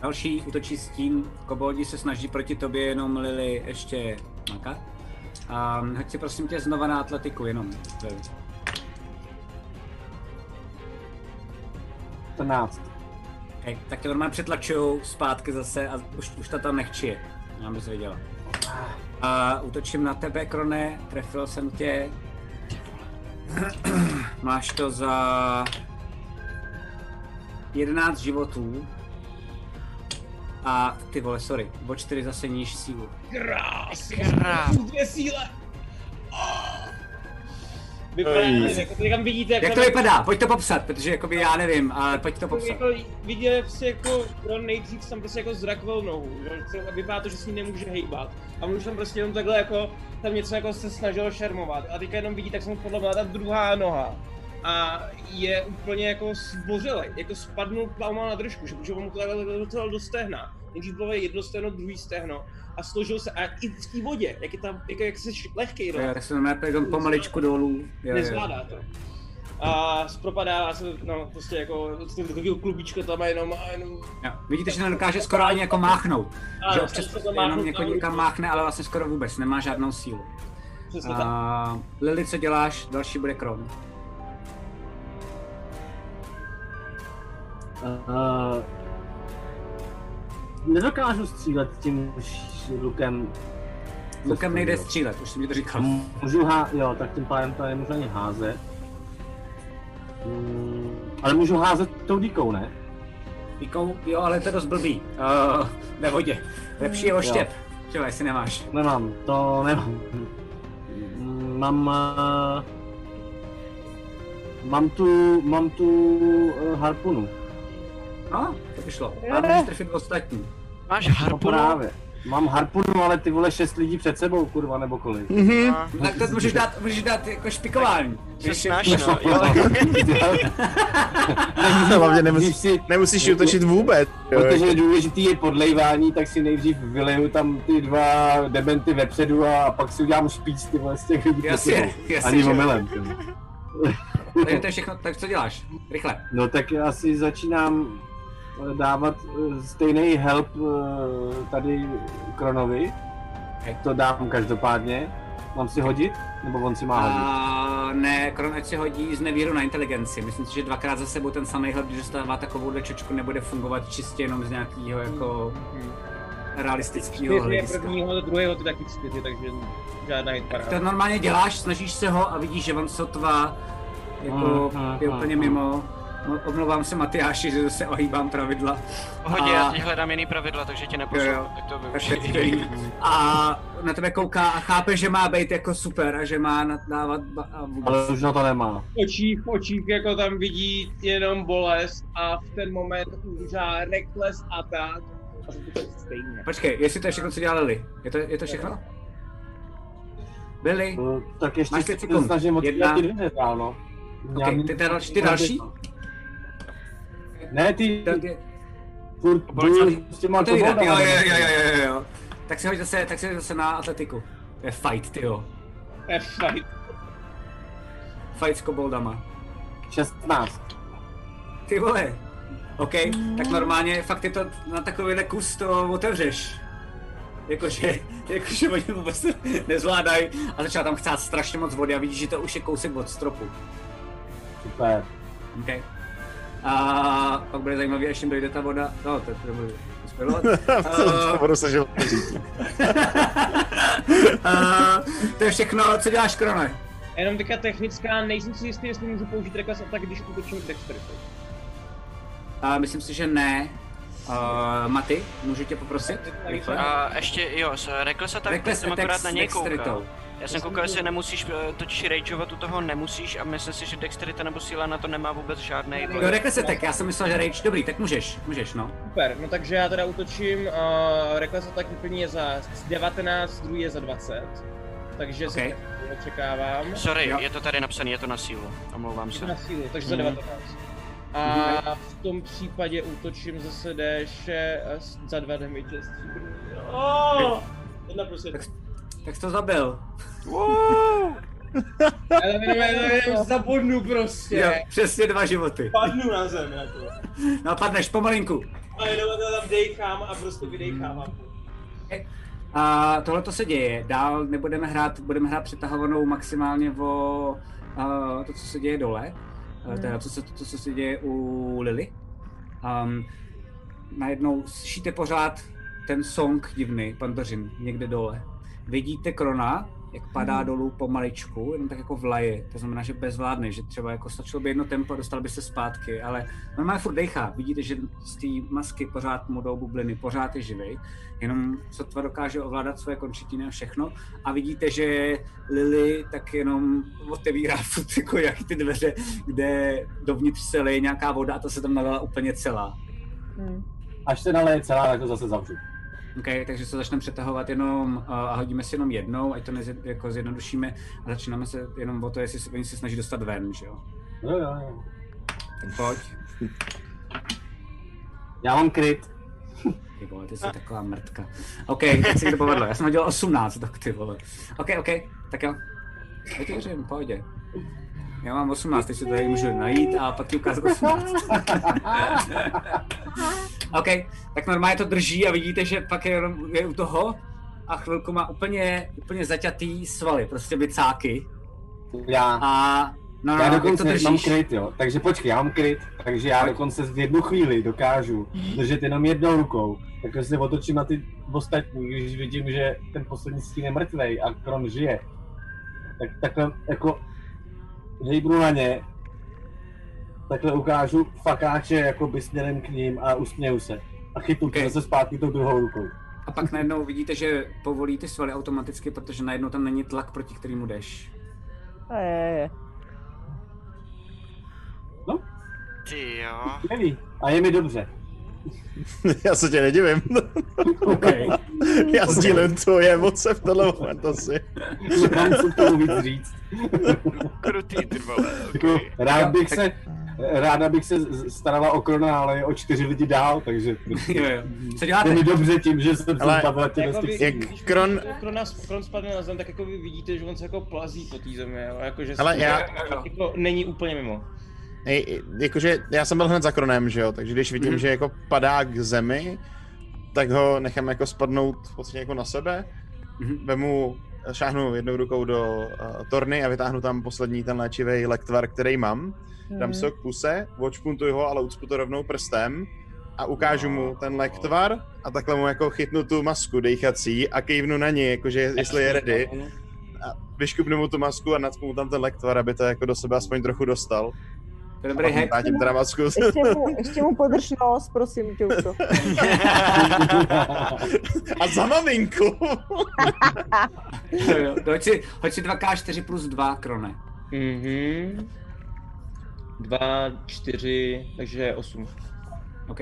Další útočí stín. Koboldi se snaží proti tobě jenom Lily ještě makat. A hoď si prosím tě znova na atletiku jenom. Lily.
14.
OK, tak tě normálně přetlačují zpátky zase a už, už ta tam nechčije. Já bys věděla. A útočím na tebe, Krone, trefil jsem tě. Máš to za 11 životů. A ty vole, sorry, o 4 zase níž sílu.
Krás!
Krás.
Dvě síle!
Ej.
Vypadá, jako, tady tam vidíte,
Jak to vypadá? Pojď to popsat, protože jakoby já nevím, ale pojď to popsat.
Jako, viděl prostě jako, on nejdřív tam prostě jako zrakvel nohu, že on chce- vypadá to, že s ní nemůže hejbat. A on už tam prostě jenom takhle jako, tam něco jako se snažil šermovat. A teďka jenom vidí, tak se mu podle ta druhá noha. A je úplně jako zbořelej, jako spadnul plauma na držku, že protože on mu to takhle docela do stehna. Nejdřív bylo jedno stehno, druhý stehno a složil se, a i v té vodě, jak je tam, jako jak se lehkej, no.
Jo, tak se normálně pojď pomaličku dolů. Jo, jo.
Nezvládá to. A zpropadává se, no, prostě jako z toho takového klubíčka tam a jenom, a jenom
Jo. Vidíte, že nedokáže skoro ani jako máchnout.
Ano,
že občas
stačí to
jenom
máchnout
jako
na
někam
ulici.
máchne, ale vlastně skoro vůbec, nemá žádnou sílu.
Přesně tak.
A Lily, co děláš? Další bude Kron.
Uh, nedokážu střílet tím š- lukem.
Lukem nejde střílet, už jsem mi to říkal.
Můžu há... jo, tak tím pádem to nemůžu ani házet. Mm, ale můžu házet tou díkou, ne?
Píkou, jo, ale to je dost blbý. Uh, ve vodě. Lepší je
Jo.
oštěp. Čele, jestli nemáš.
Nemám, to nemám. Mm, Mám... Uh, mám tu, mám tu uh, harpunu.
No, to by šlo.
Jo.
Ale můžeš trefit ostatní.
Máš
No právě. Mám harpunu, ale ty vole šest lidí před sebou, kurva, nebo kolik.
No, tak to můžeš dát, můžeš dát jako špikování.
Se
Víš,
snaž,
jako-
no, jo.
Hlavně nemusíš, nemusíš útočit vůbec. jo,
Protože
jako-
důležitý je podlejvání, tak si nejdřív vyleju tam ty dva dementy vepředu a pak si udělám špíc ty vole z těch lidí.
Jasně,
před sebou.
jasně,
Ani
že jo.
omylem. ty vole.
Takže to je všechno, tak co děláš? Rychle.
No tak já si začínám eh, dávat eh, stejný help eh, tady Kronovi. To dám každopádně. Mám si hodit? Nebo on si má hodit?
A ne, Kronač si hodí z nevíru na inteligenci. Myslím si, že dvakrát za sebou ten samý hlad, když dostává takovou čočku, nebude fungovat čistě jenom z nějakého jako realistického
čtyři je
hlediska.
prvního, druhého ty taky čtyři, takže žádná hit paráda.
To normálně děláš, snažíš se ho a vidíš, že on sotva jako
Mm, mm,
je
mm,
úplně
mm.
mimo. No, Omlouvám se Matyáši, že zase ohýbám pravidla.
Pohodě, já teď hledám jiný pravidla, takže tě
Jo,
nepozvu,
jo.
tak to
Takže ty
využij.
dobrý. A na tebe kouká a chápe, že má být jako super a že má nadávat ba- a vůbec.
Ale už na to nemá.
V očích, v očích jako tam vidí jenom bolest a v ten moment užá reckless attack a jsou to všechno stejně.
Počkej, jestli to je všechno, co dělá Lily. Je to, je to všechno? Lily,
No, tak ještě
máš
se
pět sekund.
snažím od
Jedna.
ty dvě dál, no. Já
Okay,
mám-
ty, ty, další, ty další?
Ne, ty... Furt bojuju s těma
Otevírá,
koboldama.
jo, jo, jo, jo, jo, jo. Tak si hoď zase, tak si hoď zase na atletiku. To je fight, ty jo.
To je fight.
Fight s koboldama.
16.
Ty vole. OK, tak normálně fakt je to na takovýhle kus to otevřeš. Jakože, jakože oni vůbec nezvládají a začíná tam chcát strašně moc vody a vidíš, že to už je kousek od stropu.
Super.
OK. A pak bude zajímavý, až jim dojde ta voda. No, to je to bude Bylo?
v tom
Eh,
rozhovoru se život
eh, to je všechno, co děláš, Krone?
Jenom teďka technická, nejsem si jistý, jestli můžu použít rekaz a tak, když útočím dexteritou.
A myslím si, že ne. Uh, Maty, můžu tě poprosit? Rychle.
A ještě, jo, s Reckless Attack,
Reckless
jsem
attack
akorát
s
na něj koukal.
dexteritou.
Já jsem koukal, jestli nemusíš eh, totiž rageovat u toho, nemusíš a myslím si, že dexterita nebo síla na to nemá vůbec žádný.
Jo, řekl se tak, já jsem myslel, že rage, dobrý, tak můžeš, můžeš, no.
Super, no takže já teda útočím, uh, Reckless Attack první je za 19, druhý je za 20. Takže okay. se očekávám.
Sorry, je to tady napsané, je to na sílu. Omlouvám se.
Na sílu, takže za
Mhm.
19. A v tom případě útočím zase déše eh, s- za dva damage. Oh! Jedna plus jedna.
Tak jsi to zabil.
Ale jenom, jenom, jenom zabodnu prostě.
Jo, přesně dva životy.
Padnu na zem na to.
Napadneš pomalinku.
A jenom to tam dejchám a prostě vydejchávám.
A tohle to se děje. Dál nebudeme hrát, budeme hrát přetahovanou maximálně o a, to, co se děje dole. Hmm.
Hmm.
Teda to, co, to, co se děje u Lily. Um, najednou slyšíte pořád ten song divný, pandořin, někde dole. Vidíte Krona, jak padá
Hmm.
dolů pomaličku, jenom tak jako vlaje. To znamená, že bezvládne, že třeba jako stačilo by jedno tempo a dostal by se zpátky, ale normálně furt dechá. Vidíte, že z té masky pořád mu jdou bubliny, pořád je živý. Jenom sotva dokáže ovládat svoje končetiny a všechno. A vidíte, že Lily tak jenom otevírá furt jako jak ty dveře, kde dovnitř se leje nějaká voda a ta se tam nalila úplně celá.
Až se naleje celá, tak to zase zavřu.
Okay, takže se začneme přetahovat jenom uh, a hodíme si jenom jednou, ať to nezje, jako zjednodušíme a začínáme se jenom o to, jestli se, oni se snaží dostat ven, že jo?
Jo, jo, jo.
Tak pojď.
Já mám kryt.
Ty vole, ty jsi taková mrtka. OK, tak se mi to povedlo. Já jsem hodil 18, tak ty vole. OK, OK, tak jo. Já ti věřím, pohodě. Já mám 18, teď se tady můžu najít a pak ti ukázat 18. OK, tak normálně to drží a vidíte, že pak je, jenom- je u toho a chvilku má úplně, úplně zaťatý svaly, prostě vycáky.
Já.
A no, no,
já
jak to
dokonce
držíš?
mám kryt, jo. Takže počkej, já mám kryt, takže já dokonce v jednu chvíli dokážu držet jenom jednou rukou. Takže se otočím na ty ostatní, když vidím, že ten poslední stín je mrtvej a Kron žije. Tak takhle jako hejbnu na ně, takhle ukážu fakáče jako by směrem k ním a usměju se. A chytnu okay. zase zpátky tou druhou rukou.
a pak najednou vidíte, že povolí ty svaly automaticky, protože najednou tam není tlak, proti kterému jdeš.
A je, je.
Ty jo.
Neví. A je mi dobře.
Já se tě nedivím.
Okay.
Já sdílím tvoje emoce v tohle momentu asi.
Mám co k tomu víc říct.
Krutý, ty vole.
Jako, rád bych se, ráda bych se z- starala o Krona, ale je o čtyři lidi dál, takže...
Jo, jo. Co děláte?
Je mi dobře tím, že jsem
Ale-
ale, spadla těle z
Jako
těch
vy-
sítí.
když Kron, nás- Kron spadne na zem, tak jako vy vidíte, že on se jako plazí po té zemi, jo? Jako, že
Ale já-
jako, není úplně mimo.
Ej, jakože já jsem byl hned za Kronem, že jo, takže když vidím,
Mhm.
že jako padá k zemi, tak ho nechám jako spadnout vlastně jako na sebe, vemu, šáhnu jednou rukou do uh, torny a vytáhnu tam poslední ten léčivý lektvar, který mám, dám
Mhm.
si ho k puse, watchpuntuji ho, ale ucpu to rovnou prstem a ukážu mu ten lektvar a takhle mu jako chytnu tu masku dejchací a kejvnu na ní, jakože jestli je ready. A vyškubnu mu tu masku a nadspnu mu tam ten lektvar, aby to jako do sebe aspoň trochu dostal.
To dobrý hack.
Vrátím teda masku.
Ještě mu, ještě mu podrž nos, prosím tě, to.
A za maminku.
Jo, jo. Hoď si, hoď si 2K4 plus 2 krone.
Mhm. Dva, čtyři, takže osm.
OK.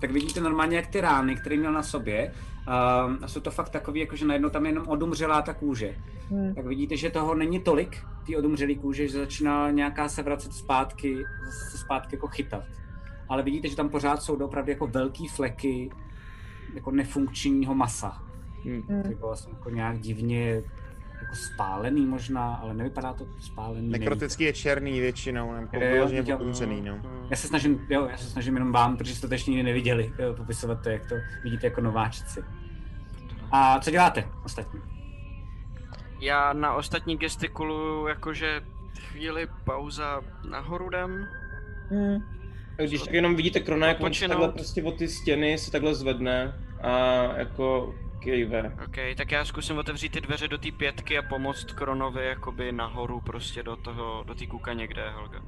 Tak vidíte normálně jak ty rány, které měl na sobě, um, a jsou to fakt takový, jako že najednou tam je jenom odumřelá ta kůže.
Hmm.
Tak vidíte, že toho není tolik, ty odumřelý kůže, že začíná nějaká se vracet zpátky, zase se zpátky jako chytat. Ale vidíte, že tam pořád jsou opravdu jako velký fleky jako nefunkčního masa.
Hmm.
Hmm. To bylo asi jako nějak divně jako spálený možná, ale nevypadá to spálený. není.
Nekrotický je černý většinou, nebo
Jo, jo,
vyloženě
viděl-
podumřený, no.
Já se snažím, jo, já se snažím jenom vám, protože jste to ještě nikdy neviděli, jo, popisovat to, jak to vidíte jako nováčci. A co děláte ostatní?
Já na ostatní gestikuluju jakože chvíli pauza nahoru dám.
Hmm.
Když tak jenom vidíte Krona, jak on se
Odpočinout.
takhle prostě od ty stěny se takhle zvedne a jako kejve.
OK, tak já zkusím otevřít ty dveře do té pětky a pomoct Kronovi jakoby nahoru prostě do toho, do té kuka někde, Helga.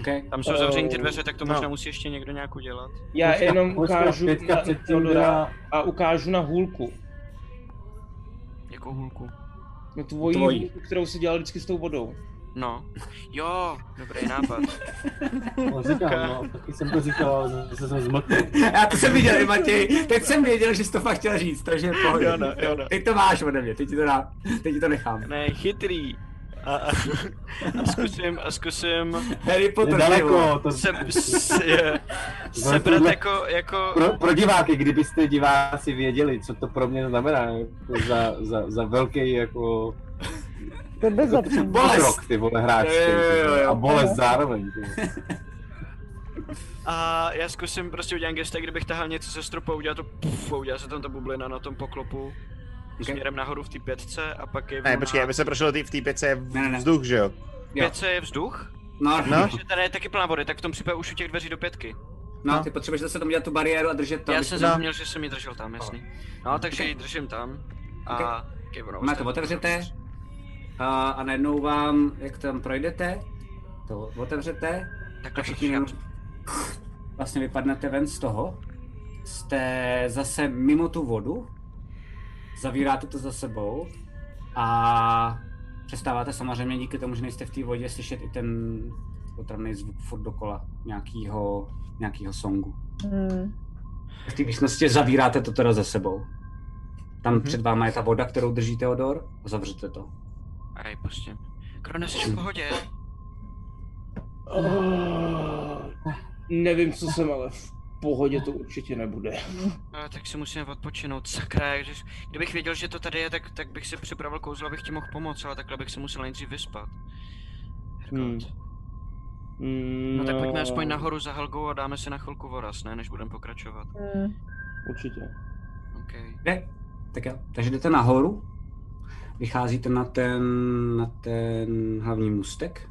Okay.
Tam jsou zavřený ty dveře, tak to možná
No.
musí ještě někdo nějak udělat.
Já jenom
počkat,
ukážu
pětka
na
předtím
Teodora
byla-
a ukážu na hůlku.
Jakou hůlku?
No tvojí,
Tvojí.
hůlku, kterou si dělal vždycky s tou vodou.
No. Jo, dobrý nápad.
No, říkám, no, taky jsem to říkal, zase jsem zmlkl.
Já to jsem viděl, i Matěj. Teď jsem věděl, že jsi to fakt chtěl říct, takže v pohodě.
Jo, no, jo, no.
Teď to máš ode mě, teď ti to, dá, teď ti to nechám.
Ne, chytrý. A, a, a zkusím, a zkusím...
Harry Potter, Nedaleko, ty vole. to-
Se, se, sebrat jako, jako...
Pro, pro diváky, kdybyste diváci věděli, co to pro mě znamená, jako za, za, za velký jako...
To bez
Jako
Bolest! ty vole, hráčky.
Jo, jo, jo, jo.
A bolest zároveň. ty vole.
A já zkusím prostě udělat gesta, kdybych tahal něco ze stropu a udělal to puf, a udělá se tam ta bublina na tom poklopu. Směrem nahoru v té pětce a pak je...
Ne, počkej, aby se prošel tý- v té pětce je vzduch, že jo?
Pětce je vzduch?
No,
No.
Že tady je taky plná vody, tak v tom případě už u těch dveří do pětky.
No, ty potřebuješ zase tam dělat tu bariéru a držet to.
Já
aby
jsem
to-
zapomněl, že jsem ji držel tam, jasný. No, takže ji držím tam. A... Okay,
Má
ono
No, to
ostatní-
otevřete a, a najednou vám, jak tam projdete, to otevřete, tak všichni jenom vlastně vypadnete ven z toho, jste zase mimo tu vodu, zavíráte to za sebou a přestáváte samozřejmě díky tomu, že nejste v té vodě slyšet i ten otravný zvuk furt dokola nějakýho, nějakýho songu.
Hmm,
V té místnosti zavíráte to teda za sebou. Tam
Mhm.
před váma je ta voda, kterou drží Teodor a zavřete to.
A jej pustím. Krone, prostě. jsi v pohodě? Ah.
Oh, nevím, co jsem, ale v pohodě to určitě nebude.
A, No, tak si musíme odpočinout, sakra, jak když, kdybych věděl, že to tady je, tak, tak bych si připravil kouzlo, abych ti mohl pomoct, ale takhle bych se musel nejdřív vyspat.
Hmm.
No tak pojďme
Mm,
aspoň nahoru za Helgou a dáme si na chvilku voraz, ne, než budeme pokračovat.
hmm,
Určitě.
Okay.
Ne? Tak jo. Takže jdete nahoru, vycházíte na ten, na ten hlavní můstek.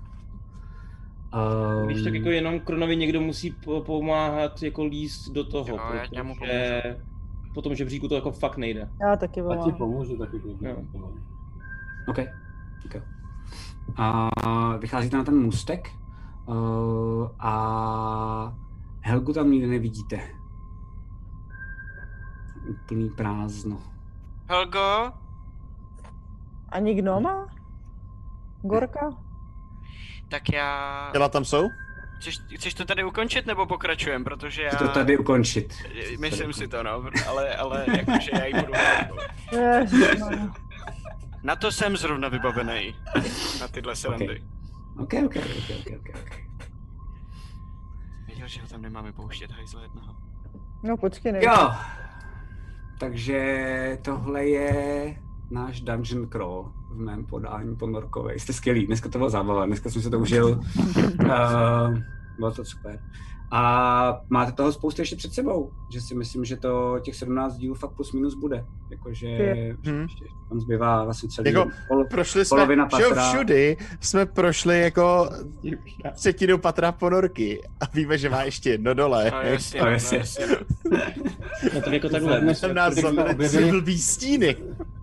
Um,
Víš, tak jako jenom Kronovi někdo musí po- pomáhat jako líst do toho, jo,
já
protože
tě mu
po tom žebříku to jako fakt nejde.
Já taky
Já ti pomůžu taky. klidně.
OK. Tak jo. A vycházíte na ten můstek uh, a Helgu tam nikde nevidíte. Úplný prázdno.
Helgo,
Ani gnoma? Gorka?
tak já...
Těla tam jsou?
Chceš, chceš to tady ukončit nebo pokračujem, protože já...
Chci to tady ukončit.
Myslím si to, no, ale, ale jakože já ji budu... Na to jsem zrovna vybavený. Na tyhle srandy.
OK, OK, OK, OK, OK. okay.
Věděl, že ho tam nemáme pouštět, hajzle jednoho.
No počkej, nevím.
Jo. Takže tohle je náš Dungeon Crawl v mém podání ponorkové. Jste skvělí, dneska to bylo zábava, dneska jsem se to užil. Uh, bylo to super. A máte toho spoustu ještě před sebou, že si myslím, že to těch 17 dílů fakt plus minus bude. Jakože
Je.
že ještě tam zbývá vlastně celý
Jako,
pol,
Prošli jsme,
Mhm. polovina
že jo,
patra.
všudy jsme prošli jako třetinu patra ponorky a víme, že má ještě jedno dole.
No, jasně,
To
no,
je-
jasně.
No tak jako takhle.
Dnes jsem nás
Dnešek jsme
zabili tři
objevili-
blbý stíny.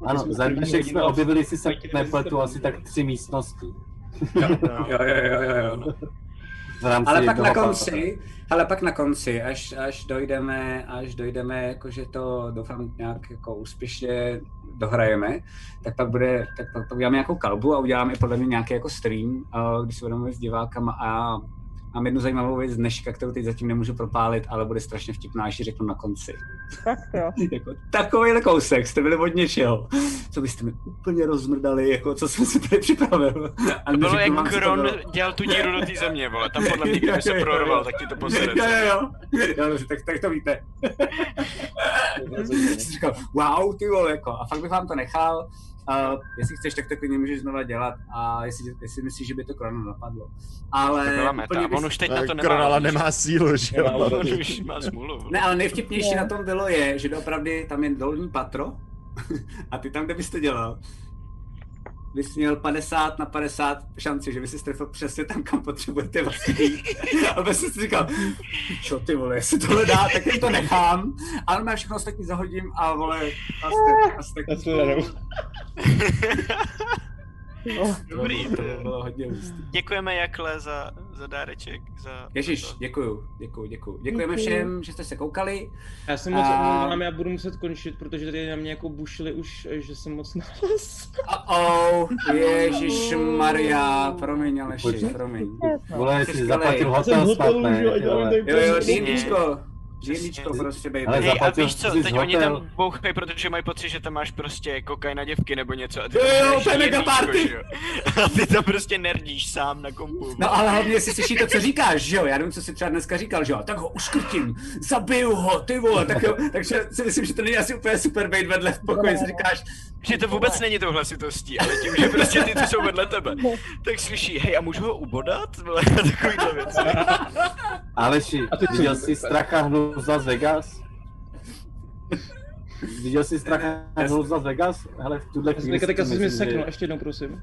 Ano, za dnešek jsme objevili, jestli se nepletu, asi tak tři místnosti.
jo, jo, jo, no. jo.
V rámci
ale pak
jednoho
na
patra.
konci, ale pak na konci, až, až dojdeme, až dojdeme, jakože to doufám nějak jako úspěšně dohrajeme, tak pak bude, tak pak, pak uděláme nějakou kalbu a uděláme podle mě nějaký jako stream, uh, když se budeme s divákama a mám jednu zajímavou věc z dneška, kterou teď zatím nemůžu propálit, ale bude strašně vtipná, až ji řeknu na konci.
Tak jo.
jako, takovýhle kousek jste byli od něčeho, co byste mi úplně rozmrdali, jako co jsem si tady připravil. A
To bylo
neřeknu
jak
vám, co to
Kron
bylo.
dělal tu díru do té země, vole, tam podle mě, kdyby se prorval, tak ti to posede.
Jo, jo, jo. jo dobře, tak, tak to víte. Jsi říkal, wow, ty vole, jako. A fakt bych vám to nechal. Uh, jestli chceš, tak to klidně můžeš znova dělat. A jestli, jestli myslíš, že by to Krono napadlo. Ale
To byla meta,
úplně bys-
on už teď na to nemá.
Kronala nemá sílu, že
Nemá,
jo?
on už má smůlu. vole.
Ne, ale nejvtipnější na tom bylo je, že doopravdy tam je dolní patro a ty tam, kde bys to dělal, Vy jsi měl 50 na 50 šanci, že by si trefil přesně tam, kam potřebujete vlastně jít. A pak jsem si říkal, čo ty vole, jestli tohle dá, tak jim to nechám. Ale má všechno ostatní zahodím a vole, a jste, a jste.
Dobrý.
To bylo hodně hustý.
Děkujeme Jakle za, za dáreček. Za
Ježíš, děkuju, děkuju, děkuju. Děkujeme
Děkuju.
všem, že jste se koukali.
Já se moc omlouvám, já budu muset končit, protože tady na mě jako bušili už, že jsem moc nález.
Oh, Ježíš Maria, promiň Aleši,
Pojď.
promiň.
Vole,
Jsi
jsi
skvělej.
zaplatil hotel Já jsem v snad, hotelu, ne, že jo, ty ať vole. dáme tady
Jo, jo,
pozor.
dýmničko.
Přesně.
Dýmničko prostě, baby.
Hej, a víš co, teď oni tam bouchají, protože mají pocit, že tam máš prostě kokain na děvky nebo něco. A ty
Jo,
tam
jo,
hraješ
to je mega
jedničko,
party.
že jo. A ty tam prostě nerdíš sám na kompu.
No ale hlavně si slyší to, co říkáš, že jo? Já nevím, co si třeba dneska říkal, že jo? Tak ho uškrtím, zabiju ho, ty vole, tak jo. Takže si myslím, že to není asi úplně super bait vedle v pokoji, si říkáš.
Že to vůbec není tou hlasitostí, ale tím, že prostě ty, co jsou vedle tebe, tak slyší, hej, a můžu ho ubodat? Vole, takovýhle věci.
Aleši,
A ty co
viděl
vůbec?
jsi stracha hnouza z Vegas? Viděl jsi stracha hnouza z Vegas? Hele, v tuhle chvíli
Tak,
si
tak
to
asi mě
myslím, že-
seknu, ještě jednou prosím.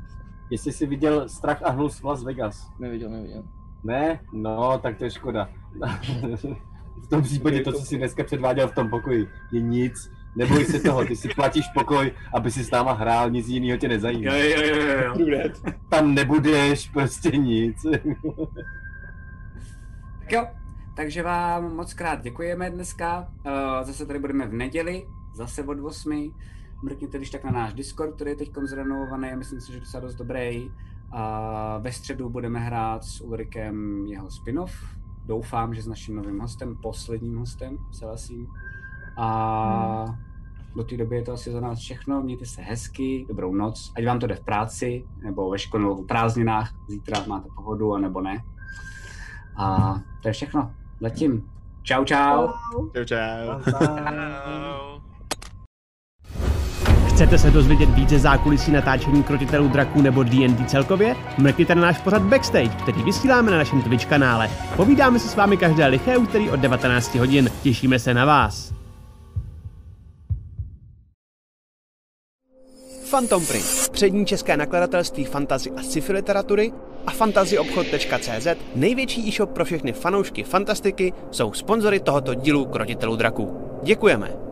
Jestli jsi viděl strach a hnus v Las Vegas?
Neviděl, neviděl.
Ne? No, tak to je škoda. v tom případě to, co jsi dneska předváděl v tom pokoji, je nic. Neboj se toho, ty si platíš pokoj, aby si s náma hrál, nic jiného tě nezajímá.
Jo, jo, jo, jo, jo.
Tam nebudeš, prostě nic.
Tak jo, takže vám moc krát děkujeme dneska. Eh, Zase tady budeme v neděli, zase od 8. Mrkněte když tak na náš Discord, který je teď zrenovovaný a myslím si, že je docela dost dobrý. A ve středu budeme hrát s Ulrikem jeho spin-off. Doufám, že s naším novým hostem, posledním hostem, Selasím. A do té doby je to asi za nás všechno. Mějte se hezky, dobrou noc. Ať vám to jde v práci, nebo ve škole, nebo v prázdninách. Zítra máte pohodu, anebo ne. A to je všechno. Zatím. Čau, čau.
Čau, čau.
Chcete se dozvědět více zákulisí natáčení krotitelů draků nebo D&D celkově? Mrkněte na náš pořad Backstage, který vysíláme na našem Twitch kanále. Povídáme se s vámi každé liché úterý od 19 hodin. Těšíme se na vás. Phantom Print, přední české nakladatelství fantazy a sci-fi literatury a fantazyobchod.cz, největší e-shop pro všechny fanoušky fantastiky, jsou sponzory tohoto dílu Krotitelů draků. Děkujeme!